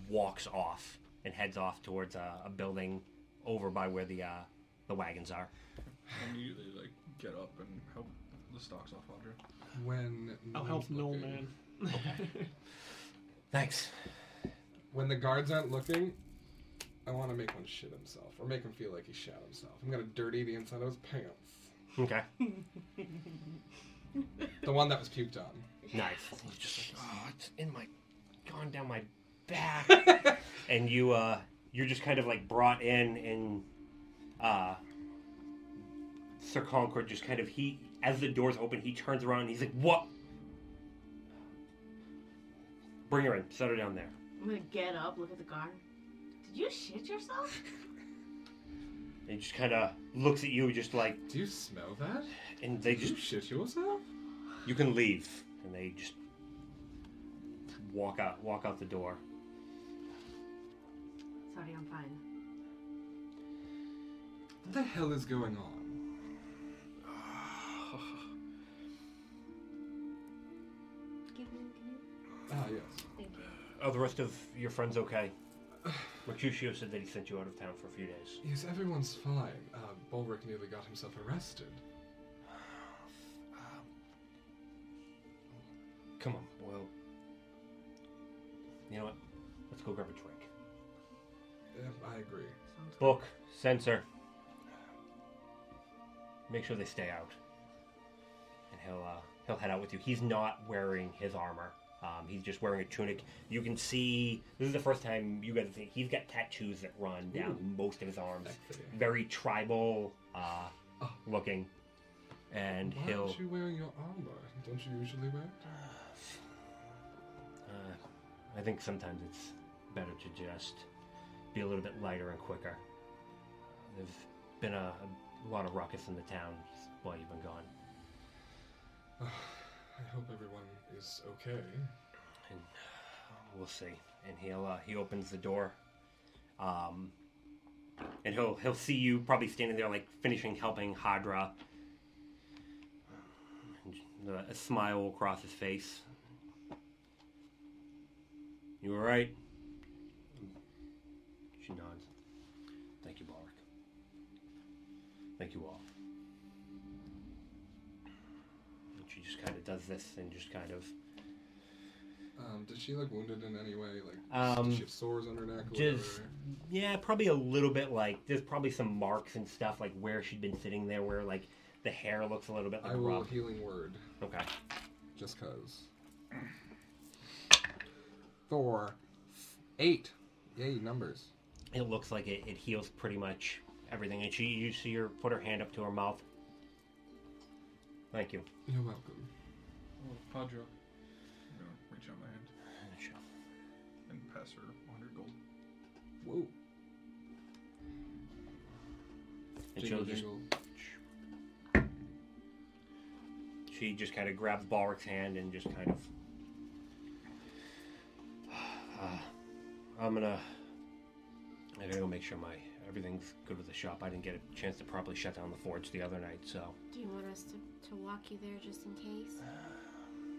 [SPEAKER 5] walks off and heads off towards uh, a, a building over by where the uh, the wagons are.
[SPEAKER 2] Immediately, like, get up and help the stocks off Audra.
[SPEAKER 6] When
[SPEAKER 14] I'll
[SPEAKER 6] no
[SPEAKER 14] help
[SPEAKER 6] one's
[SPEAKER 14] no
[SPEAKER 6] looking-
[SPEAKER 14] man.
[SPEAKER 5] Thanks.
[SPEAKER 6] When the guards aren't looking, I want to make one shit himself or make him feel like he shot himself. I'm gonna dirty the inside of his pants.
[SPEAKER 5] Okay.
[SPEAKER 6] The one that was puked on.
[SPEAKER 5] Nice. He's just like, oh, it's in my, gone down my back. and you, uh, you're just kind of like brought in, and uh, Sir Concord just kind of he, as the doors open, he turns around and he's like, what? Bring her in. Set her down there.
[SPEAKER 3] I'm gonna get up, look at the guard. Did you shit yourself?
[SPEAKER 5] And he just kind of looks at you, just like,
[SPEAKER 6] do you smell that?
[SPEAKER 5] And they just
[SPEAKER 6] you shit yourself.
[SPEAKER 5] You can leave, and they just walk out, walk out the door.
[SPEAKER 3] Sorry, I'm fine.
[SPEAKER 6] What the hell is going on? Ah, yes.
[SPEAKER 5] Are Oh, the rest of your friends okay? Mercutio said that he sent you out of town for a few days.
[SPEAKER 6] Yes, everyone's fine. Uh, Bulric nearly got himself arrested.
[SPEAKER 5] Come on, well, you know what? Let's go grab a drink.
[SPEAKER 6] Yep, Uh, I agree.
[SPEAKER 5] Book, censor. Make sure they stay out, and he'll uh, he'll head out with you. He's not wearing his armor. Um, he's just wearing a tunic. You can see this is the first time you guys have seen. He's got tattoos that run down
[SPEAKER 11] Ooh.
[SPEAKER 5] most of his arms,
[SPEAKER 11] Sexy.
[SPEAKER 5] very tribal uh, looking, and
[SPEAKER 6] Why
[SPEAKER 5] he'll.
[SPEAKER 6] aren't you wearing your armor? Don't you usually wear it?
[SPEAKER 5] Uh, I think sometimes it's better to just be a little bit lighter and quicker. There's been a, a lot of ruckus in the town while you've been gone.
[SPEAKER 6] I hope everyone is okay.
[SPEAKER 5] and we'll see. And he'll uh, he opens the door, um, and he'll he'll see you probably standing there like finishing helping Hadra. And a- a smile will cross his face. You all right? She nods. Thank you, Balric. Thank you all. And she just kind of does this and just kind of
[SPEAKER 6] Um, did she look wounded in any way? Like,
[SPEAKER 5] Um,
[SPEAKER 6] did she have sores on her neck? Or
[SPEAKER 5] just
[SPEAKER 6] whatever?
[SPEAKER 5] yeah probably a little bit like there's probably some marks and stuff like where she'd been sitting there where like the hair looks a little bit like
[SPEAKER 6] I will
[SPEAKER 5] rough
[SPEAKER 6] healing word.
[SPEAKER 5] okay
[SPEAKER 6] Just cause. Thor, eight. Yay, numbers.
[SPEAKER 5] it looks like it, it heals pretty much everything and she you see her put her hand up to her mouth thank you
[SPEAKER 6] You're welcome.
[SPEAKER 2] Oh, Padra. I'm gonna reach out my hand and pass her 100 gold.
[SPEAKER 6] Whoa.
[SPEAKER 5] and
[SPEAKER 6] Jingle,
[SPEAKER 5] she'll just
[SPEAKER 6] jingle.
[SPEAKER 5] she just kind of grabs Balric's hand and just kind of. Uh, I'm gonna. I gotta go make sure my everything's good with the shop. I didn't get a chance to properly shut down the forge the other night, so
[SPEAKER 23] Do you want us to, to walk you there just in case?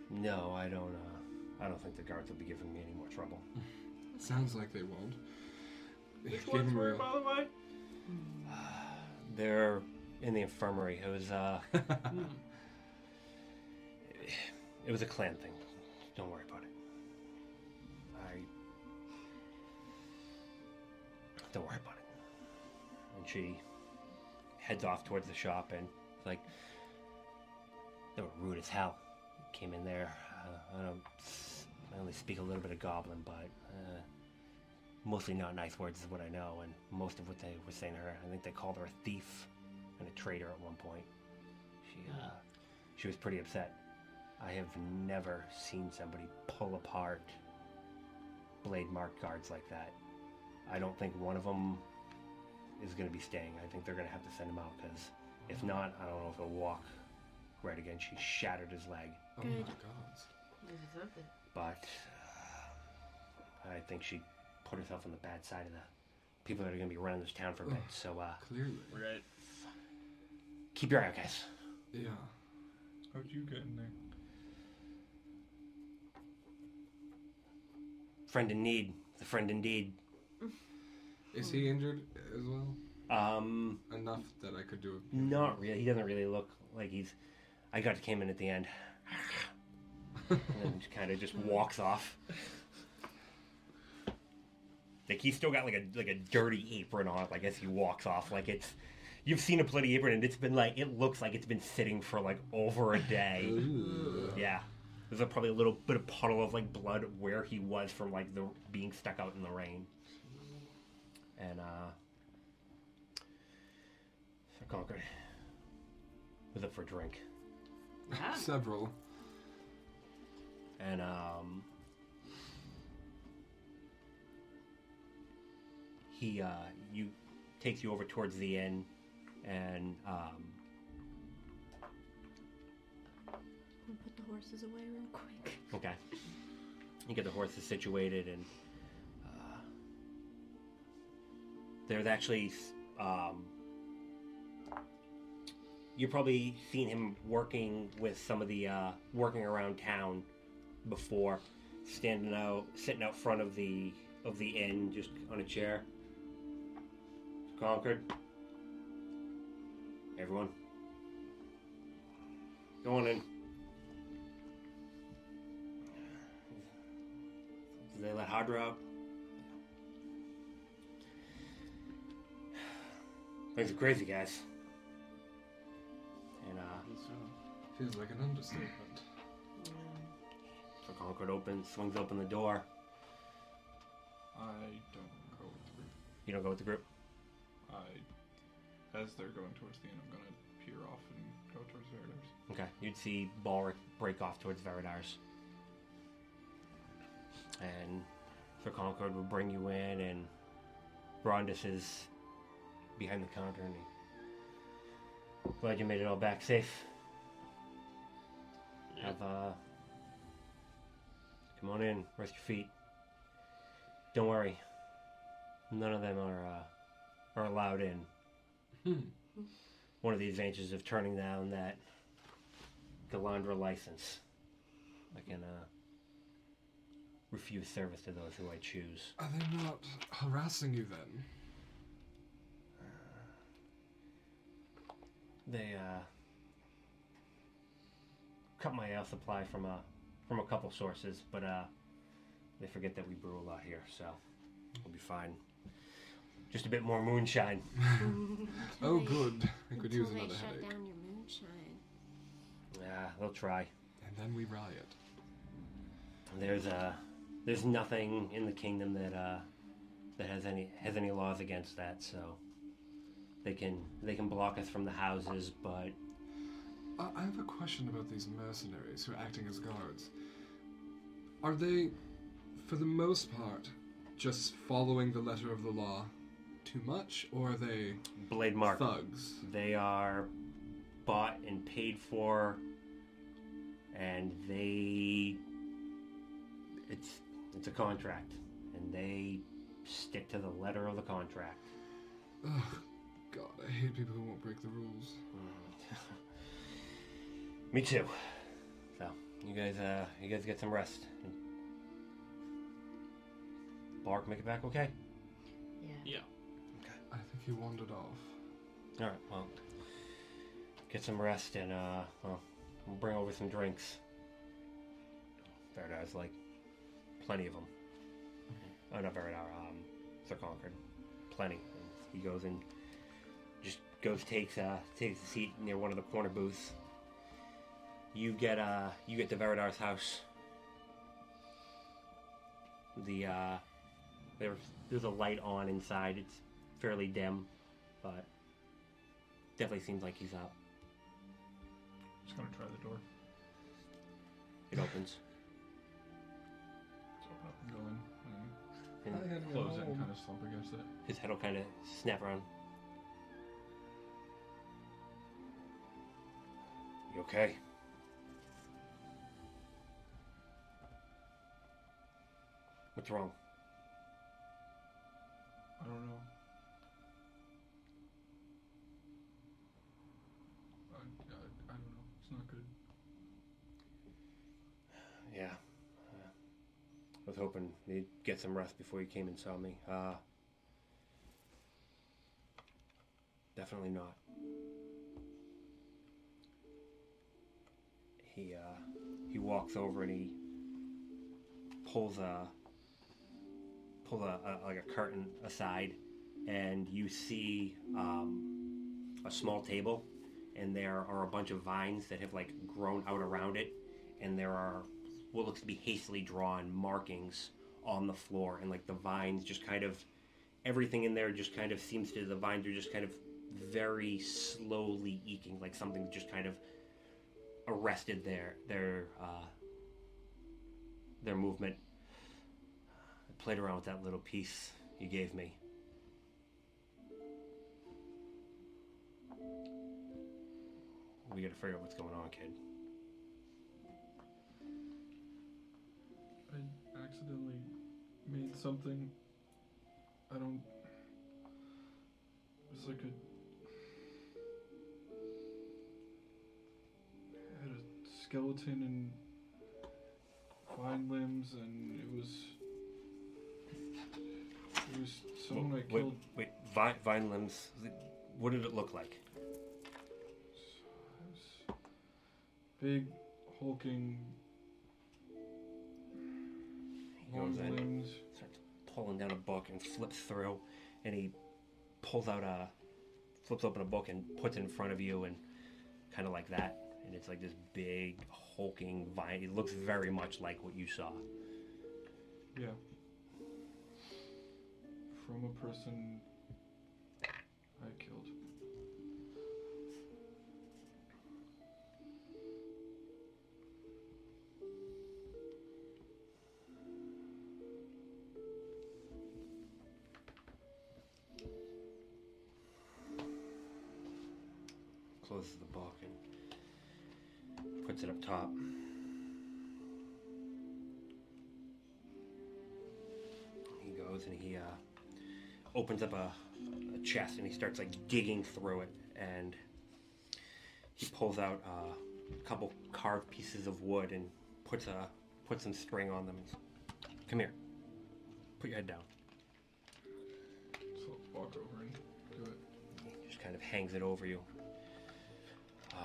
[SPEAKER 5] no, I don't. Uh, I don't think the guards will be giving me any more trouble.
[SPEAKER 6] Sounds like they won't.
[SPEAKER 14] Which
[SPEAKER 6] Gave
[SPEAKER 14] one's
[SPEAKER 6] him
[SPEAKER 14] where,
[SPEAKER 6] a-
[SPEAKER 14] by the way?
[SPEAKER 5] They're in the infirmary. It was. Uh, it was a clan thing. Don't worry about it. I. Don't worry about it. And she heads off towards the shop and like they were rude as hell. Came in there. Uh, I don't. I only speak a little bit of Goblin, but uh, mostly not nice words is what I know, and most of what they were saying to her. I think they called her a thief and a traitor at one point. She uh, she was pretty upset. I have never seen somebody pull apart blade mark guards like that. I don't think one of them is going to be staying. I think they're going to have to send him out because if not, I don't know if he'll walk right again. She shattered his leg.
[SPEAKER 6] Oh my gods.
[SPEAKER 5] But uh, I think she put herself on the bad side of the people that are going to be running this town for a bit. So uh,
[SPEAKER 6] clearly,
[SPEAKER 14] right.
[SPEAKER 5] Keep your eye out, guys.
[SPEAKER 6] Yeah.
[SPEAKER 2] How'd you get in there?
[SPEAKER 5] Friend in need, the friend indeed.
[SPEAKER 6] Is
[SPEAKER 14] Oh.
[SPEAKER 6] he injured as well?
[SPEAKER 5] Um,
[SPEAKER 6] Enough that I could do it.
[SPEAKER 5] Not really. He doesn't really look like he's. I got came in at the end. and then kind of just walks off. Like he's still got like a like a dirty apron on. Like as he walks off, like it's. You've seen a bloody apron, and it's been like it looks like it's been sitting for like over a day. Yeah, there's a, probably a little bit of puddle of like blood where he was from like the being stuck out in the rain. And uh, oh, Sir Conquered was up for a drink.
[SPEAKER 6] Several.
[SPEAKER 5] and um, he uh, you takes you over towards the inn, and um,
[SPEAKER 23] I'm gonna put the horses away real quick.
[SPEAKER 5] okay, you get the horses situated, and uh, there's actually um, you've probably seen him working with some of the uh, working around town before, standing out, sitting out front of the of the inn, just on a chair. Concord. Everyone, go on in. Did they let Hydra out? Things are crazy, guys. And uh,
[SPEAKER 6] Feels like an understatement.
[SPEAKER 5] so Concord opens, swings open the door.
[SPEAKER 2] I don't go with the group.
[SPEAKER 5] You don't go with the group.
[SPEAKER 2] I, as they're going towards the end, I'm gonna peer off and go towards Veritas.
[SPEAKER 5] Okay, you'd see Balric break off towards Veridar's. And Sir Concord will bring you in, and Brondus is behind the counter, and he- glad you made it all back safe. Have uh, come on in, rest your feet. Don't worry, none of them are uh, are allowed in. One of the advantages of turning down that Galandra license, I can uh, refuse service to those who I choose.
[SPEAKER 6] Are they not harassing you then?
[SPEAKER 5] they uh, cut my ale supply from a from a couple sources, but uh, they forget that we brew a lot here, so we'll be fine. Just a bit more moonshine.
[SPEAKER 6] Oh, good. I could use another
[SPEAKER 23] they shut
[SPEAKER 6] headache.
[SPEAKER 23] down your moonshine.
[SPEAKER 5] Yeah, they'll try.
[SPEAKER 6] And then we riot.
[SPEAKER 5] There's uh, there's nothing in the kingdom that uh, that has any has any laws against that, so they can they can block us from the houses, but
[SPEAKER 6] I I have a question about these mercenaries who are acting as guards. Are they, for the most part, just following the letter of the law too much, or are they
[SPEAKER 5] Blade Mark.
[SPEAKER 6] thugs?
[SPEAKER 5] They are bought and paid for, and they. It's it's a contract, and they stick to the letter of the contract.
[SPEAKER 6] Ugh, God, I hate people who won't break the rules.
[SPEAKER 5] Me too. So you guys, uh, you guys get some rest. Bark, make it back okay.
[SPEAKER 14] Yeah.
[SPEAKER 6] I think he wandered off.
[SPEAKER 5] All right, well, get some rest and uh, well, we'll bring over some drinks. Veridar's like plenty of them. Oh, not Veridar, um, Sir Concord, plenty. And he goes and just goes takes uh takes a seat near one of the corner booths. You get uh you get to Veridar's house. The uh, There's there's a light on inside. It's fairly dim, but definitely seems like he's up.
[SPEAKER 2] Just gonna try the door.
[SPEAKER 5] It opens.
[SPEAKER 2] Just open up and go in.
[SPEAKER 5] I
[SPEAKER 2] And
[SPEAKER 5] had
[SPEAKER 2] close it and
[SPEAKER 5] one.
[SPEAKER 2] kind of slump against it.
[SPEAKER 5] His head will kind of snap around. You okay? What's wrong?
[SPEAKER 2] I don't know. I, I, I don't know. It's not good.
[SPEAKER 5] Yeah. Uh, I was hoping you'd get some rest before you came and saw me. Uh, definitely not. He uh, he walks over and he pulls a pulls a, a like a curtain aside, and you see um, a small table, and there are a bunch of vines that have like grown out around it, and there are what looks to be hastily drawn markings on the floor, and like the vines just kind of everything in there just kind of seems to the vines are just kind of very slowly eking like something just kind of arrested their their uh, their movement. I played around with that little piece you gave me. We gotta figure out what's going on, kid.
[SPEAKER 2] I accidentally made something. I don't. It's like a. it had a skeleton and fine limbs, and it was. It was someone I
[SPEAKER 5] wait, wait,
[SPEAKER 2] killed.
[SPEAKER 5] wait, vine, vine limbs. What did it look like?
[SPEAKER 2] Big, hulking.
[SPEAKER 5] He
[SPEAKER 2] long
[SPEAKER 5] goes in,
[SPEAKER 2] limbs.
[SPEAKER 5] starts pulling down a book and flips through, and he pulls out a, flips open a book and puts it in front of you, and kind of like that, and it's like this big hulking vine. It looks very much like what you saw.
[SPEAKER 2] Yeah. From a person I killed.
[SPEAKER 5] Closes the book and puts it up top. He goes and he uh, opens up a, a chest and he starts like digging through it and he pulls out uh, a couple carved pieces of wood and puts a puts some string on them. Come here. Put your head down.
[SPEAKER 2] So walk over and do it.
[SPEAKER 5] just kind of hangs it over you.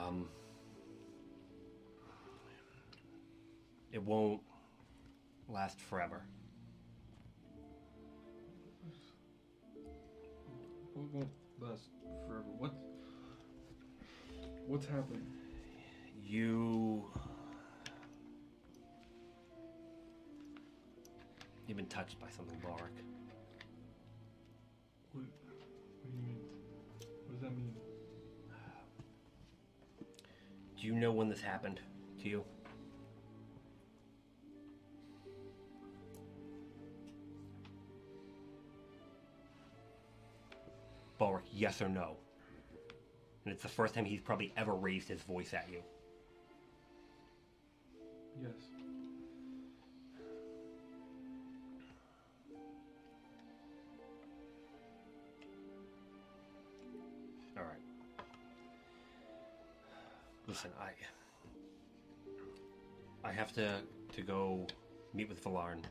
[SPEAKER 5] Um, it won't last forever.
[SPEAKER 2] What won't last forever? What? What's happened?
[SPEAKER 5] You. You've been touched by something, Balric.
[SPEAKER 2] What, what do you mean? What does that mean?
[SPEAKER 5] Do you know when this happened to you? Balric, yes or no? And it's the first time he's probably ever raised his voice at you.
[SPEAKER 2] Yes.
[SPEAKER 5] All right. Listen, I I have to to go meet with Valarn.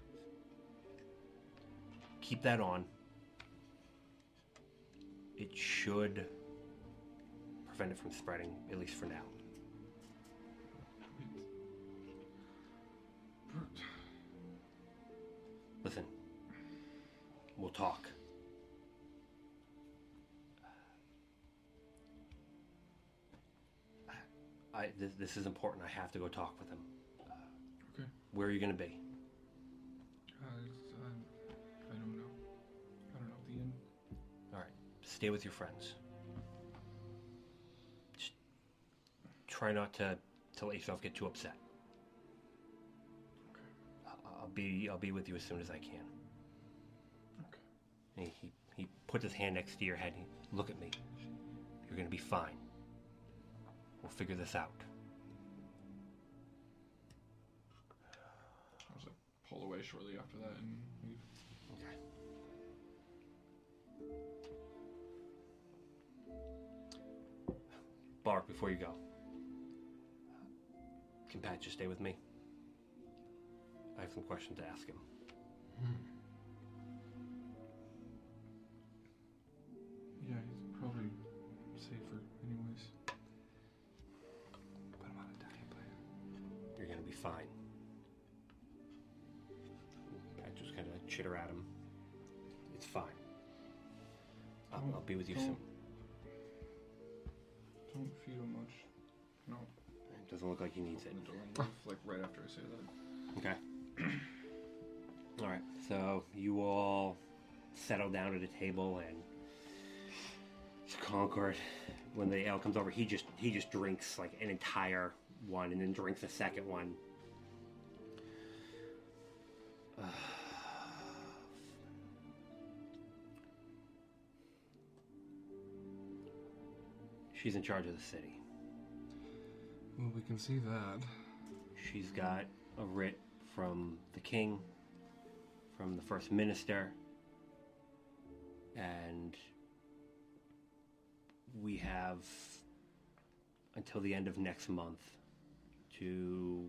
[SPEAKER 5] Keep that on. It should prevent it from spreading, at least for now. Listen, we'll talk. I this, this is important. I have to go talk with him.
[SPEAKER 2] Okay.
[SPEAKER 5] Where are you going to be?
[SPEAKER 2] Uh, um, I, I, I don't know.
[SPEAKER 5] Stay with your friends. Just try not to, to let yourself get too upset. I- I'll be I'll be with you as soon as I can. And he, he puts his hand next to your head. He, Look at me. You're gonna be fine. We'll figure this out.
[SPEAKER 2] I was like, pull away shortly after that and leave.
[SPEAKER 5] Okay. Bark before you go. Can Pat just stay with me? I have some questions to ask him.
[SPEAKER 2] Yeah, he's probably safer, anyways.
[SPEAKER 5] Put him on a diet plan. You're gonna be fine. Pat just kind of chitter at him. It's fine. I'll, I'll be with you soon.
[SPEAKER 2] Don't feed him much. No.
[SPEAKER 5] It doesn't look like he needs it.
[SPEAKER 2] Open the door and leave, like right after I say that.
[SPEAKER 33] Okay.
[SPEAKER 5] All right.
[SPEAKER 33] So you all settle down at a table and it's Concord. When the ale comes over, he just he just drinks like an entire one and then drinks a second one.
[SPEAKER 5] She's in charge of the city.
[SPEAKER 6] Well, we can see that.
[SPEAKER 5] She's got a writ from the king, from the first minister, and we have until the end of next month to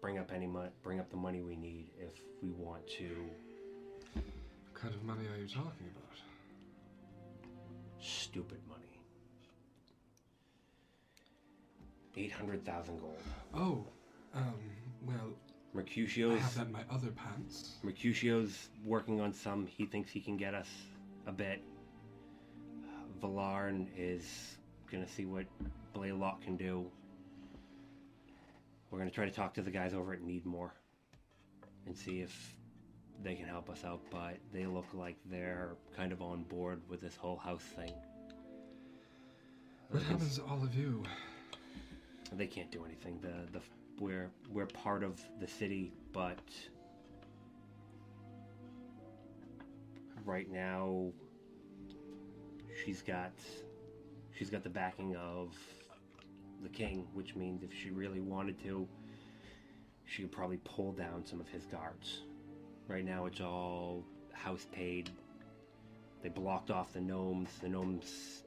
[SPEAKER 5] bring up any money, bring up the money we need if we want to
[SPEAKER 6] What kind of money are you talking about?
[SPEAKER 5] stupid money. 800,000 gold.
[SPEAKER 6] Oh, um, well, I have
[SPEAKER 5] Mercutio's
[SPEAKER 6] that in my other pants.
[SPEAKER 5] Mercutio's working on some. He thinks he can get us a bit. Valarn is gonna see what Blaylock can do. We're gonna try to talk to the guys over at Needmore and see if they can help us out, but they look like they're kind of on board with this whole house thing.
[SPEAKER 6] What happens to all of you?
[SPEAKER 5] They can't do anything. The the we're we're part of the city, but right now she's got she's got the backing of the king, which means if she really wanted to, she could probably pull down some of his guards. Right now, it's all house paid. They blocked off the gnomes. The gnomes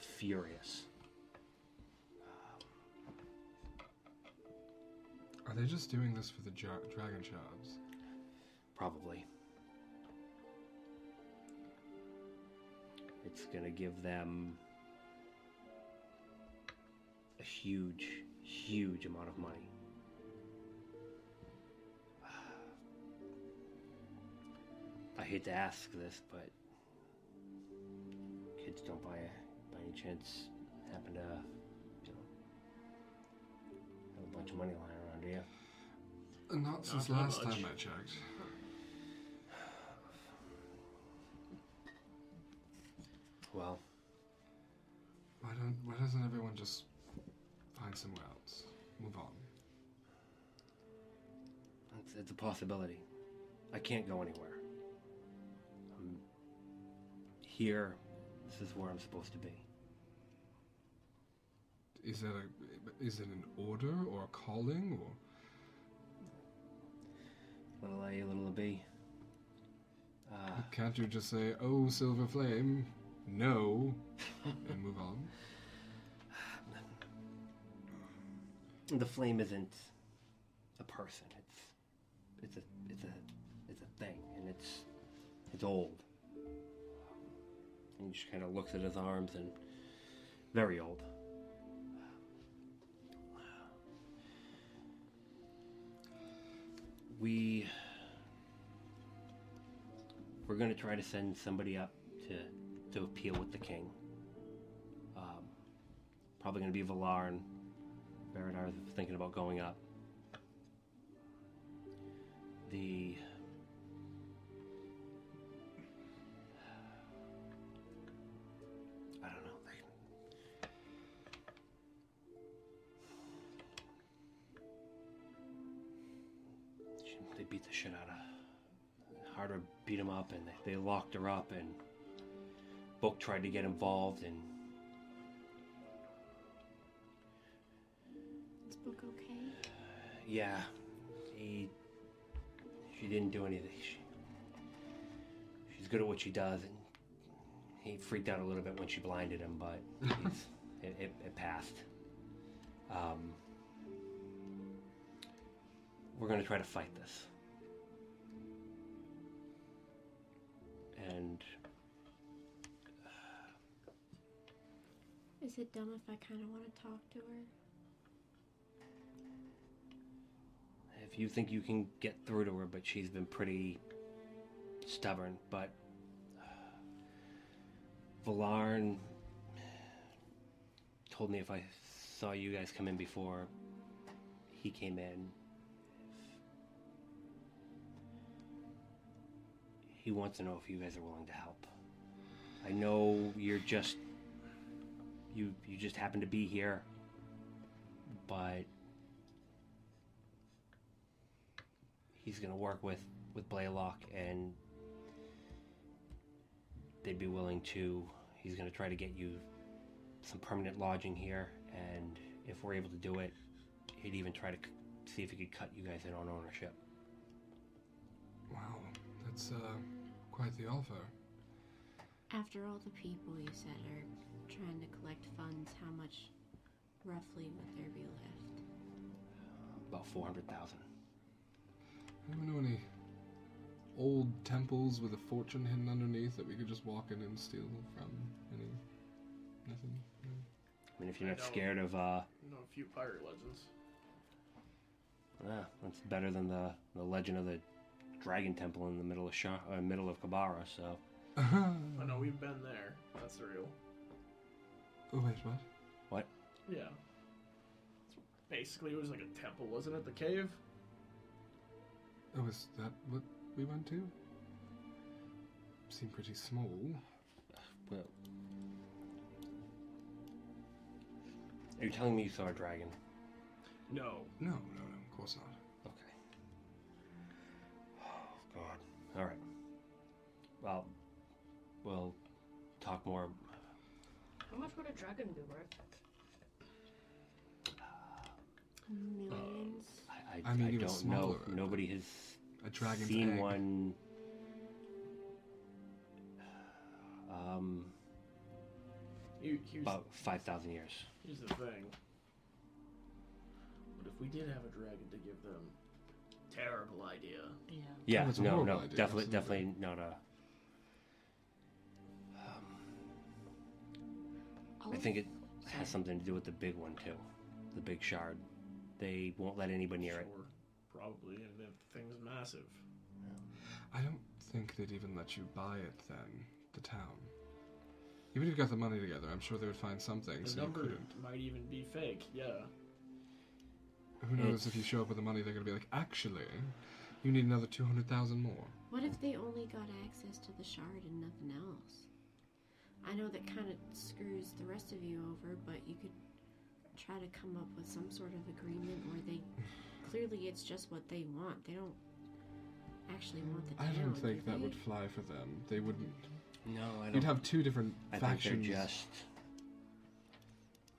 [SPEAKER 5] furious.
[SPEAKER 6] Are they just doing this for the jar- dragon shards?
[SPEAKER 5] Probably. It's going to give them a huge, huge amount of money. I hate to ask this, but kids don't by, by any chance happen to you know, have a bunch of money lying around, do you?
[SPEAKER 6] Uh, Not since
[SPEAKER 5] Not that
[SPEAKER 6] last
[SPEAKER 5] much.
[SPEAKER 6] time I checked.
[SPEAKER 5] Well,
[SPEAKER 6] Why don't? Why doesn't everyone just find somewhere else? Move on.
[SPEAKER 5] It's, it's a possibility. I can't go anywhere. I'm here. This is where I'm supposed to be.
[SPEAKER 6] Is that a? Is it an order or a calling or?
[SPEAKER 5] Little A, little B. Uh,
[SPEAKER 6] Can't you just say, "Oh, silver flame, no," and move on?
[SPEAKER 5] the flame isn't a person. It's it's a it's a it's a thing, and it's it's old. And he just kind of looks at his arms and very old. We we're gonna try to send somebody up to to appeal with the king. Um, probably gonna be Valarn. Baradar is thinking about going up. The beat the shit out of Harder beat him up, and they, they locked her up, and Book tried to get involved, and
[SPEAKER 34] Is Book okay?
[SPEAKER 5] yeah, he she didn't do anything. She, she's good at what she does, and he freaked out a little bit when she blinded him, but it's, it, it, it passed. Um, we're going to try to fight this. And
[SPEAKER 35] Is it dumb if I kind of want to talk to her?
[SPEAKER 5] if you think you can get through to her, but she's been pretty stubborn. But uh, Valarn told me if I saw you guys come in before he came in, he wants to know if you guys are willing to help. I know you're just you you just happen to be here, but he's gonna work with with Blaylock and they'd be willing to he's gonna try to get you some permanent lodging here and if we're able to do it he'd even try to c- see if he could cut you guys in on ownership
[SPEAKER 6] Wow, that's uh, quite the offer.
[SPEAKER 4] After all the people you said are trying to collect funds, how much roughly would there be left?
[SPEAKER 5] about 400,000
[SPEAKER 6] Anyone know any old temples with a fortune hidden underneath that we could just walk in and steal from? Any? Nothing? No?
[SPEAKER 5] I mean if you're
[SPEAKER 7] I
[SPEAKER 5] not
[SPEAKER 7] don't-
[SPEAKER 5] scared of uh
[SPEAKER 7] I know a few pirate legends.
[SPEAKER 5] ah, that's better than the the legend of the dragon temple in the middle of Sha- uh, middle of Kabara so
[SPEAKER 7] I know we've been there. That's real.
[SPEAKER 6] Oh, wait, what?
[SPEAKER 5] what
[SPEAKER 7] Yeah. Basically, it was like a temple, wasn't it? The cave.
[SPEAKER 6] Oh, is that what we went to? Seemed pretty small.
[SPEAKER 5] Well, are you telling me you saw a dragon
[SPEAKER 7] No.
[SPEAKER 6] No, no, no, of course not.
[SPEAKER 5] Okay. Oh God. All right. Well, we'll talk more.
[SPEAKER 8] How much would a dragon be worth?
[SPEAKER 6] Uh.
[SPEAKER 4] Millions.
[SPEAKER 5] I,
[SPEAKER 6] I
[SPEAKER 5] I
[SPEAKER 6] mean, even
[SPEAKER 5] don't know.
[SPEAKER 6] smaller,
[SPEAKER 5] Nobody has
[SPEAKER 6] a dragon's
[SPEAKER 5] seen
[SPEAKER 6] egg.
[SPEAKER 5] one. Um,
[SPEAKER 7] You, here's,
[SPEAKER 5] about five thousand years.
[SPEAKER 7] here's the thing. But if we did have a dragon to give them, terrible idea.
[SPEAKER 8] Yeah.
[SPEAKER 5] Yeah.
[SPEAKER 6] that's a
[SPEAKER 5] no.
[SPEAKER 6] horrible
[SPEAKER 5] No.
[SPEAKER 6] idea,
[SPEAKER 5] definitely.
[SPEAKER 6] absolutely.
[SPEAKER 5] Definitely not a. um, I think it has something to do with the big one too, the big shard. They won't let anybody near it.
[SPEAKER 7] Sure, probably, and the thing's massive.
[SPEAKER 6] I don't think they'd even let you buy it then, the town. Even if you got the money together, I'm sure they would find something.
[SPEAKER 7] The
[SPEAKER 6] so you
[SPEAKER 7] number
[SPEAKER 6] couldn't.
[SPEAKER 7] might even be fake. Yeah.
[SPEAKER 6] Who knows if you show up with the money, they're going to be like, actually, you need another 200,000 more.
[SPEAKER 4] What if they only got access to the shard and nothing else? I know that kind of screws the rest of you over, but you could try to come up with some sort of agreement where they clearly it's just what they want. They don't actually want the
[SPEAKER 6] I
[SPEAKER 4] town.
[SPEAKER 6] don't
[SPEAKER 4] do
[SPEAKER 6] think that
[SPEAKER 4] they?
[SPEAKER 6] would fly for them. They wouldn't.
[SPEAKER 5] No, I don't.
[SPEAKER 6] You'd have two different
[SPEAKER 5] I
[SPEAKER 6] factions.
[SPEAKER 5] think they're just.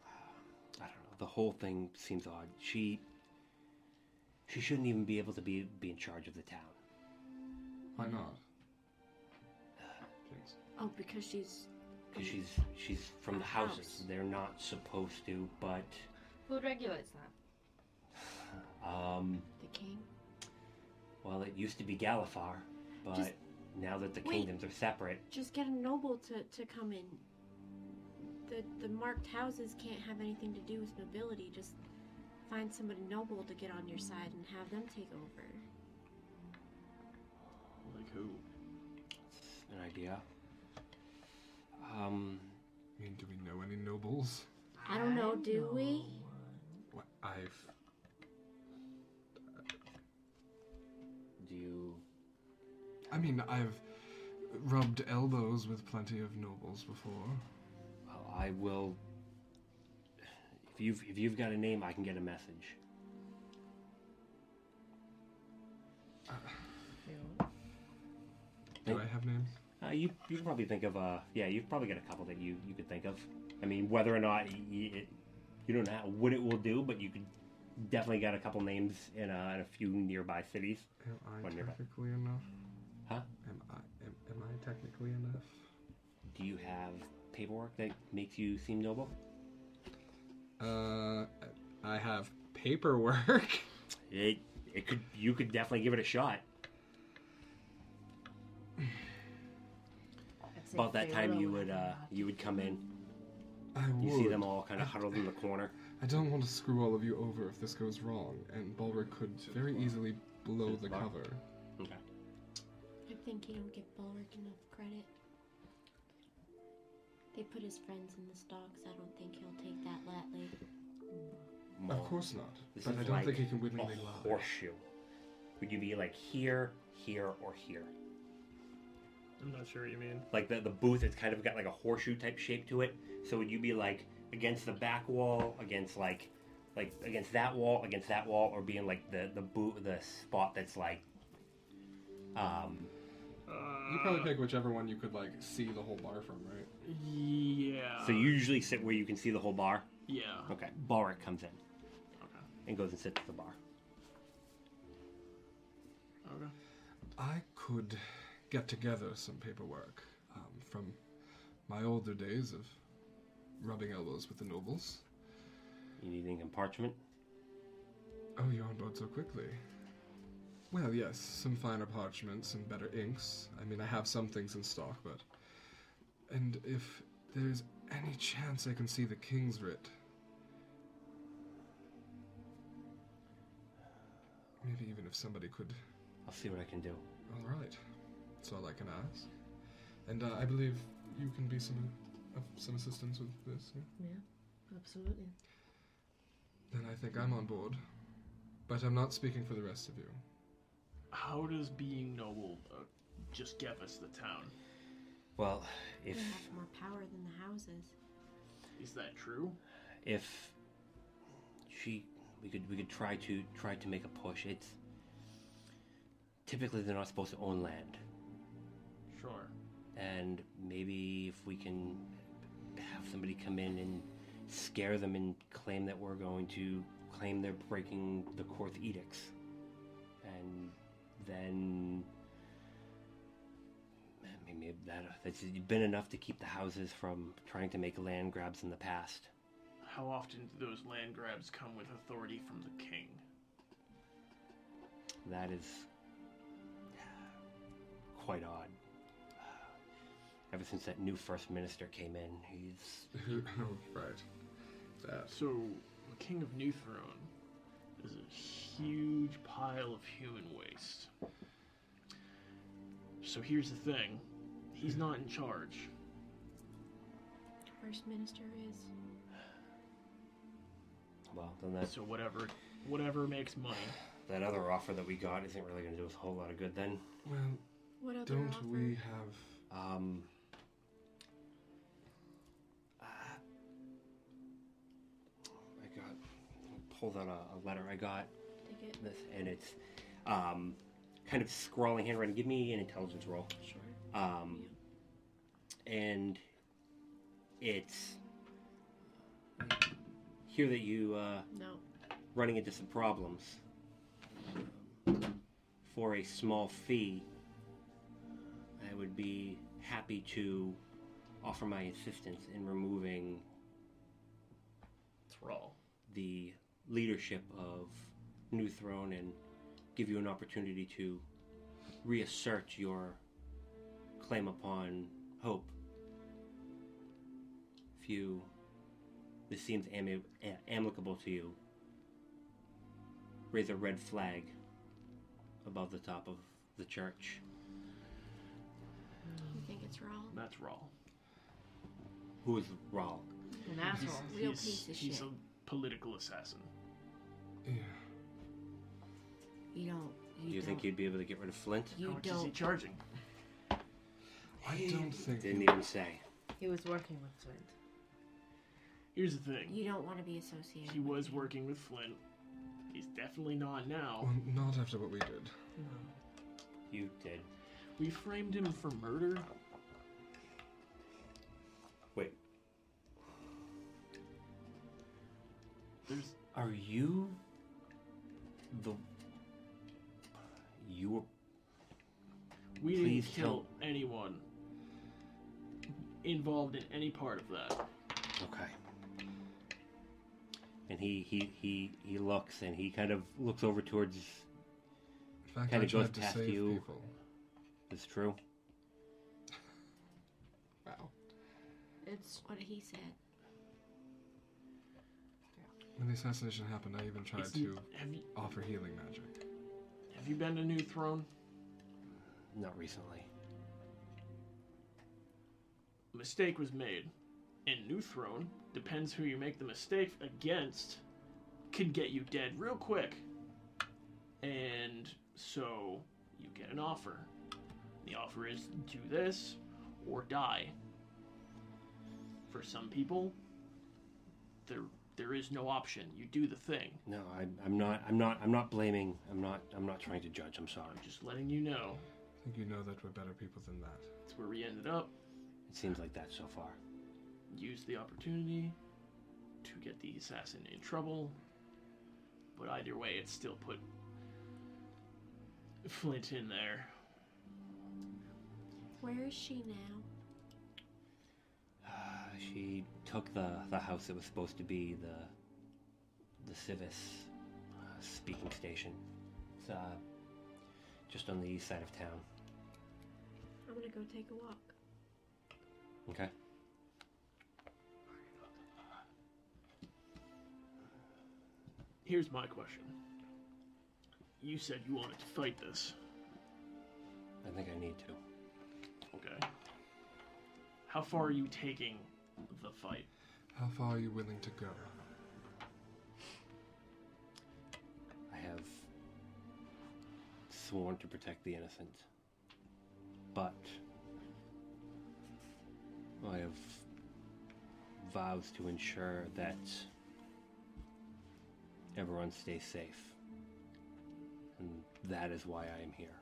[SPEAKER 5] uh, I don't know. The whole thing seems odd. She. She shouldn't even be able to be be in charge of the town.
[SPEAKER 6] Why not?
[SPEAKER 4] Oh, because she's
[SPEAKER 5] Because she's she's from the
[SPEAKER 4] A
[SPEAKER 5] houses.
[SPEAKER 4] house.
[SPEAKER 5] They're not supposed to. But
[SPEAKER 34] Who regulates that?
[SPEAKER 5] um,
[SPEAKER 4] the king.
[SPEAKER 5] well, it used to be Galifar, but
[SPEAKER 4] Just-
[SPEAKER 5] now that the
[SPEAKER 4] wait.
[SPEAKER 5] kingdoms are separate,
[SPEAKER 4] Just get a noble to, to come in. The the marked houses can't have anything to do with nobility. Just find somebody noble to get on your side and have them take over.
[SPEAKER 7] Like who?
[SPEAKER 5] an idea. Um,
[SPEAKER 6] I mean, do we know any nobles?
[SPEAKER 4] I don't know, do we?
[SPEAKER 6] What, I've.
[SPEAKER 5] do you?
[SPEAKER 6] I mean, I've rubbed elbows with plenty of nobles before.
[SPEAKER 5] Well, I will. If you've if you've got a name, I can get a message.
[SPEAKER 6] Uh,
[SPEAKER 36] Do I have names?
[SPEAKER 5] Uh, you you can probably think of uh yeah you've probably got a couple that you you could think of. I mean whether or not you, it, you don't know how- what it will do, but you could definitely got a couple names in a, in a few nearby cities.
[SPEAKER 6] Am I
[SPEAKER 5] One nearby.
[SPEAKER 6] technically enough?
[SPEAKER 5] Huh?
[SPEAKER 6] Am I am, am I technically enough?
[SPEAKER 5] Do you have paperwork that makes you seem noble?
[SPEAKER 6] Uh, I have paperwork.
[SPEAKER 5] It it could you could definitely give it a shot. About that time you would uh you would come in.
[SPEAKER 6] I
[SPEAKER 5] You see
[SPEAKER 6] would.
[SPEAKER 5] them all kind of huddled in the corner.
[SPEAKER 6] I don't want to screw all of you over if this goes wrong, and Bulwer could very easily blow the cover.
[SPEAKER 5] Okay.
[SPEAKER 4] I think you don't give Bulwark enough credit. They put his friends in the stocks. I don't think he'll take that lightly.
[SPEAKER 5] Well,
[SPEAKER 6] Of course not.
[SPEAKER 5] this
[SPEAKER 6] but
[SPEAKER 5] is
[SPEAKER 6] I don't
[SPEAKER 5] like
[SPEAKER 6] think he can willingly
[SPEAKER 5] a
[SPEAKER 6] lie.
[SPEAKER 5] Horseshoe. Would you be like here, here, or here?
[SPEAKER 37] I'm not sure what you mean.
[SPEAKER 5] Like the the booth, it's kind of got like a horseshoe type shape to it. So would you be like against the back wall, against like like against that wall, against that wall, or being like the the boot the spot that's like um
[SPEAKER 6] You
[SPEAKER 7] Uh,
[SPEAKER 6] probably pick whichever one you could like see the whole bar from, right?
[SPEAKER 7] Yeah.
[SPEAKER 5] so you usually sit where you can see the whole bar.
[SPEAKER 7] Yeah.
[SPEAKER 5] Okay. Balric comes in. And goes and sits at the bar.
[SPEAKER 7] Okay.
[SPEAKER 6] I could get together some paperwork um, from my older days of rubbing elbows with the nobles.
[SPEAKER 5] You need anything in parchment?
[SPEAKER 6] Oh, you're on board so quickly. Well, yes, some finer parchment, some better inks. I mean, I have some things in stock, but. And if there's any chance I can see the King's Writ. Maybe even if somebody could.
[SPEAKER 5] I'll see what I can do.
[SPEAKER 6] Alright. That's all I can ask. And uh, I believe you can be some, of some assistance with this, yeah?
[SPEAKER 38] Yeah, absolutely.
[SPEAKER 6] Then I think I'm on board. But I'm not speaking for the rest of you.
[SPEAKER 7] How does being noble uh, just get us the town?
[SPEAKER 5] Well,
[SPEAKER 4] They
[SPEAKER 5] if
[SPEAKER 4] have more power than the houses.
[SPEAKER 7] Is that true?
[SPEAKER 5] if she we could we could try to try to make a push. It's typically they're not supposed to own land.
[SPEAKER 7] Sure.
[SPEAKER 5] And maybe if we can have somebody come in and scare them and claim that we're going to claim they're breaking the Korth edicts. And then I mean, maybe that that's been enough to keep the houses from trying to make land grabs in the past.
[SPEAKER 7] How often do those land grabs come with authority from the king?
[SPEAKER 5] That is uh, quite odd. Uh, Ever since that new first minister came in, he's
[SPEAKER 6] right. That.
[SPEAKER 7] So, the king of Newthrone is a huge pile of human waste. So here's the thing, he's not in charge.
[SPEAKER 4] First minister is.
[SPEAKER 5] well. Then that
[SPEAKER 7] So whatever, whatever makes money.
[SPEAKER 5] that other offer that we got isn't really going to do us a whole lot of good. Then,
[SPEAKER 6] Well,
[SPEAKER 4] What other
[SPEAKER 6] don't
[SPEAKER 4] offer?
[SPEAKER 6] we have
[SPEAKER 5] um, uh, I got pulled out a, a letter I got.
[SPEAKER 4] Take it.
[SPEAKER 5] This and it's um, kind of scrawling handwriting. Give me an intelligence roll.
[SPEAKER 4] Sure.
[SPEAKER 5] Um, And it's here that you uh,
[SPEAKER 39] No.
[SPEAKER 5] running into some problems. For a small fee, I would be happy to offer my assistance in removing
[SPEAKER 7] Thrall.
[SPEAKER 5] the leadership of New Throne and give you an opportunity to reassert your claim upon hope. If you, this seems ami- eh, amicable to you, raise a red flag above the top of the church.
[SPEAKER 4] You think it's wrong?
[SPEAKER 7] That's Rawl.
[SPEAKER 5] Who is Rawl?
[SPEAKER 40] An asshole.
[SPEAKER 7] He's-
[SPEAKER 40] Real
[SPEAKER 7] he's-
[SPEAKER 40] piece of
[SPEAKER 7] he's
[SPEAKER 40] shit.
[SPEAKER 7] a political assassin.
[SPEAKER 41] You don't. You
[SPEAKER 5] Do you think
[SPEAKER 41] don't-
[SPEAKER 5] you'd be able to get rid of Flint?
[SPEAKER 41] You
[SPEAKER 7] How much is he
[SPEAKER 41] don't-
[SPEAKER 7] charging?
[SPEAKER 6] I don't think.
[SPEAKER 5] Didn't even say.
[SPEAKER 41] He was working with Flint.
[SPEAKER 7] Here's the thing.
[SPEAKER 41] You don't want to be associated.
[SPEAKER 7] He
[SPEAKER 41] with
[SPEAKER 7] was working with Flint. He's definitely not now.
[SPEAKER 6] Well, not after what we did.
[SPEAKER 5] You did.
[SPEAKER 7] We framed him for murder.
[SPEAKER 5] Wait.
[SPEAKER 7] There's.
[SPEAKER 5] Are you the you were
[SPEAKER 7] We
[SPEAKER 5] Please
[SPEAKER 7] didn't kill anyone involved in any part of that.
[SPEAKER 5] Okay. And he he he he looks and he kind of looks over towards.
[SPEAKER 6] fact,
[SPEAKER 5] kind
[SPEAKER 6] I
[SPEAKER 5] of goes
[SPEAKER 6] tried to
[SPEAKER 5] past
[SPEAKER 6] save
[SPEAKER 5] you.
[SPEAKER 6] people.
[SPEAKER 5] It's true.
[SPEAKER 6] Wow.
[SPEAKER 4] It's what he said.
[SPEAKER 6] When the assassination happened, I even tried
[SPEAKER 7] It's-
[SPEAKER 6] to
[SPEAKER 7] have you-
[SPEAKER 6] offer healing magic.
[SPEAKER 7] Have you been to New Throne?
[SPEAKER 5] Not recently.
[SPEAKER 7] A mistake was made. And New Throne, depends who you make the mistake against, can get you dead real quick. And so you get an offer. The offer is do this or die. For some people, there there is no option. You do the thing.
[SPEAKER 5] No, I, I'm not. I'm not. I'm not blaming. I'm not. I'm not trying to judge. I'm sorry.
[SPEAKER 7] Just letting you know.
[SPEAKER 6] I think you know that we're better people than that.
[SPEAKER 7] That's where we ended up.
[SPEAKER 5] It seems like that so far.
[SPEAKER 7] Used the opportunity to get the assassin in trouble. But either way, it still put Flint in there.
[SPEAKER 4] Where is she now?
[SPEAKER 5] Uh, She took the the house that was supposed to be the the civis uh, speaking station. It's uh, just on the east side of town.
[SPEAKER 4] I'm gonna go take a walk.
[SPEAKER 5] Okay.
[SPEAKER 7] Here's my question. You said you wanted to fight this.
[SPEAKER 5] I think I need to.
[SPEAKER 7] Okay. How far are you taking the fight?
[SPEAKER 6] How far are you willing to go?
[SPEAKER 5] I have sworn to protect the innocent, but I have vows to ensure that everyone stays safe. And that is why I am here.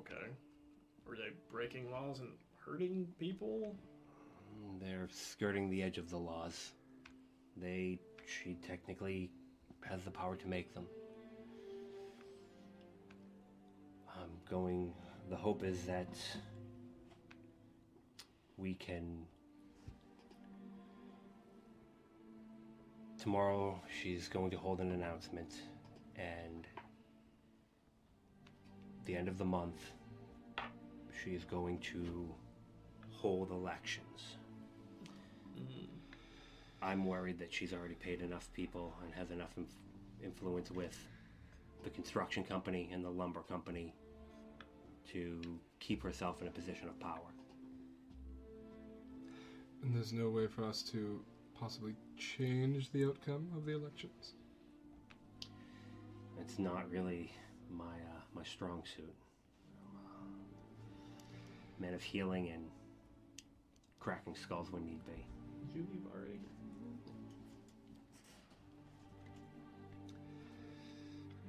[SPEAKER 7] Okay. Were they breaking laws and hurting people?
[SPEAKER 5] They're skirting the edge of the laws. They, she technically has the power to make them. I'm going, the hope is that we can. Tomorrow, she's going to hold an announcement, and the end of the month, she is going to hold elections. I'm worried that she's already paid enough people and has enough inf- influence with the construction company and the lumber company to keep herself in a position of power.
[SPEAKER 6] And there's no way for us to possibly change the outcome of the elections.
[SPEAKER 5] It's not really my uh, my strong suit. I'm a man of healing and cracking skulls when need be.
[SPEAKER 7] Did you leave already?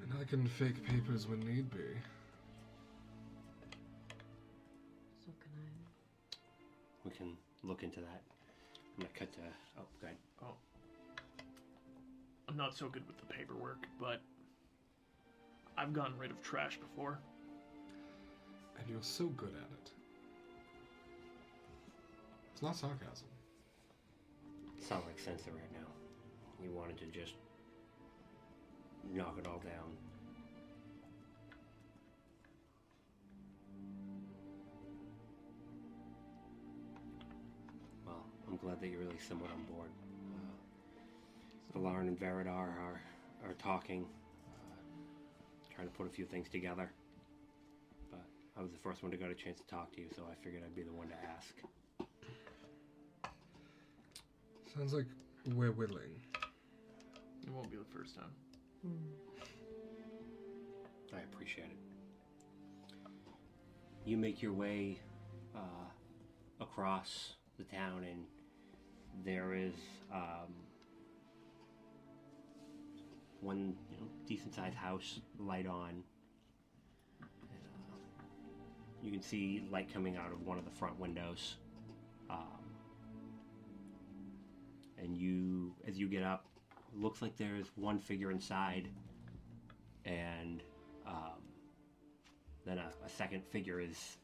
[SPEAKER 6] And I can fake papers when need be.
[SPEAKER 8] So can I?
[SPEAKER 5] We can look into that. I'm gonna cut to oh, go ahead.
[SPEAKER 7] Oh. I'm not so good with the paperwork, but I've gotten rid of trash before.
[SPEAKER 6] And you're so good at it. It's not sarcasm.
[SPEAKER 5] Sound like censor right now. You wanted to just knock it all down. Well, I'm glad that you're really somewhat on board. Uh, Valarin and Veridar are, are talking, uh, trying to put a few things together. But I was the first one to get a chance to talk to you, so I figured I'd be the one to ask.
[SPEAKER 6] Sounds like we're willing.
[SPEAKER 7] It won't be the first time.
[SPEAKER 5] I appreciate it. You make your way uh, across the town, and there is um, one you know, decent sized house, light on. And, uh, You can see light coming out of one of the front windows. Um, and you, as you get up, looks like there's one figure inside, and um, then a, a second figure is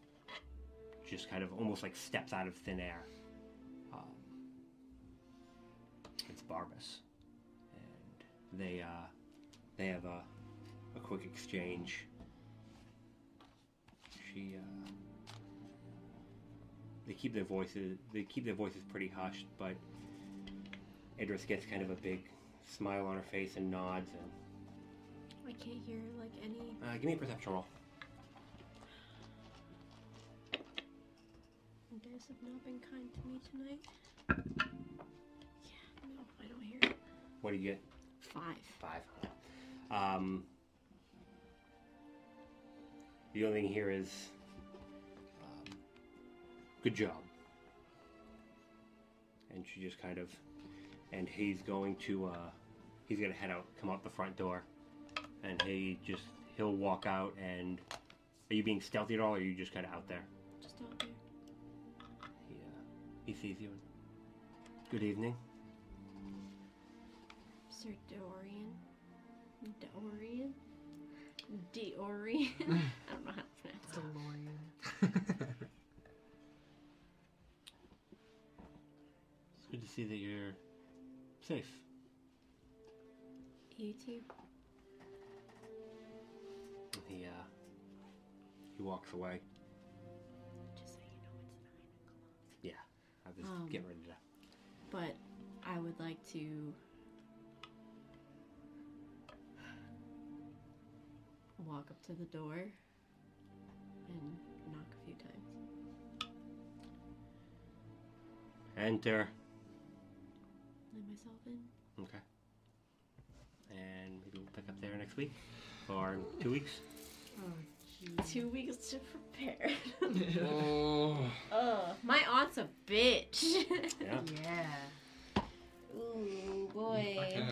[SPEAKER 5] just kind of almost like steps out of thin air. Um, it's Barbas, and they uh, they have a a quick exchange. She uh, they keep their voices they keep their voices pretty hushed, but Idris gets kind of a big smile on her face and nods and
[SPEAKER 23] I can't hear like any.
[SPEAKER 5] uh, give me a perception roll.
[SPEAKER 23] You guys have not been kind to me tonight. Yeah, no, I don't hear it.
[SPEAKER 5] What do you get?
[SPEAKER 23] Five.
[SPEAKER 5] Five. Um, the only thing here is um, good job. And she just kind of, and he's going to, uh, he's gonna head out, come out the front door, and he just, he'll walk out and, are you being stealthy at all, or are you just kind of out there?
[SPEAKER 23] Just out there.
[SPEAKER 5] He, uh, he sees you. Good evening.
[SPEAKER 23] Sir Dorian. Dorian? Dorian? I don't know how to pronounce it.
[SPEAKER 5] It's good to see that you're safe.
[SPEAKER 23] You too.
[SPEAKER 5] He uh, he walks away. Just so you know, it's nine o'clock. Yeah, I was
[SPEAKER 1] Um,
[SPEAKER 5] getting ready to.
[SPEAKER 1] But I would like to walk up to the door and knock a few times.
[SPEAKER 5] Enter.
[SPEAKER 1] Let myself in.
[SPEAKER 5] Okay. And maybe we'll pick up there next week or in two weeks.
[SPEAKER 4] Two weeks to prepare.
[SPEAKER 5] oh.
[SPEAKER 4] Ugh, my aunt's a bitch.
[SPEAKER 5] Yeah.
[SPEAKER 4] Ooh, boy.
[SPEAKER 5] Okay.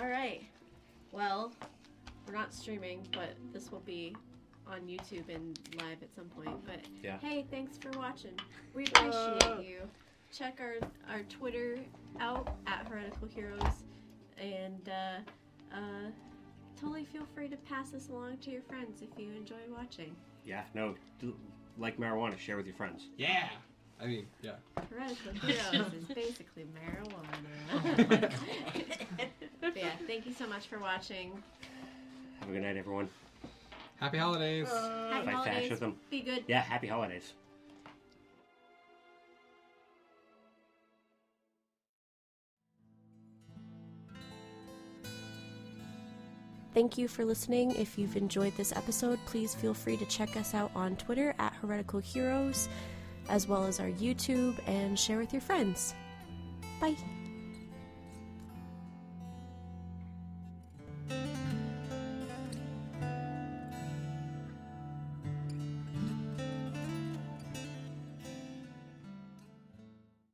[SPEAKER 4] All right. Well, we're not streaming, but this will be on YouTube and live at some point. But
[SPEAKER 5] Yeah.
[SPEAKER 4] hey, thanks for watching. We appreciate
[SPEAKER 23] Uh.
[SPEAKER 4] you. Check our our Twitter out at Heretical Heroes, and uh, uh, totally feel free to pass this along to your friends if you enjoy watching.
[SPEAKER 5] Yeah, no, do, like marijuana, share with your friends. Yeah! I mean, yeah.
[SPEAKER 4] Heretical Heroes is basically marijuana. but yeah, thank you so much for watching.
[SPEAKER 5] Have a good night, everyone.
[SPEAKER 6] Happy holidays.
[SPEAKER 4] Happy
[SPEAKER 5] Fight
[SPEAKER 4] holidays.
[SPEAKER 5] fascism.
[SPEAKER 4] Be good.
[SPEAKER 5] Yeah, happy holidays.
[SPEAKER 1] Thank you for listening. If you've enjoyed this episode, please feel free to check us out on Twitter at Heretical Heroes, as well as our YouTube, and share with your friends. Bye.